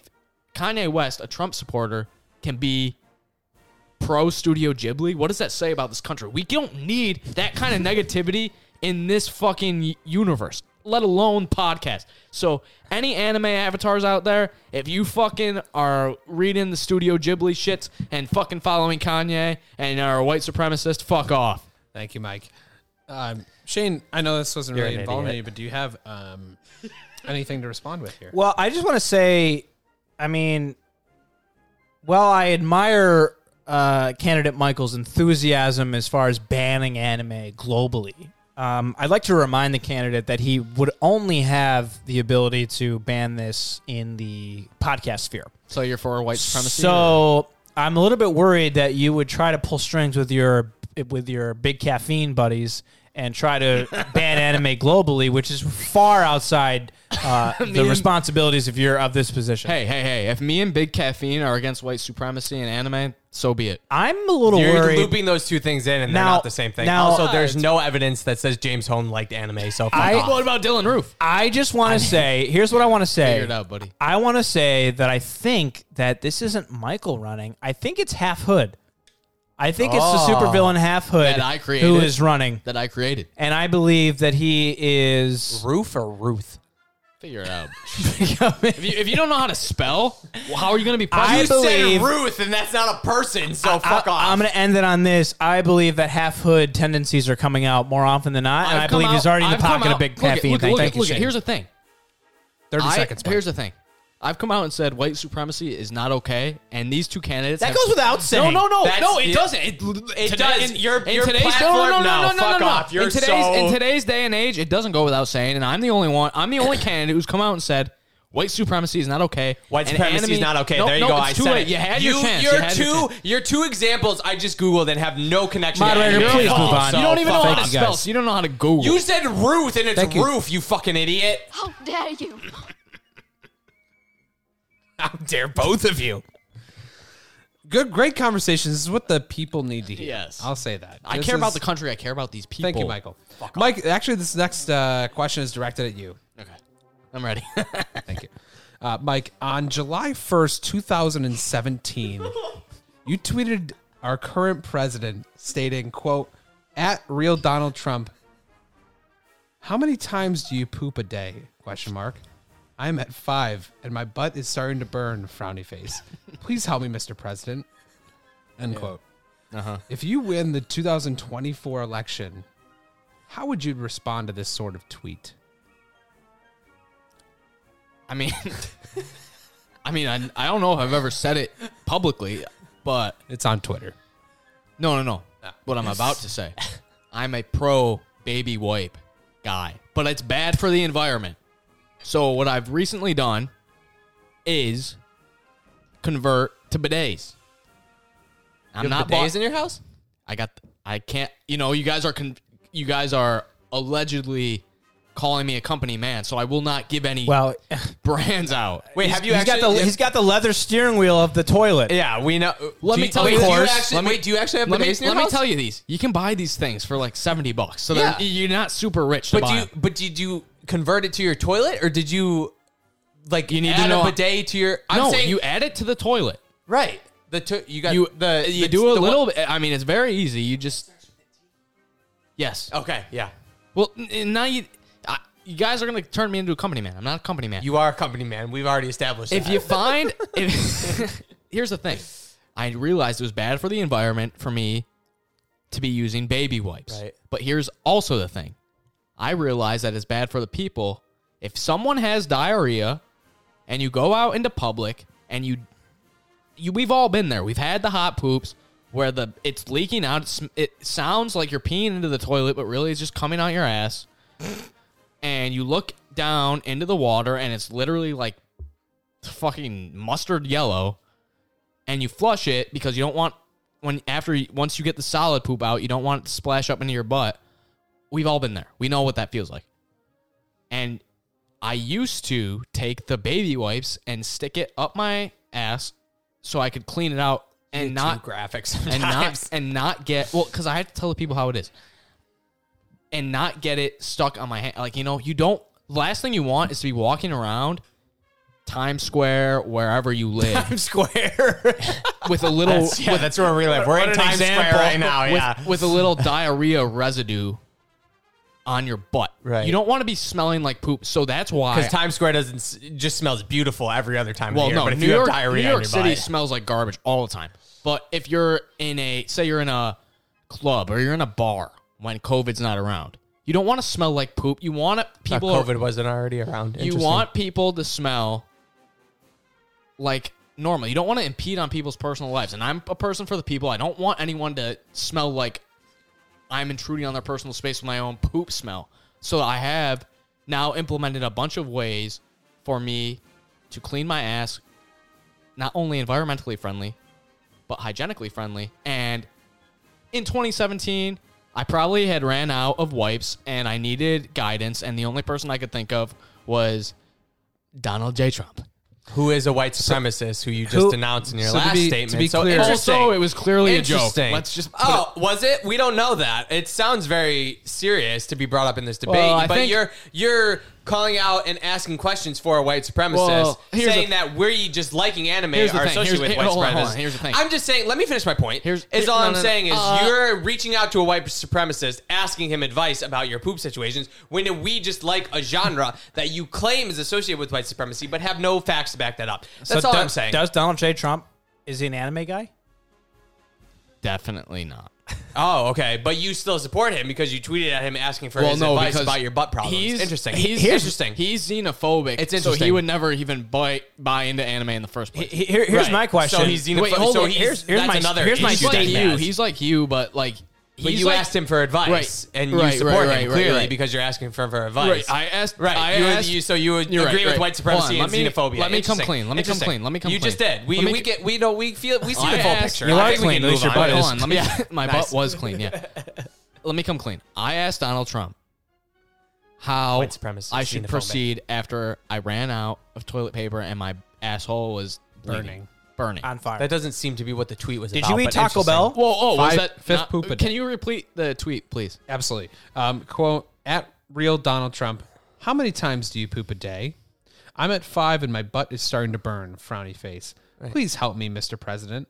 Speaker 1: Kanye West, a Trump supporter, can be pro Studio Ghibli, what does that say about this country? We don't need that kind of negativity in this fucking y- universe, let alone podcast. So, any anime avatars out there, if you fucking are reading the Studio Ghibli shits and fucking following Kanye and are a white supremacist, fuck off.
Speaker 3: Thank you, Mike. Um, Shane, I know this wasn't
Speaker 4: You're
Speaker 3: really
Speaker 4: an
Speaker 3: involved in
Speaker 4: idiot.
Speaker 3: you, but do you have um, anything to respond with here?
Speaker 2: Well, I just want to say, I mean, well, I admire uh, candidate Michael's enthusiasm as far as banning anime globally. Um, I'd like to remind the candidate that he would only have the ability to ban this in the podcast sphere.
Speaker 1: So, you're for white supremacy? or-
Speaker 2: So I'm a little bit worried that you would try to pull strings with your with your big caffeine buddies and try to ban anime globally, which is far outside uh, the responsibilities of your of this position.
Speaker 1: hey, hey, hey, if me and Big Caffeine are against white supremacy and anime, so be it.
Speaker 2: I'm a little
Speaker 4: You're
Speaker 2: worried.
Speaker 4: looping those two things in, and
Speaker 2: Now-
Speaker 4: they're not the same thing.
Speaker 2: now-
Speaker 4: also, there's no evidence that says James Hone liked anime. So fuck off.
Speaker 1: what about Dylan Roof?
Speaker 2: I just want to say, here's what I want to
Speaker 1: Figure
Speaker 2: say.
Speaker 1: it out, buddy.
Speaker 2: I want to say that I think that this isn't Michael running. I think it's Half Hood. I think it's the supervillain Half Hood
Speaker 1: Oh. That I created.
Speaker 2: who is running.
Speaker 1: that I created.
Speaker 2: And I believe that he is
Speaker 4: Roof or Ruth?
Speaker 1: Figure it out. if, you, if you don't know how to spell, well, how are you going to be?
Speaker 2: I
Speaker 1: president?
Speaker 2: believe-
Speaker 4: Ruth, and that's not a person. So fuck
Speaker 2: I,
Speaker 4: off.
Speaker 2: am going to end it on this. I believe that half hood tendencies are coming out more often than not, and
Speaker 1: I've
Speaker 2: I
Speaker 1: come
Speaker 2: believe he's
Speaker 1: out-
Speaker 2: already in the
Speaker 1: I've come
Speaker 2: pocket of
Speaker 1: out-
Speaker 2: big
Speaker 1: look at-
Speaker 2: caffeine.
Speaker 1: Look,
Speaker 2: Thank-
Speaker 1: look,
Speaker 2: thank you,
Speaker 1: look,
Speaker 2: Shane.
Speaker 1: here's the thing.
Speaker 3: 30
Speaker 1: I-
Speaker 3: seconds. Mike.
Speaker 1: here's the thing. I've come out and said white supremacy is not okay, and these two candidates.
Speaker 2: that
Speaker 1: have-
Speaker 2: goes without saying.
Speaker 1: No, no, no,
Speaker 4: That's-
Speaker 1: no! It
Speaker 4: yeah.
Speaker 1: doesn't. It,
Speaker 4: It
Speaker 1: today-
Speaker 4: does.
Speaker 1: In,
Speaker 4: Your-
Speaker 1: in
Speaker 4: your
Speaker 1: today's
Speaker 4: platform-
Speaker 1: no, no, no,
Speaker 4: no,
Speaker 1: no, no,
Speaker 4: fuck
Speaker 1: no, no.
Speaker 4: off. You're
Speaker 1: in today's
Speaker 4: so-
Speaker 1: in today's day and age, it doesn't go without saying. And I'm the only one. I'm the only candidate who's come out and said. White supremacy is not okay.
Speaker 4: White
Speaker 1: and
Speaker 4: supremacy is
Speaker 1: anime-
Speaker 4: not okay.
Speaker 1: No,
Speaker 4: there you
Speaker 1: no,
Speaker 4: go.
Speaker 1: It's
Speaker 4: I
Speaker 1: too
Speaker 4: said
Speaker 1: late.
Speaker 4: it.
Speaker 1: You had your chance.
Speaker 4: Your
Speaker 1: You had
Speaker 4: two,
Speaker 1: your chance.
Speaker 4: your two examples I just googled and have no connection.
Speaker 2: Moderator,
Speaker 4: to anime
Speaker 2: please
Speaker 4: at all,
Speaker 2: move on.
Speaker 4: so
Speaker 1: You don't even know
Speaker 4: fuck
Speaker 1: how to
Speaker 4: off.
Speaker 2: you
Speaker 1: spell.
Speaker 2: guys.
Speaker 1: So you don't know how to Google.
Speaker 4: You said Ruth, and it's
Speaker 2: Thank you.
Speaker 4: Roof. You fucking idiot.
Speaker 5: How dare you?
Speaker 3: How dare both of you? Good, great conversations. This is what the people need to hear.
Speaker 1: Yes.
Speaker 3: I'll say that.
Speaker 1: I
Speaker 3: This
Speaker 1: care about
Speaker 3: is-
Speaker 1: the country. I care about these people.
Speaker 3: Thank you, Michael. Mike, actually, this next uh, question is directed at you.
Speaker 1: Okay, I'm ready.
Speaker 3: Thank you. Uh, Mike, on July 1st, 2017, you tweeted our current president stating, quote, at real Donald Trump, how many times do you poop a day? Question mark. I'm at five and my butt is starting to burn, frowny face. Please help me, Mr. President. End quote. Uh-huh. If you win the 2024 election, how would you respond to this sort of tweet?
Speaker 1: I mean, I mean, I, I don't know if I've ever said it publicly, but
Speaker 3: It's on Twitter.
Speaker 1: no, no, no. What I'm about to say, I'm a pro baby wipe guy, but it's bad for the environment. So what I've recently done is convert to bidets. I'm
Speaker 4: You have
Speaker 1: bu-
Speaker 4: bidets in your house?
Speaker 1: I got. I can't. You know, you guys are. Con- you guys are allegedly calling me a company man, so I will not give any
Speaker 2: Well,
Speaker 1: brands out.
Speaker 4: Wait, have you
Speaker 2: he's
Speaker 4: actually?
Speaker 2: got the he's got the leather steering wheel of the toilet.
Speaker 4: yeah, we know.
Speaker 1: Let
Speaker 4: Do
Speaker 1: me
Speaker 4: you-
Speaker 1: tell
Speaker 4: wait,
Speaker 1: you-
Speaker 4: Do you
Speaker 1: course.
Speaker 4: actually,
Speaker 1: Let me-
Speaker 4: wait, do you actually have
Speaker 1: let me,
Speaker 4: bidets in your
Speaker 1: let me
Speaker 4: house?
Speaker 1: tell you these. You can buy these things for like seventy bucks. So
Speaker 4: Yeah.
Speaker 1: they're you're not super rich. To
Speaker 4: But do
Speaker 1: buy
Speaker 4: you,
Speaker 1: them.
Speaker 4: but did you convert it to your toilet, or did you like you
Speaker 1: need to
Speaker 4: add
Speaker 1: know-
Speaker 4: a bidet to your? I'm
Speaker 1: no,
Speaker 4: saying
Speaker 1: you add it to the toilet.
Speaker 4: right. The to, you got
Speaker 1: You
Speaker 4: the
Speaker 1: you
Speaker 4: the-
Speaker 1: do a
Speaker 4: the-
Speaker 1: little. bit. I mean, it's very easy. You just yes.
Speaker 4: Okay, yeah.
Speaker 1: Well, n- n- now you I, you guys are gonna turn me into a company man. I'm not a company man.
Speaker 4: You are a company man. We've already established.
Speaker 1: if
Speaker 4: that.
Speaker 1: you find if, here's the thing i realized it was bad for the environment for me to be using baby wipes
Speaker 4: Right.
Speaker 1: but here's also the thing i realized that it's bad for the people if someone has diarrhea and you go out into public and you you we've all been there we've had the hot poops where the it's leaking out it, sm- it sounds like you're peeing into the toilet but really it's just coming out your ass and you look down into the water and it's literally like fucking mustard yellow and you flush it because you don't want when after you- once you get the solid poop out you don't want it to splash up into your butt we've all been there we know what that feels like and i used to take the baby wipes and stick it up my ass so i could clean it out and not
Speaker 4: graphics
Speaker 1: and not and not get well because I have to tell the people how it is, and not get it stuck on my hand. Like you know, you don't. Last thing you want is to be walking around Times Square wherever you live
Speaker 4: Square.
Speaker 1: with a little
Speaker 4: yeah, that's where we live. We're in
Speaker 2: an
Speaker 4: Times Square
Speaker 2: example.
Speaker 4: right now.
Speaker 1: with,
Speaker 4: Yeah.
Speaker 1: with a little diarrhea residue on your butt.
Speaker 4: Right.
Speaker 1: You don't want to be smelling like poop. So that's why.
Speaker 4: Because Times Square doesn't s- just smells beautiful every other time
Speaker 1: well,
Speaker 4: of the year.
Speaker 1: no,
Speaker 4: but if
Speaker 1: New
Speaker 4: you
Speaker 1: York,
Speaker 4: have diarrhea
Speaker 1: New
Speaker 4: on
Speaker 1: York
Speaker 4: your
Speaker 1: City
Speaker 4: body-
Speaker 1: smells like garbage all the time. But if you're in a say you're in a club or you're in a bar when COVID's not around, you don't want to smell like poop. You want it,
Speaker 4: Thought
Speaker 1: people.
Speaker 4: COVID wasn't already around.
Speaker 1: you
Speaker 4: Interesting.
Speaker 1: want people to smell like normal. You don't want to impede on people's personal lives. And I'm a person for the people. I don't want anyone to smell like I'm intruding on their personal space with my own poop smell. So I have now implemented a bunch of ways for me to clean my ass, not only environmentally friendly, but hygienically friendly. And in 2017, I probably had ran out of wipes and I needed guidance. And the only person I could think of was Donald J. Trump.
Speaker 4: who is a white supremacist who you just
Speaker 2: Who-
Speaker 4: announced in your
Speaker 3: so to
Speaker 4: last
Speaker 3: be- to
Speaker 4: statement.
Speaker 3: be
Speaker 4: so
Speaker 3: clear-
Speaker 4: interesting.
Speaker 1: Also, it was clearly a joke.
Speaker 4: Interesting.
Speaker 1: Let's just. put
Speaker 4: Oh, was it? We don't know that. It sounds very serious to be brought up in this debate,
Speaker 1: Well, I
Speaker 4: but
Speaker 1: think-
Speaker 4: you're you're calling out and asking questions for a white supremacist,
Speaker 1: Well, here's
Speaker 4: saying
Speaker 1: the-
Speaker 4: that we just liking anime
Speaker 1: Here's the
Speaker 4: are
Speaker 1: thing. Here's-
Speaker 4: associated with
Speaker 1: here-
Speaker 4: white
Speaker 1: hold on,
Speaker 4: supremacists.
Speaker 1: hold on. Here's the thing.
Speaker 4: I'm just saying. Let me finish my point.
Speaker 1: Here's-
Speaker 4: is all
Speaker 1: no,
Speaker 4: I'm
Speaker 1: no, no.
Speaker 4: saying is
Speaker 1: Uh,
Speaker 4: you're reaching out to a white supremacist, asking him advice about your poop situations when we just like a genre that you claim is associated with white supremacy, but have no facts to back that up. That's all
Speaker 2: do-
Speaker 4: I'm saying.
Speaker 2: Does Donald J. Trump is he an anime guy?
Speaker 1: it- Definitely not.
Speaker 4: Oh, okay. But you still support him because you tweeted at him asking for his advice about your butt problems.
Speaker 1: He's
Speaker 4: interesting.
Speaker 1: He's
Speaker 4: Here's- interesting.
Speaker 1: He's xenophobic.
Speaker 4: It's
Speaker 1: So he
Speaker 4: interesting.
Speaker 1: would never even buy buy into anime in the first place.
Speaker 2: He- here- here's
Speaker 4: Right.
Speaker 2: my question.
Speaker 4: So he's xenophobic.
Speaker 1: Wait, hold
Speaker 4: so
Speaker 1: on.
Speaker 4: he's,
Speaker 2: Here's- here's
Speaker 4: that's
Speaker 2: my-
Speaker 4: another
Speaker 2: here's my
Speaker 1: he's
Speaker 4: issue
Speaker 1: like
Speaker 4: that he
Speaker 1: you.
Speaker 4: has.
Speaker 1: He's like you, but like.
Speaker 4: but
Speaker 1: he's
Speaker 4: you
Speaker 1: like-
Speaker 4: asked him for advice,
Speaker 1: Right.
Speaker 4: and
Speaker 1: Right,
Speaker 4: you support
Speaker 1: right, right,
Speaker 4: him
Speaker 1: right,
Speaker 4: clearly
Speaker 1: right.
Speaker 4: because you're asking for, for
Speaker 1: Right,
Speaker 4: advice.
Speaker 1: I asked.
Speaker 4: Right,
Speaker 1: I
Speaker 4: you would-
Speaker 1: asked,
Speaker 4: you- so you would
Speaker 1: You're right,
Speaker 4: agree with
Speaker 1: right.
Speaker 4: white supremacy
Speaker 1: Hold on,
Speaker 4: and
Speaker 1: let me- Let me
Speaker 4: xenophobia.
Speaker 1: come
Speaker 4: Interesting.
Speaker 1: clean. Let me come
Speaker 4: Interesting.
Speaker 1: clean. Let me come
Speaker 4: You
Speaker 1: clean.
Speaker 4: just did. We
Speaker 1: Let me-
Speaker 4: we get we know we feel we see
Speaker 1: I
Speaker 4: the full
Speaker 1: asked-
Speaker 4: picture.
Speaker 1: You
Speaker 4: I
Speaker 1: are
Speaker 4: think we
Speaker 2: clean,
Speaker 4: can
Speaker 2: at least
Speaker 4: move
Speaker 2: your
Speaker 4: on.
Speaker 2: butt
Speaker 1: Hold
Speaker 2: is.
Speaker 1: on, let me. My
Speaker 4: Nice.
Speaker 1: butt was clean. Yeah, let me come clean. I asked Donald Trump how
Speaker 4: White supremacist,
Speaker 1: I should
Speaker 4: xenophobic.
Speaker 1: proceed after I ran out of toilet paper and my asshole was bleeding.
Speaker 3: Burning.
Speaker 1: burning.
Speaker 2: on fire.
Speaker 4: That doesn't seem to be what the tweet was
Speaker 2: Did
Speaker 4: about.
Speaker 2: you eat
Speaker 4: but
Speaker 2: Taco
Speaker 4: interesting.
Speaker 2: Bell?
Speaker 1: Whoa, oh, was
Speaker 3: Five-
Speaker 1: that
Speaker 3: fifth
Speaker 1: not-
Speaker 3: poop a
Speaker 1: Can you repeat the tweet, please?
Speaker 3: Absolutely. Um, quote at real Donald Trump. How many times do you poop a day? I'm at five and my butt is starting to burn. Frowny face. Please help me, Mr. President.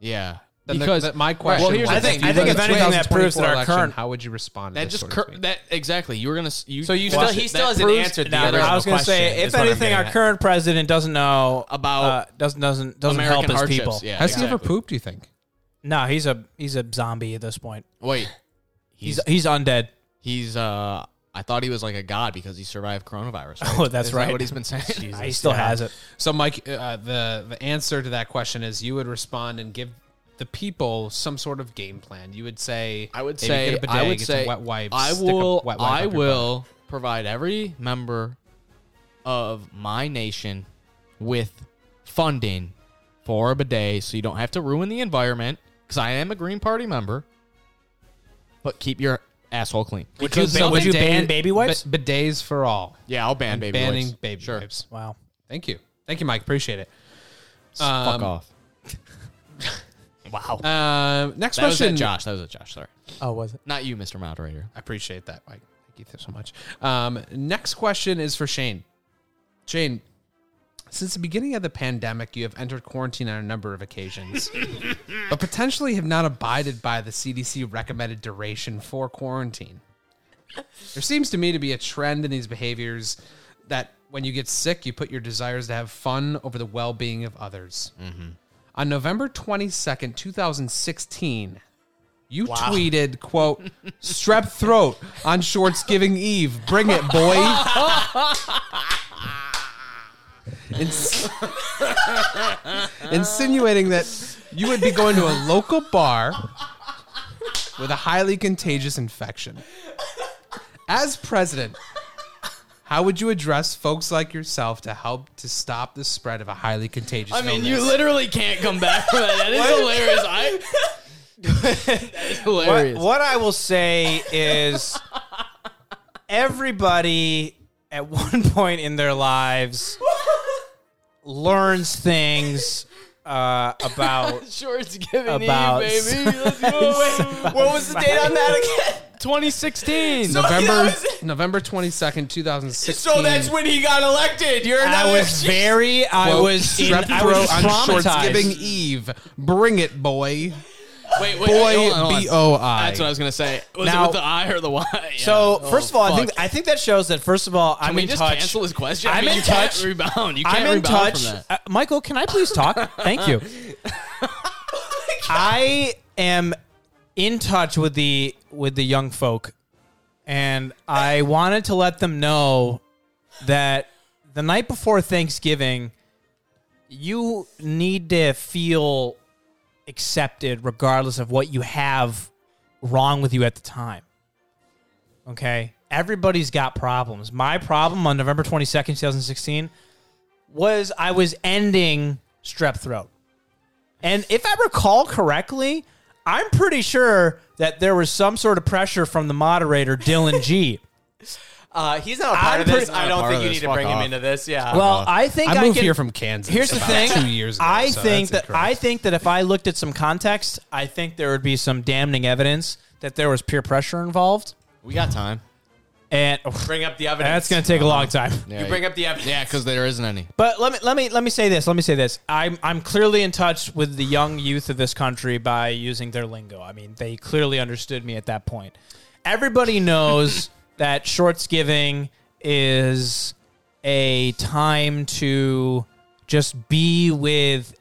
Speaker 1: Yeah,
Speaker 3: Then the-
Speaker 1: because
Speaker 3: that- my question.
Speaker 1: Well, here's the
Speaker 3: was,
Speaker 1: thing.
Speaker 3: you
Speaker 2: I
Speaker 1: I
Speaker 2: think
Speaker 3: won
Speaker 2: if
Speaker 3: the
Speaker 2: anything, that proves that
Speaker 3: 2024
Speaker 2: our
Speaker 3: election,
Speaker 2: current-
Speaker 3: how would you respond? To
Speaker 1: that just
Speaker 3: this sort of
Speaker 1: cur-
Speaker 3: tweet?
Speaker 1: that exactly. You were gonna. s- You
Speaker 4: So you
Speaker 1: Well,
Speaker 4: still he
Speaker 1: that
Speaker 4: still hasn't
Speaker 1: proves-
Speaker 4: answered the
Speaker 1: Now,
Speaker 2: Now,
Speaker 4: other
Speaker 1: original
Speaker 2: I was going to
Speaker 4: question,
Speaker 2: say,
Speaker 4: is
Speaker 2: if
Speaker 4: what I'm
Speaker 2: anything,
Speaker 4: getting
Speaker 2: our
Speaker 4: at.
Speaker 2: current president doesn't know
Speaker 1: About
Speaker 2: uh, doesn't doesn't doesn't
Speaker 1: American
Speaker 2: help his
Speaker 1: hardships.
Speaker 2: people.
Speaker 1: Yeah,
Speaker 3: Has he ever
Speaker 1: exactly.
Speaker 3: pooped? Do you think?
Speaker 2: No, he's a he's a zombie at this point.
Speaker 1: Wait,
Speaker 2: He's
Speaker 1: he's
Speaker 2: he's undead.
Speaker 1: he's uh. I thought he was like a god because he survived coronavirus. Right?
Speaker 2: Oh, that's
Speaker 1: Isn't that
Speaker 2: right.
Speaker 1: what he's been saying.
Speaker 2: he still has it.
Speaker 3: So, Mike, uh, the the answer to that question is you would respond and give the people some sort of game plan. You would say,
Speaker 1: I would
Speaker 3: "Hey,
Speaker 1: say
Speaker 3: get a bidet,
Speaker 1: I would
Speaker 3: get
Speaker 1: say
Speaker 3: some wet wipes.
Speaker 1: I
Speaker 3: stick a
Speaker 1: will
Speaker 3: wet wipe
Speaker 1: I
Speaker 3: up your butt."
Speaker 1: will provide every member of my nation with funding for a bidet so you don't have to ruin the environment cuz I am a green party member. But keep your asshole clean.
Speaker 2: Would you, ban, would you ban baby wipes?
Speaker 3: Bi- bidets for all.
Speaker 1: Yeah, I'll ban
Speaker 3: And
Speaker 1: baby
Speaker 3: banning
Speaker 1: wipes.
Speaker 3: baby
Speaker 1: sure.
Speaker 3: wipes.
Speaker 2: wow.
Speaker 3: Thank you, thank you, Mike. Appreciate it.
Speaker 1: Fuck
Speaker 3: Um,
Speaker 1: off. wow.
Speaker 3: Um, next
Speaker 1: that was
Speaker 3: question,
Speaker 1: at Josh. That was at Josh. Sorry.
Speaker 4: Oh, was it?
Speaker 1: Not you, Mr. Moderator.
Speaker 3: I appreciate that, Mike. Thank you so much. Um, next question is for Shane. Shane, since the beginning of the pandemic, you have entered quarantine on a number of occasions, but potentially have not abided by the CDC recommended duration for quarantine. There seems to me to be a trend in these behaviors that when you get sick, you put your desires to have fun over the well being of others. On November 22nd, 2016, you tweeted, quote, strep throat on shorts giving Eve. Bring it, boy. Ins- insinuating that you would be going to a local bar with a highly contagious infection. As president, how would you address folks like yourself to help to stop the spread of a highly contagious
Speaker 1: I mean, you
Speaker 3: illness?
Speaker 1: literally can't come back from that. That is hilarious. I That is
Speaker 2: What,
Speaker 1: hilarious.
Speaker 2: what I will say is, everybody at one point in their lives learns things uh, about
Speaker 1: Shorts giving
Speaker 2: About-
Speaker 1: Eve, baby. Let's go. Wait, what was the date on that again? 2016.
Speaker 3: November November twenty second, two thousand sixteen.
Speaker 4: So that's when he got elected. You're
Speaker 2: I
Speaker 4: another.
Speaker 2: was very, I was, in, I was
Speaker 3: Shortsgiving
Speaker 2: traumatized.
Speaker 3: Eve. Bring it,
Speaker 1: wait,
Speaker 3: boy.
Speaker 1: wait,
Speaker 3: Boy,
Speaker 1: hold on, hold on.
Speaker 3: B O I.
Speaker 1: That's what I was gonna say. Was
Speaker 2: Now-
Speaker 1: it with the I or the Y? Yeah.
Speaker 2: So
Speaker 1: Oh,
Speaker 2: first of all, I think
Speaker 1: fuck.
Speaker 2: I think that shows that first of all,
Speaker 1: Can
Speaker 2: I'm
Speaker 1: we
Speaker 2: in
Speaker 1: just
Speaker 2: touch.
Speaker 1: cancel his question. I
Speaker 2: I'm
Speaker 1: mean,
Speaker 2: in
Speaker 1: you can't
Speaker 2: touch.
Speaker 1: Rebound. You can't
Speaker 2: I'm in
Speaker 1: rebound
Speaker 2: touch.
Speaker 1: from that.
Speaker 2: Uh, Michael, can I please talk? Thank you. I am in touch with the with the young folk, and I wanted to let them know that the night before Thanksgiving, you need to feel accepted regardless of what you have wrong with you at the time. Okay? Everybody's got problems. My problem on November 22nd, 2016 was I was ending strep throat. And if I recall correctly, I'm pretty sure that there was some sort of pressure from the moderator, Dylan G.
Speaker 4: Uh, he's not
Speaker 2: I'm
Speaker 4: a part of this.
Speaker 2: pretty-
Speaker 4: I
Speaker 1: Not a
Speaker 4: don't
Speaker 1: part
Speaker 4: think
Speaker 1: of
Speaker 4: you
Speaker 1: this.
Speaker 4: need to
Speaker 1: Fuck
Speaker 4: bring
Speaker 1: off.
Speaker 4: him into this. Yeah.
Speaker 2: Well, I think
Speaker 3: I
Speaker 2: I
Speaker 3: moved
Speaker 2: can-
Speaker 3: here from Kansas.
Speaker 2: Here's the
Speaker 3: about
Speaker 2: thing.
Speaker 3: Two years ago.
Speaker 2: I
Speaker 3: so
Speaker 2: think
Speaker 3: that's
Speaker 2: that I
Speaker 3: incorrect.
Speaker 2: think that if I looked at some context, I think there would be some damning evidence that there was peer pressure involved.
Speaker 1: We got time.
Speaker 2: And oh,
Speaker 4: bring up the evidence.
Speaker 2: that's going to take a long time.
Speaker 1: Yeah,
Speaker 4: You bring up the evidence.
Speaker 1: Yeah, because there isn't any.
Speaker 2: But let me let me let me say this. Let me say this. I'm I'm clearly in touch with the young youth of this country by using their lingo. I mean, they clearly understood me at that point. Everybody knows that shorts giving is a time to just be with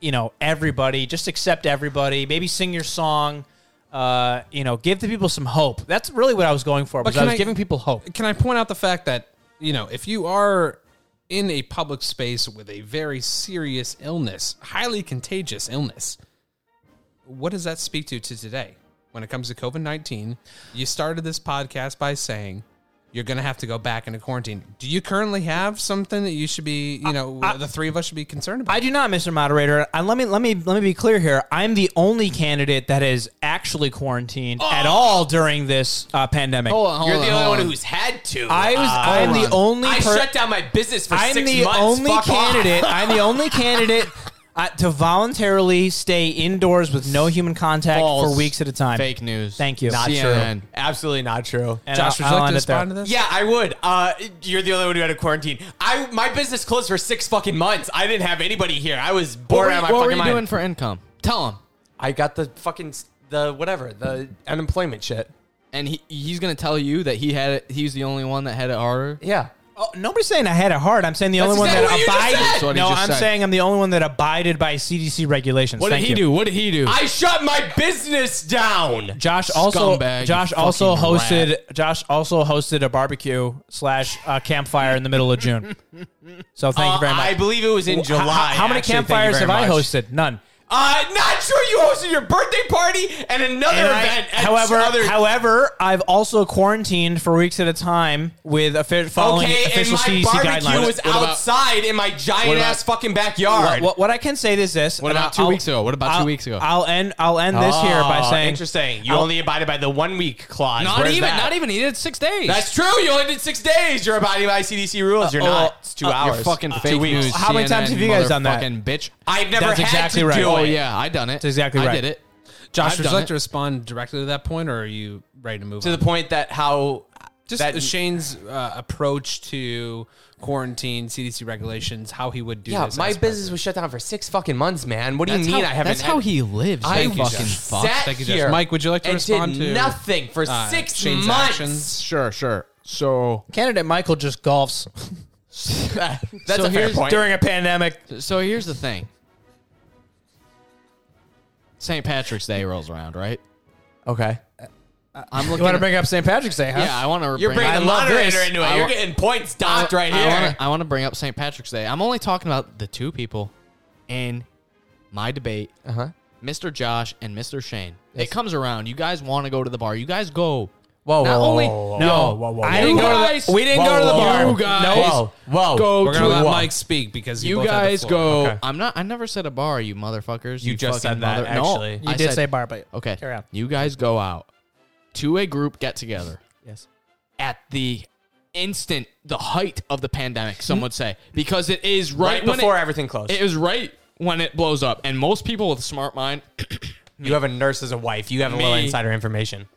Speaker 2: you know everybody, just accept everybody, maybe sing your song, uh, you know, give the people some hope. That's really what I was going for. Was I
Speaker 3: can
Speaker 2: was
Speaker 3: I-
Speaker 2: giving people hope.
Speaker 3: Can I point out the fact that you know if you are in a public space with a very serious illness, highly contagious illness, what does that speak to to today when it comes to COVID nineteen? You started this podcast by saying. you're gonna have to go back into quarantine. Do you currently have something that you should be, you know, the three of us should be concerned about?
Speaker 2: I do not, Mr. Moderator. And let me let me let me be clear here. I'm the only candidate that is actually quarantined at all during this uh, pandemic.
Speaker 1: Hold on, hold
Speaker 4: You're
Speaker 1: on,
Speaker 4: the
Speaker 1: hold
Speaker 4: only
Speaker 1: on.
Speaker 4: one who's had to. Uh,
Speaker 2: I was. I'm the only.
Speaker 4: I
Speaker 2: per-
Speaker 4: shut down my business for
Speaker 2: I'm
Speaker 4: six
Speaker 2: the
Speaker 4: months.
Speaker 2: only
Speaker 4: Fuck off.
Speaker 2: candidate. I'm the only candidate uh, to voluntarily stay indoors with no human contact
Speaker 1: False.
Speaker 2: for weeks at a time.
Speaker 1: Fake news.
Speaker 2: Thank you.
Speaker 4: Not
Speaker 1: CNN.
Speaker 4: true. Absolutely not true.
Speaker 2: And
Speaker 3: Josh, would
Speaker 2: I'll-
Speaker 3: you
Speaker 2: I'll
Speaker 3: like to
Speaker 2: end it there.
Speaker 3: respond to this?
Speaker 4: Yeah, I would. Uh, you're the only one who had a quarantine. I my business closed for six fucking months. I didn't have anybody here. I was
Speaker 1: What
Speaker 4: bored
Speaker 1: were
Speaker 4: out of
Speaker 1: you,
Speaker 4: my
Speaker 1: what were
Speaker 4: fucking
Speaker 1: you
Speaker 4: mind.
Speaker 1: doing for income? Tell him.
Speaker 4: I got the fucking s- the whatever the unemployment shit.
Speaker 1: And he, he's gonna tell you that he had it. He's the only one that had it harder.
Speaker 4: Yeah.
Speaker 2: Oh, nobody's saying I had it hard. I'm saying the only one
Speaker 4: exactly what you just
Speaker 2: that
Speaker 4: said.
Speaker 1: That's
Speaker 2: abided.
Speaker 1: what he
Speaker 2: No,
Speaker 1: just
Speaker 2: I'm
Speaker 1: said.
Speaker 2: saying I'm the only one that abided by CDC regulations.
Speaker 1: What
Speaker 2: Thank
Speaker 1: did he
Speaker 2: you.
Speaker 1: do? What did he do?
Speaker 4: I shut my business down.
Speaker 2: Josh also
Speaker 1: Scumbag, you
Speaker 2: Josh also
Speaker 1: fucking
Speaker 2: hosted Josh also hosted a barbecue slash uh, campfire in the middle of June. So thank
Speaker 4: Uh,
Speaker 2: you very much.
Speaker 4: I believe it was in
Speaker 2: How-
Speaker 4: July.
Speaker 2: How, how many
Speaker 4: actually. Thank you
Speaker 2: campfires have
Speaker 4: very
Speaker 2: I
Speaker 4: much.
Speaker 2: hosted? None.
Speaker 4: Uh, not sure you hosted your birthday party and another
Speaker 2: And I-
Speaker 4: event. and
Speaker 2: however,
Speaker 4: other-
Speaker 2: however, I've also quarantined for weeks at a time with offi- following
Speaker 4: okay, and
Speaker 2: official
Speaker 4: my
Speaker 2: CDC
Speaker 4: barbecue
Speaker 2: guidelines.
Speaker 4: was
Speaker 1: What about-
Speaker 4: outside in my giant ass fucking backyard.
Speaker 2: what, what, what I can say is this.
Speaker 1: What
Speaker 2: and
Speaker 1: about 2
Speaker 2: I'll-
Speaker 1: weeks ago? What about two
Speaker 2: I'll-
Speaker 1: weeks ago?
Speaker 2: I'll end. I'll end this here by
Speaker 4: Oh,
Speaker 2: saying Oh.
Speaker 4: interesting. You
Speaker 2: I'll-
Speaker 4: only abided by the one week clause.
Speaker 1: not
Speaker 4: Where's
Speaker 1: even.
Speaker 4: that?
Speaker 1: Not even. He did six days.
Speaker 4: That's true. You only did six days. You're abiding by CDC rules. You're
Speaker 2: Uh,
Speaker 4: not.
Speaker 2: oh,
Speaker 4: It's two
Speaker 2: uh,
Speaker 1: You're
Speaker 4: hours.
Speaker 1: fucking
Speaker 4: Uh,
Speaker 1: fake
Speaker 4: two weeks.
Speaker 1: news.
Speaker 2: How many times have you guys done that?
Speaker 1: Fucking bitch.
Speaker 4: I've never
Speaker 2: That's
Speaker 4: had
Speaker 2: exactly
Speaker 4: to
Speaker 2: right.
Speaker 4: do
Speaker 1: Oh
Speaker 4: it.
Speaker 1: yeah, I done it.
Speaker 2: That's exactly
Speaker 1: I
Speaker 2: right.
Speaker 1: did it. I've
Speaker 3: Josh, would you
Speaker 1: done
Speaker 3: like
Speaker 1: it.
Speaker 3: to respond directly to that point, or are you ready to move
Speaker 4: To
Speaker 3: on?
Speaker 4: the point that how
Speaker 3: Just
Speaker 4: that-
Speaker 3: Shane's uh, approach to quarantine, CDC regulations, how he would do
Speaker 4: yeah,
Speaker 3: this.
Speaker 4: my
Speaker 3: as
Speaker 4: business was shut down for six fucking months, man. What do you mean I haven't?
Speaker 1: That's how
Speaker 4: had-
Speaker 1: he lives.
Speaker 4: I
Speaker 1: you fucking fuck.
Speaker 4: sat
Speaker 3: Thank you, Josh.
Speaker 4: here.
Speaker 3: Mike, would you like to
Speaker 4: and
Speaker 3: respond
Speaker 4: did
Speaker 3: to,
Speaker 4: nothing for
Speaker 3: uh,
Speaker 4: six
Speaker 3: Shane's
Speaker 4: months?
Speaker 3: actions?
Speaker 1: Sure, sure. So,
Speaker 2: candidate Michael just golfs
Speaker 4: That's
Speaker 1: So
Speaker 4: a fair
Speaker 1: here's-
Speaker 4: point.
Speaker 2: during a pandemic.
Speaker 1: so here's the thing. St. Patrick's Day rolls around, right?
Speaker 4: okay,
Speaker 1: I'm
Speaker 2: You want to
Speaker 1: looking.
Speaker 2: bring up St. Patrick's Day, huh?
Speaker 1: yeah, I want to.
Speaker 4: you're bringing
Speaker 2: I
Speaker 4: the
Speaker 2: love
Speaker 4: moderator
Speaker 2: this.
Speaker 4: into
Speaker 1: I
Speaker 4: it. You're
Speaker 1: want-
Speaker 4: getting points docked right
Speaker 1: I wanna-
Speaker 4: here.
Speaker 1: I want to bring up St. Patrick's Day. I'm only talking about the two people in my debate,
Speaker 4: Uh huh.
Speaker 1: Mr. Josh and Mr. Shane. It comes around. You guys want to go to the bar. You guys go.
Speaker 4: Whoa,
Speaker 1: Not
Speaker 4: whoa,
Speaker 1: only-
Speaker 4: whoa, whoa,
Speaker 2: No,
Speaker 4: whoa, whoa, whoa,
Speaker 2: I
Speaker 4: whoa,
Speaker 2: didn't
Speaker 4: whoa,
Speaker 2: go to the-
Speaker 1: guys-
Speaker 2: we didn't go to the
Speaker 4: whoa,
Speaker 2: bar.
Speaker 1: You guys
Speaker 2: No.
Speaker 4: whoa, whoa.
Speaker 1: go
Speaker 3: We're gonna
Speaker 1: to
Speaker 3: let
Speaker 1: the-
Speaker 3: Mike speak because you,
Speaker 1: You
Speaker 3: both have the
Speaker 1: guys
Speaker 3: floor.
Speaker 1: go.
Speaker 4: Okay.
Speaker 1: I'm not. I never said a bar, you motherfuckers.
Speaker 4: You just
Speaker 1: fucking
Speaker 4: said that,
Speaker 1: mother- No,
Speaker 4: actually.
Speaker 2: You
Speaker 1: I
Speaker 2: did
Speaker 1: said-
Speaker 2: say bar, but
Speaker 1: Okay.
Speaker 2: Carry on.
Speaker 1: You guys go out to a group get together.
Speaker 2: Yes.
Speaker 1: At the instant, the height of the pandemic, some would say, because it is right,
Speaker 4: Right
Speaker 1: when
Speaker 4: before
Speaker 1: it,
Speaker 4: everything closed.
Speaker 1: It is right when it blows up, and most people with a smart mind
Speaker 4: You have a nurse as a wife. You have a
Speaker 1: Me.
Speaker 4: little insider information.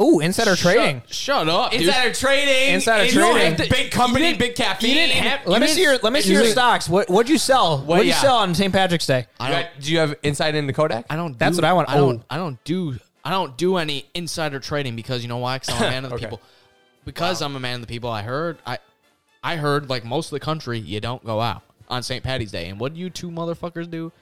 Speaker 2: Ooh, insider trading.
Speaker 1: Shut, shut up, dude.
Speaker 4: Insider trading.
Speaker 2: Insider
Speaker 4: you don't
Speaker 2: trading.
Speaker 4: have to- big company, big caffeine.
Speaker 1: you didn't have-
Speaker 2: Let
Speaker 1: You
Speaker 2: me
Speaker 1: didn't-
Speaker 2: see your let me see
Speaker 1: you
Speaker 2: your
Speaker 1: didn't-
Speaker 2: stocks. What what'd you sell? What, would you
Speaker 4: yeah.
Speaker 2: sell on St. Patrick's Day?
Speaker 1: I
Speaker 4: You
Speaker 1: don't.
Speaker 4: got- do you have insight into Kodak?
Speaker 1: I don't.
Speaker 2: That's
Speaker 1: do-
Speaker 2: what I want Oh.
Speaker 1: I don't.
Speaker 2: owned.
Speaker 1: I don't do. I don't do any insider trading because you know why? Because I'm a man of the
Speaker 4: Okay.
Speaker 1: people. Because I'm a man of the people. I heard. I, I heard like most of the country, you don't go out on St. Patty's Day. And what do you two motherfuckers do?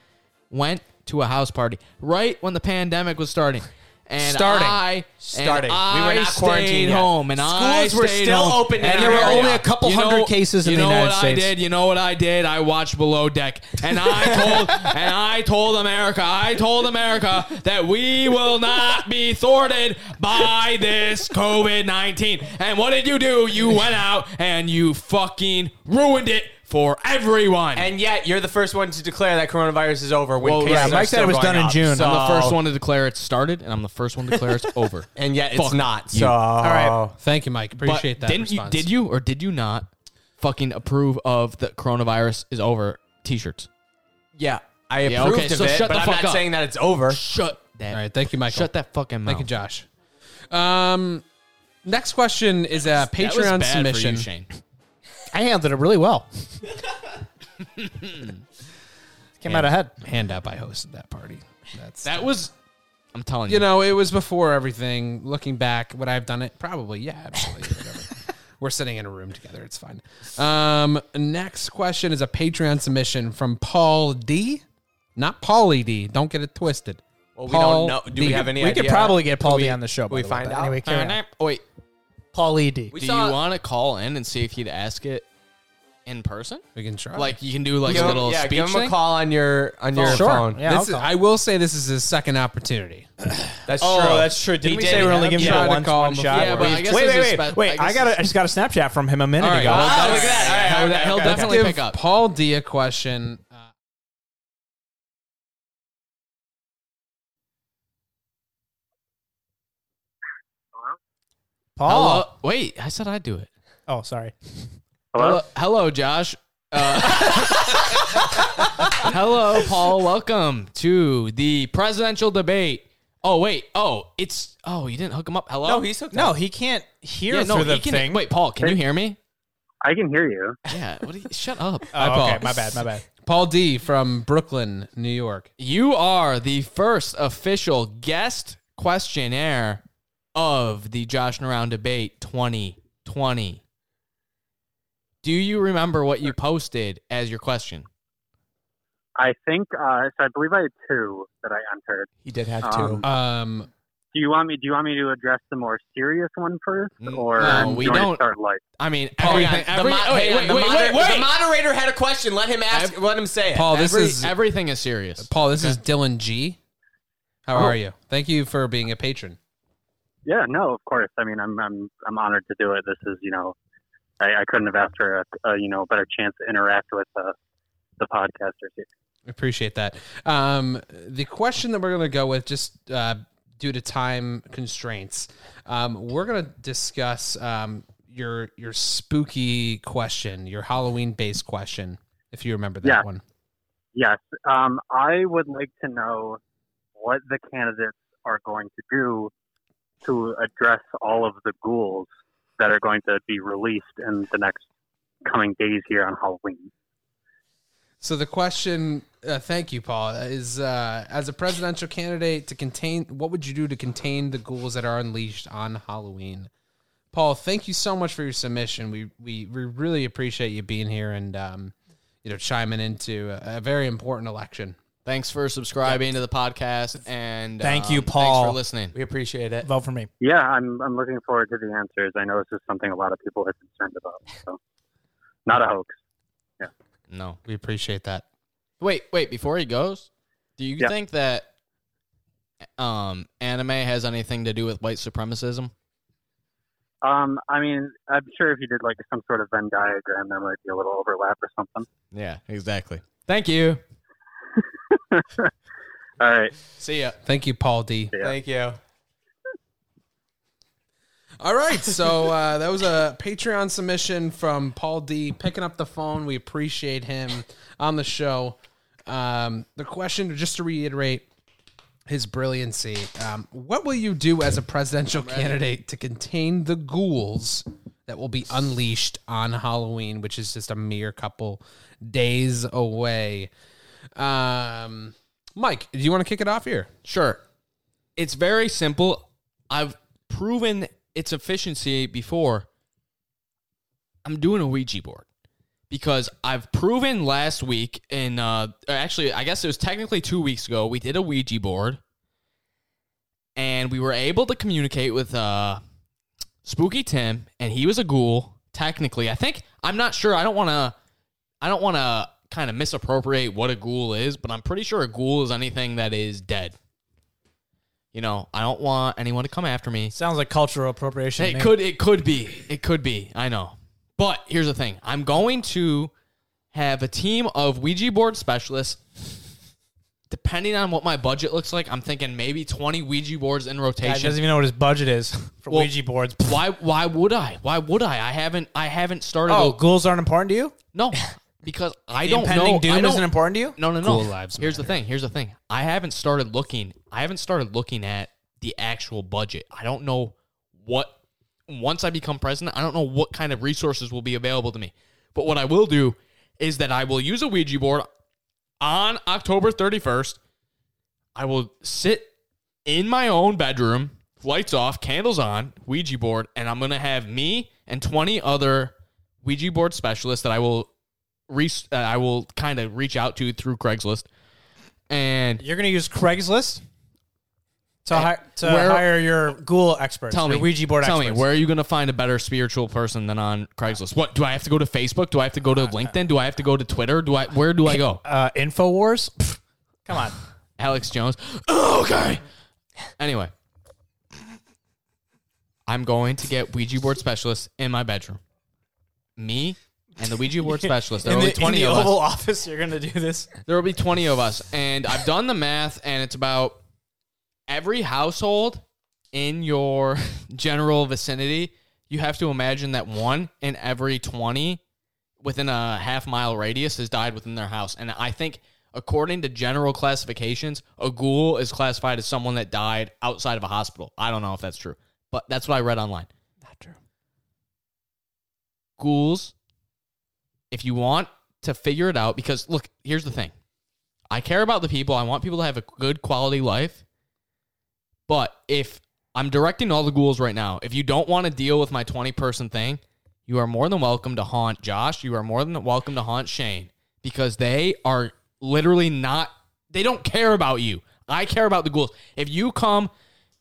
Speaker 1: Went to a house party right when the pandemic was starting. And
Speaker 4: Starting.
Speaker 1: I, and
Speaker 4: Starting. We
Speaker 1: I
Speaker 4: were not
Speaker 1: stayed
Speaker 4: quarantined yet.
Speaker 1: home, and I
Speaker 4: Schools were
Speaker 1: stayed
Speaker 4: still
Speaker 1: home.
Speaker 4: open in
Speaker 2: And there were
Speaker 4: America.
Speaker 2: only a couple
Speaker 1: You
Speaker 2: hundred
Speaker 1: know-
Speaker 2: cases in
Speaker 1: you
Speaker 2: the
Speaker 1: know
Speaker 2: United
Speaker 1: what
Speaker 2: States.
Speaker 1: I did? You know what I did? I watched Below Deck, and I told and I told America, I told America that we will not be thwarted by this COVID nineteen. And what did you do? You went out and you fucking ruined it for everyone.
Speaker 4: And yet, you're the first one to declare that coronavirus is over. When
Speaker 1: Well,
Speaker 4: cases
Speaker 1: yeah,
Speaker 4: are
Speaker 1: Mike
Speaker 2: said it
Speaker 4: still
Speaker 2: was
Speaker 4: going
Speaker 2: done in
Speaker 4: up.
Speaker 2: June. I'm the
Speaker 1: I'm the
Speaker 4: So-
Speaker 1: first one to declare it started, and I'm the first one to declare it's over.
Speaker 4: and yet it's
Speaker 1: Fuck
Speaker 4: not.
Speaker 1: you.
Speaker 4: So,
Speaker 1: All
Speaker 2: right.
Speaker 3: Thank you, Mike.
Speaker 1: But
Speaker 3: Appreciate that.
Speaker 1: didn't
Speaker 3: response.
Speaker 1: you? Did you or did you not fucking approve of the coronavirus is over T-shirts?
Speaker 4: yeah, I
Speaker 1: Yeah,
Speaker 4: approved
Speaker 1: okay,
Speaker 4: of
Speaker 1: so
Speaker 4: it,
Speaker 1: shut
Speaker 4: but
Speaker 1: the
Speaker 4: I'm
Speaker 1: fuck
Speaker 4: not
Speaker 1: up.
Speaker 4: saying that it's over.
Speaker 1: Shut that.
Speaker 3: All right. Thank you, Michael.
Speaker 1: Shut that fucking mouth.
Speaker 3: Thank you, Josh. Um, next question is a
Speaker 1: That was bad
Speaker 3: Patreon
Speaker 1: for you,
Speaker 3: submission.
Speaker 1: Shane.
Speaker 2: I handled it really well. Came out ahead.
Speaker 3: Hand up, I hosted that party. That's
Speaker 1: That was. I'm telling you.
Speaker 3: you know, it was before everything. Looking back, would I have done it? Probably, yeah, absolutely. Whatever. We're sitting in a room together. It's fine. Um, next question is a Patreon submission from Paul D. Not Paulie D. Don't get it twisted.
Speaker 4: Well, we
Speaker 3: Paul
Speaker 4: don't know. Do
Speaker 3: D.
Speaker 4: we have any
Speaker 2: We
Speaker 4: idea?
Speaker 2: could probably get Paul
Speaker 4: we-
Speaker 2: D on the show.
Speaker 4: we find out?
Speaker 2: Anyway,
Speaker 1: Oh, wait.
Speaker 2: Paul E. D.
Speaker 1: do
Speaker 4: saw-
Speaker 1: you want to call in and see if he'd ask it in person?
Speaker 3: We can try.
Speaker 1: Like you can do like
Speaker 4: Give
Speaker 1: a
Speaker 4: him-
Speaker 1: little
Speaker 4: yeah,
Speaker 1: speech
Speaker 4: give him
Speaker 1: thing?
Speaker 4: a call on your on your
Speaker 2: Sure.
Speaker 4: phone.
Speaker 2: Yeah, I'll
Speaker 3: This is-
Speaker 2: call.
Speaker 3: I will say this is his second opportunity.
Speaker 4: That's
Speaker 2: Oh,
Speaker 4: true.
Speaker 2: that's true. Didn't
Speaker 4: He
Speaker 2: we
Speaker 4: did
Speaker 2: say we're only
Speaker 4: have-
Speaker 2: giving
Speaker 4: yeah.
Speaker 2: him
Speaker 3: to
Speaker 2: one,
Speaker 3: call
Speaker 2: one
Speaker 3: him
Speaker 2: shot?
Speaker 1: before. Yeah, but I guess
Speaker 2: wait,
Speaker 1: this
Speaker 2: wait,
Speaker 1: is
Speaker 2: wait,
Speaker 1: spe-
Speaker 2: wait.
Speaker 1: I
Speaker 2: I,
Speaker 1: guess
Speaker 2: got
Speaker 1: this-
Speaker 2: a, I just got a Snapchat from him a minute
Speaker 1: All right,
Speaker 2: ago.
Speaker 1: well,
Speaker 4: Oh,
Speaker 1: that-
Speaker 4: look at that.
Speaker 1: yeah,
Speaker 4: All right,
Speaker 1: he'll-
Speaker 4: okay,
Speaker 1: He'll
Speaker 4: okay, okay.
Speaker 1: definitely
Speaker 3: Give
Speaker 1: pick up.
Speaker 3: Paul D a question. Uh,
Speaker 2: Paul.
Speaker 1: Hello? Wait, I said I'd do it.
Speaker 2: Oh, sorry.
Speaker 1: Hello, hello, Josh. Uh, hello, Paul. Welcome to the presidential debate. Oh wait. Oh, it's. Oh, you didn't hook him up. Hello.
Speaker 4: No, he's hooked
Speaker 2: No,
Speaker 4: up.
Speaker 2: he can't hear
Speaker 1: yeah. No,
Speaker 2: through the
Speaker 1: he can.
Speaker 2: thing.
Speaker 1: Wait, Paul. Can you hear me?
Speaker 7: I can hear you.
Speaker 1: Yeah. What? Are you, shut up.
Speaker 2: Oh,
Speaker 3: Paul.
Speaker 2: okay, my bad, my bad.
Speaker 3: Paul D from Brooklyn, New York.
Speaker 1: You are the first official guest questionnaire of the Josh and Around debate 2020. Do you remember what you posted as your question?
Speaker 7: I think uh, so. I believe I had two that I entered.
Speaker 4: He did have two.
Speaker 7: Um,
Speaker 3: Um,
Speaker 7: do you want me? Do you want me to address the more serious one first,
Speaker 1: N-
Speaker 7: or
Speaker 1: no,
Speaker 7: do
Speaker 1: we
Speaker 7: you want me
Speaker 1: don't.
Speaker 7: to start light?
Speaker 1: I mean,
Speaker 3: Paul,
Speaker 1: every,
Speaker 3: hang-
Speaker 1: every-
Speaker 4: the, mo-
Speaker 1: oh, wait,
Speaker 4: hang on,
Speaker 1: wait,
Speaker 4: the
Speaker 1: wait,
Speaker 4: moder-
Speaker 1: wait, wait.
Speaker 4: the moderator had a question. Let him ask. let him say it.
Speaker 3: Paul, this
Speaker 1: Every-
Speaker 3: is
Speaker 1: everything is serious.
Speaker 3: Paul. This is Dylan G. How
Speaker 4: Oh.
Speaker 3: are you? Thank you for being a patron.
Speaker 7: Yeah, no, of course. I mean, I'm I'm I'm honored to do it. This is you know, I, I couldn't have asked for a, a you know better chance to interact with uh, the podcasters here.
Speaker 3: Appreciate that. Um, the question that we're going to go with, just uh, due to time constraints, um, we're going to discuss um, your your spooky question, your Halloween based question, if you remember that
Speaker 7: Yeah.
Speaker 3: one.
Speaker 7: Yes, um, I would like to know what the candidates are going to do to address all of the ghouls that are going to be released in the next coming days here on Halloween.
Speaker 3: So the question, uh, thank you, Paul, is uh, as a presidential candidate to contain, what would you do to contain the ghouls that are unleashed on Halloween? Paul, thank you so much for your submission. We we, we really appreciate you being here and um, you know chiming into a, a very important election.
Speaker 1: Thanks for subscribing to the podcast and
Speaker 2: Thank
Speaker 1: um,
Speaker 2: you,
Speaker 1: Thanks
Speaker 2: Paul.
Speaker 1: for listening.
Speaker 4: we appreciate it.
Speaker 2: Vote for me.
Speaker 7: Yeah, I'm I'm looking forward to the answers. I know this is something a lot of people are concerned about. So, not a hoax.
Speaker 1: No.
Speaker 3: We appreciate that.
Speaker 1: Wait, wait, before he goes, do you
Speaker 7: Yeah.
Speaker 1: think that um anime has anything to do with white supremacism?
Speaker 7: Um, I mean, I'm sure if you did like some sort of Venn diagram, there might be a little overlap or something.
Speaker 1: Yeah, exactly. Thank you.
Speaker 7: All right.
Speaker 1: See ya.
Speaker 3: Thank you, Paul D.
Speaker 7: Yeah.
Speaker 4: Thank you.
Speaker 3: All right, so uh, that was a Patreon submission from Paul D. Picking up the phone, we appreciate him on the show. Um, the question, just to reiterate, his brilliancy. Um, what will you do as a presidential candidate to contain the ghouls that will be unleashed on Halloween, which is just a mere couple days away? Um, Mike, do you want to kick it off here?
Speaker 1: Sure. It's very simple. I've proven its efficiency before. I'm doing a Ouija board because I've proven last week, and uh, actually, I guess it was technically two weeks ago, we did a Ouija board and we were able to communicate with uh, Spooky Tim, and he was a ghoul, technically. I think, I'm not sure. I don't want to. I don't want to kind of misappropriate what a ghoul is, but I'm pretty sure a ghoul is anything that is dead. You know, I don't want anyone to come after me.
Speaker 2: Sounds like cultural appropriation. to
Speaker 1: It
Speaker 2: me.
Speaker 1: could it could be. It could be. I know. But here's the thing. I'm going to have a team of Ouija board specialists. Depending on what my budget looks like, I'm thinking maybe 20 Ouija boards in
Speaker 2: Guy
Speaker 1: rotation.
Speaker 2: doesn't even know what his budget is for
Speaker 1: Well- oh.
Speaker 2: Ouija boards.
Speaker 1: why why would I? Why would I? I haven't I haven't started
Speaker 2: Oh,
Speaker 1: oh,
Speaker 2: ghouls aren't important to you?
Speaker 1: no because I don't
Speaker 2: Impending
Speaker 1: know.
Speaker 2: doom
Speaker 1: I don't,
Speaker 2: isn't important to you?
Speaker 1: No, no, no.
Speaker 3: Cool lives
Speaker 1: Here's the thing. Here's the thing. I haven't started looking. I haven't started looking at the actual budget. I don't know what once I become president, I don't know what kind of resources will be available to me. But what I will do is that I will use a Ouija board on October 31st. I will sit in my own bedroom, lights off, candles on, Ouija board, and I'm going to have me and 20 other Ouija board specialists that I will reach, uh, I will kind of reach out to through Craigslist. And
Speaker 2: You're going to use Craigslist? To, hi- to
Speaker 1: Where-
Speaker 2: hire your ghoul experts,
Speaker 1: Tell me,
Speaker 2: your Ouija board
Speaker 1: Tell
Speaker 2: experts.
Speaker 1: me, where are you going to find a better spiritual person than on Craigslist? What do I have to go to Facebook? Do I have to go to LinkedIn? Do I have to go to Twitter? Do I? Where do I go?
Speaker 2: uh, Infowars. Pfft, Come on,
Speaker 1: Alex Jones. okay. Anyway, I'm going to get Ouija board specialists in my bedroom. Me and the Ouija board specialist. There
Speaker 2: in
Speaker 1: are only
Speaker 2: the, in
Speaker 1: 20
Speaker 2: the
Speaker 1: of us.
Speaker 2: Oval Office, you're gonna do this.
Speaker 1: There will be 20 of us. And I've done the math, and it's about every household in your general vicinity. You have to imagine that one in every 20 within a half mile radius has died within their house. And I think, according to general classifications, a ghoul is classified as someone that died outside of a hospital. I don't know if that's true, but that's what I read online. Not true. Ghouls, if you want to figure it out, because look, here's the thing I care about the people, I want people to have a good quality life. But if I'm directing all the ghouls right now, if you don't want to deal with my 20 person thing, you are more than welcome to haunt Josh. You are more than welcome to haunt Shane because they are literally not, they don't care about you. I care about the ghouls. If you come,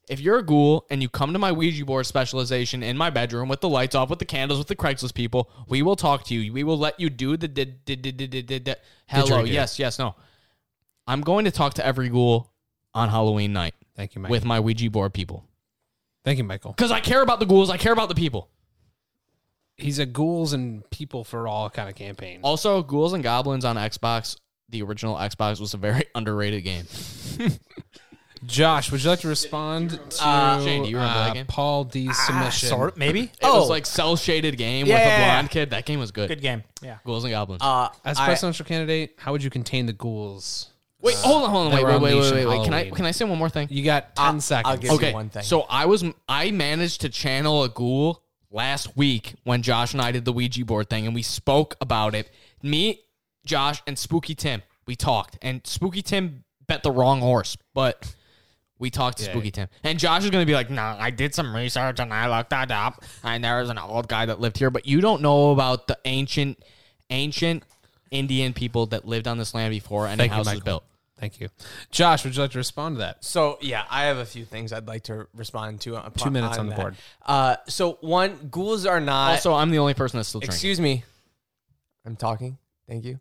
Speaker 1: if you're a ghoul and you come to my Ouija board specialization in my bedroom with the lights off, with the candles, with the Craigslist people, we will talk to you. We will let you do the did, did, did, did, did, did, did. hello.
Speaker 3: Didgeridoo.
Speaker 1: Yes, yes, no. I'm going to talk to every ghoul on Halloween night
Speaker 3: Thank you, Michael.
Speaker 1: with my Ouija board people.
Speaker 3: Thank you, Michael.
Speaker 1: Because I care about the ghouls, I care about the people.
Speaker 3: He's a ghouls and people for all kind of campaign.
Speaker 1: Also, Ghouls and Goblins on Xbox, the original Xbox, was a very underrated game.
Speaker 3: Josh, would you like to respond to
Speaker 1: Uh,
Speaker 3: uh,
Speaker 1: Shane, do you remember that game?
Speaker 3: Paul D's
Speaker 2: Ah,
Speaker 3: submission?
Speaker 2: sort maybe.
Speaker 1: It was like cell shaded game with
Speaker 2: Yeah.
Speaker 1: a blonde kid. That game was Oh. good.
Speaker 2: good game. Yeah.
Speaker 1: Ghouls and Goblins.
Speaker 4: Uh,
Speaker 3: As
Speaker 4: I-
Speaker 3: presidential candidate, how would you contain the ghouls?
Speaker 1: wait, hold on, hold on,
Speaker 3: they
Speaker 1: wait,
Speaker 3: were
Speaker 1: wait,
Speaker 3: on
Speaker 1: wait, wait,
Speaker 3: Nation
Speaker 1: wait, wait. Can I
Speaker 3: Halloween.
Speaker 1: can I say one more thing?
Speaker 3: You got 10 seconds.
Speaker 4: Uh, I'll give you
Speaker 1: okay,
Speaker 4: one thing.
Speaker 1: so I was I managed to channel a ghoul last week when Josh and I did the Ouija board thing, and we spoke about it. Me, Josh, and Spooky Tim, we talked, and Spooky Tim bet the wrong horse, but we talked to Spooky Tim, and Josh is gonna be like, "Nah, I did some research and I looked that up, and there was an old guy that lived here, but you don't know about the ancient, ancient." Indian people that lived on this land before any
Speaker 3: Thank you,
Speaker 1: house was
Speaker 3: Michael.
Speaker 1: built.
Speaker 3: Thank you. Josh, would you like to respond to that?
Speaker 4: So yeah, I have a few things I'd like to respond to. upon-
Speaker 3: Two minutes on the
Speaker 4: that.
Speaker 3: board.
Speaker 4: Uh, so one, ghouls are not.
Speaker 1: Also, I'm the only person that's still drinking.
Speaker 4: excuse me, I'm talking. Thank you.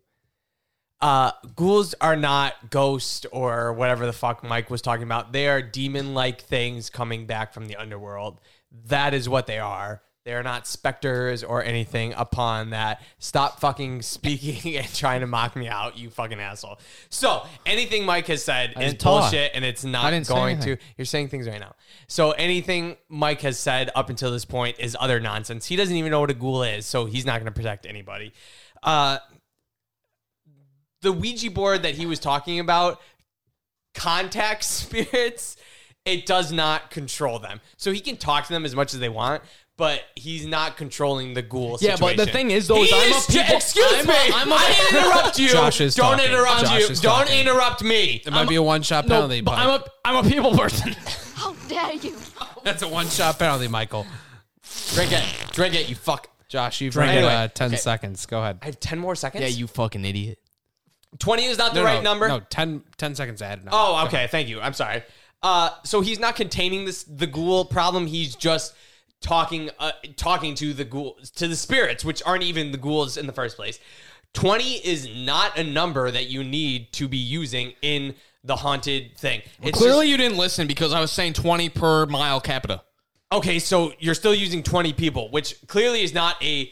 Speaker 4: Uh, ghouls are not ghosts or whatever the fuck Mike was talking about. They are demon-like things coming back from the underworld. That is what they are. They are not specters or anything. Upon that, stop fucking speaking and trying to mock me out, you fucking asshole. So anything Mike has said is
Speaker 1: didn't talk.
Speaker 4: bullshit, and it's not
Speaker 1: I didn't say
Speaker 4: going
Speaker 1: anything.
Speaker 4: to. You're saying things right now. So anything Mike has said up until this point is other nonsense. He doesn't even know what a ghoul is, so he's not going to protect anybody. Uh, the Ouija board that he was talking about contacts spirits. It does not control them, so he can talk to them as much as they want, but he's not controlling the ghoul.
Speaker 1: Yeah, but the
Speaker 4: situation.
Speaker 1: thing is, though, is
Speaker 4: He
Speaker 1: I'm a
Speaker 4: is-
Speaker 1: people-
Speaker 4: Excuse
Speaker 1: I'm a-
Speaker 4: me,
Speaker 1: I'm a-
Speaker 4: I interrupt you.
Speaker 3: Josh is
Speaker 4: Don't
Speaker 3: talking.
Speaker 4: interrupt
Speaker 3: Josh
Speaker 4: you.
Speaker 3: is
Speaker 4: Don't
Speaker 3: talking.
Speaker 4: interrupt me.
Speaker 3: It might be a one shot
Speaker 1: No,
Speaker 3: penalty.
Speaker 1: but
Speaker 3: Mike.
Speaker 1: I'm a I'm a people person.
Speaker 5: How dare you?
Speaker 3: That's a one shot penalty, Michael.
Speaker 4: Drink it. Drink it. You fuck.
Speaker 3: Josh, you've
Speaker 2: Drink
Speaker 3: got
Speaker 4: it.
Speaker 3: uh, 10
Speaker 4: Okay.
Speaker 3: seconds. Go ahead.
Speaker 4: I have ten more seconds.
Speaker 1: yeah, you fucking idiot.
Speaker 4: Twenty is not the right
Speaker 3: no,
Speaker 4: number.
Speaker 3: No, 10, 10 seconds added. No.
Speaker 4: Oh, okay. Thank you. I'm sorry. Uh, so he's not containing this the ghoul problem. He's just talking uh, talking to the ghoul to the spirits, which aren't even the ghouls in the first place. Twenty is not a number that you need to be using in the haunted thing. It's
Speaker 1: Clearly,
Speaker 4: just-
Speaker 1: you didn't listen because I was saying 20 per mile capita.
Speaker 4: okay. So you're still using twenty people, which clearly is not a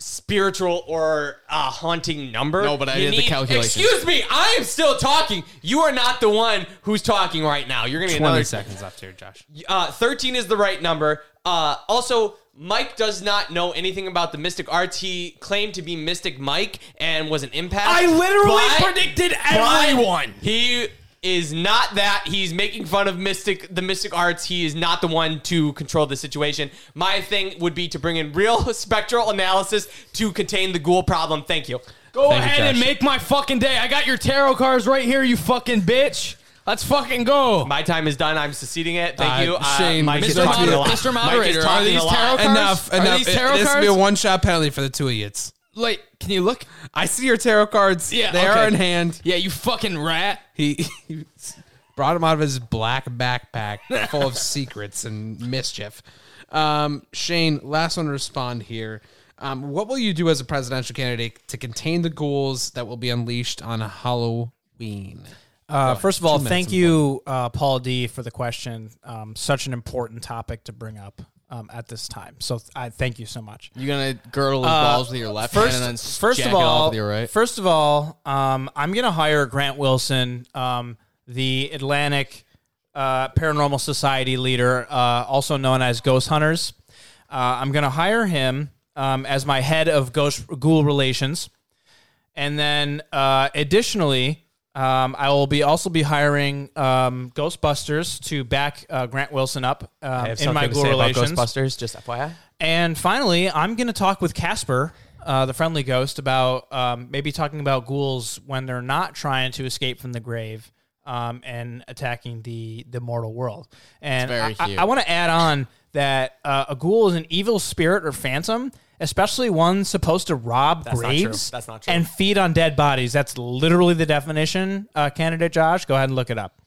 Speaker 4: spiritual or uh, haunting number.
Speaker 1: No, but I
Speaker 4: You
Speaker 1: did the calculations.
Speaker 4: Excuse me, I am still talking. You are not the one who's talking right now. You're gonna get
Speaker 3: 20
Speaker 4: another
Speaker 3: seconds left here, Josh.
Speaker 4: Uh, 13 is the right number. Uh, also, Mike does not know anything about the Mystic Arts. He claimed to be Mystic Mike and was an impact.
Speaker 1: I literally
Speaker 4: predicted
Speaker 1: everyone.
Speaker 4: He is not that. He's making fun of Mystic, the Mystic Arts. He is not the one to control the situation. My thing would be to bring in real spectral analysis to contain the ghoul problem. Thank you.
Speaker 1: Go
Speaker 3: Thank you,
Speaker 1: ahead and
Speaker 3: Josh.
Speaker 1: make my fucking day. I got your tarot cards right here, you fucking bitch. Let's fucking go.
Speaker 4: My time is done. I'm seceding it. Thank
Speaker 3: Uh,
Speaker 4: you.
Speaker 3: Shane,
Speaker 4: Mike is
Speaker 1: Mr.
Speaker 4: talking a
Speaker 1: Moder-
Speaker 4: lot.
Speaker 1: Mr.
Speaker 4: Mike is
Speaker 1: Moderator, are
Speaker 4: talking
Speaker 1: these
Speaker 4: a lot.
Speaker 1: tarot cards?
Speaker 3: Enough,
Speaker 1: Are
Speaker 3: enough.
Speaker 1: these
Speaker 3: It-
Speaker 1: tarot
Speaker 3: this will be a
Speaker 1: cards?
Speaker 3: one shot penalty for the two idiots.
Speaker 1: Like, can you look?
Speaker 3: I see your tarot cards.
Speaker 1: Yeah, okay.
Speaker 3: they are in hand.
Speaker 1: Yeah, you fucking rat.
Speaker 3: He, he brought him out of his black backpack full of secrets and mischief. Um, Shane, last one to respond here. Um, what will you do as a presidential candidate to contain the ghouls that will be unleashed on Halloween?
Speaker 2: Uh, first of all,
Speaker 3: minutes
Speaker 2: thank
Speaker 3: and
Speaker 2: you, uh, Paul D, for the question. Um, such an important topic to bring up um, at this time. So th- I thank you so much.
Speaker 1: You gonna girdle
Speaker 3: Uh,
Speaker 1: his balls with your left
Speaker 2: Uh, First,
Speaker 1: hand and then
Speaker 2: first
Speaker 1: jack
Speaker 2: of
Speaker 1: it off
Speaker 2: all,
Speaker 1: with your right?
Speaker 2: first of all, um, I'm gonna hire Grant Wilson, um, the Atlantic uh, Paranormal Society leader, uh, also known as Ghost Hunters. Uh, I'm gonna hire him um, as my head of ghost ghoul relations, and then uh, additionally. Um, I will be also be hiring um, Ghostbusters to back uh, Grant Wilson up um,
Speaker 4: I have
Speaker 2: in my
Speaker 4: something to
Speaker 2: ghoul
Speaker 4: say about
Speaker 2: relations.
Speaker 4: Ghostbusters. Just FYI.
Speaker 2: And finally, I'm going to talk with Casper, uh, the friendly ghost, about um, maybe talking about ghouls when they're not trying to escape from the grave um, and attacking the the mortal world. And
Speaker 1: It's very
Speaker 2: I,
Speaker 1: cute.
Speaker 2: I, I want to add on that uh, a ghoul is an evil spirit or phantom. Especially one supposed to rob
Speaker 4: That's not true.
Speaker 2: graves
Speaker 4: That's not true.
Speaker 2: and feed on dead bodies. That's literally the definition, uh, candidate Josh. Go ahead and look it up.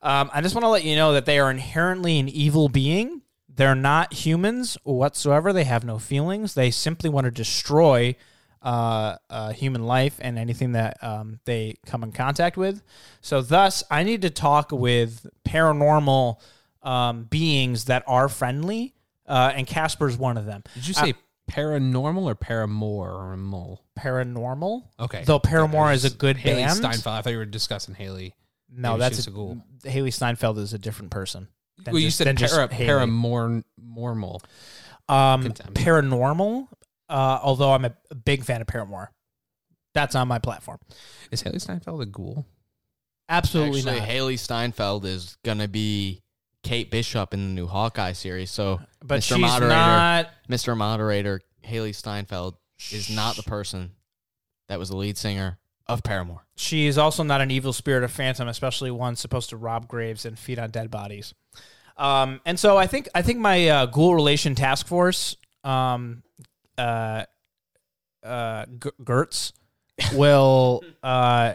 Speaker 2: Um, I just want to let you know that they are inherently an evil being. They're not humans whatsoever. They have no feelings. They simply want to destroy uh, uh, human life and anything that um, they come in contact with. So, thus, I need to talk with paranormal um, beings that are friendly, uh, and Casper's one of them.
Speaker 3: Did you say paranormal or paramoral?
Speaker 2: Paranormal.
Speaker 3: Okay.
Speaker 2: Though Paramore is a good
Speaker 3: Haley
Speaker 2: band.
Speaker 3: Steinfeld. I thought you were discussing Haley.
Speaker 2: No,
Speaker 3: Maybe
Speaker 2: that's
Speaker 3: she's
Speaker 2: a,
Speaker 3: a ghoul.
Speaker 2: Haley Steinfeld is a different person. than
Speaker 3: well, you
Speaker 2: just-
Speaker 3: said
Speaker 2: than just
Speaker 3: para,
Speaker 2: Haley.
Speaker 3: paramormal.
Speaker 2: um,
Speaker 3: Contempt.
Speaker 2: paranormal. Uh, although I'm a a big fan of Paramore, that's on my platform.
Speaker 3: Is Haley Steinfeld a ghoul?
Speaker 2: Absolutely
Speaker 1: Actually,
Speaker 2: not.
Speaker 1: Haley Steinfeld is gonna be Kate Bishop in the new Hawkeye series. So,
Speaker 2: but
Speaker 1: Mr.
Speaker 2: she's
Speaker 1: Moderator,
Speaker 2: not.
Speaker 1: Mr. Moderator, Haley Steinfeld is not the person that was the lead singer of Paramore.
Speaker 2: She is also not an evil spirit or phantom, especially one supposed to rob graves and feed on dead bodies. Um, and so I think I think my uh, ghoul relation task force, um, uh, uh, G- Gertz, will uh,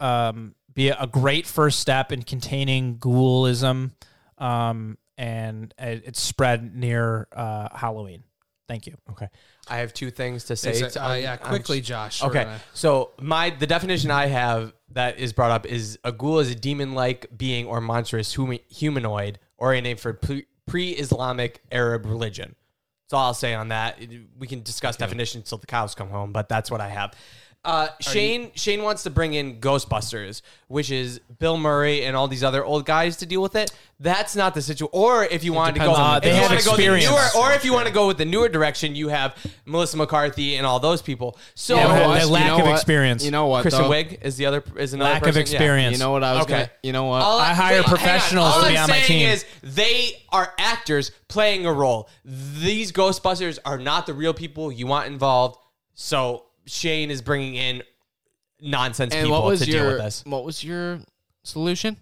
Speaker 2: um, be a great first step in containing ghoulism um, and it- it's spread near uh, Halloween. Thank you.
Speaker 4: Okay. I have two things to say.
Speaker 3: Is it-
Speaker 4: to-
Speaker 3: uh,
Speaker 4: on-
Speaker 3: yeah,
Speaker 4: on-
Speaker 3: quickly, Josh. we're
Speaker 4: Okay.
Speaker 1: uh,
Speaker 3: gonna-
Speaker 4: So my the definition I have that is brought up is a ghoul is a demon-like being or monstrous humi- humanoid oriented for pre- pre-Islamic Arab religion. That's all I'll say on that. It- We can discuss definitions till the cows come home, but that's what I have. Uh, Shane Shane wants to bring in Ghostbusters, which is Bill Murray and all these other old guys to deal with it. That's not the situation. Or if you wanted to go,
Speaker 2: depends on the
Speaker 4: if
Speaker 2: they
Speaker 4: you
Speaker 2: had
Speaker 4: wanna go the
Speaker 2: experience.
Speaker 4: newer- or if you want to go with the newer direction, you have Melissa McCarthy and all those people. So
Speaker 2: Yeah,
Speaker 1: know
Speaker 2: but
Speaker 1: what?
Speaker 2: the lack
Speaker 1: know
Speaker 2: of
Speaker 1: what?
Speaker 2: experience.
Speaker 1: You know what?
Speaker 4: Kristen
Speaker 1: though?
Speaker 4: Wiig is the other is another
Speaker 2: Lack of
Speaker 4: person. Yeah.
Speaker 2: experience.
Speaker 1: You know what I was
Speaker 2: Okay.
Speaker 1: gonna. You know what?
Speaker 4: All
Speaker 2: I hire
Speaker 4: hang on.
Speaker 2: professionals
Speaker 4: All
Speaker 2: to be
Speaker 4: I'm
Speaker 2: on my
Speaker 4: saying
Speaker 2: team.
Speaker 4: Is they are actors playing a role. These Ghostbusters are not the real people you want involved. So Shane is bringing in nonsense
Speaker 1: and
Speaker 4: people
Speaker 1: what was
Speaker 4: to
Speaker 1: your
Speaker 4: deal with this.
Speaker 1: what was your solution?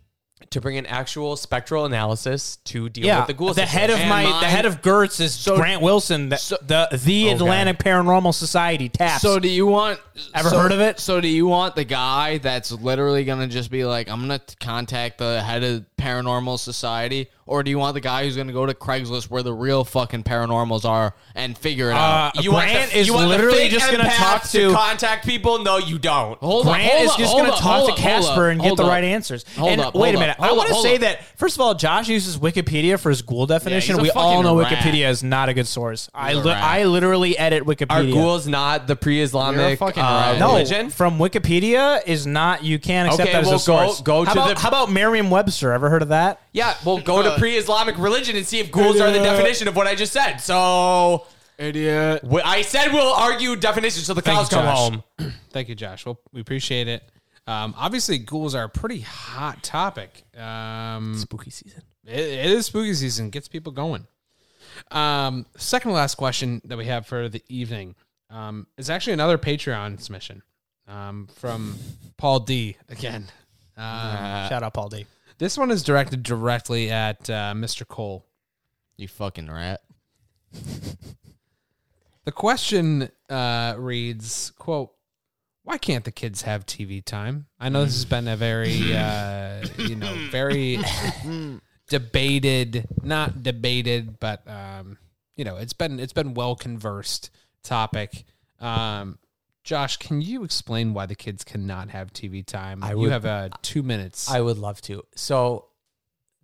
Speaker 4: To bring in actual spectral analysis to deal
Speaker 2: yeah,
Speaker 4: with the ghoul.
Speaker 2: the head of
Speaker 4: situation.
Speaker 2: my
Speaker 1: mine-
Speaker 2: the head of Gertz is Grant Wilson, the the, the Atlantic Paranormal Society taps.
Speaker 1: So do you want
Speaker 2: Ever
Speaker 1: so-
Speaker 2: heard of it?
Speaker 1: So do you want the guy that's literally gonna just be like, I'm gonna t- contact the head of paranormal society, or do you want the guy who's gonna go to Craigslist where the real fucking paranormals are and figure it
Speaker 2: uh,
Speaker 1: out?
Speaker 4: you want
Speaker 2: Grant
Speaker 4: the,
Speaker 2: is
Speaker 4: you want the
Speaker 2: literally
Speaker 4: fake
Speaker 2: just going to
Speaker 4: empath
Speaker 2: talk to. Oh,
Speaker 4: contact people. No, you don't.
Speaker 1: Hold
Speaker 2: Grant
Speaker 1: hold
Speaker 2: is just
Speaker 1: hold
Speaker 2: going to talk
Speaker 1: hold
Speaker 2: to
Speaker 1: hold
Speaker 2: Casper and get
Speaker 1: hold
Speaker 2: the
Speaker 1: up.
Speaker 2: right answers.
Speaker 1: Hold
Speaker 2: and
Speaker 1: up,
Speaker 2: wait
Speaker 1: hold
Speaker 2: a minute.
Speaker 1: up,
Speaker 2: I
Speaker 1: hold
Speaker 2: want
Speaker 1: up,
Speaker 2: to
Speaker 1: hold
Speaker 2: say
Speaker 1: up.
Speaker 2: that first of all, Josh uses Wikipedia for his ghoul definition.
Speaker 1: he's a
Speaker 2: we all
Speaker 1: fucking
Speaker 2: know
Speaker 1: rat.
Speaker 2: Wikipedia is not a good source. I
Speaker 1: He's a
Speaker 2: li-
Speaker 1: rat.
Speaker 2: I literally edit
Speaker 4: Are
Speaker 2: Wikipedia.
Speaker 4: ghouls not the
Speaker 1: You're a
Speaker 4: pre-Islamic
Speaker 1: fucking
Speaker 4: uh,
Speaker 1: rat.
Speaker 2: no,
Speaker 4: religion?
Speaker 2: from Wikipedia is not. You can't accept
Speaker 4: Okay,
Speaker 2: that as
Speaker 4: well,
Speaker 2: a source.
Speaker 4: go- go
Speaker 2: how
Speaker 4: to
Speaker 2: about,
Speaker 4: the-
Speaker 2: how about Merriam-Webster? Ever heard of that?
Speaker 4: Yeah, well, go
Speaker 1: Uh,
Speaker 4: to pre-Islamic religion and see if ghouls are the definition of what I just said. So,
Speaker 1: Idiot.
Speaker 4: wh- I said we'll argue definitions till the
Speaker 3: Thank
Speaker 4: cows
Speaker 3: you,
Speaker 4: come
Speaker 3: Josh.
Speaker 4: home.
Speaker 3: Thank you, Josh. Well, we appreciate it. Um, obviously, ghouls are a pretty hot topic. Um,
Speaker 4: Spooky season.
Speaker 3: it, it is spooky season, gets people going. Um, second to last question that we have for the evening um, is actually another Patreon submission um, from Paul D again. Um,
Speaker 1: Uh,
Speaker 2: Shout out Paul D.
Speaker 3: this one is directed directly at uh, Mr. Cole.
Speaker 1: You fucking rat.
Speaker 3: The question uh, reads, "Quote: why can't the kids have TV time? I know this has been a very, uh, you know, very debated, not debated, but um, you know, it's been it's been well conversed topic. Um, Josh, can you explain why the kids cannot have TV time?
Speaker 4: I
Speaker 3: you
Speaker 4: would-
Speaker 3: have uh, two minutes.
Speaker 4: I would love to. So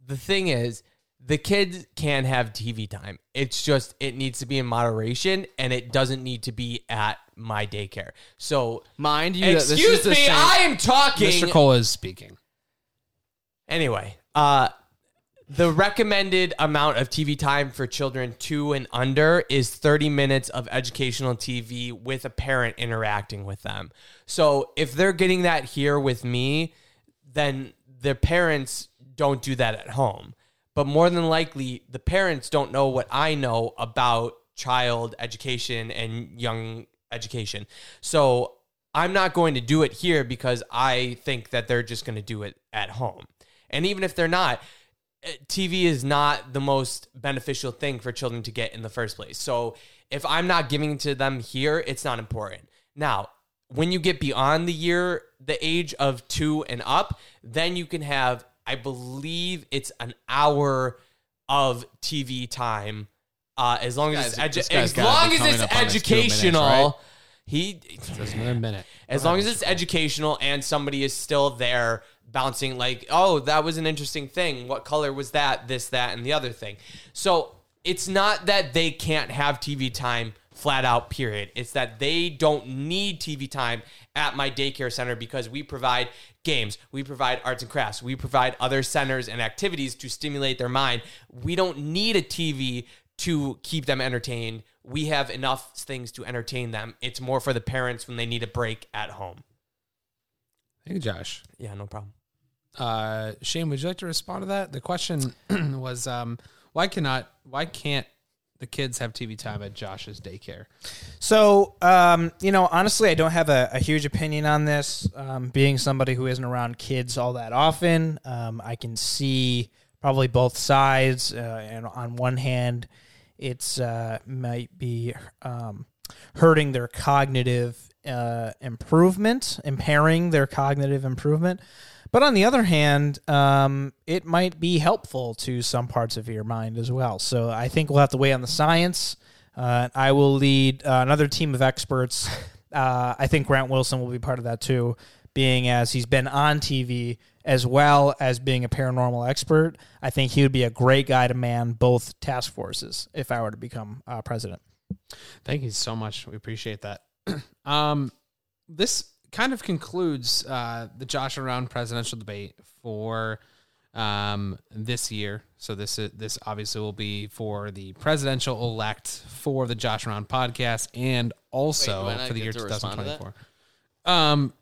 Speaker 4: the thing is, the kids can have TV time. It's just it needs to be in moderation and it doesn't need to be at my daycare. So
Speaker 1: Mind you, that this is
Speaker 4: excuse
Speaker 1: the
Speaker 4: me,
Speaker 1: same-
Speaker 4: I am talking.
Speaker 3: Mr. Cole is speaking.
Speaker 4: Anyway, uh, the recommended amount of TV time for children two and under is 30 minutes of educational TV with a parent interacting with them. So if they're getting that here with me, then their parents don't do that at home. But more than likely, the parents don't know what I know about child education and young education. So I'm not going to do it here because I think that they're just going to do it at home. And even if they're not, eh, TV is not the most beneficial thing for children to get in the first place. So if I'm not giving it to them here, it's not important. Now, when you get beyond the year, the age of two and up, then you can have, I believe it's an hour of TV time. Uh, as long as
Speaker 1: Guys, this
Speaker 4: it's edu-
Speaker 1: guy's
Speaker 4: as
Speaker 1: gotta be
Speaker 4: long as
Speaker 1: coming
Speaker 4: it's
Speaker 1: up on his two minutes,
Speaker 4: educational,
Speaker 1: right?
Speaker 4: he
Speaker 3: There's another minute.
Speaker 4: as long as it's educational and somebody is still there bouncing like oh that was an interesting thing what color was that this that and the other thing so it's not that they can't have tv time flat out period it's that they don't need tv time at my daycare center because we provide games we provide arts and crafts we provide other centers and activities to stimulate their mind we don't need a tv to keep them entertained. We have enough things to entertain them. It's more for the parents when they need a break at home.
Speaker 3: Thank you, Josh.
Speaker 4: Yeah, no problem.
Speaker 3: Uh, Shane, would you like to respond to that? The question was, um, why cannot, why can't the kids have TV time at Josh's daycare?
Speaker 2: So, um, you know, honestly, I don't have a, a huge opinion on this. Um, being somebody who isn't around kids all that often, um, I can see probably both sides. Uh, and on one hand, it's uh, might be um, hurting their cognitive uh, improvement, impairing their cognitive improvement. But on the other hand, um, it might be helpful to some parts of your mind as well. So I think we'll have to weigh on the science. Uh, I will lead uh, another team of experts. Uh, I think Grant Wilson will be part of that too, being as he's been on TV as well as being a paranormal expert. I think he would be a great guy to man both task forces if I were to become uh, president.
Speaker 3: Thank you so much. We appreciate that. um, this kind of concludes uh, the Josh around presidential debate for um, this year. So this is, this obviously will be for the presidential elect for the Josh around podcast and also
Speaker 1: Wait, do I not
Speaker 3: for the
Speaker 1: get
Speaker 3: year
Speaker 1: to respond to that?
Speaker 3: 2024. Um,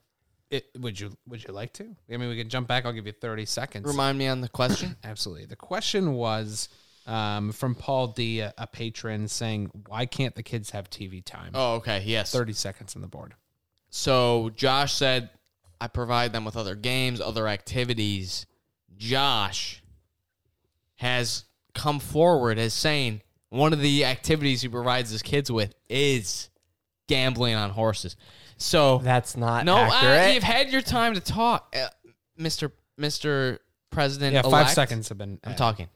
Speaker 3: it, would you would you like to? I mean, we can jump back. I'll give you 30 seconds.
Speaker 1: Remind me on the question.
Speaker 3: Absolutely. The question was um, from Paul D, a, a patron, saying, "Why can't the kids have TV time?"
Speaker 1: Oh, okay. Yes.
Speaker 3: 30 seconds on the board.
Speaker 1: So Josh said, I provide them with other games, other activities. Josh has come forward as saying one of the activities he provides his kids with is gambling on horses. So
Speaker 4: That's not
Speaker 1: no, uh,
Speaker 4: accurate.
Speaker 1: you've had your time to talk, uh, Mister Mister President.
Speaker 3: Yeah, five
Speaker 1: elect.
Speaker 3: seconds have been.
Speaker 1: I'm
Speaker 3: uh,
Speaker 1: talking.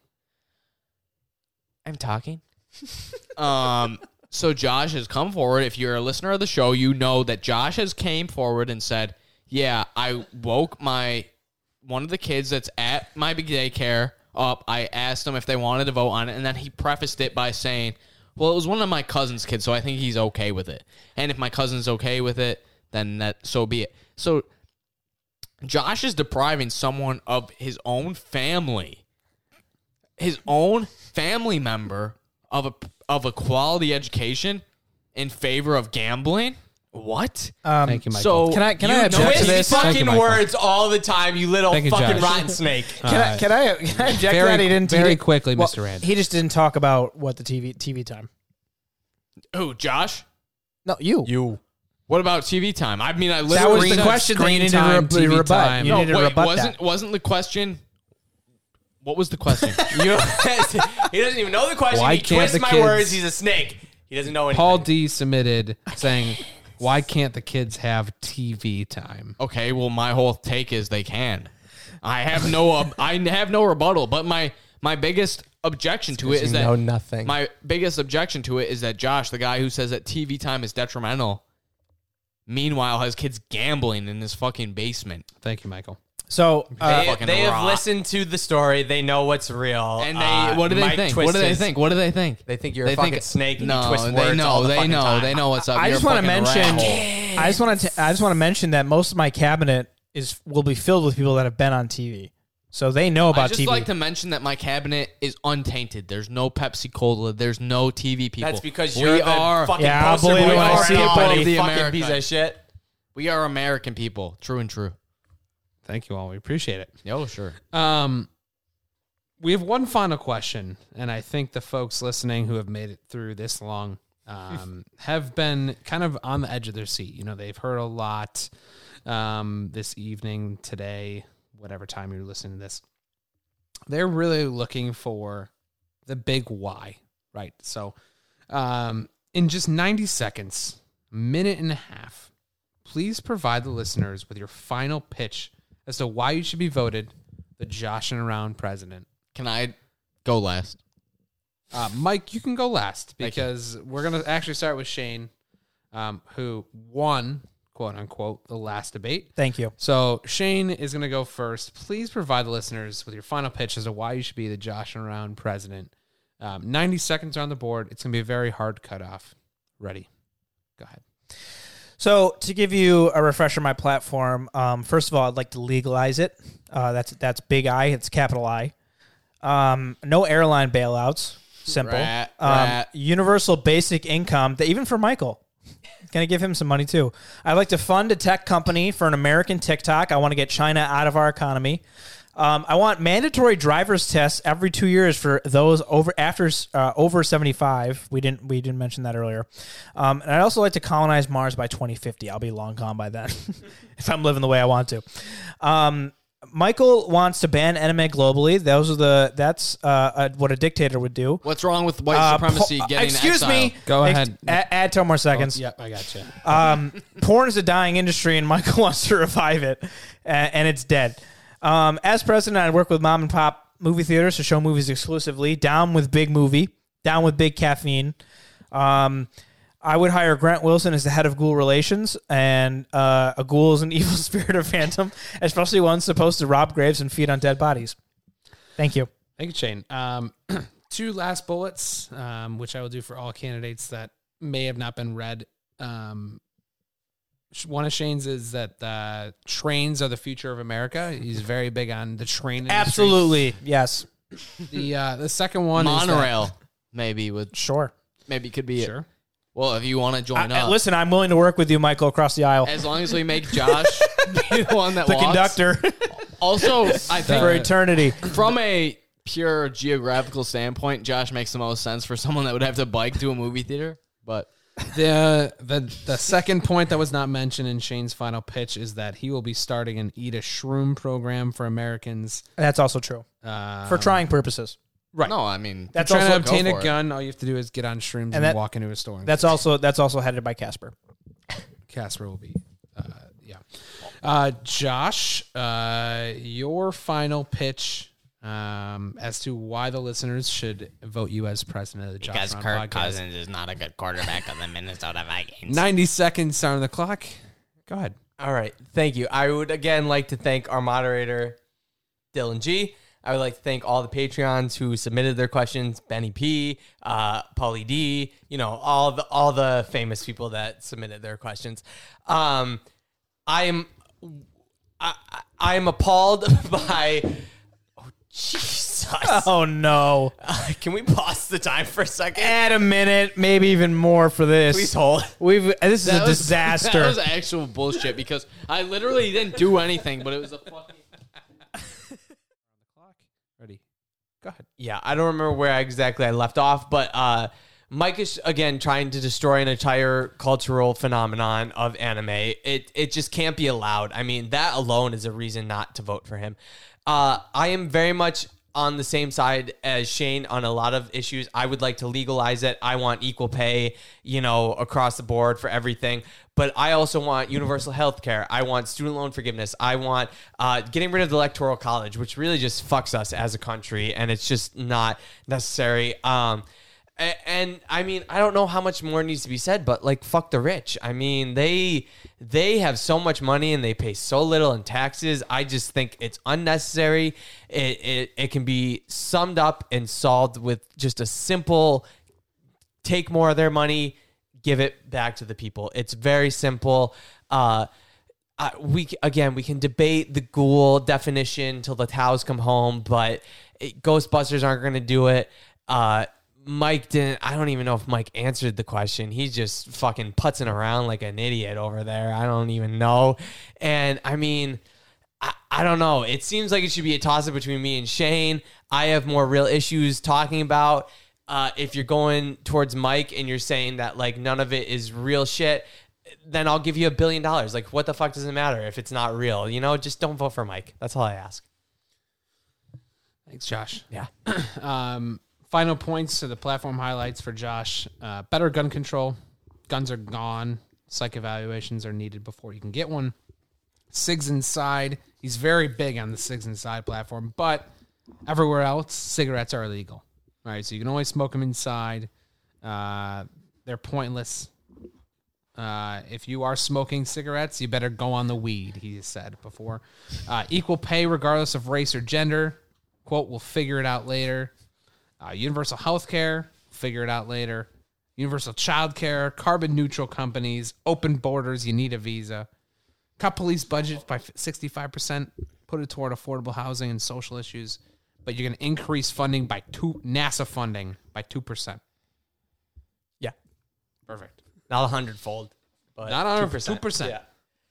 Speaker 1: I'm talking. um. So Josh has come forward. If you're a listener of the show, you know that Josh has came forward and said, "Yeah, I woke my one of the kids that's at my big daycare up. I asked them if they wanted to vote on it, and then he prefaced it by saying, "Well, it was one of my cousin's kids, so I think he's okay with it. And if my cousin's okay with it, then that so be it." So Josh is depriving someone of his own family, his own family member of a of a quality education in favor of gambling. What?
Speaker 2: Um,
Speaker 3: Thank you, Michael.
Speaker 1: so
Speaker 2: Can I- can I
Speaker 1: you know
Speaker 2: object to
Speaker 4: Twist
Speaker 1: it's
Speaker 2: this?
Speaker 3: Thank you,
Speaker 4: fucking
Speaker 3: Michael.
Speaker 4: words all the time, you little
Speaker 3: Thank you,
Speaker 4: fucking
Speaker 3: Josh.
Speaker 4: rotten snake.
Speaker 2: Can, I, can I can I object
Speaker 3: Uh, Very-
Speaker 2: that he didn't
Speaker 3: very
Speaker 2: he did-
Speaker 3: quickly, Mr. Rand.
Speaker 2: He just didn't talk about what the TV TV time.
Speaker 1: Who, Josh?
Speaker 2: No, you.
Speaker 1: You. What about TV time? I mean, I
Speaker 2: that
Speaker 1: literally
Speaker 2: was the
Speaker 1: said-
Speaker 2: question that you
Speaker 3: screen
Speaker 2: needed to
Speaker 3: time,
Speaker 2: re-
Speaker 3: TV
Speaker 2: rebut.
Speaker 3: time.
Speaker 2: You
Speaker 1: No,
Speaker 2: needed to
Speaker 1: wait,
Speaker 2: rebut
Speaker 1: wasn't
Speaker 2: that.
Speaker 1: wasn't the question? What was the question?
Speaker 4: You- he doesn't even know the question.
Speaker 3: Why
Speaker 4: he
Speaker 3: can't
Speaker 4: twists
Speaker 3: the
Speaker 4: my
Speaker 3: kids-
Speaker 4: words. He's a snake. He doesn't know anything.
Speaker 3: Paul D submitted saying, Why can't the kids have TV time?
Speaker 1: Okay, well, my whole take is they can. I have no, ob- I have no rebuttal. But my my biggest objection to it is
Speaker 4: you
Speaker 1: that
Speaker 4: know nothing.
Speaker 1: My biggest objection to it is that Josh, the guy who says that TV time is detrimental, meanwhile has kids gambling in his fucking basement,
Speaker 3: Thank you, Michael.
Speaker 2: So uh,
Speaker 4: They,
Speaker 1: fucking
Speaker 4: they have
Speaker 1: rock.
Speaker 4: listened to the story. They know what's real.
Speaker 1: and they
Speaker 4: Uh,
Speaker 1: what do they
Speaker 4: Mike
Speaker 1: think?
Speaker 4: Twist
Speaker 1: What do they
Speaker 4: is-
Speaker 1: think? What do they think?
Speaker 4: They think you're a fucking snake and you twist
Speaker 1: they
Speaker 4: words
Speaker 1: know.
Speaker 4: all the
Speaker 1: they
Speaker 4: fucking
Speaker 1: know.
Speaker 4: time.
Speaker 1: They know what's up.
Speaker 2: I
Speaker 1: You're
Speaker 2: just
Speaker 1: a
Speaker 2: want to
Speaker 1: fucking
Speaker 2: mention.
Speaker 1: rat hole.
Speaker 2: I just want to. I just want to mention that most of my cabinet is will be filled with people that have been on TV, so they know
Speaker 1: I
Speaker 2: about
Speaker 1: just
Speaker 2: TV.
Speaker 1: like to mention that my cabinet is untainted. There's no Pepsi Cola. There's no TV people.
Speaker 4: That's because
Speaker 1: We
Speaker 4: you're the
Speaker 1: are-
Speaker 4: fucking
Speaker 2: Yeah,
Speaker 4: poster
Speaker 2: believe
Speaker 4: boy
Speaker 2: it when I
Speaker 4: for
Speaker 2: see it,
Speaker 4: everybody,
Speaker 1: buddy. The
Speaker 4: Fucking
Speaker 1: America.
Speaker 4: piece of shit.
Speaker 1: we are American people. True and true.
Speaker 3: Thank you all. We appreciate it.
Speaker 1: Yo, sure.
Speaker 3: Um, we have one final question, and I think the folks listening who have made it through this long um, have been kind of on the edge of their seat. You know, they've heard a lot um, this evening, today, whatever time you're listening to this. They're really looking for the big why, right? So, um, in just 90 seconds, minute and a half, please provide the listeners with your final pitch as to why you should be voted the joshing around president.
Speaker 1: Can I go last?
Speaker 3: Uh, Mike, you can go last
Speaker 1: Thank you.
Speaker 3: because we're going to actually start with Shane, um, who won, quote unquote, the last debate.
Speaker 2: Thank you.
Speaker 3: So Shane is going to go first. Please provide the listeners with your final pitch as to why you should be the joshing around president. Um, 90 seconds are on the board. It's going to be a very hard cutoff. Ready? Go ahead.
Speaker 2: So to give you a refresher, on my platform. Um, first of all, I'd like to legalize it. Uh, that's that's big I. It's capital I. Um, no airline bailouts. Simple.
Speaker 1: Rat,
Speaker 2: um,
Speaker 1: rat.
Speaker 2: Universal basic income. That even for Michael. Gonna give him some money too. I'd like to fund a tech company for an American TikTok. I want to get China out of our economy. Um, I want mandatory driver's tests every two years for those over after uh, over seventy five. We didn't we didn't mention that earlier. Um, and I'd also like to colonize Mars by twenty fifty. I'll be long gone by then if I'm living the way I want to. Um, Michael wants to ban anime globally. Those are the that's uh, uh, what a dictator would do.
Speaker 1: What's wrong with white
Speaker 2: Uh,
Speaker 1: supremacy
Speaker 2: po-
Speaker 1: getting
Speaker 2: excuse me.
Speaker 1: exiled? Oh,
Speaker 3: Go
Speaker 2: Ex-
Speaker 3: ahead.
Speaker 2: a- add ten more seconds.
Speaker 3: Yep, I got you.
Speaker 2: Um, porn is a dying industry, and Michael wants to revive it, a- and it's dead. Um, as president, I work with mom and pop movie theaters to show movies exclusively. Down with big movie. Down with big caffeine. Um, I would hire Grant Wilson as the head of ghoul relations, and uh, a ghoul is an evil spirit or phantom, especially one supposed to rob graves and feed on dead bodies. Thank you.
Speaker 3: Thank you, Shane. Um, two last bullets, um, which I will do for all candidates that may have not been read. Um, sh- one of Shane's is that uh, trains are the future of America. He's very big on the train. Industry.
Speaker 2: Absolutely. Yes.
Speaker 3: The uh, the second one
Speaker 1: Monorail, maybe with
Speaker 2: Sure.
Speaker 1: maybe could be
Speaker 3: Is that,
Speaker 1: it.
Speaker 3: sure.
Speaker 1: Well, if you want to join
Speaker 2: I- I-
Speaker 1: up,
Speaker 2: listen, I'm willing to work with you, Michael, across the aisle.
Speaker 1: as long as we make Josh be the one that
Speaker 2: the
Speaker 1: walks.
Speaker 2: conductor
Speaker 1: Also, I
Speaker 2: for
Speaker 1: think
Speaker 2: eternity.
Speaker 1: from a pure geographical standpoint, Josh makes the most sense for someone that would have to bike to a movie theater. But
Speaker 3: The the the second point that was not mentioned in Shane's final pitch is that he will be starting an eat a shroom program for Americans
Speaker 2: That's also true
Speaker 3: uh,
Speaker 2: for trying purposes.
Speaker 3: Right.
Speaker 1: no, I mean
Speaker 2: That's
Speaker 3: trying
Speaker 2: also
Speaker 3: to
Speaker 1: go
Speaker 3: obtain
Speaker 1: for
Speaker 3: a
Speaker 1: it.
Speaker 3: gun. All you have to do is get on shrooms and,
Speaker 2: that-
Speaker 3: walk into a store. and
Speaker 2: That's also that's also headed by Casper.
Speaker 3: Casper will be. Uh, yeah. Uh, Josh, uh, your final pitch um, as to why the listeners should vote you as president of the Josh Round Podcast.
Speaker 1: is not a good quarterback of the Minnesota Vikings.
Speaker 3: 90 seconds on the clock. Go ahead.
Speaker 4: All right. Thank you. I would again like to thank our moderator, Dylan G. I would like to thank all the Patreons who submitted their questions, Benny P, uh, Paulie D, you know, all the all the famous people that submitted their questions. Um, I am I, I- I am appalled by oh Jesus.
Speaker 2: Oh no!
Speaker 4: Can we pause the time for a second?
Speaker 2: Add a minute, maybe even more for this.
Speaker 4: Please hold.
Speaker 2: We've uh, this is
Speaker 1: That
Speaker 2: a
Speaker 1: was-
Speaker 2: disaster.
Speaker 1: That was actual bullshit because I literally didn't do anything, but it was a fucking.
Speaker 3: Ready? Go ahead.
Speaker 4: yeah, I don't remember where exactly I left off, but uh, Mike is again trying to destroy an entire cultural phenomenon of anime. It it just can't be allowed. I mean, that alone is a reason not to vote for him. Uh, I am very much on the same side as Shane on a lot of issues. I would like to legalize it. I want equal pay, you know, across the board for everything. But I also want universal health care. I want student loan forgiveness. I want uh, getting rid of the electoral college, which really just fucks us as a country, and it's just not necessary. Um, a- and I mean, I don't know how much more needs to be said, but like, fuck the rich. I mean, they they have so much money and they pay so little in taxes. I just think it's unnecessary. It it, it can be summed up and solved with just a simple take more of their money, give it back to the people. It's very simple. Uh, uh, we c- again we can debate the ghoul definition till the cows come home, but it, Ghostbusters aren't going to do it. Uh, Mike didn't. I don't even know if Mike answered the question. He's just fucking putzing around like an idiot over there. I don't even know. And I mean, I, I don't know. It seems like it should be a toss up between me and Shane. I have more real issues talking about. Uh, if you're going towards Mike and you're saying that like none of it is real shit, then I'll give you a billion dollars. Like, what the fuck does it matter if it's not real? You know, just don't vote for Mike. That's all I ask.
Speaker 3: Thanks, Josh.
Speaker 4: Yeah.
Speaker 3: Um, final points to the platform highlights for Josh. Uh, better gun control. Guns are gone. Psych evaluations are needed before you can get one. Sigs inside. He's very big on the Sigs inside platform, but everywhere else, cigarettes are illegal. All right, so you can only smoke them inside. Uh, they're pointless. Uh, if you are smoking cigarettes, you better go on the weed, he has said before. Uh, equal pay regardless of race or gender. Quote, we'll figure it out later. Uh, universal health care, figure it out later. Universal child care, carbon neutral companies, open borders, you need a visa. Cut police budgets by 65%, put it toward affordable housing and social issues, but you're going to increase funding by two, NASA funding by 2%.
Speaker 2: Yeah.
Speaker 3: Perfect.
Speaker 4: Not a hundredfold, but
Speaker 3: Not on 2%.
Speaker 4: 2%.
Speaker 3: 2%.
Speaker 4: Yeah.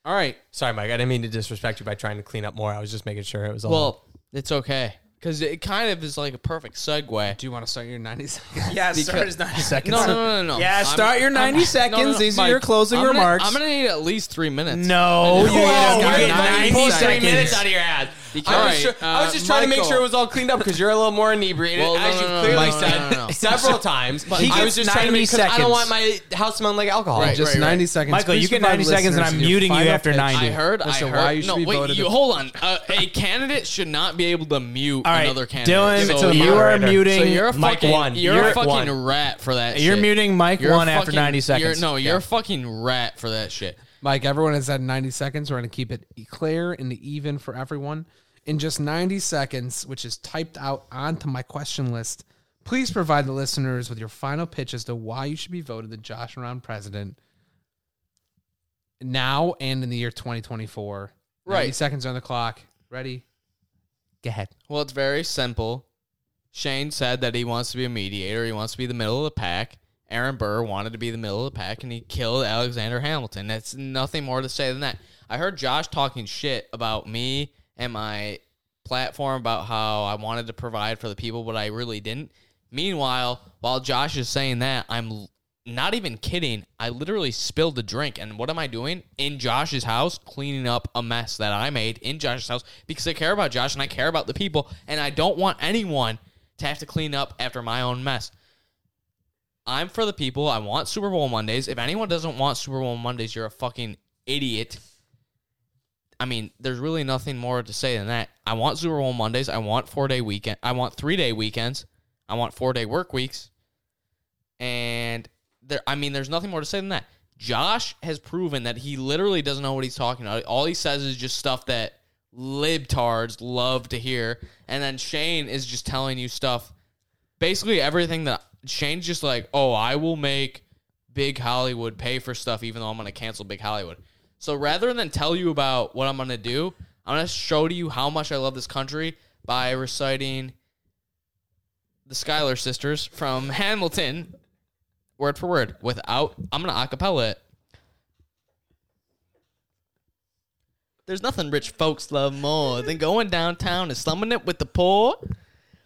Speaker 3: All right.
Speaker 4: Sorry, Mike. I didn't mean to disrespect you by trying to clean up more. I was just making sure it was all.
Speaker 1: Well, it's okay because it kind of is like a perfect segue.
Speaker 3: Do you want to start your 90 seconds?
Speaker 2: Yeah, start his 90 seconds.
Speaker 1: No, no, no, no, no.
Speaker 2: Yeah,
Speaker 1: I'm-
Speaker 2: start your 90 seconds. These are your closing
Speaker 1: I'm gonna-
Speaker 2: remarks.
Speaker 1: I'm gonna need at least three minutes.
Speaker 2: no, you
Speaker 4: Whoa,
Speaker 2: ain't
Speaker 4: you
Speaker 2: got
Speaker 4: get
Speaker 2: 90
Speaker 4: 93
Speaker 2: seconds.
Speaker 4: minutes out of your ass. I, was
Speaker 1: Alright,
Speaker 4: sure- I was
Speaker 1: uh,
Speaker 4: just trying to make
Speaker 1: Michael.
Speaker 4: sure it was all cleaned up because you're a little more inebriated,
Speaker 1: Well, no,
Speaker 4: as
Speaker 1: no,
Speaker 4: you
Speaker 1: no, no,
Speaker 4: clearly
Speaker 1: no, no,
Speaker 4: said
Speaker 1: no, no.
Speaker 4: several times. But
Speaker 2: He
Speaker 4: I was
Speaker 2: gets
Speaker 4: just trying to make
Speaker 2: 90
Speaker 4: sure I don't
Speaker 2: seconds.
Speaker 4: want my house smelling like alcohol.
Speaker 1: Right.
Speaker 3: Just 90 seconds.
Speaker 2: Michael,
Speaker 3: Please
Speaker 2: you get
Speaker 3: provide
Speaker 2: 90 seconds and
Speaker 3: listeners
Speaker 2: I'm
Speaker 3: with your
Speaker 2: muting you
Speaker 3: final
Speaker 2: after
Speaker 3: pitch.
Speaker 2: 90.
Speaker 1: I heard.
Speaker 3: As
Speaker 1: I
Speaker 3: to
Speaker 1: heard.
Speaker 3: why you should
Speaker 1: no,
Speaker 3: be
Speaker 1: wait.
Speaker 3: voted
Speaker 1: You
Speaker 3: the-
Speaker 1: hold on. Uh, a candidate should not be able to mute
Speaker 2: All right,
Speaker 1: another
Speaker 2: Dylan,
Speaker 1: candidate.
Speaker 2: so
Speaker 1: you-
Speaker 2: you are
Speaker 4: moderator.
Speaker 2: muting
Speaker 1: So you're a
Speaker 2: Mike
Speaker 1: fucking,
Speaker 4: one.
Speaker 1: You're,
Speaker 4: You're
Speaker 1: a fucking
Speaker 4: one.
Speaker 1: rat for that.
Speaker 2: You're
Speaker 1: shit.
Speaker 2: muting Mike
Speaker 1: You're a
Speaker 2: one after
Speaker 1: fucking-
Speaker 2: 90
Speaker 1: you're-
Speaker 2: seconds.
Speaker 1: no, you're a fucking rat for that shit.
Speaker 3: Mike, everyone has had 90 seconds. We're going to keep it clear and even for everyone. In just 90 seconds, which is typed out onto my question list, please provide the listeners with your final pitch as to why you should be voted the Josh Around president now and in the year 2024. 90
Speaker 1: Right.
Speaker 3: seconds on the clock. Ready? Go ahead.
Speaker 1: Well, it's very simple. Shane said that he wants to be a mediator. He wants to be the middle of the pack. Aaron Burr wanted to be the middle of the pack, and he killed Alexander Hamilton. That's nothing more to say than that. I heard Josh talking shit about me and my platform about how I wanted to provide for the people, but I really didn't. Meanwhile, while Josh is saying that, I'm l- not even kidding. I literally spilled a drink, and what am I doing in Josh's house? Cleaning up a mess that I made in Josh's house because I care about Josh and I care about the people, and I don't want anyone to have to clean up after my own mess. I'm for the people. I want Super Bowl Mondays. If anyone doesn't want Super Bowl Mondays, you're a fucking idiot. I mean, there's really nothing more to say than that. I want Super Bowl Mondays. I want four day weekend. I want three day weekends. I want four day work weeks. And there, I mean, there's nothing more to say than that. Josh has proven that he literally doesn't know what he's talking about. All he says is just stuff that libtards love to hear, and then Shane is just telling you stuff. Basically, everything that Shane's just like, oh, I will make Big Hollywood pay for stuff, even though I'm going to cancel Big Hollywood. So rather than tell you about what I'm going to do, I'm going to show to you how much I love this country by reciting the Schuyler sisters from Hamilton, word for word, without. I'm going to acapella it. There's nothing rich folks love more than going downtown and slumming it with the poor.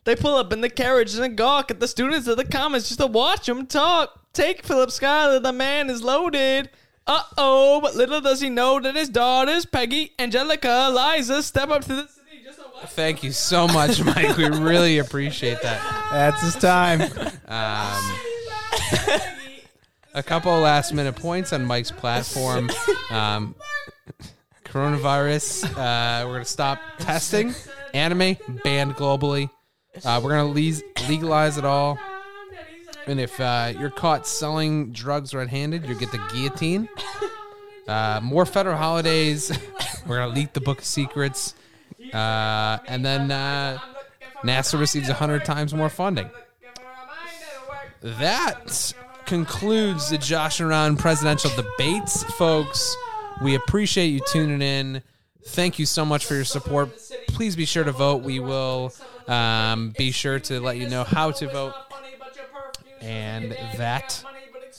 Speaker 1: They pull up in the carriages and gawk at the students of the commons just to watch them talk. Take Philip Schuyler, the man is loaded. Uh oh, but little does he know that his daughters, Peggy, Angelica, Eliza, step up to the city just to watch
Speaker 3: Thank you so much, Mike. We really appreciate that.
Speaker 2: That's his time.
Speaker 3: Um, a couple of last minute points on Mike's platform. Um, coronavirus. Uh, we're gonna stop testing. Anime banned globally. Uh, we're gonna le- legalize it all. And if uh, you're caught selling drugs red handed, you get the guillotine. Uh, more federal holidays. We're going to leak the book of secrets. Uh, and then uh, NASA receives 100 times more funding. That concludes the Josh and Ron presidential debates, folks. We appreciate you tuning in. Thank you so much for your support. Please be sure to vote. We will um, be sure to let you know how to vote. And that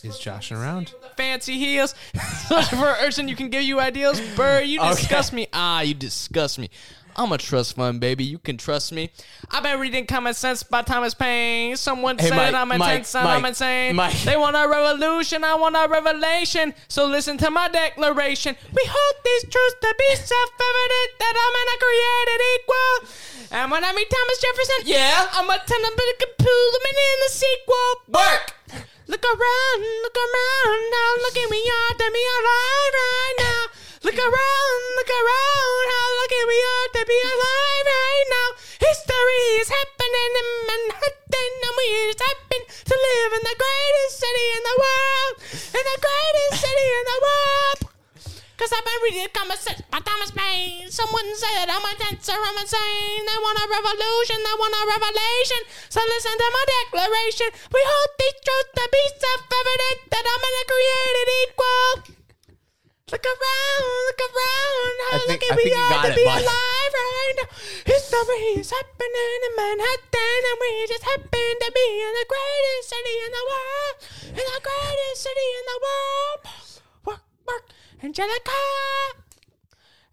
Speaker 3: is Josh and Round.
Speaker 1: Fancy heels. Such for urchin, you can give you ideals. Burr, you disgust me. Ah, you disgust me. I'm a trust fund baby. You can trust me. I've been reading Common Sense by Thomas Paine. Someone
Speaker 4: Hey,
Speaker 1: said
Speaker 4: Mike,
Speaker 1: I'm
Speaker 4: Mike,
Speaker 1: intense and
Speaker 4: Mike,
Speaker 1: I'm insane.
Speaker 4: Mike.
Speaker 1: They want a revolution. I want a revelation. So listen to my declaration. We hold these truths to be self-evident that all men are created equal. And when I read Thomas Jefferson, yeah, I'm a ten of a compliment in the sequel. Work. Look around, look around now. Look at me, are to be alive right now. Look around, look around how lucky we are to be alive right now. History is happening in Manhattan, and we just happen to live in the greatest city in the world. In the greatest city in the world. Cause I've been reading common sense by Thomas Paine. Someone said I'm a dancer, I'm insane. They want a revolution, they want a revelation. So listen to my declaration. We hold these truths to be self-evident that I'm an created equal. Look around, look around. How
Speaker 4: I think-
Speaker 1: lucky
Speaker 4: I
Speaker 1: we
Speaker 4: think you
Speaker 1: are
Speaker 4: got
Speaker 1: to
Speaker 4: it,
Speaker 1: be
Speaker 4: bud.
Speaker 1: alive right now. History is happening in Manhattan, and we just happen to be in the greatest city in the world. In the greatest city in the world. Work, work, Angelica,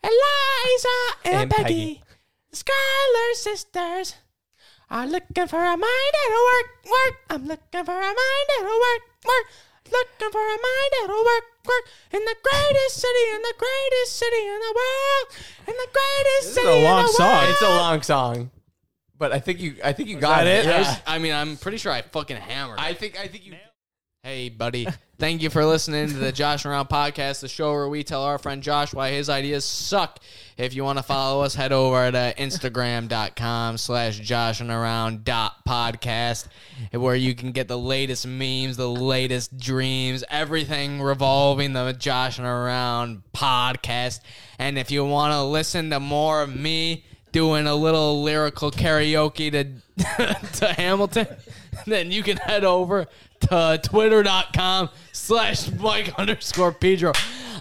Speaker 1: Eliza, and,
Speaker 4: And Peggy.
Speaker 1: Peggy. The Skylar sisters are looking for a mind that'll work, work. I'm looking for a mind that'll work, work. Looking for a mind that'll work, work. In the greatest city, in the greatest city in the world. In the greatest
Speaker 2: is
Speaker 1: city
Speaker 2: a
Speaker 1: in
Speaker 2: long
Speaker 1: the
Speaker 2: song.
Speaker 1: world.
Speaker 4: It's a long song, but I think you I think you got it. Yeah.
Speaker 1: I mean, I'm pretty sure I fucking hammered. I think. I think you. Hey, buddy. Thank you for listening to the Josh Around podcast, the show where we tell our friend Josh why his ideas suck. If you want to follow us, head over to Instagram.com slash Josh and Around dot podcast, where you can get the latest memes, the latest dreams, everything revolving the Josh and Around podcast. And if you want to listen to more of me, doing a little lyrical karaoke to to Hamilton, then you can head over to twitter.com slash Mike underscore Pedro.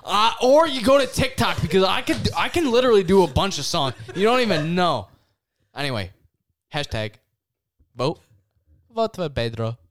Speaker 1: Uh, or you go to TikTok because I could I can literally do a bunch of songs. You don't even know. Anyway, hashtag vote. Vote for Pedro.